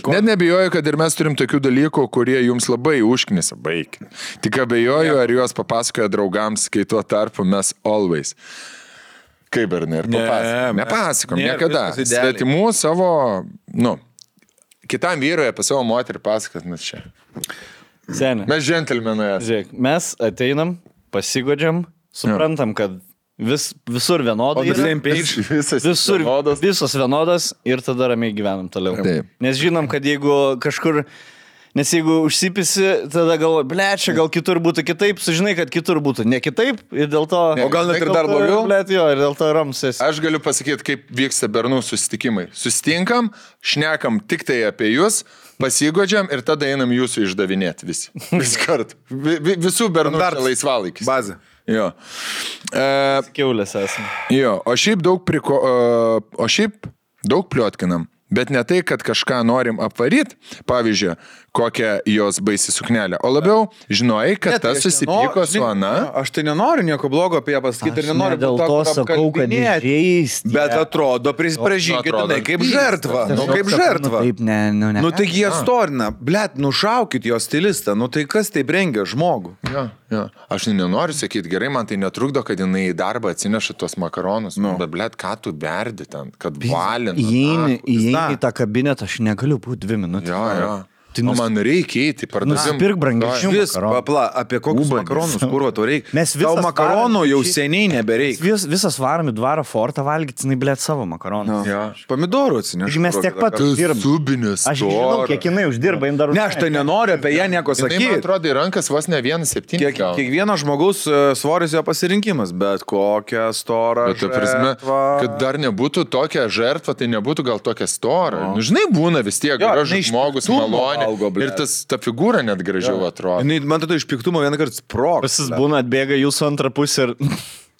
[SPEAKER 2] Net nebijoju, kad ir mes turim tokių dalykų, kurie jums labai užknisa. Baik. Tik abejoju, ar juos papasakoja draugams, kai tuo tarpu mes always. Kaip ir ne, ir papasakom.
[SPEAKER 4] mes-
[SPEAKER 2] Nepasakom,
[SPEAKER 4] nėra,
[SPEAKER 2] niekada.
[SPEAKER 4] viskas idealiai.
[SPEAKER 2] Svetimų savo, nu, kitam vyrui apie savo moterį pasakot, nu čia.
[SPEAKER 3] Seniai.
[SPEAKER 2] Mes džentelmenai esame.
[SPEAKER 3] Žiūrėk, mes ateinam, pasigodžiam, suprantam, kad vis, visur vienodai.
[SPEAKER 4] On the
[SPEAKER 3] yra,
[SPEAKER 4] same page.
[SPEAKER 2] Visas
[SPEAKER 3] Visur
[SPEAKER 2] vienodas.
[SPEAKER 3] vienodas. Visos vienodas ir tada ramiai gyvenam toliau.
[SPEAKER 2] Taip.
[SPEAKER 3] Nes žinom, kad jeigu kažkur Nes jeigu užsipisi, tada galvoji, ble, čia gal kitur būtų kitaip, sužinai, kad kitur būtų ne kitaip ir dėl to...
[SPEAKER 2] O gal net ir
[SPEAKER 3] dėl
[SPEAKER 2] dar
[SPEAKER 3] to,
[SPEAKER 2] blogiau?
[SPEAKER 3] Ble, jo, ir dėl to ramsės.
[SPEAKER 2] Aš galiu pasakyti, kaip vyksta bernų susitikimai. Susitinkam, šnekam tik tai apie jūs, pasigodžiam ir tada einam jūsų išdavinėti visi. Vis kart. Vi, vi, visų bernų dar laisvalaikis.
[SPEAKER 4] Bazė.
[SPEAKER 2] Jo. E,
[SPEAKER 3] Keulės esame.
[SPEAKER 2] jo, o šiaip daug priko... E, o šiaip daug pliotkinam. Bet ne tai, kad kažką norim apvaryti, pavyzdžiui, kokią jos baisi suknelę, o labiau žinojai, kad
[SPEAKER 4] Ne, tai
[SPEAKER 2] tas
[SPEAKER 4] aš nenoriu-
[SPEAKER 2] susipyko su Ana.
[SPEAKER 4] Ne, Aš tai nenoriu nieko blogo apie ją pasakyti ir nenoriu
[SPEAKER 3] dėl
[SPEAKER 4] būt
[SPEAKER 3] to
[SPEAKER 4] toks
[SPEAKER 3] sakau, kad
[SPEAKER 4] apkalbinėti.
[SPEAKER 3] nežeisti.
[SPEAKER 4] Bet atrodo,
[SPEAKER 2] Nu,
[SPEAKER 4] prisipažinkit,
[SPEAKER 2] atrodo,
[SPEAKER 4] jinai kaip
[SPEAKER 2] jis-
[SPEAKER 4] žertva. Nu, kaip žertva.
[SPEAKER 3] Taip, ne, nu, ne.
[SPEAKER 4] Nu taigi jie storina, blėt, nušaukit jo stilistą, nu tai kas taip rengia žmogų?
[SPEAKER 2] Jo, jo. Aš nu nenoriu sakyti, gerai, man tai netrukdo, kad jinai į darbą atsineša tuos makaronus. Nu. Bet, blėt, ką tu berdi ten, kad valint.
[SPEAKER 3] Įeini įeini
[SPEAKER 4] na.
[SPEAKER 3] į tą kabinetą, aš negaliu būti dvi minutės.
[SPEAKER 2] Jo, jo. Tai
[SPEAKER 3] Tai
[SPEAKER 2] nus...
[SPEAKER 3] nus-
[SPEAKER 2] man reikia įeiti į parduotuvę.
[SPEAKER 3] Nusipirk brangesnių
[SPEAKER 4] Vis,
[SPEAKER 3] makaronų.
[SPEAKER 4] papla, apie kokius
[SPEAKER 2] Ubanis.
[SPEAKER 4] makaronus, kurvo to reikia.
[SPEAKER 3] Mes
[SPEAKER 4] Tau
[SPEAKER 3] visas
[SPEAKER 4] makaronų
[SPEAKER 3] varom-
[SPEAKER 4] jau
[SPEAKER 3] šį-
[SPEAKER 4] seniai nebereikia.
[SPEAKER 3] Vis, visas varami dvaro fortą valgyti, jinai blėt savo makaronų.
[SPEAKER 2] Jo.
[SPEAKER 4] Pomidorų atsinešiu.
[SPEAKER 3] Taigi mes tiek pat
[SPEAKER 2] Tu
[SPEAKER 3] dirbam.
[SPEAKER 2] subinis.
[SPEAKER 3] Aš juk žinau, kiek jinai uždirba, jin dar
[SPEAKER 4] Ne, aš tai nenoriu apie ją nieko
[SPEAKER 2] Sakai, man
[SPEAKER 4] sakyti.
[SPEAKER 2] atrodo, į rankas vos ne 1,7.
[SPEAKER 4] Kiek, kiekvieno žmogaus e, svoris jo pasirinkimas, bet kokią storą.
[SPEAKER 2] Bet, ta prasme,
[SPEAKER 4] žertvą-
[SPEAKER 2] kad dar nebūtų tokia žertva, tai nebūtų gal tokia stora. Nu, žinai, būna vis tiek
[SPEAKER 4] Jo, ne
[SPEAKER 2] gražus
[SPEAKER 4] iš
[SPEAKER 2] žmogus,
[SPEAKER 4] piktumo
[SPEAKER 2] malonė.
[SPEAKER 4] augo, blet.
[SPEAKER 2] Ir tas, ta figūra net gražiau atrodo.
[SPEAKER 4] Jinai, Man atrodo, iš piktumo vieną kartą sprogo.
[SPEAKER 3] Visas būna atbėga jūsų antrą pusę ir...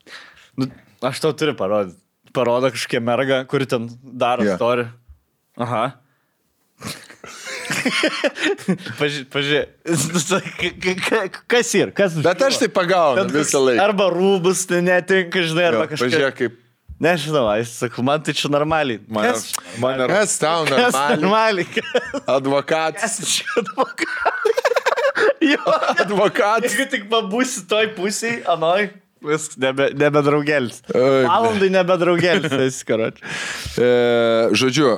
[SPEAKER 3] Nu, aš tau turiu parodyti. Parodo kažkokia merga, kuri ten daro
[SPEAKER 2] Jo.
[SPEAKER 3] yeah. storį. Aha. Pažiūrėk, Nu, tai pažiūrėk. Kas ir? Kas už
[SPEAKER 2] Bet aš
[SPEAKER 3] juo?
[SPEAKER 2] tai pagaunu
[SPEAKER 3] Ten
[SPEAKER 2] visą laiką.
[SPEAKER 3] Arba rūbus tai netinka, žinai, arba kažkas.
[SPEAKER 2] Pažiūrėk, kaip
[SPEAKER 3] Nežinau, aš sakau, man tai čia normaliai.
[SPEAKER 4] Mane-
[SPEAKER 3] Kas,
[SPEAKER 4] mane
[SPEAKER 2] Kas tau
[SPEAKER 3] kas
[SPEAKER 2] normaliai?
[SPEAKER 3] normaliai? Kas
[SPEAKER 2] Advokatas.
[SPEAKER 3] čia advokatas? Jo.
[SPEAKER 2] Advokatas.
[SPEAKER 3] Jeigu tik pabūsi toj pusėj, anoj, vis nebe, nebedraugelis.
[SPEAKER 2] Oi,
[SPEAKER 3] Valandai nebedraugelis, esi karoči.
[SPEAKER 2] E, žodžiu,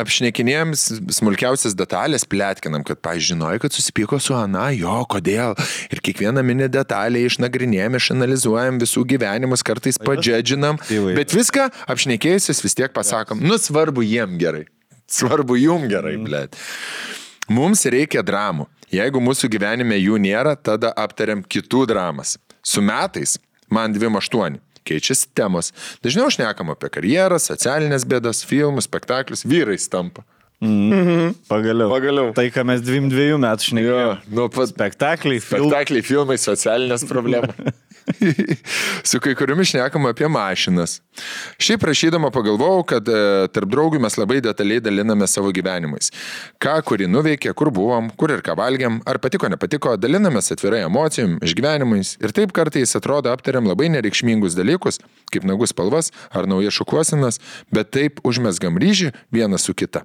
[SPEAKER 2] apšnekinėjom s- smulkiausias detalės, plėtkinam, kad, pažinojai, kad susipyko su Ana, jo, kodėl. Ir kiekvieną mini detalę išnagrinėjom, išanalizuojam visų gyvenimus, kartais padžedžinam.
[SPEAKER 3] Įvairiai.
[SPEAKER 2] Bet viską apšnekėjusius vis tiek pasakom, nu svarbu jiem gerai. Svarbu jum gerai, blėt. Mums reikia dramų. Jeigu mūsų gyvenime jų nėra, tada aptariam kitų dramas. Su metais, man 28, keičiasi temos. Dažniau šnekam apie karjerą, socialinės bėdas, filmus, spektaklius, vyrais tampa.
[SPEAKER 3] Pagaliau.
[SPEAKER 2] Pagaliau.
[SPEAKER 3] Tai, ką mes dvim dviejų metų šnekėjome.
[SPEAKER 2] nu pats
[SPEAKER 3] Spektakliai, filmai.
[SPEAKER 2] Spektakliai, filmai, socialinės problemos. Su kai kuriomis šnekam apie mašinas. Šiaip rašydama pagalvojau, kad e, tarp draugių mes labai detaliai daliname savo gyvenimais. Ką, kurį nuveikė, kur buvom, kur ir ką valgėm, ar patiko, nepatiko, dalinamės atvirai emocijom, išgyvenimais. Ir taip kartais atrodo aptariam labai nereikšmingus dalykus, kaip nagus spalvas ar naujas šukuosinas, bet taip užmesgam ryžį vieną su kita.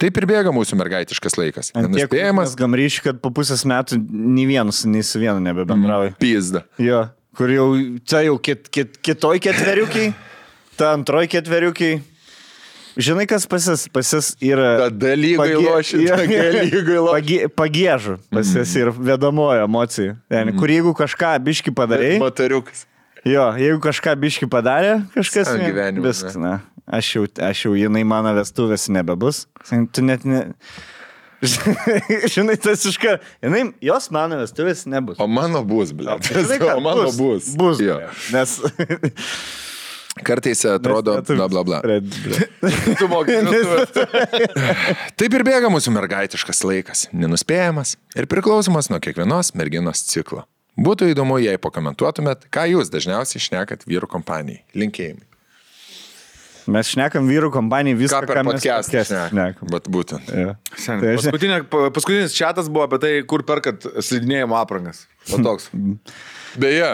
[SPEAKER 2] Taip ir bėga mūsų mergaitiškas laikas. Nenuspėjamas,
[SPEAKER 3] Mes gamryšiai, kad po pusės metų nei vienus, nei su vienu nebebendrauju.
[SPEAKER 2] pizda.
[SPEAKER 3] Jo, kur jau, čia jau kit, kit, kitoj ketveriukiai, ta antroj ketveriukiai. Žinai, kas pasis, pasis yra.
[SPEAKER 2] Tada lygai lošia, tada lygai lošia.
[SPEAKER 3] Pagi, pagėžu, pasis ir vedamojo emocijų. Mm. Kur jeigu kažką biški padarai,
[SPEAKER 2] Matariukas.
[SPEAKER 3] jo, jeigu kažką biški padarė, kažkas...
[SPEAKER 2] Visam
[SPEAKER 3] ne-
[SPEAKER 2] gyvenimui,
[SPEAKER 3] Viskas, na. Aš jau, aš jau, jinai mano vestuvės nebebus. Tu net ne... Žinai, tas iška, jinai, jos mano vestuvės nebus.
[SPEAKER 2] O mano bus, ble.
[SPEAKER 3] Žinai ką,
[SPEAKER 2] O mano bus.
[SPEAKER 3] Bus.
[SPEAKER 2] Jo.
[SPEAKER 3] Nes
[SPEAKER 2] Kartais atrodo,
[SPEAKER 3] Nes-
[SPEAKER 2] bla bla bla.
[SPEAKER 3] Red, ble.
[SPEAKER 2] Tu moki. Taip ir bėga mūsų mergaitiškas laikas, nenuspėjamas ir priklausomas nuo kiekvienos merginos ciklo. Būtų įdomu, jei pakomentuotumėt, ką jūs dažniausiai šnekat vyrų kompanijai. Linkėjimai.
[SPEAKER 3] Mes šnekam vyrų kompanijai viską,
[SPEAKER 2] Ką per
[SPEAKER 3] mes
[SPEAKER 2] podcastą
[SPEAKER 3] podcast'e
[SPEAKER 2] šnekam?
[SPEAKER 3] šnekam.
[SPEAKER 2] Bet būtent.
[SPEAKER 3] Jo.
[SPEAKER 4] Sen,
[SPEAKER 3] Tai aš ne-
[SPEAKER 4] paskutinė, pa- paskutinis čatas buvo apie tai, kur perkat slidinėjimo aprangas. O toks.
[SPEAKER 2] Beje,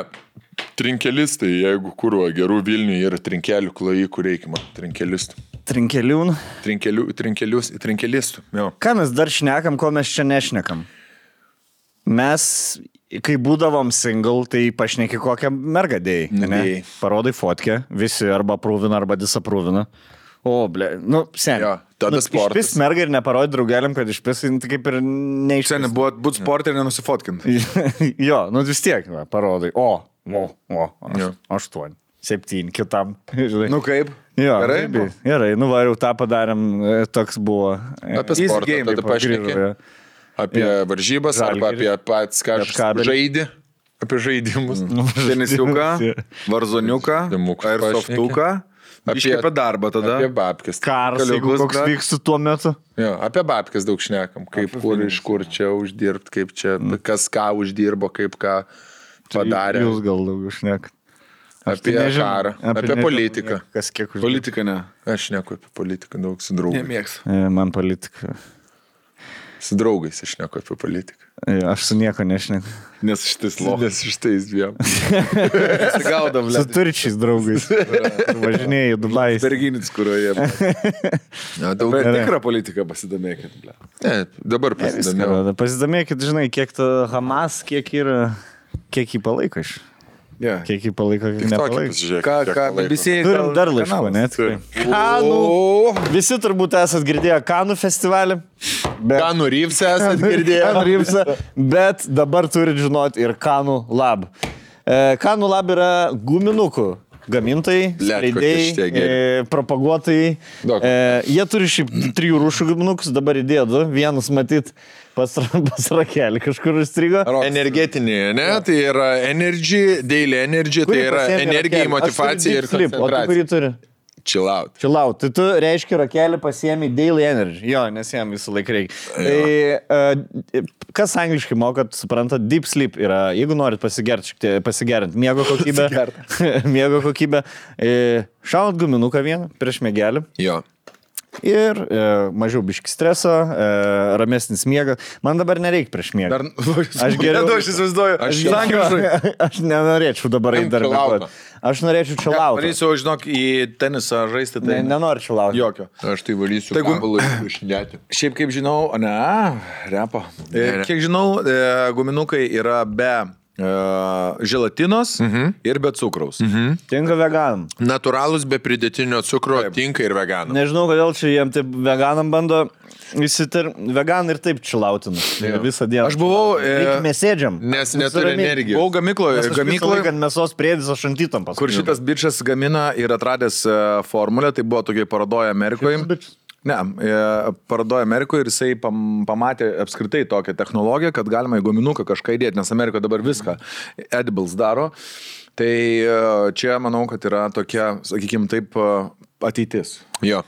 [SPEAKER 2] trinkelistai, jeigu kūruo gerų Vilniuje yra trinkelių klojų, kur reikia man trinkelistų.
[SPEAKER 3] Trinkeliūn.
[SPEAKER 2] Trinkelių, trinkelius, trinkelistų. Jo.
[SPEAKER 3] Ką mes dar šnekam, ko mes čia nešnekam? Mes, kai būdavom single, tai pašneki kokią mergą dėjai. Ne?
[SPEAKER 2] Dėjai.
[SPEAKER 3] Parodai fotkę, visi arba prūvina, arba disaprūvina. O, ble, nu, seniai.
[SPEAKER 2] Jo, tada
[SPEAKER 3] nu,
[SPEAKER 2] sportas.
[SPEAKER 3] Vis mergai ir neparodai draugeliam, kad išpis, tai kaip ir neišpis.
[SPEAKER 4] Šiandien buvo būt sportė ir nenusifotkint.
[SPEAKER 3] jo, nu vis tiek, va, parodai. O, o, o, aš,
[SPEAKER 2] Jo.
[SPEAKER 3] aštuoni, septyni, kitam. žinai.
[SPEAKER 4] Nu kaip?
[SPEAKER 3] Jo,
[SPEAKER 4] Gerai?
[SPEAKER 3] gerai. Gerai, nu gerai nu va, jau tą padarėm, e, toks buvo. e,
[SPEAKER 2] Apie
[SPEAKER 4] Easy
[SPEAKER 2] sportą
[SPEAKER 4] game,
[SPEAKER 2] tada
[SPEAKER 4] tipo,
[SPEAKER 2] pašnekė.
[SPEAKER 3] grįžo, jo.
[SPEAKER 2] apie varžybas arba
[SPEAKER 3] Žalgirį.
[SPEAKER 2] apie Nu, pats, ką aš
[SPEAKER 3] Lietkabelį.
[SPEAKER 2] žaidį, apie žaidimus.
[SPEAKER 4] Tenisiuką,
[SPEAKER 3] Visi.
[SPEAKER 4] varzoniuką,
[SPEAKER 2] Žaidimukus
[SPEAKER 4] airsoftuką.
[SPEAKER 2] Apie-
[SPEAKER 4] Apie, apie darbą tada.
[SPEAKER 2] Apie babkės.
[SPEAKER 3] Karas, jeigu
[SPEAKER 4] Kaliukus
[SPEAKER 3] koks
[SPEAKER 4] dar.
[SPEAKER 3] vykstų tuo metu.
[SPEAKER 2] Jo, apie babkės daug šnekam. Kaip kur, iš kur čia uždirbt, kaip čia, kas ką uždirbo, kaip ką Tai padarė.
[SPEAKER 3] Jūs gal daugiau šnekat. Aš
[SPEAKER 2] Apie
[SPEAKER 3] tai nežinau.
[SPEAKER 2] karą, apie
[SPEAKER 3] nežinau,
[SPEAKER 2] politiką.
[SPEAKER 3] Kas kiek už...
[SPEAKER 4] Politika ne.
[SPEAKER 2] Aš šneku apie politiką daug su draugais.
[SPEAKER 4] Nemėgs.
[SPEAKER 3] E, Man politika.
[SPEAKER 2] Su draugais aš šneku apie politiką.
[SPEAKER 3] E, Aš su nieko nešneku.
[SPEAKER 4] Nes šitas lochas.
[SPEAKER 2] Nes iš tais dviem.
[SPEAKER 4] Gaudam,
[SPEAKER 3] Su
[SPEAKER 4] ble.
[SPEAKER 3] turčiais draugais. Važinėjai į Dubajus.
[SPEAKER 4] Berginis, kurioje.
[SPEAKER 2] Na, daug...
[SPEAKER 4] Bet tikrą politiką pasidomėkit, ble.
[SPEAKER 2] Ne, dabar pasidomėjau.
[SPEAKER 3] Pasidomėkit, žinai, kiek ta Hamas, kiek yra, kiek jį palaiko iš.
[SPEAKER 4] Yeah.
[SPEAKER 3] Kiek jį palaiko, kiek
[SPEAKER 2] Tokį
[SPEAKER 3] nepalaiko.
[SPEAKER 2] pasižiūrėk.
[SPEAKER 4] Ką,
[SPEAKER 2] kiek
[SPEAKER 4] ką,
[SPEAKER 2] laiko.
[SPEAKER 4] visi.
[SPEAKER 3] Turim dar laiškų, net. Kanų. Visi turbūt esat girdėję Kanų festivalį. Bet...
[SPEAKER 2] Kanų Ryvs esate
[SPEAKER 3] Kanų
[SPEAKER 2] girdėję.
[SPEAKER 3] Rimsa, bet dabar turit žinoti ir Kanų Lab. E, Kanų Lab yra guminukų gamintojai,
[SPEAKER 2] Blet, kokie šitie
[SPEAKER 3] leidėjai,
[SPEAKER 2] geri.
[SPEAKER 3] propaguotojai.
[SPEAKER 2] Daug.
[SPEAKER 3] E, jie turi šiaip trijų rūšių guminukus, dabar įdėjo du. Vienas matyt pas, pas rakelį kažkur užstrigo.
[SPEAKER 2] Energetinį, ne? Tai yra energy, daily energy, tai
[SPEAKER 3] Kurį
[SPEAKER 2] yra
[SPEAKER 3] pasiėmė
[SPEAKER 2] energija,
[SPEAKER 3] rakelį? Aš
[SPEAKER 2] motivacija
[SPEAKER 3] turiu
[SPEAKER 2] ir
[SPEAKER 3] Deep Sleep, O tu
[SPEAKER 2] koncentracija.
[SPEAKER 3] kurį turi?
[SPEAKER 2] Chill out.
[SPEAKER 3] Čilau, tai tu reiškia rakelį pasiemi Daily Energy. Jo, nes jam visą laiką reikia. Tai, uh, kas angliškai mokat, suprantat, deep sleep yra, jeigu norit pasigert, šiek tiek- pasigerinti miego kokybę. miego kokybę. e, Šaunat guminuką vieną prieš mėgelį
[SPEAKER 2] Jo.
[SPEAKER 3] ir e, mažiau biški streso, e, ramesnis miegas. Man dabar nereikia prieš miegą.
[SPEAKER 4] Dar,
[SPEAKER 3] Aš geriau-
[SPEAKER 4] Nedu, aš įsivaizduoju.
[SPEAKER 2] Aš
[SPEAKER 4] Sankiršai.
[SPEAKER 3] Aš nenorėčiau dabar eiti dar
[SPEAKER 2] Imk
[SPEAKER 3] miegot.
[SPEAKER 2] lautą.
[SPEAKER 3] Aš norėčiau čia laukti.
[SPEAKER 4] Parysiu, žinok, į tenisą žaisti, tai
[SPEAKER 3] Ne, nenoriu čia laukti.
[SPEAKER 4] jokio.
[SPEAKER 2] Aš tai valysiu.
[SPEAKER 4] Tegu-
[SPEAKER 2] gabalą išdėti.
[SPEAKER 4] Šiaip kaip žinau, o ne, repo.
[SPEAKER 2] Ne, ne.
[SPEAKER 4] Kiek žinau, e, guminukai yra be e, želatinos ir be cukraus.
[SPEAKER 3] Tinka veganam.
[SPEAKER 2] Naturalus be pridėtinio cukro tinka ir veganam.
[SPEAKER 3] Nežinau, kodėl čia jiem taip veganam bando įsitir... Vegan ir taip čilautina. Visą dieną.
[SPEAKER 4] Aš buvau, e,
[SPEAKER 3] Eik, Mes sėdžiam.
[SPEAKER 2] Nes neturi
[SPEAKER 3] Nusiramink.
[SPEAKER 2] energijos.
[SPEAKER 4] Buvau gamykloje,
[SPEAKER 3] Nes aš
[SPEAKER 4] gamykloje,
[SPEAKER 3] Kad mėsos priedis aš antytam paskui.
[SPEAKER 4] kur šitas bičias gamina ir atradęs e, formulę, tai buvo tokia parodoje Amerikoje. Ne, e, parodoje Amerikoje ir jisai pam, pamatė apskritai tokią technologiją, kad galima į guminuką kažką įdėti, nes Amerikoje dabar viską edibles daro. Tai e, čia manau, kad yra tokia, sakykime, taip e, ateitis.
[SPEAKER 2] Jo.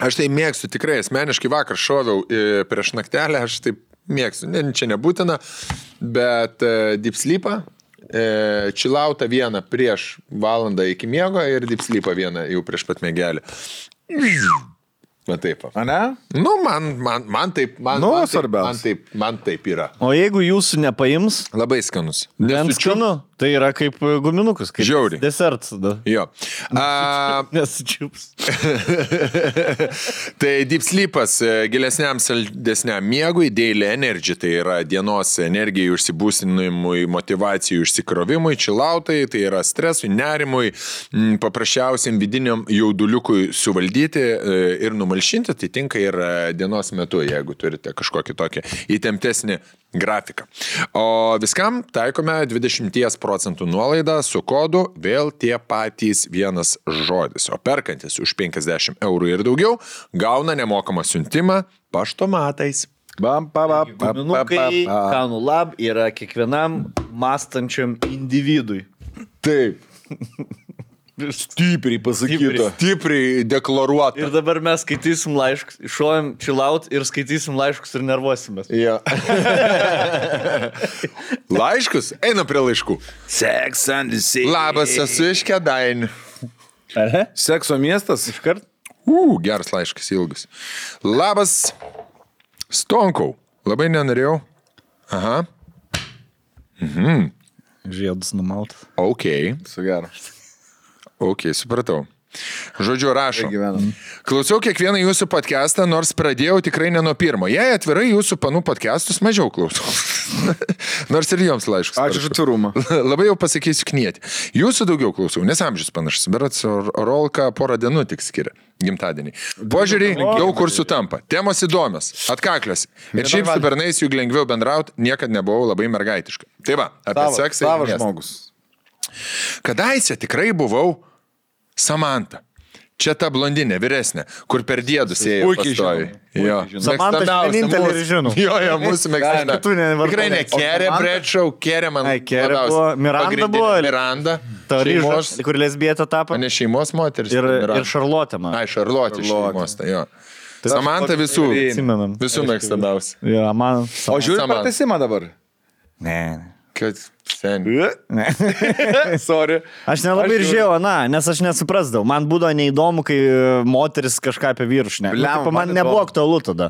[SPEAKER 2] Aš tai mėgstu, tikrai asmeniškai vakar šoviau e, prieš naktelę, aš taip mėgstu, ne, čia nebūtina, bet e, deep sleepą, e, čilautą vieną prieš valandą iki miego ir deep sleepą vieną jau prieš pat mėgelį. Na taip. va.
[SPEAKER 4] A ne?
[SPEAKER 2] Nu, man, man, man taip, man,
[SPEAKER 4] Nu,
[SPEAKER 2] man, taip,
[SPEAKER 4] svarbiausia.
[SPEAKER 2] man, taip, man taip yra.
[SPEAKER 3] O jeigu jūsų nepaims,
[SPEAKER 2] Labai skanus.
[SPEAKER 3] bent
[SPEAKER 2] Nesučiu-
[SPEAKER 3] skanu, tai yra kaip e, guminukas. Kaip
[SPEAKER 2] Žiauriai.
[SPEAKER 3] Desertas tada.
[SPEAKER 2] Jo. A,
[SPEAKER 3] Nesučiups.
[SPEAKER 2] Tai deep sleepas e, gilesniam, saldesniam miegui, daily energy, tai yra dienos energijai užsibūsinimui, motivacijai, užsikrovimui, čilautai, tai yra stresui, nerimui, m, paprasčiausiam vidiniam jauduliukui suvaldyti e, ir numalšinti, tai tinka ir e, dienos metu, jeigu turite kažkokį tokį įtemptesnį grafiką. O viskam taikome 20 procentų nuolaidą su kodu vėl tie patys vienas žodis. O perkantis už 50 eurų ir daugiau, gauna nemokamą siuntimą paštomatais.
[SPEAKER 4] Bam, pa, pa, pa, pa, pa,
[SPEAKER 3] Guminukai,
[SPEAKER 4] pa.
[SPEAKER 3] kanų lab yra kiekvienam mąstančiam individui.
[SPEAKER 2] Taip.
[SPEAKER 4] Stipriai pasakyta.
[SPEAKER 2] Stipriai
[SPEAKER 3] Ir
[SPEAKER 2] deklaruota.
[SPEAKER 3] dabar mes skaitysim laiškus, šuojam čilaut ir skaitysim laiškus ir nervuosimės.
[SPEAKER 2] Ja. Laiškus? Einam prie laiškų.
[SPEAKER 4] Sex and the city.
[SPEAKER 2] Labas, esu iš Kedainių.
[SPEAKER 3] Aha.
[SPEAKER 4] Sekso miestas?
[SPEAKER 3] Iškart?
[SPEAKER 2] U, geras laiškas ilgas. Labas, Stonkau. Labai nenorėjau. Aha,
[SPEAKER 3] Žiedus numautas.
[SPEAKER 2] ok,
[SPEAKER 4] Su geru.
[SPEAKER 2] ok, supratau. Žodžiu, rašo.
[SPEAKER 4] Gyvenam.
[SPEAKER 2] Klausiau kiekvieną jūsų podcastą, nors pradėjau tikrai ne nuo pirmo. Jei atvirai jūsų panų podcastus mažiau klausau. nors ir joms laiškus.
[SPEAKER 4] Ačiū už atvirumą.
[SPEAKER 2] Labai jau pasakysiu knieti. Jūsų daugiau klausau, nes amžius panašus. Berats Rolka porą dienų tik skiria gimtadienį. Požiūrį daug kur sutampa. Temos įdomios, atkaklios. Ir šiaip su bernais juk lengviau bendrauti, niekad nebuvau labai mergaitiška. Tai va, apie seksą. ir
[SPEAKER 4] Savas
[SPEAKER 2] miestą.
[SPEAKER 4] žmogus.
[SPEAKER 2] Kadaise tikrai buvau Samanta. Čia ta blondinė, vyresnė, kur per dėdus ėjo.
[SPEAKER 4] Puikiai
[SPEAKER 2] pastoviai.
[SPEAKER 4] žinau,
[SPEAKER 2] Jo.
[SPEAKER 3] Samantą aš
[SPEAKER 2] Mėgstamiausia
[SPEAKER 3] vienintelį
[SPEAKER 2] mūsų-
[SPEAKER 3] ir žinau.
[SPEAKER 2] Jo, jo, mūsų mėgstamiausia.
[SPEAKER 3] Kitų nevartojau.
[SPEAKER 2] Tikrai ne,
[SPEAKER 3] O
[SPEAKER 2] Kerė,
[SPEAKER 3] Samanta?
[SPEAKER 2] Bredšau, Kerė man.
[SPEAKER 3] Ai, Kerė
[SPEAKER 2] labiausiai.
[SPEAKER 3] buvo, Miranda
[SPEAKER 2] Pagrindinė
[SPEAKER 3] buvo,
[SPEAKER 2] Miranda.
[SPEAKER 3] Ta
[SPEAKER 2] šeimos-
[SPEAKER 3] ryžas, kur lesbietė tapo.
[SPEAKER 2] O ne šeimos moteris.
[SPEAKER 3] Ir,
[SPEAKER 2] ten Miranda.
[SPEAKER 3] ir Šarlotė, man.
[SPEAKER 2] Ai, Šarlotė iš
[SPEAKER 4] Šarlotė.
[SPEAKER 2] šeimos. Tai, jo. Samanta visų.
[SPEAKER 3] Atsimenam.
[SPEAKER 2] Visų mėgstamiausia.
[SPEAKER 3] Jo, man.
[SPEAKER 4] O žiūri,
[SPEAKER 2] Samanta.
[SPEAKER 4] pratesimą dabar.
[SPEAKER 3] Ne, ne.
[SPEAKER 2] Kad seniai.
[SPEAKER 3] Ne.
[SPEAKER 4] Sorry.
[SPEAKER 3] Aš nelabai ir žiūrėjau, na, nes aš nesuprasdavau. Man būdavo neįdomu, kai e, moteris kažką apie vyrus šneka.
[SPEAKER 4] Blemba,
[SPEAKER 3] Nu, tipo,
[SPEAKER 4] man
[SPEAKER 3] man nebuvo
[SPEAKER 4] įdomu.
[SPEAKER 3] aktualu tada.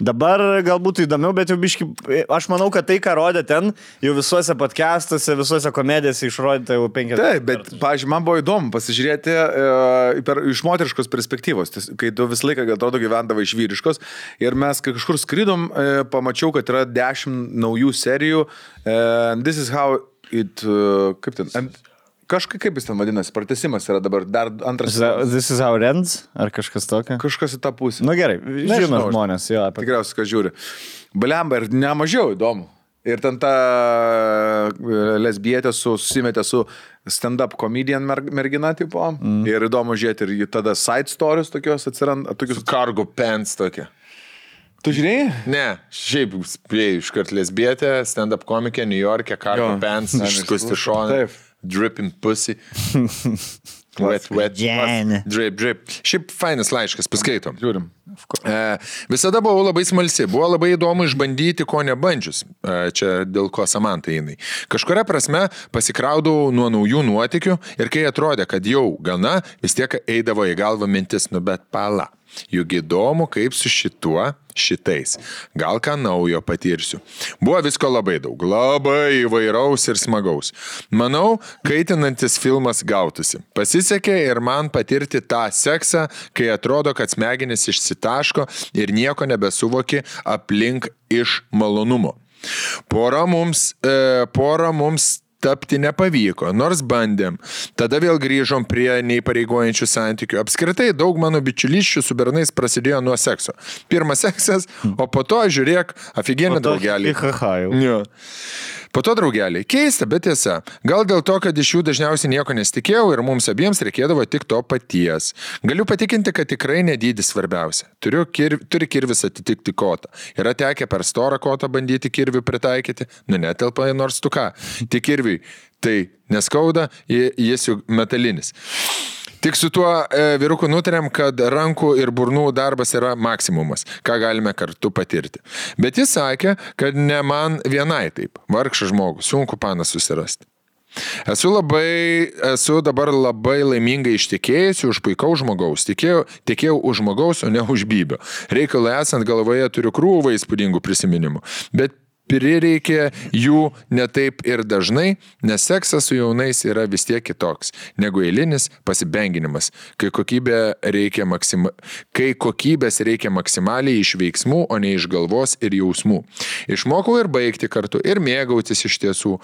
[SPEAKER 3] Dabar galbūt įdomiau, bet jau biški, e, aš manau, kad tai, ką rodė ten, jau visuose podcastuose, visuose komedijose išrodyta jau penkiasdešimt.
[SPEAKER 4] Taip, bet, pažiūrėjau, man buvo įdomu pasižiūrėti e, per, iš moteriškos perspektyvos, ties- kai tu visą laiką, atrodo, gyvendavai iš vyriškos ir mes kai kažkur skrydom, e, pamačiau, kad yra dešimt naujų serijų. E, and this is how it, e, kaip ten, and, kažkaip kaip jis ten vadinasi, pratesimas yra dabar, dar antras.
[SPEAKER 3] This is our ends ar kažkas tokio.
[SPEAKER 4] Kažkas į tą pusę.
[SPEAKER 3] Na nu, gerai, žino
[SPEAKER 4] Nežinau, aš-
[SPEAKER 3] žmonės, jo, apie ką.
[SPEAKER 4] Tikriausiai, kas žiūri. Blemba ir nemažiau įdomu. Ir ten ta e, lesbietė susimetė su stand-up comedian mer mergina tipo. Mm. Ir įdomu žiūrėti, ir ji tada side stories tokios atsiranda. Tokius...
[SPEAKER 2] Kargo pants tokia.
[SPEAKER 4] Tu žiūrėjai?
[SPEAKER 2] Ne, šiaip spėjau iškart lesbietę, stand-up komikė, New York'e, kargo
[SPEAKER 4] Jo.
[SPEAKER 2] pants,
[SPEAKER 4] Ten
[SPEAKER 2] išskusti
[SPEAKER 4] iš-
[SPEAKER 2] šoną,
[SPEAKER 4] taip.
[SPEAKER 2] dripping pussy. Wet, wet.
[SPEAKER 3] Jen.
[SPEAKER 2] Drip, drip. Šiaip fainas laiškas, paskaitom.
[SPEAKER 4] Žiūrim.
[SPEAKER 2] E, visada buvau labai smalsi, buvo labai įdomu išbandyti, ko nebandžius. E, čia dėl ko samantai jinai. Kažkuria prasme pasikraudavau nuo naujų nuotikių ir kai atrodė, kad jau gana, vis tiek eidavo į galvą mintis, nu bet pala. Juk įdomu, kaip su šituo, šitais. Gal ką naujo patirsiu. Buvo visko labai daug, labai įvairaus ir smagaus. Manau, kaitinantis filmas gautusi. Pasisekė ir man patirti tą seksą, kai atrodo, kad smegenys išsitaško ir nieko nebesuvoki aplink iš malonumo. Pora mums, e, pora mums tapti nepavyko, nors bandėm. Tada vėl grįžom prie neįpareigojančių santykių. Apskritai daug mano bičiuliščių su bernais prasidėjo nuo sekso. Pirmas seksas, o po to, žiūrėk, aфиgenė draugelį.
[SPEAKER 3] Haha, jau.
[SPEAKER 2] Jo. Po to draugeliai. Keista, bet tiesa. Gal dėl to, kad iš jų dažniausiai nieko nesitikėjau ir mums abiems reikėdavo tik to paties. Galiu patikinti, kad tikrai nedydis svarbiausia. Turiu kir, turi kirvis atitikti kotą. Yra tekę per storą kotą bandyti kirvių pritaikyti, nu netelpa į nors tu ką. Tik kirviui. Tai neskauda, ji- jis juk metalinis. Tik su tuo e, vyruku nutarėm, kad rankų ir burnų darbas yra maksimumas, ką galime kartu patirti. Bet jis sakė, kad ne man vienai taip. Vargšas žmogus, sunku panas susirasti. Esu labai, esu dabar labai laimingai ištikėjusi už puikaus žmogaus. Tikėjau, tikėjau už žmogaus, o ne už bybio. Reikalai esant galvoje turiu krūvą įspūdingų prisiminimų. Bet prireikė jų netaip ir dažnai, nes seksas su jaunais yra vis tiek kitoks negu eilinis pasibenginimas, kai, kokybė reikia maksima, kai kokybės reikia maksimaliai iš veiksmų, o ne iš galvos ir jausmų. Išmokau ir baigti kartu, ir mėgautis iš tiesų.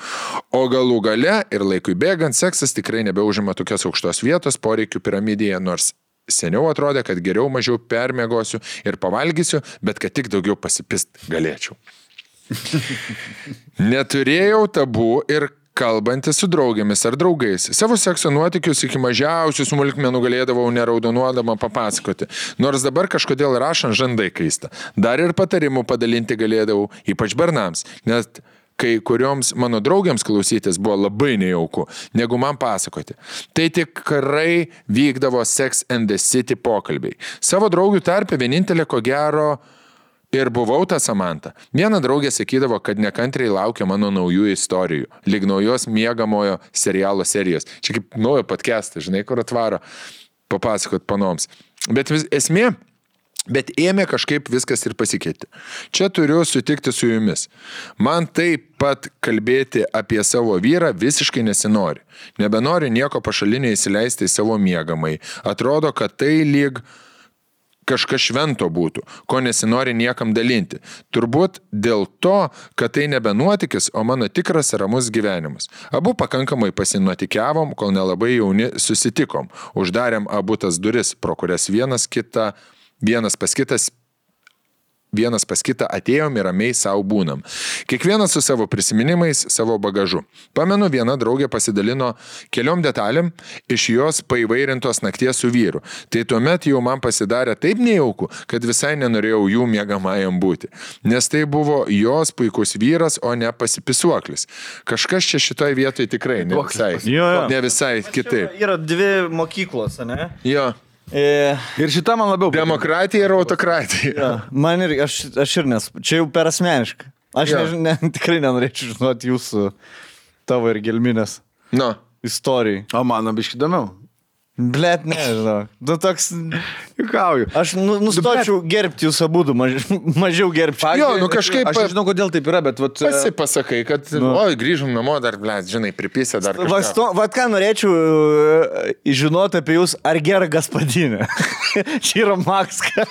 [SPEAKER 2] O galų gale ir laikui bėgant, seksas tikrai nebeužima tokios aukštos vietos poreikių piramidėje, nors seniau atrodė, kad geriau mažiau permėgosiu ir pavalgysiu, bet kad tik daugiau pasipist galėčiau. Neturėjau tabų ir kalbantys su draugėmis ar draugais. Savo sekso nuotykius iki mažiausių smulkmenų galėdavau neraudonuodama papasakoti. Nors dabar kažkodėl rašant žandai kaista. Dar ir patarimų padalinti galėdavau, ypač bernams, nes kai kurioms mano draugiams klausytis buvo labai nejauku, negu man pasakoti. Tai tikrai vykdavo Sex and the City pokalbiai. Savo draugių tarpe vienintelė ko gero Ir buvau tą samantą. Viena draugė sakydavo, kad nekantriai laukia mano naujų istorijų, lyg naujos mėgamojo serialo serijos. Čia kaip naujo podcast'ą, žinai, kur atvaro, papasakot panoms. Bet vis, esmė, bet ėmė kažkaip viskas ir pasikeitė. Čia turiu sutikti su jumis. Man taip pat kalbėti apie savo vyrą visiškai nesinori. Nebenori nieko pašaliniai įsileisti į savo mėgamai. Atrodo, kad tai lyg kažkas švento būtų, ko nesinori niekam dalinti. Turbūt dėl to, kad tai nebe nuotykis, o mano tikras ramus gyvenimas. Abu pakankamai pasinotikiavom, kol nelabai jauni susitikom. Uždarėm abu tas duris, pro kurias vienas, kita, vienas pas kitas vienas pas kitą atėjom ir ramiai savo būnam. Kiekvienas su savo prisiminimais, savo bagažu. Pamenu, viena draugė pasidalino keliom detalėm iš jos paivairintos nakties su vyru. Tai tuomet jau man pasidarė taip nejaukų, kad visai nenorėjau jų mėgamajam būti. Nes tai buvo jos puikus vyras, o ne pasipisuoklis. Kažkas čia šitoje vietoje tikrai ne visai,
[SPEAKER 3] Jo, jo.
[SPEAKER 2] ne visai kitaip.
[SPEAKER 5] Yra dvi mokyklos, ne?
[SPEAKER 2] Jo.
[SPEAKER 3] E,
[SPEAKER 4] Ir šitą man labiau. patinka.
[SPEAKER 2] Demokratija ir autokratija.
[SPEAKER 3] man ir aš, aš ir nes, čia jau per asmeniška. Aš
[SPEAKER 2] Jo.
[SPEAKER 3] nežin, ne, tikrai nenorėčiau žinoti jūsų, tavo ir gelminės
[SPEAKER 2] Nu,
[SPEAKER 3] istorijai.
[SPEAKER 4] O man abiški įdomiau.
[SPEAKER 3] Blet, nežinau. Nu, toks,
[SPEAKER 4] Jukauju.
[SPEAKER 3] aš nu, nustočiau gerbti jūs abu, maž, mažiau gerbčiau.
[SPEAKER 2] jo, nu kažkaip
[SPEAKER 4] Aš nežinau, kodėl taip yra, bet... Vat,
[SPEAKER 2] pasipasakai, kad, e, nu. oi, grįžom namo dar, ble, žinai, pripysė dar. kažką.
[SPEAKER 3] Vat, to, vat ką norėčiau e, žinoti apie jūs, ar gera gaspadinė. Čia yra Makska.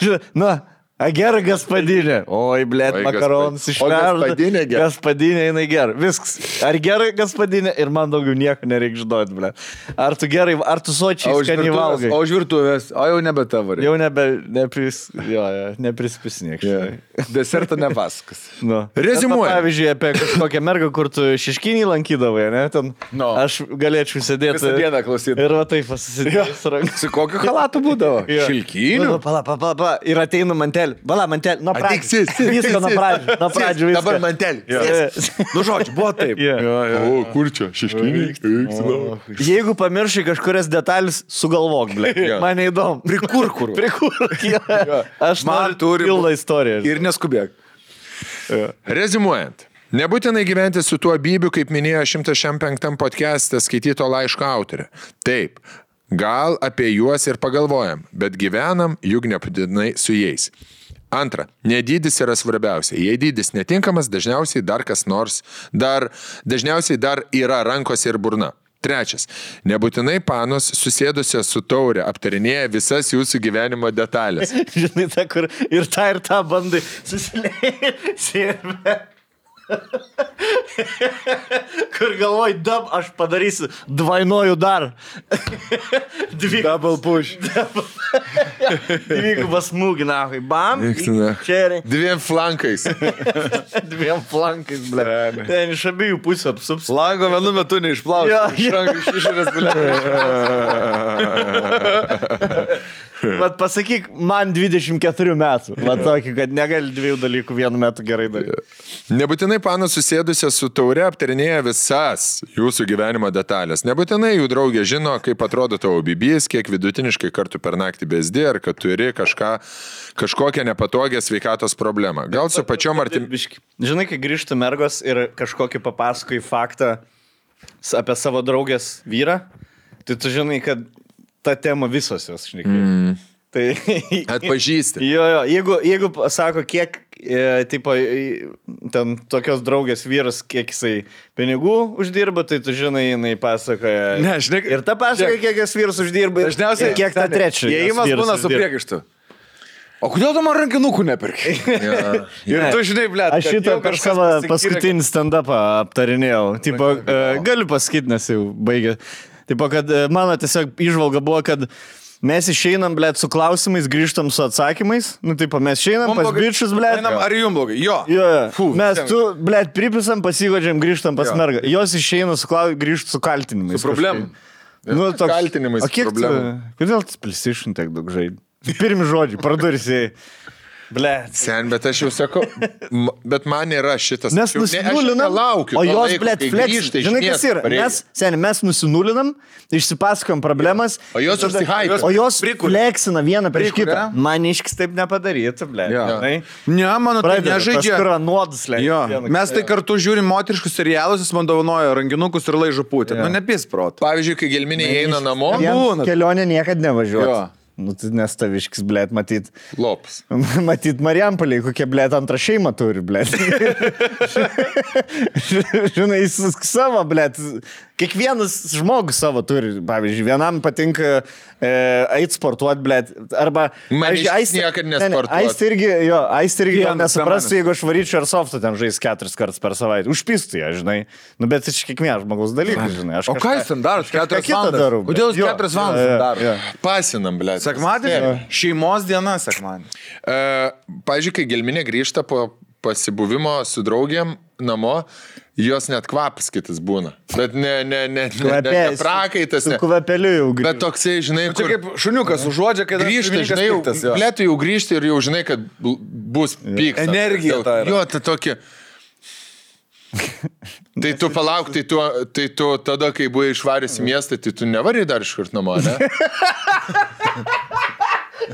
[SPEAKER 3] Žinai, Na, ar gera gaspadinė. Oi, blėt,
[SPEAKER 2] Oi,
[SPEAKER 3] makaronus
[SPEAKER 2] gaspa-
[SPEAKER 3] iš
[SPEAKER 2] o gaspadinė gera.
[SPEAKER 3] Gaspadinė jinai gera. Viskas. Ar gerai gaspadinė ir man daugiau nieko nereikia žinoti, blėt. Ar tu gerai, ar tu sočiai skaniai valgai?
[SPEAKER 4] o už virtuvės, o jau nebe tavarė.
[SPEAKER 3] Jau nebe, nepris, jo, jo, neprispisinėk. Yeah.
[SPEAKER 4] Desertą ne paskas.
[SPEAKER 3] Nu.
[SPEAKER 2] Reziumuojant.
[SPEAKER 3] Bet, va, Pavyzdžiui, apie kažkokią mergą, kur tu šeškinį lankydavai, ne? Ten,
[SPEAKER 4] No.
[SPEAKER 3] Aš galėčiau sėdėti.
[SPEAKER 4] Visą dieną klausyt.
[SPEAKER 3] Ir va taip pasisidėjęs rankas.
[SPEAKER 4] Su kokiu halatu būdavo?
[SPEAKER 2] Šilkiniu?
[SPEAKER 3] Nu, Pala, pala, pala. Ir ateina mantelė. Pala, mantelė. Nuo
[SPEAKER 2] Ateik,
[SPEAKER 3] pradžių.
[SPEAKER 2] sėsk, sėsk,
[SPEAKER 3] Viską nuo
[SPEAKER 2] sėsk.
[SPEAKER 3] pradžių. Nuo pradžių.
[SPEAKER 2] Dabar mantelė.
[SPEAKER 3] mantelė.
[SPEAKER 4] Nu, žodžiu, buvo taip.
[SPEAKER 2] O, kur čia, šeškinį?
[SPEAKER 4] Oh.
[SPEAKER 3] Jeigu pamiršai kažkurias detalės, sugalvok, ble.
[SPEAKER 2] Jo.
[SPEAKER 3] Man neįdomu.
[SPEAKER 4] Prikurkur.
[SPEAKER 3] Prikurk. jo. Aš
[SPEAKER 4] Man
[SPEAKER 3] man
[SPEAKER 4] turi
[SPEAKER 3] turiu pilną istoriją.
[SPEAKER 4] Ir neskubėk.
[SPEAKER 2] Rezimuojant. Nebūtinai gyventi su tuo bybiu, kaip minėjo 105 podcast'e skaityto laiško autorė. Taip, gal apie juos ir pagalvojam, bet gyvenam juk nebūtinai su jais. Antra, nedydis yra svarbiausia. Jei dydis netinkamas, dažniausiai dar kas nors, dar, dažniausiai dar yra rankos ir burna. Trečias. Nebūtinai panos susėdusios su taurė aptarinėja visas jūsų gyvenimo detalės.
[SPEAKER 3] Žinai, ta, kur ir tą, ir tą bandai susilėti. Kur galvoj, dab aš padarysiu, dvainoju dar. Dvi. Double push. Dvigubas smūgį, na, bam.
[SPEAKER 2] Vyksta.
[SPEAKER 3] Čia ir
[SPEAKER 2] Dviem flankais.
[SPEAKER 3] dviem flankais, ble. Ten iš abiejų pusių apsups.
[SPEAKER 4] Lango vienu metu neišplausi.
[SPEAKER 3] Jo,
[SPEAKER 4] Iš
[SPEAKER 3] jo.
[SPEAKER 4] rankų, iš išorės galėtum.
[SPEAKER 3] Bet pasakyk, man 24 metų. Vat tokį, kad negali dviejų dalykų vienu metu gerai daryti.
[SPEAKER 2] Nebūtinai panas susėdusia su taure aptarinėja visas jūsų gyvenimo detalės. Nebūtinai jų draugė žino, kaip atrodo tavo bibijas, kiek vidutiniškai kartų per naktį besdė, ar kad turi kažką, kažkokią nepatogią sveikatos problemą. Gal su pačiom artim...
[SPEAKER 3] Biški. Žinai, kai grįžtų mergos ir kažkokį papasakai faktą s- apie savo draugės vyrą, tai tu žinai, kad ta tema visos jos, žinai. Mm. Tai...
[SPEAKER 2] Atpažįsti.
[SPEAKER 3] Jo, jo, jeigu, jeigu sako, kiek, e, tipo, e, ten tokios draugės vyras, kiek jisai pinigų uždirba, tai tu žinai, jinai pasakoja.
[SPEAKER 4] Ne, žinai,
[SPEAKER 3] ir ta pasakoja,
[SPEAKER 4] žiūrėk.
[SPEAKER 3] kiek jos vyras uždirba. ir-
[SPEAKER 4] Dažniausiai.
[SPEAKER 3] ir kiek ta trečia. jos
[SPEAKER 4] Įėjimas
[SPEAKER 3] vyras
[SPEAKER 4] būna su
[SPEAKER 3] uždirba.
[SPEAKER 4] priekaištu. O kodėl tu man rankinukų nepirkai? Ir tu žinai, ble.
[SPEAKER 3] Aš šitą per savo paskutinį stand-upą aptarinėjau. Tipo, e, galiu pasakyti, nes jau baigė. Tipo, kad e, mano tiesiog išvalga buvo, kad mes išeinam, blėt, su klausimais, grįžtam su atsakymais. Nu, tipo, mes išeinam pas bičius, blėt.
[SPEAKER 4] Ar jums blogai? Jo.
[SPEAKER 3] Jo, jo.
[SPEAKER 4] Fū,
[SPEAKER 3] mes
[SPEAKER 4] visiems.
[SPEAKER 3] tu, blėt, pripisam, pasigodžiam, grįžtam pas
[SPEAKER 4] Jo.
[SPEAKER 3] mergą. Jos išeina su, klau... grįžt su kaltinimais.
[SPEAKER 4] Su problemom.
[SPEAKER 3] kažkaip. Nu, toks...
[SPEAKER 2] Kaltinimais,
[SPEAKER 3] O kiek tu...
[SPEAKER 2] problemom.
[SPEAKER 3] Kodėl tu PlayStation tiek daug žaidži? Pirmi žodžiai, pradursiai. Blėt.
[SPEAKER 2] Sen, bet aš jau sakau, m- bet man yra šitas.
[SPEAKER 3] Mes
[SPEAKER 2] aš jau ne- aš
[SPEAKER 3] nusinulinam.
[SPEAKER 2] nelaukiu
[SPEAKER 3] O
[SPEAKER 2] to
[SPEAKER 3] jos,
[SPEAKER 2] laiko,
[SPEAKER 3] blėt,
[SPEAKER 2] kai
[SPEAKER 3] flex.
[SPEAKER 2] grįžta iš
[SPEAKER 3] Žinai, kas
[SPEAKER 2] miesto
[SPEAKER 3] yra?
[SPEAKER 2] pareigūnai.
[SPEAKER 3] Mes, seniai, mes nusinulinam, išsipasakom problemas.
[SPEAKER 2] O jos
[SPEAKER 3] tada-
[SPEAKER 2] užsihypina.
[SPEAKER 3] O jos
[SPEAKER 4] Prikuria.
[SPEAKER 3] fleksina vieną prieš kitą.
[SPEAKER 4] Prikuria.
[SPEAKER 3] Maniškis taip nepadarytų, blėt.
[SPEAKER 4] Jo.
[SPEAKER 3] žinai.
[SPEAKER 2] Nu,
[SPEAKER 4] Ne, mano tai
[SPEAKER 3] Pradeda
[SPEAKER 4] nežaidžia.
[SPEAKER 3] kažkur nuodus lenkti.
[SPEAKER 4] Jo, mes tai kartu žiūrim moteriškus serialus, jis man dovanojo rankinukus ir laižo putę. Nu, nepis protą.
[SPEAKER 2] Pavyzdžiui, kai gelminė įeina namo,
[SPEAKER 4] būna.
[SPEAKER 3] Kelionė niekada
[SPEAKER 4] Jo.
[SPEAKER 3] nevažiuoja. Nu, tai nestaviškis, blėt, matyt.
[SPEAKER 2] lops.
[SPEAKER 3] Matyt, Marijampoliai, kokia, blėt, antrą šeimą turi, blėt. Žinai, jis savo, blėt, Kiekvienas žmogus savo turi, pavyzdžiui, vienam patinka e, eit sportuoti, blėt, arba...
[SPEAKER 2] Man
[SPEAKER 3] pavyzdžiui,
[SPEAKER 2] išvis
[SPEAKER 3] Aistė-
[SPEAKER 2] niekad
[SPEAKER 3] ne, ne,
[SPEAKER 2] nesportuot.
[SPEAKER 3] Aistė irgi, jo, aistė irgi gal
[SPEAKER 4] Vienas
[SPEAKER 3] nesuprastų,
[SPEAKER 4] samanas.
[SPEAKER 3] jeigu aš varyčiau ar softu ten žais keturis kartus per savaitę. Užpistų ją, žinai. Nu, bet iš kiekvieno žmogaus dalykų, žinai. Aš
[SPEAKER 4] O ką jūs ten darote? Keturias
[SPEAKER 3] kitą
[SPEAKER 4] valandas.
[SPEAKER 3] darau, bet.
[SPEAKER 4] Kodėl jūs
[SPEAKER 3] Jo,
[SPEAKER 4] keturias
[SPEAKER 3] jo,
[SPEAKER 4] valandas
[SPEAKER 3] jo,
[SPEAKER 4] ten darote?
[SPEAKER 3] jo.
[SPEAKER 2] Pasinam, ble.
[SPEAKER 4] Sekmadienį? Šeimos diena sekmadienį.
[SPEAKER 2] E, Pavyzdžiui, kai gelminė grįžta po pasibuvimo su draugiam namo, jos net kvapas kitas būna. Bet ne, ne, ne, ne, ne, ne prakaitas, ne.
[SPEAKER 3] Kvapeliu jau grįžtu.
[SPEAKER 2] Bet toksai, žinai,
[SPEAKER 4] Nu, Čia
[SPEAKER 2] kur...
[SPEAKER 4] kaip šuniukas užuodžia, kai
[SPEAKER 2] Grįžti, žinai, jau, lietu jau grįžti ir jau žinai, kad bu- bus pykstas.
[SPEAKER 4] Energija
[SPEAKER 2] Jau-
[SPEAKER 4] ta yra.
[SPEAKER 2] Jo, ta tokia. Tai tu palauk, tai tu, tai tu tada, kai buvai išvaręs į miestą, tai tu nevari dar iškart namo, ne?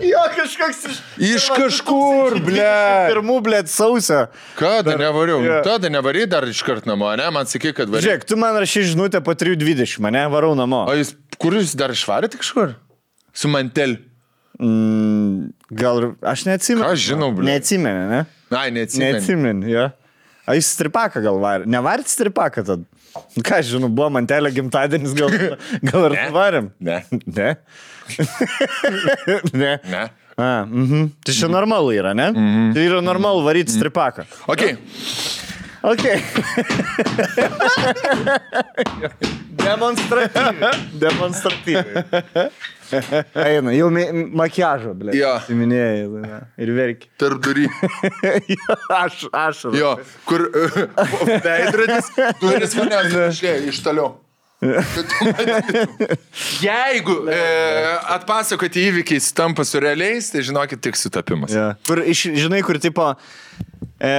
[SPEAKER 3] Jo, kažkoks iš...
[SPEAKER 2] Iš
[SPEAKER 3] kažkur, blė. Pirmų, blė, sausio.
[SPEAKER 2] Kada nevariau?
[SPEAKER 3] jo.
[SPEAKER 2] Tada nevari dar iškart namo, ne? Man sakė, kad vari.
[SPEAKER 3] Žiūrėk, tu man rašy žinutę po 3.20, mane varau namo.
[SPEAKER 2] O jūs, kur jūs dar išvarėte kažkur? Su manteliu.
[SPEAKER 3] Gal ir- aš neatsimenu.
[SPEAKER 2] Aš žinau, blė.
[SPEAKER 3] Neatsimeni, ne?
[SPEAKER 2] Na, neatsimenu.
[SPEAKER 3] Neatsimeni, jo. A jis stripaką gal varė. Nevarėt stripaką tad? Nu, Ką aš žinau, buvo mantelė gimtadienis, gal, gal ir varėm.
[SPEAKER 2] Ne.
[SPEAKER 3] Ne. ne.
[SPEAKER 2] Ne.
[SPEAKER 3] A, mhm. Tai čia normalu yra, ne? Mhm. Tai yra normalu varyti stripaką.
[SPEAKER 2] Ok,
[SPEAKER 3] Ok. Demonstratyviai. Demonstratyviai. Eina, jau mi- makiažo, blė.
[SPEAKER 2] Jo.
[SPEAKER 3] Siminėjai. Ir verki.
[SPEAKER 2] tarp durų.
[SPEAKER 3] aš, aš.
[SPEAKER 2] Jo, kur e, veidrodis, duris manęs išėjo iš toliau. Kad tu matytum. Jeigu e, atpasakoti įvykiai tampa su realiais, tai žinokit, tik sutapimas.
[SPEAKER 3] Ja. Kur, iš, žinai, kur tipo... E,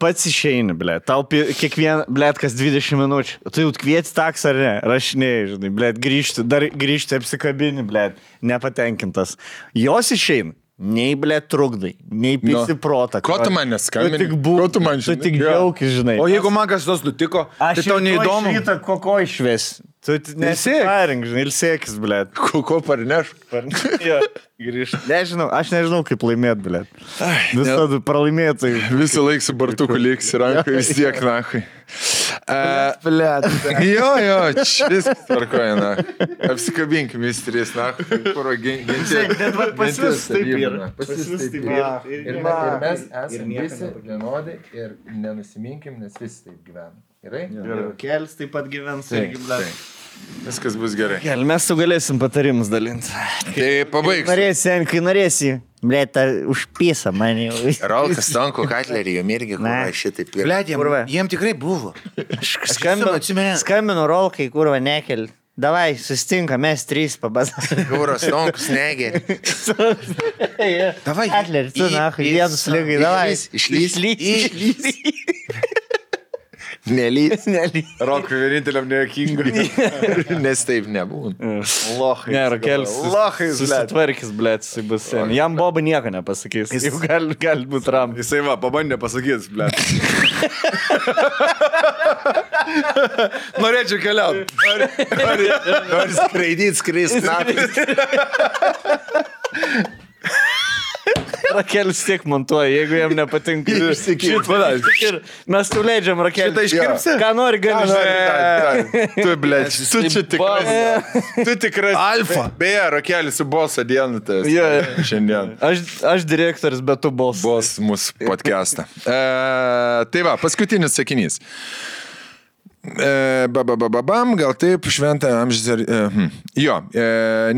[SPEAKER 3] pats išeini, ble. Tau pi- kiekvien, ble, kas 20 minučių. Tu jau kvieti taksą ar ne? Rašinėjai, žinai, ble, grįžti, dar grįžti apsikabini, ble, nepatenkintas. Jos išeini. Nei, ble, trukdai, nei pisi protą.
[SPEAKER 2] Nu. Ko tu
[SPEAKER 3] kad-
[SPEAKER 2] man neskambini?
[SPEAKER 3] Tu tik būk,
[SPEAKER 2] Ko tu man
[SPEAKER 3] tu
[SPEAKER 2] žinai?
[SPEAKER 3] tik
[SPEAKER 2] Jo.
[SPEAKER 3] džiaugi, žinai.
[SPEAKER 4] O jeigu man kas nors nutiko, tai tau neįdomu.
[SPEAKER 3] Šitą koko išves. Tu
[SPEAKER 4] Ilsėkis.
[SPEAKER 3] nesėkis, žinai, ilsėkis, ble.
[SPEAKER 2] Ko, ko parneš?
[SPEAKER 3] Grįžti. Nežinau, aš nežinau, kaip laimėt, ble. Visada tai- pralaimėtai.
[SPEAKER 2] Visą laiką su bartuku liks rankai vis tiek, nahui. E, jo, jo, čia viskas tvarkoja, na. Apsikabinkim, jis trys, na. Kur ginti?
[SPEAKER 3] Pas vis taip yra.
[SPEAKER 2] Pas vis taip yra. Ir, me, ir mes esame visi vienodai ir nenusiminkim, nes visi taip gyvena. Gerai?
[SPEAKER 3] Kelis taip pat gyvens
[SPEAKER 2] Taip, taip. Viskas bus gerai.
[SPEAKER 3] Kel, mes sugalėsim patarimus dalinti.
[SPEAKER 2] Tai pabaigsiu.
[SPEAKER 3] Norėsi, Sen, kai norėsi. Ble, ta užpisa man jau.
[SPEAKER 2] Rolkas Tonko Katlerį, jom irgi
[SPEAKER 3] Ne.
[SPEAKER 2] šitaip
[SPEAKER 8] Блядь,
[SPEAKER 3] Kurva.
[SPEAKER 8] jiem tikrai buvo.
[SPEAKER 3] Skambinu,
[SPEAKER 8] atsimenu.
[SPEAKER 3] skambinu rolkai, kurva nekel. Davai, sustinka, mes trys pabazas.
[SPEAKER 2] Jūros Tonkus negeri.
[SPEAKER 8] Davai,
[SPEAKER 3] Atleri, tu,
[SPEAKER 8] į-
[SPEAKER 3] na,
[SPEAKER 8] į-
[SPEAKER 3] jėzus lygai, davai.
[SPEAKER 2] Išlys, išlys.
[SPEAKER 3] Išlys.
[SPEAKER 2] Nelys,
[SPEAKER 3] Nelys.
[SPEAKER 4] Rokui vieninteliam nejuokinga.
[SPEAKER 2] nes taip nebūna.
[SPEAKER 3] Lohai. Ne, Rakelis.
[SPEAKER 4] Lochai, blet.
[SPEAKER 3] Susitvarkys, ble, jisai bus sen. Jam Boba nieko nepasakys. Jis jau gali, gali būti ram.
[SPEAKER 4] Jisai va, pabandė pasakyti, ble. Norėčiau keliauti.
[SPEAKER 2] Nors skraidyt, skris, natas.
[SPEAKER 3] Rakelis tiek montuoja, jeigu jam nepatinka.
[SPEAKER 2] Išsikirp.
[SPEAKER 3] Išsikirp. Ir mes tu leidžiam Rakelį.
[SPEAKER 4] Šitą iškirpsi?
[SPEAKER 3] Ką nori, gali žinoti.
[SPEAKER 2] tai, Tu, ble, tu čia tikras. Tu tikras.
[SPEAKER 4] Alfa.
[SPEAKER 2] Beje, rokelis su boso dienu tas.
[SPEAKER 3] Jo, jo.
[SPEAKER 2] Šiandien.
[SPEAKER 3] Aš, aš direktorius, bet tu bos.
[SPEAKER 2] Bos mūsų podcastą. E, tai va, paskutinis sakinys. E, ba, ba, ba, ba, bam, gal taip, šventą amžių. E, hm. Jo, e,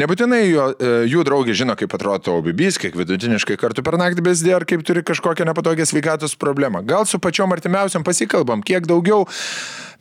[SPEAKER 2] nebūtinai jo, e, jų draugė žino, kaip atrodo tavo bibys, kiek vidutiniškai kartų per naktį besdė, ar kaip turi kažkokią nepatogią sveikatos problemą. Gal su pačiom artimiausiam pasikalbam, kiek daugiau,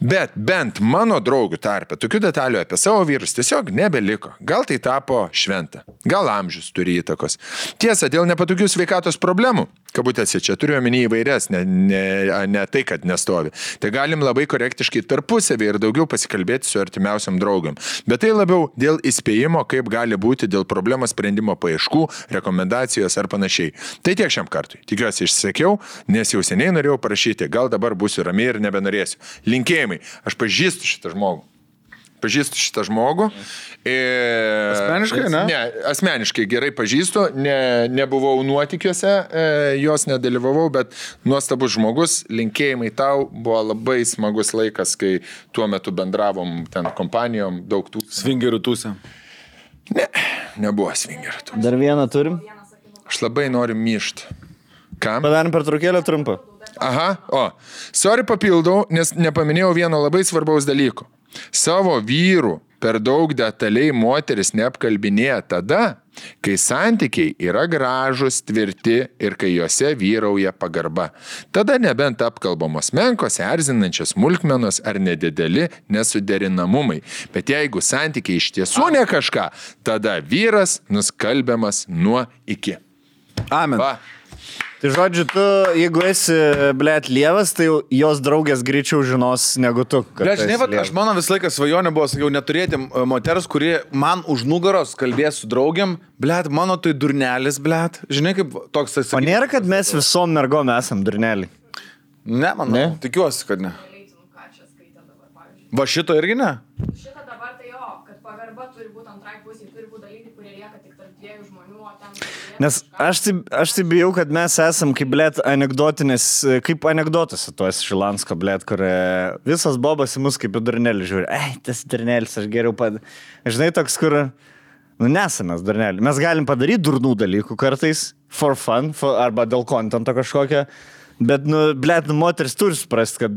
[SPEAKER 2] bet bent mano draugų tarpe tokių detalių apie savo vyrus tiesiog nebeliko. Gal tai tapo šventą, gal amžius turi įtakos. Tiesa, dėl nepatogių sveikatos problemų, kabutėse čia turiu omeny įvairias, ne, ne, ne tai, kad nestovi, tai galim labai korektiškai tarpusavį ir daugiau pasikalbėti su artimiausiam draugam. Bet tai labiau dėl įspėjimo, kaip gali būti dėl problemos sprendimo paieškų, rekomendacijos ar panašiai. Tai tiek šiam kartui. Tikiuosi išsakiau, nes jau seniai norėjau parašyti, gal dabar būsiu ramiai ir nebenorėsiu. Linkėjimai, aš pažįstu šitą žmogų. Pažįstu šitą žmogų. Ir...
[SPEAKER 4] Asmeniškai, ne?
[SPEAKER 2] Ne, asmeniškai gerai pažįstu, ne, nebuvau nuotikiuose, e, jos nedalyvavau, bet nuostabus žmogus, linkėjimai tau, buvo labai smagus laikas, kai tuo metu bendravom ten kompanijom, daug tų.
[SPEAKER 4] Svingerių tūsė.
[SPEAKER 2] Nebuvo svingerių.
[SPEAKER 3] Dar vieną turim.
[SPEAKER 2] Aš labai noriu myšti. Kam?
[SPEAKER 3] Padarom per trukėlę trumpą.
[SPEAKER 2] Aha, o. Sorry papildau, nes nepaminėjau vieno labai svarbaus dalyko. Savo vyrų per daug detaliai moteris neapkalbinėja tada, kai santykiai yra gražus, tvirti ir kai juose vyrauja pagarba. Tada nebent apkalbamos menkos, erzinančios smulkmenos ar nedideli nesuderinamumai. Bet jeigu santykiai iš tiesų ne kažką, tada vyras nuskalbiamas nuo iki.
[SPEAKER 4] Amen.
[SPEAKER 2] Va.
[SPEAKER 3] Tai žodžiu, tu, jeigu esi, blėt, lievas, tai jau jos draugės greičiau žinos negu tu. kad
[SPEAKER 4] Bet
[SPEAKER 3] tu
[SPEAKER 4] žinai,
[SPEAKER 3] esi
[SPEAKER 4] vat,
[SPEAKER 3] lievas.
[SPEAKER 4] aš mano visą laiką svajonė buvo, sakiau, neturėti e, moters, kuri man už nugaros kalbės su draugiam, blėt, mano tai durnelis, blėt. Žinai, kaip toks tas...
[SPEAKER 3] O nėra, kad mes visom mergom esam durnelį.
[SPEAKER 4] Ne, manau. Ne?
[SPEAKER 3] Ne?
[SPEAKER 4] Tikiuosi, kad ne.
[SPEAKER 6] Greitai, nu ką čia skaitė dabar, pavyzdžiui.
[SPEAKER 4] Va šito irgi ne?
[SPEAKER 6] Šitą dabar tai jo, kad pagarba turi būti antrai pusiai, turi būti dalykai, kurie lieka tik tarp dviejų žmonių, o ten...
[SPEAKER 3] Nes aš tai, aš tai bijau, kad mes esam kaip blėt anegdotinės, kaip anegdotose tuos Šilansko blėt, kur e, visas bobas į mus kaip į durnelį žiūri. Ei, tas durnelis, aš geriau pad... Žinai, toks, kur... Nu, nesame durnelį. Mes galim padaryti durnų dalykų kartais, for fun, for, arba dėl kontento kažkokio. Bet, nu, blėt, nu, moteris turi suprasti, kad,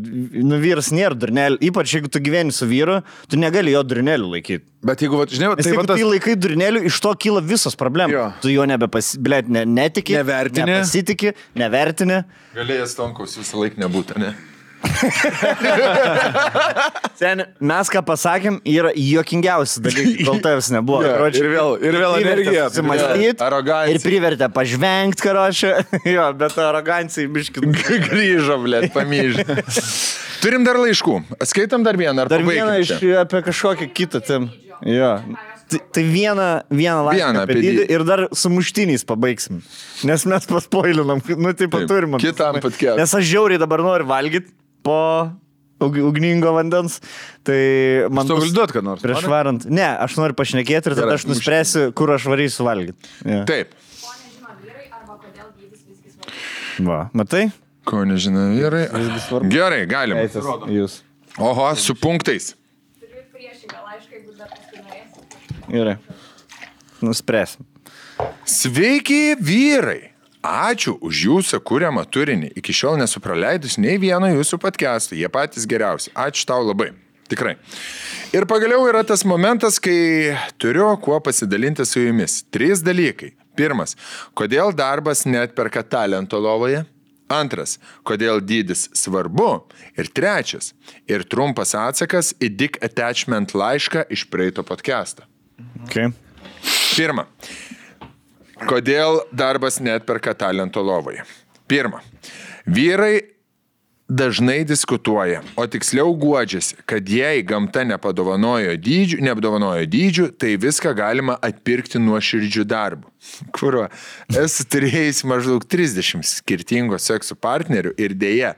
[SPEAKER 3] nu, vyras nėra durnelį. Ypač jeigu tu gyveni su vyru, tu negali jo durnelį laikyti.
[SPEAKER 4] Bet jeigu, va, žinai, va,
[SPEAKER 3] Nes
[SPEAKER 4] tai
[SPEAKER 3] jeigu
[SPEAKER 4] va
[SPEAKER 3] tas...
[SPEAKER 4] tas...
[SPEAKER 3] tai laikai durnelių, iš to kyla visos problemos.
[SPEAKER 4] Jo.
[SPEAKER 3] Jo. Tu jo nebepasitikė, ne, netiki,
[SPEAKER 4] Nevertini.
[SPEAKER 3] nepasitikė, nevertini.
[SPEAKER 2] Galėjęs Tonkaus visą laiką nebūtų, ne?
[SPEAKER 3] Sen, mes ką pasakėm, yra juokingiausi dalykai, kol tavęs nebuvo.
[SPEAKER 4] Jo,
[SPEAKER 3] karoči.
[SPEAKER 4] ir vėl- ir vėl
[SPEAKER 3] Privertė
[SPEAKER 4] energija.
[SPEAKER 3] susimąstyt,
[SPEAKER 2] Jo, arogancija.
[SPEAKER 3] Ir privertė pažvengti, karočią. jo, bet arogancija biškit.
[SPEAKER 2] Grįžo, blėt, pamyžė. Turim dar laiškų. Skaitam dar vieną, ar
[SPEAKER 3] Dar vieną iš,
[SPEAKER 2] pabaigti?
[SPEAKER 3] apie kažkokią kitą temą. Jo. Tai, tai vieną, vieną
[SPEAKER 2] Vieną
[SPEAKER 3] laišką apie
[SPEAKER 2] apie
[SPEAKER 3] dydį
[SPEAKER 2] dydį.
[SPEAKER 3] ir dar sumuštiniais pabaigsim. Nes mes paspoilinam, nu taip pat
[SPEAKER 2] Taip,
[SPEAKER 3] turim.
[SPEAKER 2] kitam podcast'ui.
[SPEAKER 3] Nes aš žiauriai dabar noriu valgyti po ug- ugningo vandens. Tai man...
[SPEAKER 4] Tu
[SPEAKER 3] bus-
[SPEAKER 4] gali duot, kad nors.
[SPEAKER 3] Prieš varant. Ne, aš noriu pašnekėti ir tada
[SPEAKER 2] Gerai, Tai-
[SPEAKER 3] aš nuspręsiu, kur aš varysiu valgyti. Ja.
[SPEAKER 2] Taip.
[SPEAKER 6] Ko nežino vyrai, arba kodėl dydis visgi svarbus.
[SPEAKER 3] Va, matai?
[SPEAKER 2] Ko nežino vyrai. Gerai, galim.
[SPEAKER 3] Jūs.
[SPEAKER 2] Oho, su punktais.
[SPEAKER 6] Turiu ir priešingą laišką, jeigu dar paskui norėsi.
[SPEAKER 3] Gerai. Nuspręsim.
[SPEAKER 2] Sveiki, vyrai! Ačiū už jūsų kuriamą turinį. Iki šiol nesu praleidus nei vieno jūsų podcast'o. Jie patys geriausi. Ačiū tau labai. Tikrai. Ir pagaliau yra tas momentas, kai turiu kuo pasidalinti su jumis. Trys dalykai. Pirmas, kodėl darbas net perka talento lovoje? Antras, kodėl dydis svarbu? Ir trečias, ir trumpas atsakas į Dick Attachment laišką iš praeito podcast'o.
[SPEAKER 3] Okay.
[SPEAKER 2] Pirma. Kodėl darbas net perka talento lovoje? Pirma. Vyrai dažnai diskutuoja, o tiksliau guodžiasi, kad jei gamta nepadovanojo dydžių, neapdovanojo dydžių, tai viską galima atpirkti nuo širdžių darbų. Kuro, esu turėjęs maždaug 30 skirtingų seksų partnerių ir dėje,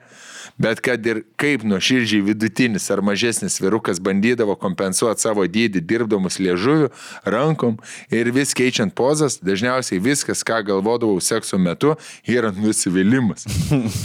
[SPEAKER 2] bet kad ir kaip nuo širdžiai vidutinis ar mažesnis vyrukas bandydavo kompensuoti savo dydį dirbdamus liežuviu, rankom ir vis keičiant pozas, dažniausiai viskas, ką galvodavau sekso metu, yra nusivylimas,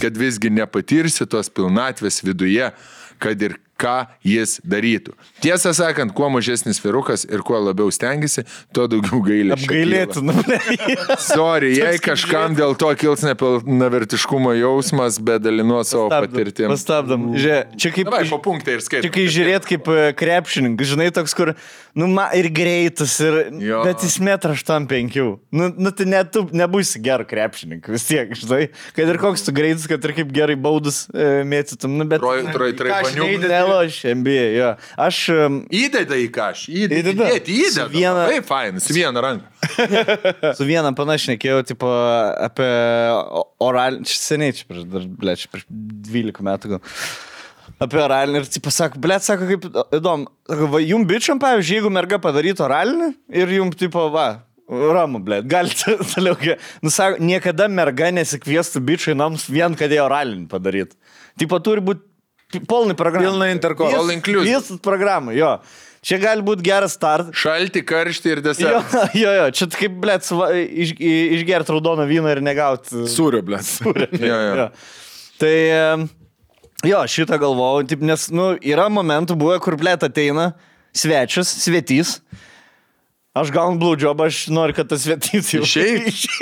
[SPEAKER 2] kad visgi nepatirsi tos pilnatvės viduje, kad ir ką jis darytų. Tiesą sakant, kuo mažesnis vyrukas ir kuo labiau stengiasi, tuo daugiau gailėčiau.
[SPEAKER 3] Apgailėtina.
[SPEAKER 2] Sorry, jei kažkam dėl to kils nepilnavertiškumo jausmas, bet dalinuos savo patirtim.
[SPEAKER 3] Pastabdam. Žiūrėk, čia kaip...
[SPEAKER 2] Davai, po punktą ir
[SPEAKER 3] Čia
[SPEAKER 2] skaitai.
[SPEAKER 3] kai žiūrėt kaip e, krepšininkas, žinai, toks, kur, nu, ma, ir greitas, ir...
[SPEAKER 2] Jo.
[SPEAKER 3] Bet jis metra 85. Nu, nu tai net tu nebūsi gerų krepšininkų, vis tiek, žinai. Kad ir koks tu greitas, kad ir kaip gerai baudus e, mėtytum, nu, bet...
[SPEAKER 2] Troj, troj, troj, paniuk.
[SPEAKER 3] Neloš, MBA, jo. Aš... em,
[SPEAKER 2] Įdeda į kažką, įdeda.
[SPEAKER 3] Įdeda.
[SPEAKER 2] Įdėti, įdeda.
[SPEAKER 3] Su viena-
[SPEAKER 2] Taip, fainas, vieną ranką.
[SPEAKER 3] Su viena panašnekėjau, tipo, apie oralinį, čia seniai, čia prieš, dar, ble, čia prieš 12 metų gal. Apie oralinį ir, tipo, sako, ble, sako, kaip įdomu, sako, va, jum bičiam, pavyzdžiui, jeigu merga padarytų oralinį ir jum, tipo, va. Ramu, blė, galite toliau. gy- Nu, sako, niekada merga nesikviestų bičiai nams vien, kad jie oralinį padarytų. Tipo, turi būti pilnai programai.
[SPEAKER 4] Pilna interko-
[SPEAKER 2] all inclusive.
[SPEAKER 3] Visas programai, jo. Čia gali būti geras start.
[SPEAKER 2] Šalti, karšti ir
[SPEAKER 3] Jo,
[SPEAKER 2] desertą.
[SPEAKER 3] jo, jo, čia kaip, ble, iš, išgerti raudoną vyną ir negauti.
[SPEAKER 4] Sūriu, blė.
[SPEAKER 2] Jo, jo.
[SPEAKER 3] Jo. Tai em, jo, šitą galvojau, taip, nes nu, yra momentų buvę, kur plėt ateina svečias, svetys. Aš gaunu blūdžiobą, aš noriu, kad tas svetys jau
[SPEAKER 2] Išeitų.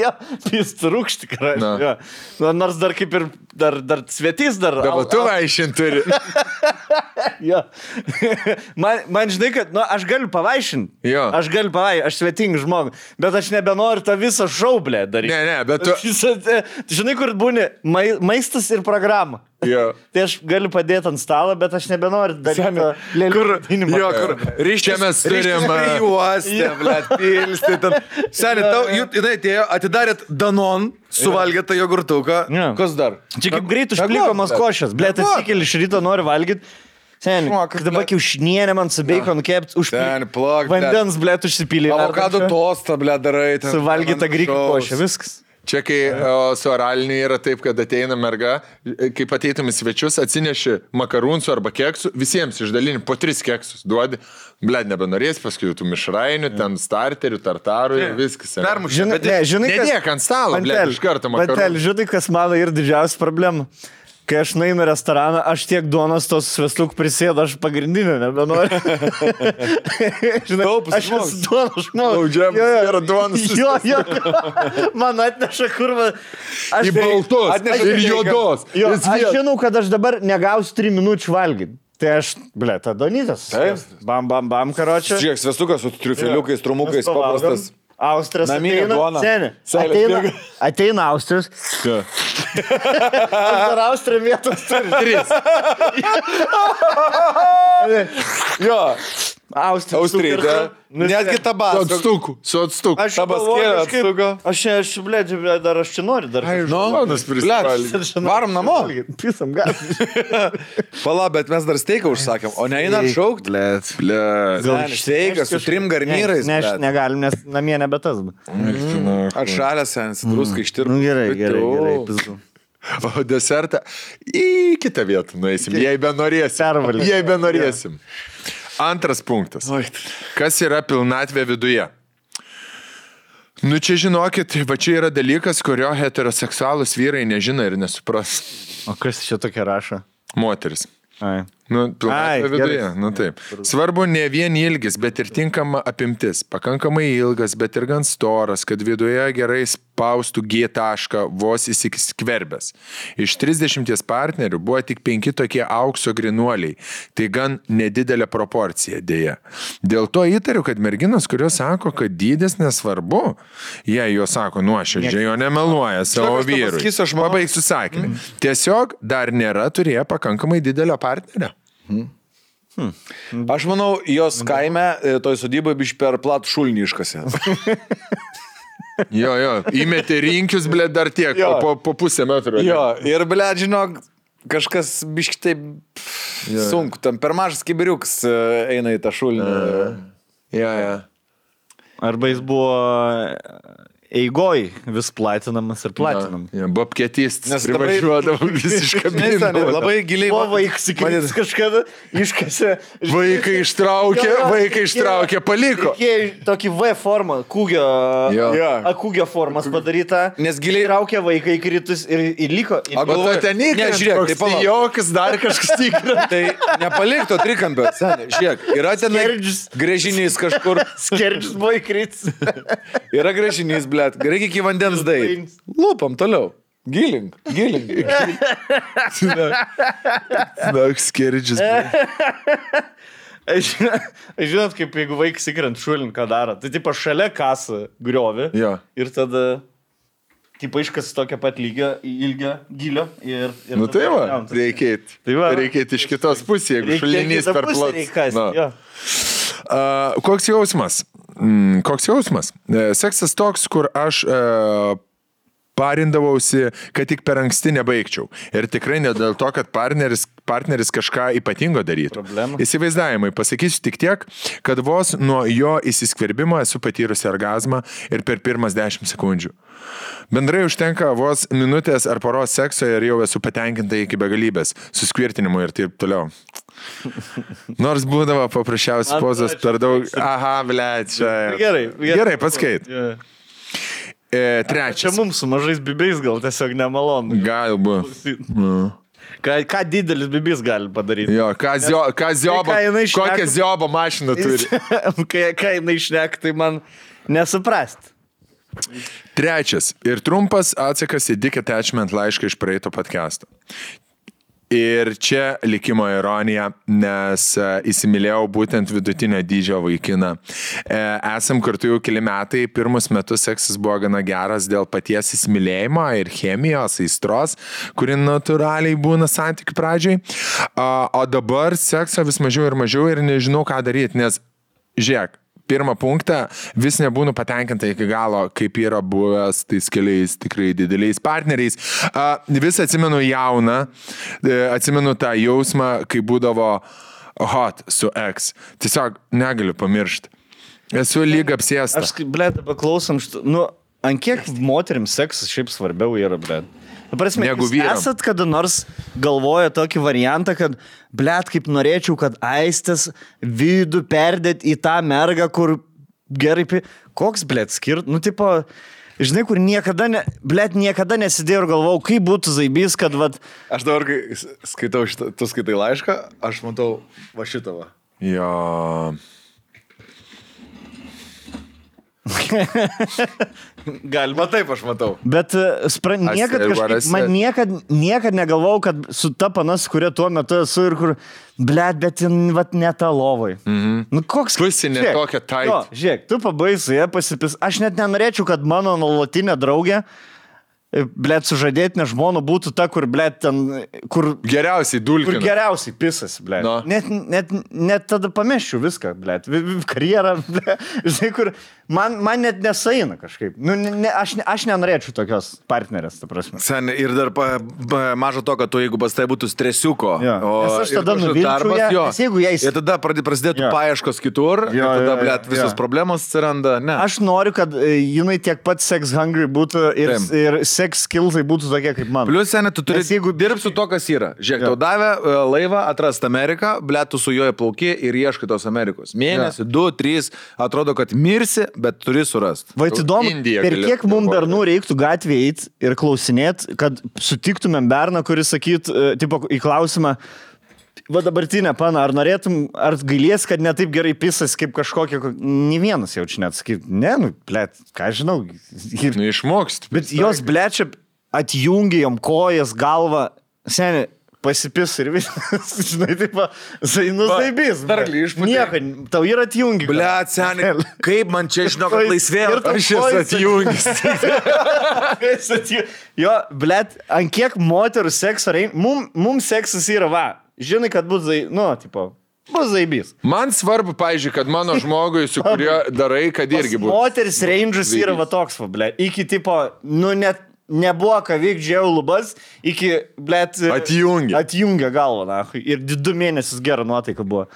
[SPEAKER 3] jo, jis trūkš tikrai.
[SPEAKER 2] Na.
[SPEAKER 3] jo. Na, nors dar kaip ir, dar, dar svetys dar.
[SPEAKER 2] Dabar tu vaišinti turi.
[SPEAKER 3] Jo. man, man žinai, kad, nu, aš galiu pavaišinti.
[SPEAKER 2] Jo.
[SPEAKER 3] Aš galiu pavaišinti, aš svetingas žmogus, bet aš nebenoriu tą visą šaublę daryti.
[SPEAKER 2] Ne, ne, bet tu...
[SPEAKER 3] Visą, e, žinai, kur būni, mai, maistas ir programa.
[SPEAKER 2] Jo.
[SPEAKER 3] Tai aš galiu padėti ant stalo, bet aš nebenoriu daryti to
[SPEAKER 4] Kur,
[SPEAKER 3] lėlių.
[SPEAKER 4] jo, kur.
[SPEAKER 2] Čia mes turim... a,
[SPEAKER 4] Juostė, blė, pilstė. ten. Seniai, tau, jų- jinai atėjo, atidarėt Danon, suvalgėt tą jogurtuką.
[SPEAKER 3] Jo.
[SPEAKER 4] Kas dar?
[SPEAKER 3] Čia kaip greit
[SPEAKER 4] Miegok,
[SPEAKER 3] užplikomas
[SPEAKER 4] blet.
[SPEAKER 3] košės. Blet,
[SPEAKER 4] Miegok.
[SPEAKER 3] atsikeli iš ryto, nori valgyti. Seniai,
[SPEAKER 4] Šmokas,
[SPEAKER 3] dabar
[SPEAKER 4] blet.
[SPEAKER 3] kiaušinienė man su bacon kept
[SPEAKER 4] Ten,
[SPEAKER 3] užpildyta.
[SPEAKER 4] plak, blet.
[SPEAKER 3] Vandens, blet, užsipylė.
[SPEAKER 4] Avokado tostą, blė, darai. ten.
[SPEAKER 3] Suvalgyta
[SPEAKER 4] Ant
[SPEAKER 3] greikų
[SPEAKER 4] šaus.
[SPEAKER 3] košė, viskas.
[SPEAKER 2] Čia kai o, su oraliniu yra taip, kad ateina merga, kaip ateitum į svečius, atsineši makarūnų arba keksų, visiems išdalini po tris keksus duodi, bled nebenorės, paskui tų mišrainių, ten starterių, tartarų ir viskas. yra.
[SPEAKER 4] Permušė,
[SPEAKER 3] Žinai,
[SPEAKER 4] bet-
[SPEAKER 3] ne, žinai, kas...
[SPEAKER 2] Nedėk ant stalo, bled, iš karto
[SPEAKER 3] Matel,
[SPEAKER 2] makarūnų.
[SPEAKER 3] žinai, kas mano ir didžiausia problema. Kai aš nainu į restoraną, aš tiek duonos tos svestuk prisėdu, aš pagrindinę nebenoriu. žinai,
[SPEAKER 4] Taupus
[SPEAKER 3] aš esu duonos žmogus.
[SPEAKER 2] Naudžiamas
[SPEAKER 3] Jo, jo.
[SPEAKER 2] yra duonos.
[SPEAKER 3] Jo, jo. Man atneša kurva. Aš,
[SPEAKER 2] Į baltos
[SPEAKER 4] Atneša
[SPEAKER 2] ir
[SPEAKER 4] sveiką.
[SPEAKER 2] juodos.
[SPEAKER 3] jo,
[SPEAKER 2] Jis
[SPEAKER 3] aš
[SPEAKER 2] vien-
[SPEAKER 3] žinau, kad aš dabar negausiu 3 minučių valgyti. Tai aš, ble, tada Donytas.
[SPEAKER 4] Taip.
[SPEAKER 3] Bam, bam, bam, karočią.
[SPEAKER 4] Žiūrėk, svestukas su triufeliukais, trumukais,
[SPEAKER 3] Mes pavalgom.
[SPEAKER 4] paprastas.
[SPEAKER 3] Austras
[SPEAKER 4] Naminė
[SPEAKER 3] ateina.
[SPEAKER 4] duona.
[SPEAKER 3] Seni,
[SPEAKER 4] Seilės
[SPEAKER 3] ateina,
[SPEAKER 4] bėga.
[SPEAKER 3] ateina Austras. Ir dar Austrija vietos turi.
[SPEAKER 4] Jo,
[SPEAKER 3] Austrija. Nu,
[SPEAKER 4] Austrija. Netgi
[SPEAKER 2] Su
[SPEAKER 4] tabasas.
[SPEAKER 2] atstuku. Su atstuku.
[SPEAKER 3] Aš
[SPEAKER 4] Ta
[SPEAKER 3] galvoju,
[SPEAKER 4] baskėlė
[SPEAKER 3] kažkaip-
[SPEAKER 4] atsuko.
[SPEAKER 3] Aš čia, aš, blėdžiu, dar aš čia noriu dar. kažką.
[SPEAKER 2] Žmonas prisivalgė.
[SPEAKER 3] Aš čia noriu
[SPEAKER 4] Varom namo.
[SPEAKER 3] valgyt. Pisam, gal.
[SPEAKER 4] Pala, bet mes dar steiką užsakėm, o neinat šaukti? Blet, blet. Gal steikas su trim garnyrais.
[SPEAKER 3] Ne, aš
[SPEAKER 4] blet.
[SPEAKER 3] negalim, nes namie nebetas.
[SPEAKER 4] Atšalęs senis, druskai ištirpsta.
[SPEAKER 3] Nu, gerai, gerai, gerai. pizdu.
[SPEAKER 2] O desertą į kitą vietą nueisim, jei benorėsim.
[SPEAKER 3] Pervalgyt.
[SPEAKER 2] Jei benorėsim. Antras punktas. Kas yra pilnatvė viduje? Nu čia žinokit, va čia yra dalykas, kurio heteroseksualus vyrai nežino ir nesupras.
[SPEAKER 3] O kas čia tokia rašo?
[SPEAKER 2] Moteris.
[SPEAKER 3] Ai.
[SPEAKER 2] Nu,
[SPEAKER 3] Ai,
[SPEAKER 2] pilnatvė viduje.
[SPEAKER 3] gerai.
[SPEAKER 2] Nu, taip. Svarbu ne vien ilgis, bet ir tinkama apimtis. Pakankamai ilgas, bet ir gan storas, kad viduje gerai spaustų G tašką vos įsiskverbęs. Iš 30 partnerių buvo tik 5 tokie aukso grinuoliai. Tai gan nedidelė proporcija dėja. Dėl to įtariu, kad merginos, kurios sako, kad dydis nesvarbu, jie jo sako nuoširdžiai, jo nemeluoja savo
[SPEAKER 4] aš tau
[SPEAKER 2] vyrui.
[SPEAKER 4] pasakysiu, aš manau- Mhm.
[SPEAKER 2] Pabaigsiu sakinį. Tiesiog dar nėra turėję pakankamai didelio partnerio.
[SPEAKER 4] Aš manau, jos kaime, e, toj sodybai, biš per plat šulnį iškasė.
[SPEAKER 2] Jo, jo, įmetė rinkius, blė, dar tiek,
[SPEAKER 4] Jo.
[SPEAKER 2] o po, po pusę metro.
[SPEAKER 4] Jo, ir ble, žinok, kažkas biškitai sunku, tam per mažas kibiriukas e, eina į tą šulinį. E.
[SPEAKER 2] jo, jo.
[SPEAKER 3] Arba jis buvo e, eigoj vis platinamas ir platinamas.
[SPEAKER 2] Ja, Bobketistas.
[SPEAKER 4] Nes
[SPEAKER 2] Nes
[SPEAKER 4] labai-
[SPEAKER 2] privažiuodavo visiškai
[SPEAKER 4] Žinai, Sani,
[SPEAKER 2] kabinę.
[SPEAKER 4] labai giliai.
[SPEAKER 3] Buvo
[SPEAKER 4] man-
[SPEAKER 3] vaikas, kai jis kažkada iškasė.
[SPEAKER 2] Vaikai ištraukė,
[SPEAKER 3] Jo, jo,
[SPEAKER 2] vaikai ištraukė, paliko.
[SPEAKER 3] Reikėjo tokį V formą, kūgio,
[SPEAKER 2] Jo.
[SPEAKER 3] a, kūgio formas padaryta.
[SPEAKER 4] Nes giliai
[SPEAKER 3] Traukė vaikai krytus ir, ir liko. Ir
[SPEAKER 2] O
[SPEAKER 4] Agu- galvoju,
[SPEAKER 2] to ten
[SPEAKER 4] ne,
[SPEAKER 2] įkė,
[SPEAKER 4] žiūrėk, tai palauk.
[SPEAKER 2] Jokas dar kažkas tikras.
[SPEAKER 4] Tai nepalikto trikampio. Seni, žiūrėk, yra ten
[SPEAKER 3] Skerdžius.
[SPEAKER 4] grėžinys kažkur.
[SPEAKER 3] skerdžius buvo įkrytus.
[SPEAKER 4] Yra grėžinys, bl ⁇ t. Reikia iki vandens dai. Lūpam toliau. Gilink, gilink.
[SPEAKER 2] Daug skerdžius. blė.
[SPEAKER 3] Žinot, kaip jeigu vaikas įkrent šulin, ką daro. Tai tipo šalia kasą griovi.
[SPEAKER 2] Jo.
[SPEAKER 3] Ir tada... Taip, iškas tokia pat lygio, ilgio, gilio ir... ir
[SPEAKER 2] Nu
[SPEAKER 3] tada
[SPEAKER 2] tai va,
[SPEAKER 3] gaunasi.
[SPEAKER 2] reikėti.
[SPEAKER 3] Tai va.
[SPEAKER 2] Reikėti iš kitos pusės, jeigu
[SPEAKER 3] Reikia
[SPEAKER 2] šulinys
[SPEAKER 3] kitą
[SPEAKER 2] per nu.
[SPEAKER 3] pusę reikasti,
[SPEAKER 2] platų.
[SPEAKER 3] jo.
[SPEAKER 2] A, koks jausmas? Mm, Koks jausmas? E, Seksas toks, kur aš e, parindavausi, kad tik per anksti nebaigčiau. Ir tikrai ne dėl to, kad partneris, partneris kažką ypatingo darytų.
[SPEAKER 3] Problema.
[SPEAKER 2] Įsivaizdavimai. Pasakysiu tik tiek, kad vos nuo jo įsiskverbimo esu patyrusi orgasmą ir per pirmas 10 sekundžių. Bendrai užtenka vos minutės ar poros sekso ir jau esu patenkinta iki begalybės, suskvirtinimo ir taip toliau. Nors būdavo paprasčiausias
[SPEAKER 3] Man
[SPEAKER 2] pozas
[SPEAKER 3] plačiai
[SPEAKER 2] per daug. Aha, ble, čia.
[SPEAKER 3] Tai Gerai, gerai.
[SPEAKER 2] Gerai, paskait.
[SPEAKER 3] Jo.
[SPEAKER 2] E,
[SPEAKER 3] Čia
[SPEAKER 2] trečias.
[SPEAKER 3] mums su mažais bibiais gal tiesiog nemalonu.
[SPEAKER 2] Galbūt.
[SPEAKER 3] klausyt.
[SPEAKER 2] Nu.
[SPEAKER 3] Ką, ką didelis bibis gali padaryti?
[SPEAKER 2] Jo, ką zio- ką zioba,
[SPEAKER 3] ką jinai šneka?
[SPEAKER 2] kokią ziobo mašiną turi.
[SPEAKER 3] kai, kai jinai išneka, tai man nesuprast.
[SPEAKER 2] Trečias ir trumpas atsakas į Dick Attachment laišką iš praeito podcast'o. Ir čia likimo ironija, nes e, įsimylėjau būtent vidutinio dydžio vaikiną. E, Esam kartu jau keli metai, pirmus metus seksas buvo gana geras dėl paties įsimylėjimo ir chemijos, aistros, kuri natūraliai būna santykių pradžiai. A, O dabar sekso vis mažiau ir mažiau ir nežinau, ką daryti, nes žiūrėk, pirmą punktą, vis nebūnu patenkinta iki galo, kaip yra buvęs tais keliais tikrai dideliais partneriais. A, Vis atsimenu jauną, e, atsimenu tą jausmą, kai būdavo hot su X. Tiesiog negaliu pamiršti. Esu lyg apsėstas.
[SPEAKER 3] Aš, ble, paklausom, št... nu, ant kiek moteriams seksas šiaip svarbiau yra, ble. Na, prasme,
[SPEAKER 2] Negu
[SPEAKER 3] jūs
[SPEAKER 2] vyram.
[SPEAKER 3] Esat kada nors galvoję tokį variantą, kad, ble, kaip norėčiau, kad aistės vidų perdėt į tą mergą, kur gerai, pi... koks, ble, skirt, nu, tipo... Žinai, kur niekada, ne, blėt, niekada nesidėjau ir galvau, kaip būtų zaibys, kad, vat,
[SPEAKER 4] Aš dabar, kai s- skaitau šitą, tu skaitai laišką, aš matau va šitą. Va.
[SPEAKER 2] Jo.
[SPEAKER 3] galima
[SPEAKER 4] Va taip aš matau.
[SPEAKER 3] Bet e, spra,
[SPEAKER 2] Aš
[SPEAKER 3] niekad,
[SPEAKER 2] ir
[SPEAKER 3] kažkaip,
[SPEAKER 2] varasi-
[SPEAKER 3] man niekad, niekad negalvojau, kad su ta panas, kuria tuo metu esu ir kur, blėt, bet jin, vat, ne ta lovai. Mhm. Nu, koks
[SPEAKER 2] Pussy ne
[SPEAKER 3] žiūrėk,
[SPEAKER 2] tokia tight.
[SPEAKER 3] Jo, žiūrėk, tu pabaigai, jie pasipis. Aš net nenorėčiau, kad mano nuolatinė draugė, blėt, sužadėtinė žmona būtų ta, kur, blėt, ten, kur,
[SPEAKER 2] Geriausiai
[SPEAKER 3] kur
[SPEAKER 2] dulkiu.
[SPEAKER 3] geriausiai pisas, blėt.
[SPEAKER 2] No.
[SPEAKER 3] Net, net, net tada pamėščiau viską, blėt, vi- vi- karjerą, blėt. Žinai, kur man, man net nesaina kažkaip. Nu, ne, ne, aš, ne- aš nenorėčiau tokios partnerės, ta prasme.
[SPEAKER 4] Sen, ir dar pa, pa, mažo to, kad tu, jeigu pas tai būtų stresiuko,
[SPEAKER 3] Jo. Nes aš
[SPEAKER 4] ir
[SPEAKER 3] tada
[SPEAKER 4] kažkoks
[SPEAKER 3] nuvilčiau ją, nes jeigu jai-
[SPEAKER 4] Ir tada pradė- prasidėtų
[SPEAKER 3] Jo.
[SPEAKER 4] paieškos kitur, ir
[SPEAKER 3] Jo,
[SPEAKER 4] tada,
[SPEAKER 3] jo,
[SPEAKER 4] blėt,
[SPEAKER 3] jo, jo.
[SPEAKER 4] visos problemos atsiranda. Ne.
[SPEAKER 3] Aš noriu, kad e, jinai tiek pat sex hungry būtų ir,
[SPEAKER 4] Taip.
[SPEAKER 3] ir sex skillsai būtų tokie kaip man.
[SPEAKER 4] Plius, seniai, tu turi.
[SPEAKER 3] Nes jeigu-
[SPEAKER 4] dirb su to, kas yra. Žiūrėk,
[SPEAKER 3] Jo.
[SPEAKER 4] tau davė e, laivą, atrast Ameriką, ble, tu su juo plauki ir ieškai tos Amerikos. Mėnesį, du, trys, atrodo, kad mirsi, bet turi surasti.
[SPEAKER 3] Vait įdomu,
[SPEAKER 2] Indija
[SPEAKER 3] per
[SPEAKER 2] galėtų
[SPEAKER 3] kiek mums
[SPEAKER 2] dabar.
[SPEAKER 3] dar nu reiktų gatvėje eiti ir klausinėti, kad sutiktumėm Berną, kuris sakyt, e, tipo, į klausimą, va dabartinė pana, ar norėtum, ar gailies, kad netaip gerai pisas kaip kažkokia, ne vienas jaučiu net sakyti, ne, nu, blėt, ką aš žinau. Ir,
[SPEAKER 2] Nu, išmokst.
[SPEAKER 3] bet jos blečia atjungia jom kojas, galvą, seniai. Pasipis ir viskas, žinai, taip, zainus
[SPEAKER 4] Va,
[SPEAKER 3] zaibys.
[SPEAKER 4] darlį išpūtei.
[SPEAKER 3] Nieko, tau yra atjungi.
[SPEAKER 4] Ble, seniai, kaip man čia žinok, kad
[SPEAKER 3] Oi,
[SPEAKER 4] laisvėjau.
[SPEAKER 3] ir tau
[SPEAKER 4] Aš esu
[SPEAKER 3] poilsis.
[SPEAKER 4] atjungęs.
[SPEAKER 3] Jis atėjo- Jo, blėt, ant kiek moterų sekso reina. Mums mum seksas yra va. Žinai, kad bus, zai, nu, tipo, bus zaibys.
[SPEAKER 2] Man svarbu, pažiūrėjau, kad mano žmogui, su kuriuo darai, kad Tai irgi būtų.
[SPEAKER 3] Moteris rangas yra
[SPEAKER 2] zaibys.
[SPEAKER 3] va toks, va, blėt. Iki tipo, nu, net nebuvo ką veikti, džiau lubas, iki, blėt.
[SPEAKER 2] Atjungia.
[SPEAKER 3] Atjungia galvą, na. Ir di- du mėnesius gera nuotaika buvo.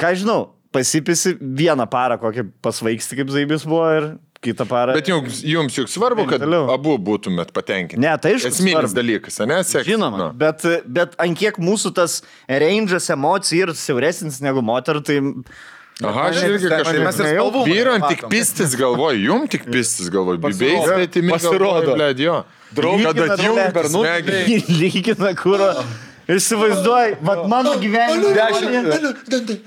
[SPEAKER 3] Ką aš žinau, pasipisi vieną parą, kokį pasvaigsti, kaip zaibys buvo, ir kitą parą.
[SPEAKER 2] Bet jums, jums juk svarbu, kad
[SPEAKER 3] Toliau.
[SPEAKER 2] abu būtumėt patenkinti.
[SPEAKER 3] Ne, tai aišku,
[SPEAKER 2] Esminis
[SPEAKER 3] svarbu.
[SPEAKER 2] dalykas, ne? Seks,
[SPEAKER 3] Žinoma, no.
[SPEAKER 2] nu.
[SPEAKER 3] bet, bet ant kiek mūsų tas rangas emocijų yra siauresnis negu moterų, tai
[SPEAKER 2] Aha, aš irgi kažkaip.
[SPEAKER 4] tai Mes ir spalvų.
[SPEAKER 2] Vyram
[SPEAKER 4] matom.
[SPEAKER 2] tik pistis galvoj, jum tik pistis galvoj, bibiai
[SPEAKER 4] Pasirodo.
[SPEAKER 2] svetimi.
[SPEAKER 4] Pasirodo.
[SPEAKER 2] Bled, jo.
[SPEAKER 3] Lygina,
[SPEAKER 2] Kad atjungi
[SPEAKER 3] blet,
[SPEAKER 2] per nugarį.
[SPEAKER 4] smegenį.
[SPEAKER 3] lygina kūro. Įsivaizduoji, vad mano gyvenimo ironija.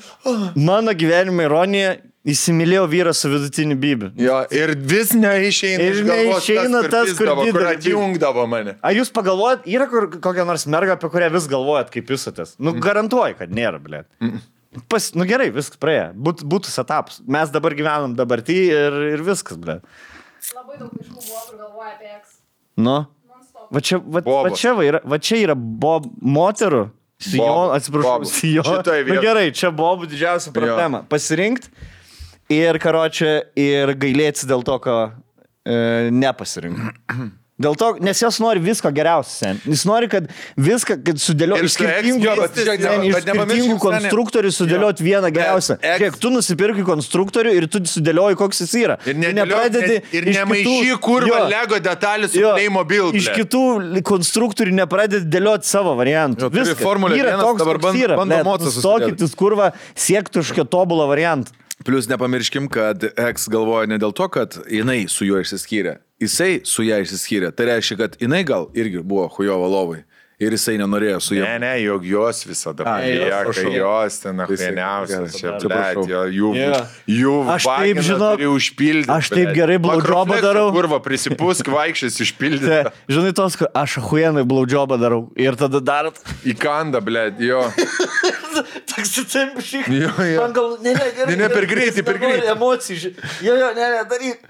[SPEAKER 3] Mano gyvenimo ironija, įsimylėjau vyrą su vidutiniu bibiu.
[SPEAKER 2] Jo, ir vis neišeina.
[SPEAKER 3] Ir
[SPEAKER 2] iš galvos
[SPEAKER 3] neišeina tas, kur
[SPEAKER 2] pisdavo, kur
[SPEAKER 3] didelį-
[SPEAKER 2] atjungdavo mane.
[SPEAKER 3] Ar jūs pagalvojat, yra kur, kokia nors merga, apie kurią vis galvojat, kaip jūs esate? Nu, garantuoju, kad nėra, blė. Pas, nu gerai, viskas praėjo. Būt, būtų setaps. Mes dabar gyvenam dabartį ir, ir viskas, blė.
[SPEAKER 6] Labai daug laiškų buvo, kur galvoja apie eks.
[SPEAKER 3] Nu.
[SPEAKER 6] Non-stop.
[SPEAKER 3] Va čia, va, va
[SPEAKER 2] Bobos.
[SPEAKER 3] čia, va yra, va čia yra bob, moterų. Sijon,
[SPEAKER 2] Bobų,
[SPEAKER 3] atsiprašau,
[SPEAKER 2] bobų.
[SPEAKER 3] sijon.
[SPEAKER 2] Šitoj vietoj.
[SPEAKER 3] Nu gerai, čia bobų didžiausia problema. Pasirinkti ir karočią ir gailėtis dėl to, ko e, nepasirinkti. Dėl to, nes jos nori viską geriausio. sen. Jis nori, kad viską kad sudėliotų
[SPEAKER 4] Ir
[SPEAKER 3] iš
[SPEAKER 4] su
[SPEAKER 3] skirtingų,
[SPEAKER 4] Expo, bet žiūrėk,
[SPEAKER 3] sen, iš
[SPEAKER 4] bet nepamirškim,
[SPEAKER 3] skirtingų
[SPEAKER 4] seni-
[SPEAKER 3] konstruktorių sudėlioti vieną geriausią.
[SPEAKER 4] Ex-
[SPEAKER 3] Kiek tu nusipirkai konstruktorių ir tu sudėlioji, koks jis yra.
[SPEAKER 2] Ir,
[SPEAKER 3] Tu
[SPEAKER 2] nedėliok-
[SPEAKER 3] nepradedi
[SPEAKER 2] ir
[SPEAKER 3] iš
[SPEAKER 2] nemaišy
[SPEAKER 3] kitų-
[SPEAKER 2] kurva
[SPEAKER 3] jo.
[SPEAKER 2] Lego detalės su
[SPEAKER 3] Jo,
[SPEAKER 2] Playmobil.
[SPEAKER 3] Iš kitų li- konstruktorių nepradedi dėlioti savo variantų.
[SPEAKER 2] tai
[SPEAKER 4] Jo, turi Formulę
[SPEAKER 3] yra
[SPEAKER 4] vienas,
[SPEAKER 3] toks,
[SPEAKER 4] dabar
[SPEAKER 3] koks
[SPEAKER 4] band-
[SPEAKER 3] yra.
[SPEAKER 4] bando
[SPEAKER 3] blet,
[SPEAKER 4] mocą
[SPEAKER 3] nustokyt
[SPEAKER 4] susidėt.
[SPEAKER 3] jūs kurva siektų kažkokio tobulo variantą.
[SPEAKER 4] Plus nepamirškim, kad X galvoja ne dėl to, kad jinai su juo išsiskyrė. Jisai su ją išsiskyrė. Tai reiškia, kad jinai gal irgi buvo hujovo lovai. Ir jisai nenorėjo su
[SPEAKER 2] Ne,
[SPEAKER 4] ja.
[SPEAKER 2] ne, jog jos visada
[SPEAKER 4] A, jos,
[SPEAKER 2] palieka,
[SPEAKER 4] prašau.
[SPEAKER 2] jos ten
[SPEAKER 4] Visi-
[SPEAKER 2] afieniausias čia,
[SPEAKER 4] gerai,
[SPEAKER 2] blėt,
[SPEAKER 4] atsiprašau.
[SPEAKER 2] jo, jų,
[SPEAKER 3] Jo.
[SPEAKER 2] jų
[SPEAKER 3] Aš taip,
[SPEAKER 2] vaginą
[SPEAKER 3] žinok,
[SPEAKER 2] turi užpildyti.
[SPEAKER 3] aš taip
[SPEAKER 2] blėt.
[SPEAKER 3] gerai blowjobą
[SPEAKER 2] Makroflexą
[SPEAKER 3] darau.
[SPEAKER 2] Kurva, prisipūsk, vaikščias
[SPEAKER 3] Te,
[SPEAKER 2] išpildyti.
[SPEAKER 3] žinai, tos, kur aš ahuienai blaudžiobą darau ir tada darot.
[SPEAKER 2] Įkanda, blėt, jo.
[SPEAKER 5] Toks įsimpišyk.
[SPEAKER 2] Jo, jo.
[SPEAKER 5] Man gal, ne, ne, gerai.
[SPEAKER 2] Ne, ne, per
[SPEAKER 5] gerai,
[SPEAKER 2] greitai, per
[SPEAKER 5] nenori
[SPEAKER 2] greitai.
[SPEAKER 5] Emocijų. ži- Jo, jo, ne, ne, daryk.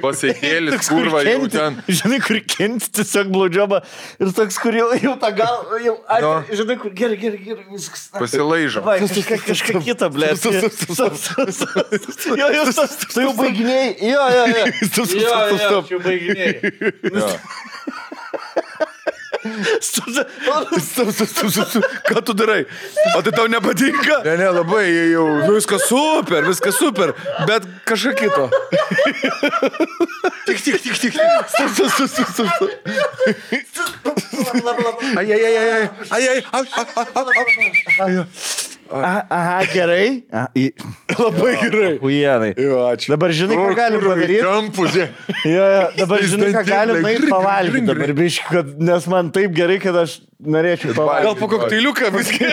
[SPEAKER 2] Pasėdėlis, kurva, jau
[SPEAKER 3] kenti,
[SPEAKER 2] ten.
[SPEAKER 3] Žinai, kur kenti tiesiog blaudžiobą ir toks, kur jau, jau tą gal, jau, ai,
[SPEAKER 2] Jo.
[SPEAKER 5] Žinai, kur gerai, gerai, gerai, viskas.
[SPEAKER 2] Pasilaižo.
[SPEAKER 5] Vai, kažką,
[SPEAKER 3] Kažką
[SPEAKER 5] kažką kitą.
[SPEAKER 3] kitą, blė. Jo, jau, tu jau baigi.
[SPEAKER 5] Baiginiai. Jo, jo, jo.
[SPEAKER 3] Stop, stop,
[SPEAKER 5] Jo,
[SPEAKER 3] stop,
[SPEAKER 5] jo,
[SPEAKER 3] stop.
[SPEAKER 5] čia baiginiai.
[SPEAKER 3] Stop, stop, stop, stop, stop.
[SPEAKER 4] Ką tu darai? O tai tau nepatinka?
[SPEAKER 2] Ne, ne, labai jau.
[SPEAKER 4] Nu, viskas super, viskas super, bet kažką kito.
[SPEAKER 2] Tik, tik, tik, tik. tik.
[SPEAKER 5] Bla, bla, bla.
[SPEAKER 4] Ai, ai, ai, ai, ai, ai, ai, ai, ai,
[SPEAKER 3] A- Aha, gerai. A, į... Labai gerai. Ujienai.
[SPEAKER 2] Jo, ačiū.
[SPEAKER 3] Dabar žinai, ką galim padaryt?
[SPEAKER 2] Kampuzė.
[SPEAKER 3] Jo, jo, dabar žinai, ką galim nueiti
[SPEAKER 2] Gringi,
[SPEAKER 3] pavalgyti.
[SPEAKER 2] gringi.
[SPEAKER 3] Dabar biški, kad, nes man taip gerai, kad aš norėčiau
[SPEAKER 2] Gal
[SPEAKER 3] pavalgyti.
[SPEAKER 2] po kokteiliuką viską.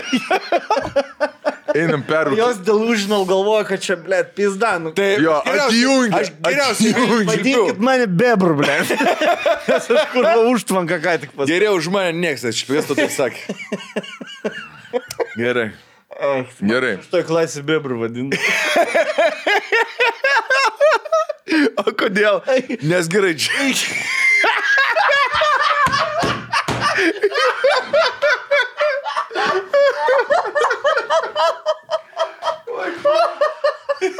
[SPEAKER 2] Einam perūkti.
[SPEAKER 5] Jos dėl užinal galvoja, kad čia, ble, pizda. Nu. Tai
[SPEAKER 2] Jo, atjungi. Aš geriausiai atjungi.
[SPEAKER 3] Padinkit mane bebrų, ble. Nes aš kur buvau užtvanką ką tik pasakyti.
[SPEAKER 4] Geriau už mane nieks, aš šviestų tai sakė. Gerai.
[SPEAKER 2] Gerai.
[SPEAKER 3] Šitoj klasė bebrų vadinu.
[SPEAKER 4] O kodėl? Nes gerai čia.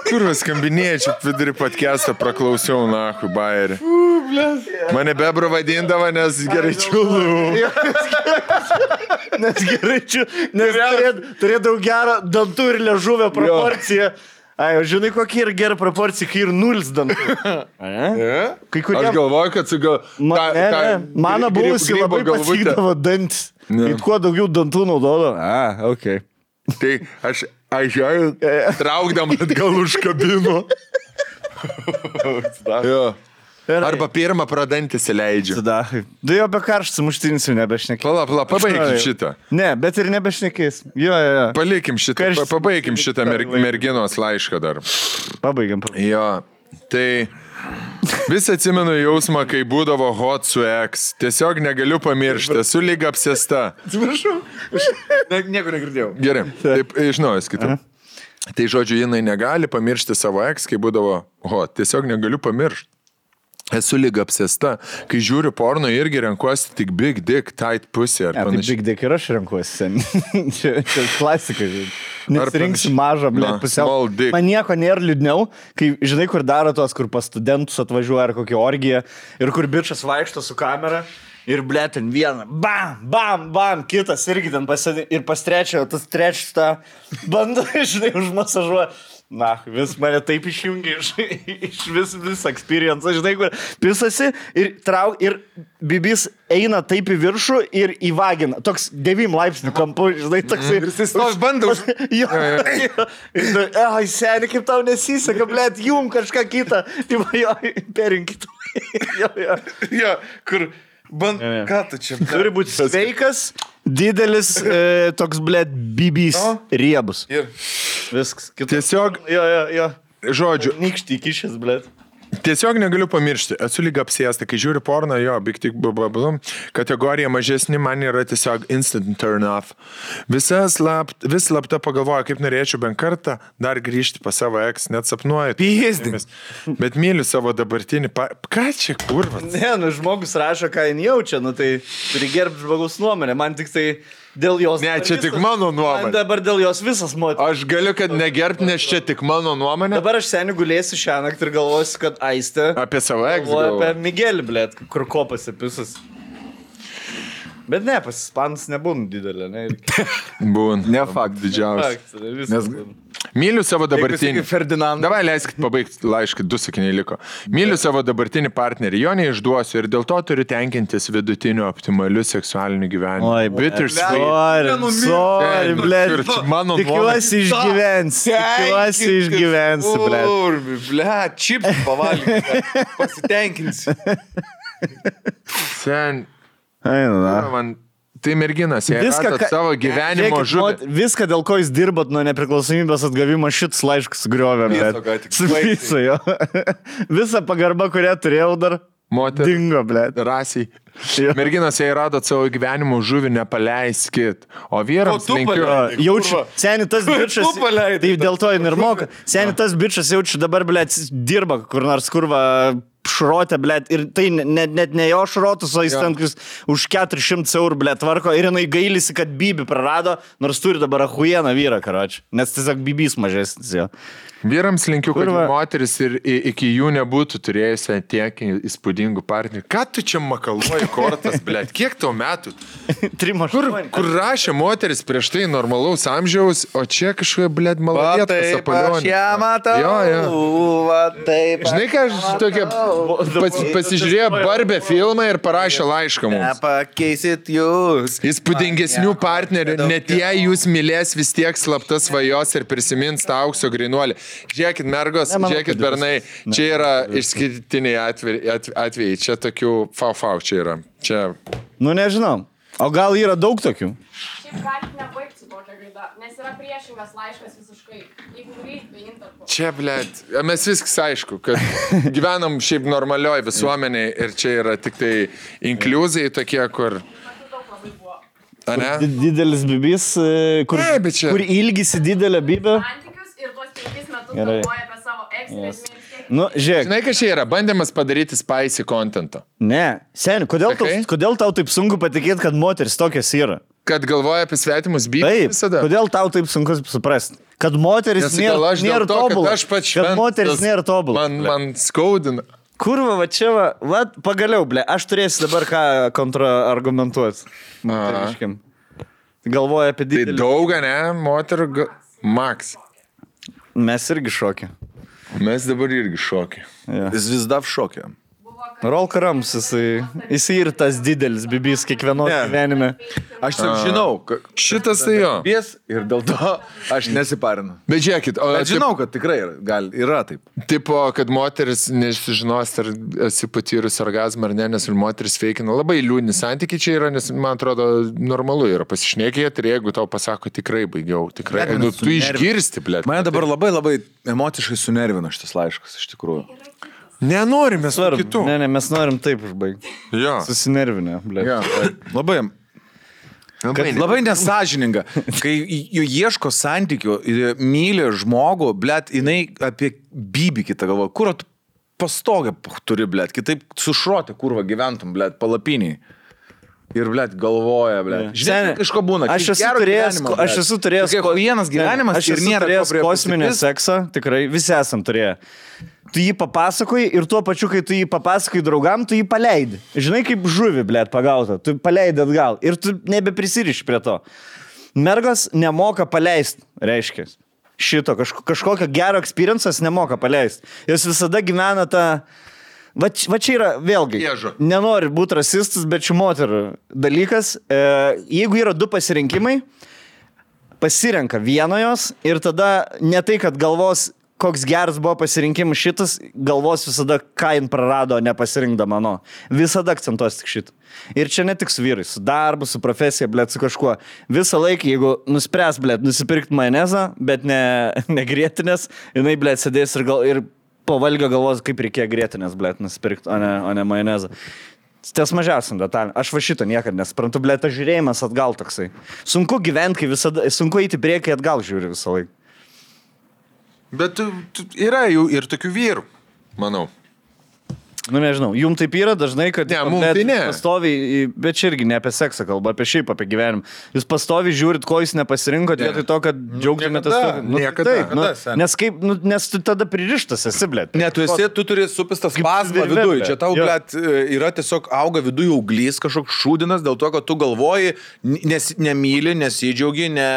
[SPEAKER 2] Kur vis skambinėjai, čia vidurį podcast'ą praklausiau, na, hubairį. Mane bebro vadindavo, nes gerai čiūlų.
[SPEAKER 3] Nes gerai čia, nes turėt- turėdavau gerą dantų ir ležuvę proporciją. Ai, o žinai, kokia yra gera proporcija, kai ir nulis dantų. Ane? Kai
[SPEAKER 2] Aš
[SPEAKER 3] kurie
[SPEAKER 2] galvoju, kad su gal...
[SPEAKER 3] Ma, ne, ne, mano buvusi labai pasakydavo dantis.
[SPEAKER 2] Ne.
[SPEAKER 3] Ir kuo daugiau dantų naudodavo. A, ok.
[SPEAKER 2] Tai aš, aš jau traukdam atgal užkabinu. jo. Arba pirmą pradantį įleidžiu.
[SPEAKER 3] Tada. Du jau apie karštą muštinį nebešnekėjau.
[SPEAKER 2] Pala, pala, pabaikim šitą.
[SPEAKER 3] Ne, bet ir nebešnekės. Jo, jo, jo.
[SPEAKER 2] Palikim šitą,
[SPEAKER 3] Karštis-
[SPEAKER 2] pa- pabaikim šitą mer, merginos laišką dar.
[SPEAKER 3] Pabaigiam.
[SPEAKER 2] Jo, tai vis atsimenu jausmą, kai būdavo hot su X. Tiesiog negaliu pamiršti, esu lyg apsėsta.
[SPEAKER 4] Atsiprašau. Aš ne- nieko negirdėjau.
[SPEAKER 2] Gerai, taip, iš naujo skaitau. Tai žodžiu, jinai negali pamiršti savo X, kai būdavo hot. Tiesiog negaliu pamiršti. Esu lyg apsėsta, kai žiūriu porno irgi renkuosi tik big dick, tight pussy ar
[SPEAKER 3] Ne, tai
[SPEAKER 2] panašiai.
[SPEAKER 3] big dick ir aš renkuosi. sen. čia, čia klasika. žinai. Nesirinksiu
[SPEAKER 2] panašiai.
[SPEAKER 3] mažą, ble,
[SPEAKER 2] Na,
[SPEAKER 3] pusiau.
[SPEAKER 2] small dick.
[SPEAKER 3] Man nieko nėra liūdniau, kai žinai, kur daro tos, kur pas studentus atvažiuoja ar kokią orgiją ir kur bičias vaikšto su kamera. Ir ble, ten vieną, bam, bam, bam, kitas irgi ten pasėdė ir pas trečią, o tas trečias tą bando, žinai, užmasažuoja. Na, vis mane taip išjungia iš, iš vis, vis experience, žinai, kur pisasi ir trauk, ir bibis eina taip į viršų ir įvagina. Toks 9 laipsnių kampu, žinai, toks ir...
[SPEAKER 2] jis stovi, bando už-
[SPEAKER 3] Jo, jo. Ir tu, Ai, seniai, kaip tau nesiseka, ble, jum kažką kitą, tai va, jo, perinkit. Jo, jo.
[SPEAKER 4] Jo, kur. Band... Ką tu čia?
[SPEAKER 3] Turi būti sveikas, didelis, e, toks, ble, bibys, riebus.
[SPEAKER 4] Ir.
[SPEAKER 3] Viskas. Kitas.
[SPEAKER 2] Tiesiog,
[SPEAKER 3] Jo, jo, jo.
[SPEAKER 2] žodžiu,
[SPEAKER 3] Nykštį kišęs, ble.
[SPEAKER 2] Tiesiog negaliu pamiršti, esu lyg apsėsta, kai žiūriu porno, jo, big tik blablabla, kategorija mažesni man yra tiesiog instant turn off. Visa slapt, vis slapta pagalvoju, kaip norėčiau bent kartą dar grįžti pas savo eks, net sapnuoju. Pizdinis. Bet myliu savo dabartinį, pa... ką čia kurvas?
[SPEAKER 3] Ne, nu žmogus rašo, ką jis jaučia, nu tai turi gerbti žmogaus nuomonę. Man tik tai dėl jos.
[SPEAKER 2] Ne, čia
[SPEAKER 3] visas-
[SPEAKER 2] tik mano nuomonė.
[SPEAKER 3] Man Dabar dėl jos visas moteris.
[SPEAKER 2] Aš galiu, kad negerbt, nes čia tik mano nuomonė.
[SPEAKER 3] Dabar aš seniai guliėsiu šią naktį ir galvosiu, kad aistė.
[SPEAKER 2] Apie savo
[SPEAKER 3] Galvoju apie
[SPEAKER 2] egzą.
[SPEAKER 3] Migelį, blėt, kur kopasi pisas. Bet ne, pas ispanus nebūna didelė, ne? ir-
[SPEAKER 2] Būn. Ne fakt didžiausias.
[SPEAKER 3] Fakt, yra, viskas.
[SPEAKER 2] Myliu savo dabartinį.
[SPEAKER 4] sakai Ferdinandą.
[SPEAKER 2] Davai, leiskit pabaigti laišką, du sakiniai liko. Myliu savo dabartinį partnerį, jo neišduosiu ir dėl to turiu tenkintis vidutiniu optimaliu seksualiniu gyvenimu. bittersweet.
[SPEAKER 3] Sorry, sorry,
[SPEAKER 4] nu
[SPEAKER 2] Ir
[SPEAKER 3] blėt.
[SPEAKER 2] čia mano nuomonė.
[SPEAKER 3] Tikiuosi išgyvensi. Tikiuosi išgyvensi, blėt.
[SPEAKER 4] Urbi, ble, čips pavalgysi. Pasitenkinsi.
[SPEAKER 2] Sen,
[SPEAKER 3] Eina.
[SPEAKER 2] man, tai merginas, jei viską
[SPEAKER 3] ką-
[SPEAKER 2] savo gyvenimo
[SPEAKER 3] Žiūrėkit,
[SPEAKER 2] žudė.
[SPEAKER 3] mot- viską, dėl ko jūs dirbat nuo nepriklausomybės atgavimo, šitas laiškas griovė.
[SPEAKER 4] Piso ką tik baisiai.
[SPEAKER 3] Supisu jo. Visa pagarba, kurią turėjau dar.
[SPEAKER 2] Moteris.
[SPEAKER 3] Dingo, blėt.
[SPEAKER 2] Rasiai.
[SPEAKER 3] Jo.
[SPEAKER 2] Merginas, jei radot savo gyvenimo žuvį, nepaleiskit. O vyrams
[SPEAKER 4] O tu
[SPEAKER 2] linkiu.
[SPEAKER 4] paleidai.
[SPEAKER 3] Jaučiu,
[SPEAKER 4] Kurva.
[SPEAKER 3] seniai tas bičias.
[SPEAKER 4] Tu paleidai
[SPEAKER 3] Tai dėl to jin ir moka. Seniai tas bičias jaučiu dabar, ble, dirba kur nors kurva šrotė, ble, ir tai ne- net, net ne jo šrotus, o jis ten kuris už 400 eurų, ble, tvarko ir jinai gailisi, kad bibi prarado, nors turi dabar ahujieną vyrą, karoči. Nes tiesiog bibys mažesnis jo.
[SPEAKER 2] Vyrams linkiu, kad
[SPEAKER 3] Kurva.
[SPEAKER 2] moteris ir i- iki jų nebūtų turėjusi tiek įspūdingų partnerių. Ką tu čia makaluoji kortas, blėt? Kiek tau metų?
[SPEAKER 3] Trimo
[SPEAKER 2] Kur,
[SPEAKER 3] šrotė.
[SPEAKER 2] kur rašė moteris prieš tai normalaus amžiaus, o čia kažkokia, blėt, maladėtas
[SPEAKER 4] Taip, aš
[SPEAKER 2] apalionė.
[SPEAKER 4] ją matau.
[SPEAKER 2] Jo, jo.
[SPEAKER 4] Va, taip.
[SPEAKER 2] Žinai, ką aš tokia pas, pasižiūrėjo Barbę filmą ir parašė laišką mums.
[SPEAKER 4] Nepakeisit jūs.
[SPEAKER 2] Įspūdingesnių partnerių,
[SPEAKER 4] nedaug
[SPEAKER 2] net jei jūs mylės vis tiek slaptas svajos ir prisimins tą aukso grinuolį. Žiūrėkit, mergos,
[SPEAKER 3] Ne, manau,
[SPEAKER 2] žiūrėkit,
[SPEAKER 3] kad
[SPEAKER 2] bernai, čia yra išskirtiniai atve- atve- atvejai, čia tokių fau-fau čia yra. Čia.
[SPEAKER 3] Nu nežinau. O gal yra daug tokių?
[SPEAKER 6] Šiaip galit nebaigti su tokia gaida, nes yra priešingas laiškas visiškai. Jeigu greit be intarpo.
[SPEAKER 2] Čia, blėt, mes viskas aišku, kad gyvenam šiaip normalioj visuomeniai ir čia yra tik tai inkluzai tokie, kur...
[SPEAKER 6] Tokių daug labai buvo.
[SPEAKER 2] Ane?
[SPEAKER 3] Di- Didelis bibys, e, kur,
[SPEAKER 2] Ne, bet čia-
[SPEAKER 3] kur ilgisi didelę bibę.
[SPEAKER 6] Santykius ir tuos penkis metus
[SPEAKER 3] Gerai.
[SPEAKER 6] galvoja apie savo eks, yes.
[SPEAKER 3] Nu, žiūrėk.
[SPEAKER 2] Žinai, kas čia yra? Bandymas padaryti spicy contentą.
[SPEAKER 3] Ne, seniai, kodėl,
[SPEAKER 2] Sakai?
[SPEAKER 3] okay. kodėl tau taip sunku patikėti, kad moteris tokias yra?
[SPEAKER 2] Kad galvoja apie svetimus bylius
[SPEAKER 3] Taip,
[SPEAKER 2] visada.
[SPEAKER 3] kodėl tau taip sunku suprasti? Kad moteris
[SPEAKER 2] Nes gal
[SPEAKER 3] nėra,
[SPEAKER 2] aš
[SPEAKER 3] nėra
[SPEAKER 2] dėl to, kad
[SPEAKER 3] tobula.
[SPEAKER 2] aš pats
[SPEAKER 3] kad
[SPEAKER 2] šventas,
[SPEAKER 3] moteris nėra tobula.
[SPEAKER 2] Man, man skaudina.
[SPEAKER 3] Kurva, va čia, va, va, pagaliau, ble, aš turėsiu dabar ką kontraargumentuoti. Moteriškim. Galvoju apie
[SPEAKER 2] Tai
[SPEAKER 3] didelį.
[SPEAKER 2] daug, ne, moterų. ga- Max.
[SPEAKER 3] Mes irgi šokė.
[SPEAKER 2] Mes dabar irgi šokė.
[SPEAKER 4] Jis vis dar šokė.
[SPEAKER 3] Rolka Rams, jisai, jisai ir tas didelis bibis kiekvieno
[SPEAKER 4] Ne.
[SPEAKER 3] gyvenime.
[SPEAKER 4] Aš jau žinau, ka-
[SPEAKER 2] Šitas tai jo.
[SPEAKER 4] bies ir dėl to aš nesiparinu.
[SPEAKER 2] Bet žiūrėkit, o
[SPEAKER 4] Bet žinau, kad tikrai yra, gal, yra taip.
[SPEAKER 2] tip- tipo, kad moteris nežinos, ar esi patyrus orgasmą ar ne, nes ir moteris feikina. Labai liūdni santykiai čia yra, nes man atrodo normalu yra pasišnekėti ir jeigu tau pasako tikrai baigiau, tikrai.
[SPEAKER 4] Blet,
[SPEAKER 2] Nu,
[SPEAKER 4] mane
[SPEAKER 2] tu išgirsti, blėt.
[SPEAKER 4] Mane dabar labai labai emociškai sunervino šitas laiškas, iš tikrųjų.
[SPEAKER 2] Nenorime su
[SPEAKER 3] Svarbu.
[SPEAKER 2] kitu.
[SPEAKER 3] Ne, ne, mes norim taip užbaigti.
[SPEAKER 2] Jo.
[SPEAKER 3] Susinervinę, ble.
[SPEAKER 2] Jo.
[SPEAKER 4] Labai,
[SPEAKER 2] Labai ne-
[SPEAKER 4] labai nesažininga. Kai jų ieško santykių, i- myli žmogų, blėt, jinai apie bybį kitą galvo, kur tu pastogę p- turi, blėt, kitaip sušuoti, kurva gyventum, blėt, palapiniai. Ir, blėt, galvoja, blėt.
[SPEAKER 3] Seni,
[SPEAKER 4] Žinai, iš ko būna.
[SPEAKER 3] Aš esu turėjęs, gyvenimo, aš esu turėjęs,
[SPEAKER 4] Kai vienas gyvenimas
[SPEAKER 3] aš
[SPEAKER 4] ir
[SPEAKER 3] esu
[SPEAKER 4] nėra ko
[SPEAKER 3] turėjęs
[SPEAKER 4] prie
[SPEAKER 3] kosminį
[SPEAKER 4] pasipist.
[SPEAKER 3] seksą, tikrai visi esam turėję. Tu jį papasakoji ir tuo pačiu, kai tu jį papasakoji draugam, tu jį paleidi. Žinai, kaip žuvi, blėt, pagauta, tu paleidi atgal ir tu nebeprisiriši prie to. Mergos nemoka paleisti, reiškia. Šito kažko, kažkokio gero experiences nemoka paleisti. Jos visada gyvena tą... Va, č- va čia yra vėlgi.
[SPEAKER 2] Ježu.
[SPEAKER 3] Nenori būti rasistas, bet čia moterų dalykas. E, jeigu yra du pasirinkimai, pasirenka vieną jos ir tada ne tai, kad galvos, koks geras buvo pasirinkimas šitas, galvos visada, ką jin prarado, nepasirinkdama mano. Visada akcentuos tik šitą. Ir čia ne tik su vyrais, su darbu, su profesija, blėt, su kažkuo. Visą laiką, jeigu nuspręs, blėt, nusipirkti majonezą, bet ne, ne grėtinės, jinai, blėt, sėdės ir, gal, ir pavalgio galvos, kaip reikėjo grėtinės, blėt, nusipirkti, o ne, o ne majonezą. Ties mažiausiam detalėm. Aš va šito niekada nesuprantu, blė, tas žiūrėjimas atgal toksai. Sunku gyventi, kai visada, sunku eiti priekį atgal žiūri visą laiką.
[SPEAKER 2] Bet tu, tu, yra jų ir tokių vyrų, manau.
[SPEAKER 3] Nu nežinau, jum taip yra dažnai, kad...
[SPEAKER 2] Ne,
[SPEAKER 3] tipo,
[SPEAKER 2] mum
[SPEAKER 3] net
[SPEAKER 2] tai ne.
[SPEAKER 3] Pastoviai, į- bet čia irgi ne apie seksą kalba, apie šiaip, apie gyvenimą. Jūs pastoviai žiūrit, ko jūs nepasirinkot, vietoj to, kad džiaugtumėtės.
[SPEAKER 2] niekada,
[SPEAKER 3] tuo- nu, tai
[SPEAKER 2] niekada.
[SPEAKER 3] taip, nu,
[SPEAKER 4] Niekada, sen.
[SPEAKER 3] nes, kaip, nu, nes tu tada pririštas esi, blėt.
[SPEAKER 4] Ne, tu esi, tu turi supistas spazmą
[SPEAKER 3] virvelė.
[SPEAKER 4] viduje. Čia tau,
[SPEAKER 3] Jo.
[SPEAKER 4] blėt, yra tiesiog auga viduje auglys, kažkoks šūdinas dėl to, kad tu galvoji, n- nes, nemyli, nesidžiaugi, ne,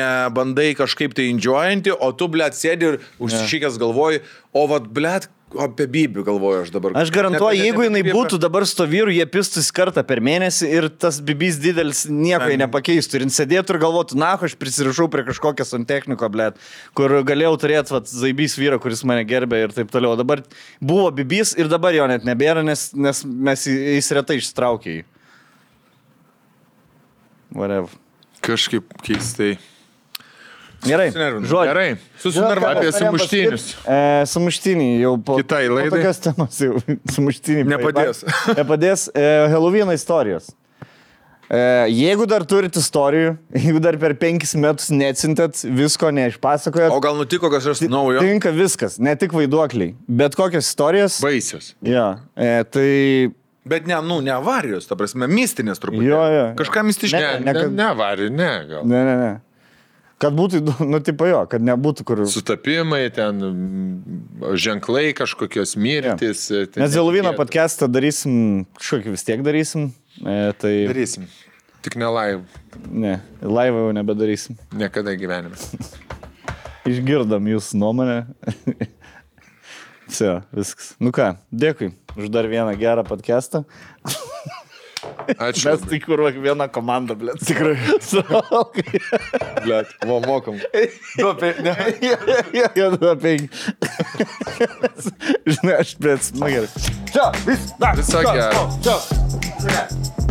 [SPEAKER 4] nebandai kažkaip tai indžiuojantį, o tu, blėt, sėdi ir užsišykęs galvoji, o vad, blėt, apie bybių galvoju aš dabar.
[SPEAKER 3] Aš garantuoju,
[SPEAKER 4] Ne- ne-
[SPEAKER 3] jeigu
[SPEAKER 4] ne-
[SPEAKER 3] jinai
[SPEAKER 4] apie-
[SPEAKER 3] būtų dabar su to vyru, jie pistus kartą per mėnesį ir tas bibys didelis nieko jai nepakeistų. Ir jin sėdėtų ir galvotų, na, aš prisirišau prie kažkokio santechniko, blėt, kur galėjau turėti, va, zaibys vyrą, kuris mane gerbė ir taip toliau. O Dabar buvo bibys ir dabar jo net nebėra, nes, nes mes jį- jis retai ištraukė jį. Whatever.
[SPEAKER 2] Kažkaip keistai.
[SPEAKER 3] Gerai.
[SPEAKER 4] Susinervinu.
[SPEAKER 3] Žodžiu.
[SPEAKER 2] Gerai.
[SPEAKER 3] Ką
[SPEAKER 2] Susinervau apie
[SPEAKER 3] mes norėjom
[SPEAKER 2] sumuštinius.
[SPEAKER 3] pasakyt? E, sumuštinį jau po...
[SPEAKER 2] Kitai laidai.
[SPEAKER 3] Po tokios temos jau sumuštinį.
[SPEAKER 4] Nepadės.
[SPEAKER 3] paėmė. Nepadės. E, Halloween istorijos. E, jeigu dar turit istorijų, jeigu dar per penkis metus neatsintėt, visko
[SPEAKER 4] O
[SPEAKER 3] neišpasakojat,
[SPEAKER 4] gal nutiko kažkas naujo?
[SPEAKER 3] tinka viskas, ne tik vaiduokliai, bet kokios istorijos.
[SPEAKER 2] Baisios.
[SPEAKER 3] Ja, e, tai...
[SPEAKER 4] Bet ne, nu, ne avarijos, ta prasme, mistinės turbūt.
[SPEAKER 3] Jo, jo.
[SPEAKER 4] Kažką mistiškai.
[SPEAKER 2] Ne,
[SPEAKER 3] ne,
[SPEAKER 2] ne,
[SPEAKER 3] kad-
[SPEAKER 2] ne, varį, ne, gal.
[SPEAKER 3] Ne, ne, ne. Kad būtų, įdo- nu, tipo jo, kad nebūtų kur.
[SPEAKER 2] Sutapimai, ten mm, ženklai kažkokios mirtis. ten
[SPEAKER 3] Mes Helovyno
[SPEAKER 2] netikėta.
[SPEAKER 3] podcastą darysim, kažkokį vis tiek darysim. E, tai...
[SPEAKER 2] Darysim. Tik nelaim.
[SPEAKER 3] Ne, laivą jau nebedarysim.
[SPEAKER 2] Niekada gyvenime.
[SPEAKER 3] Išgirdom jūsų nuomonę. Vse, viskas. Nu ką, dėkui už dar vieną gerą podcastą.
[SPEAKER 2] Ačiū.
[SPEAKER 3] Mes tik kur vieną komandą, blė. Tikrai. Suvalgai.
[SPEAKER 2] Blet, va, mokam.
[SPEAKER 3] Jau du apie... Žinai, aš blė, nu gerai. Čia, vis, dar.
[SPEAKER 2] Visą gerą.
[SPEAKER 3] Čia.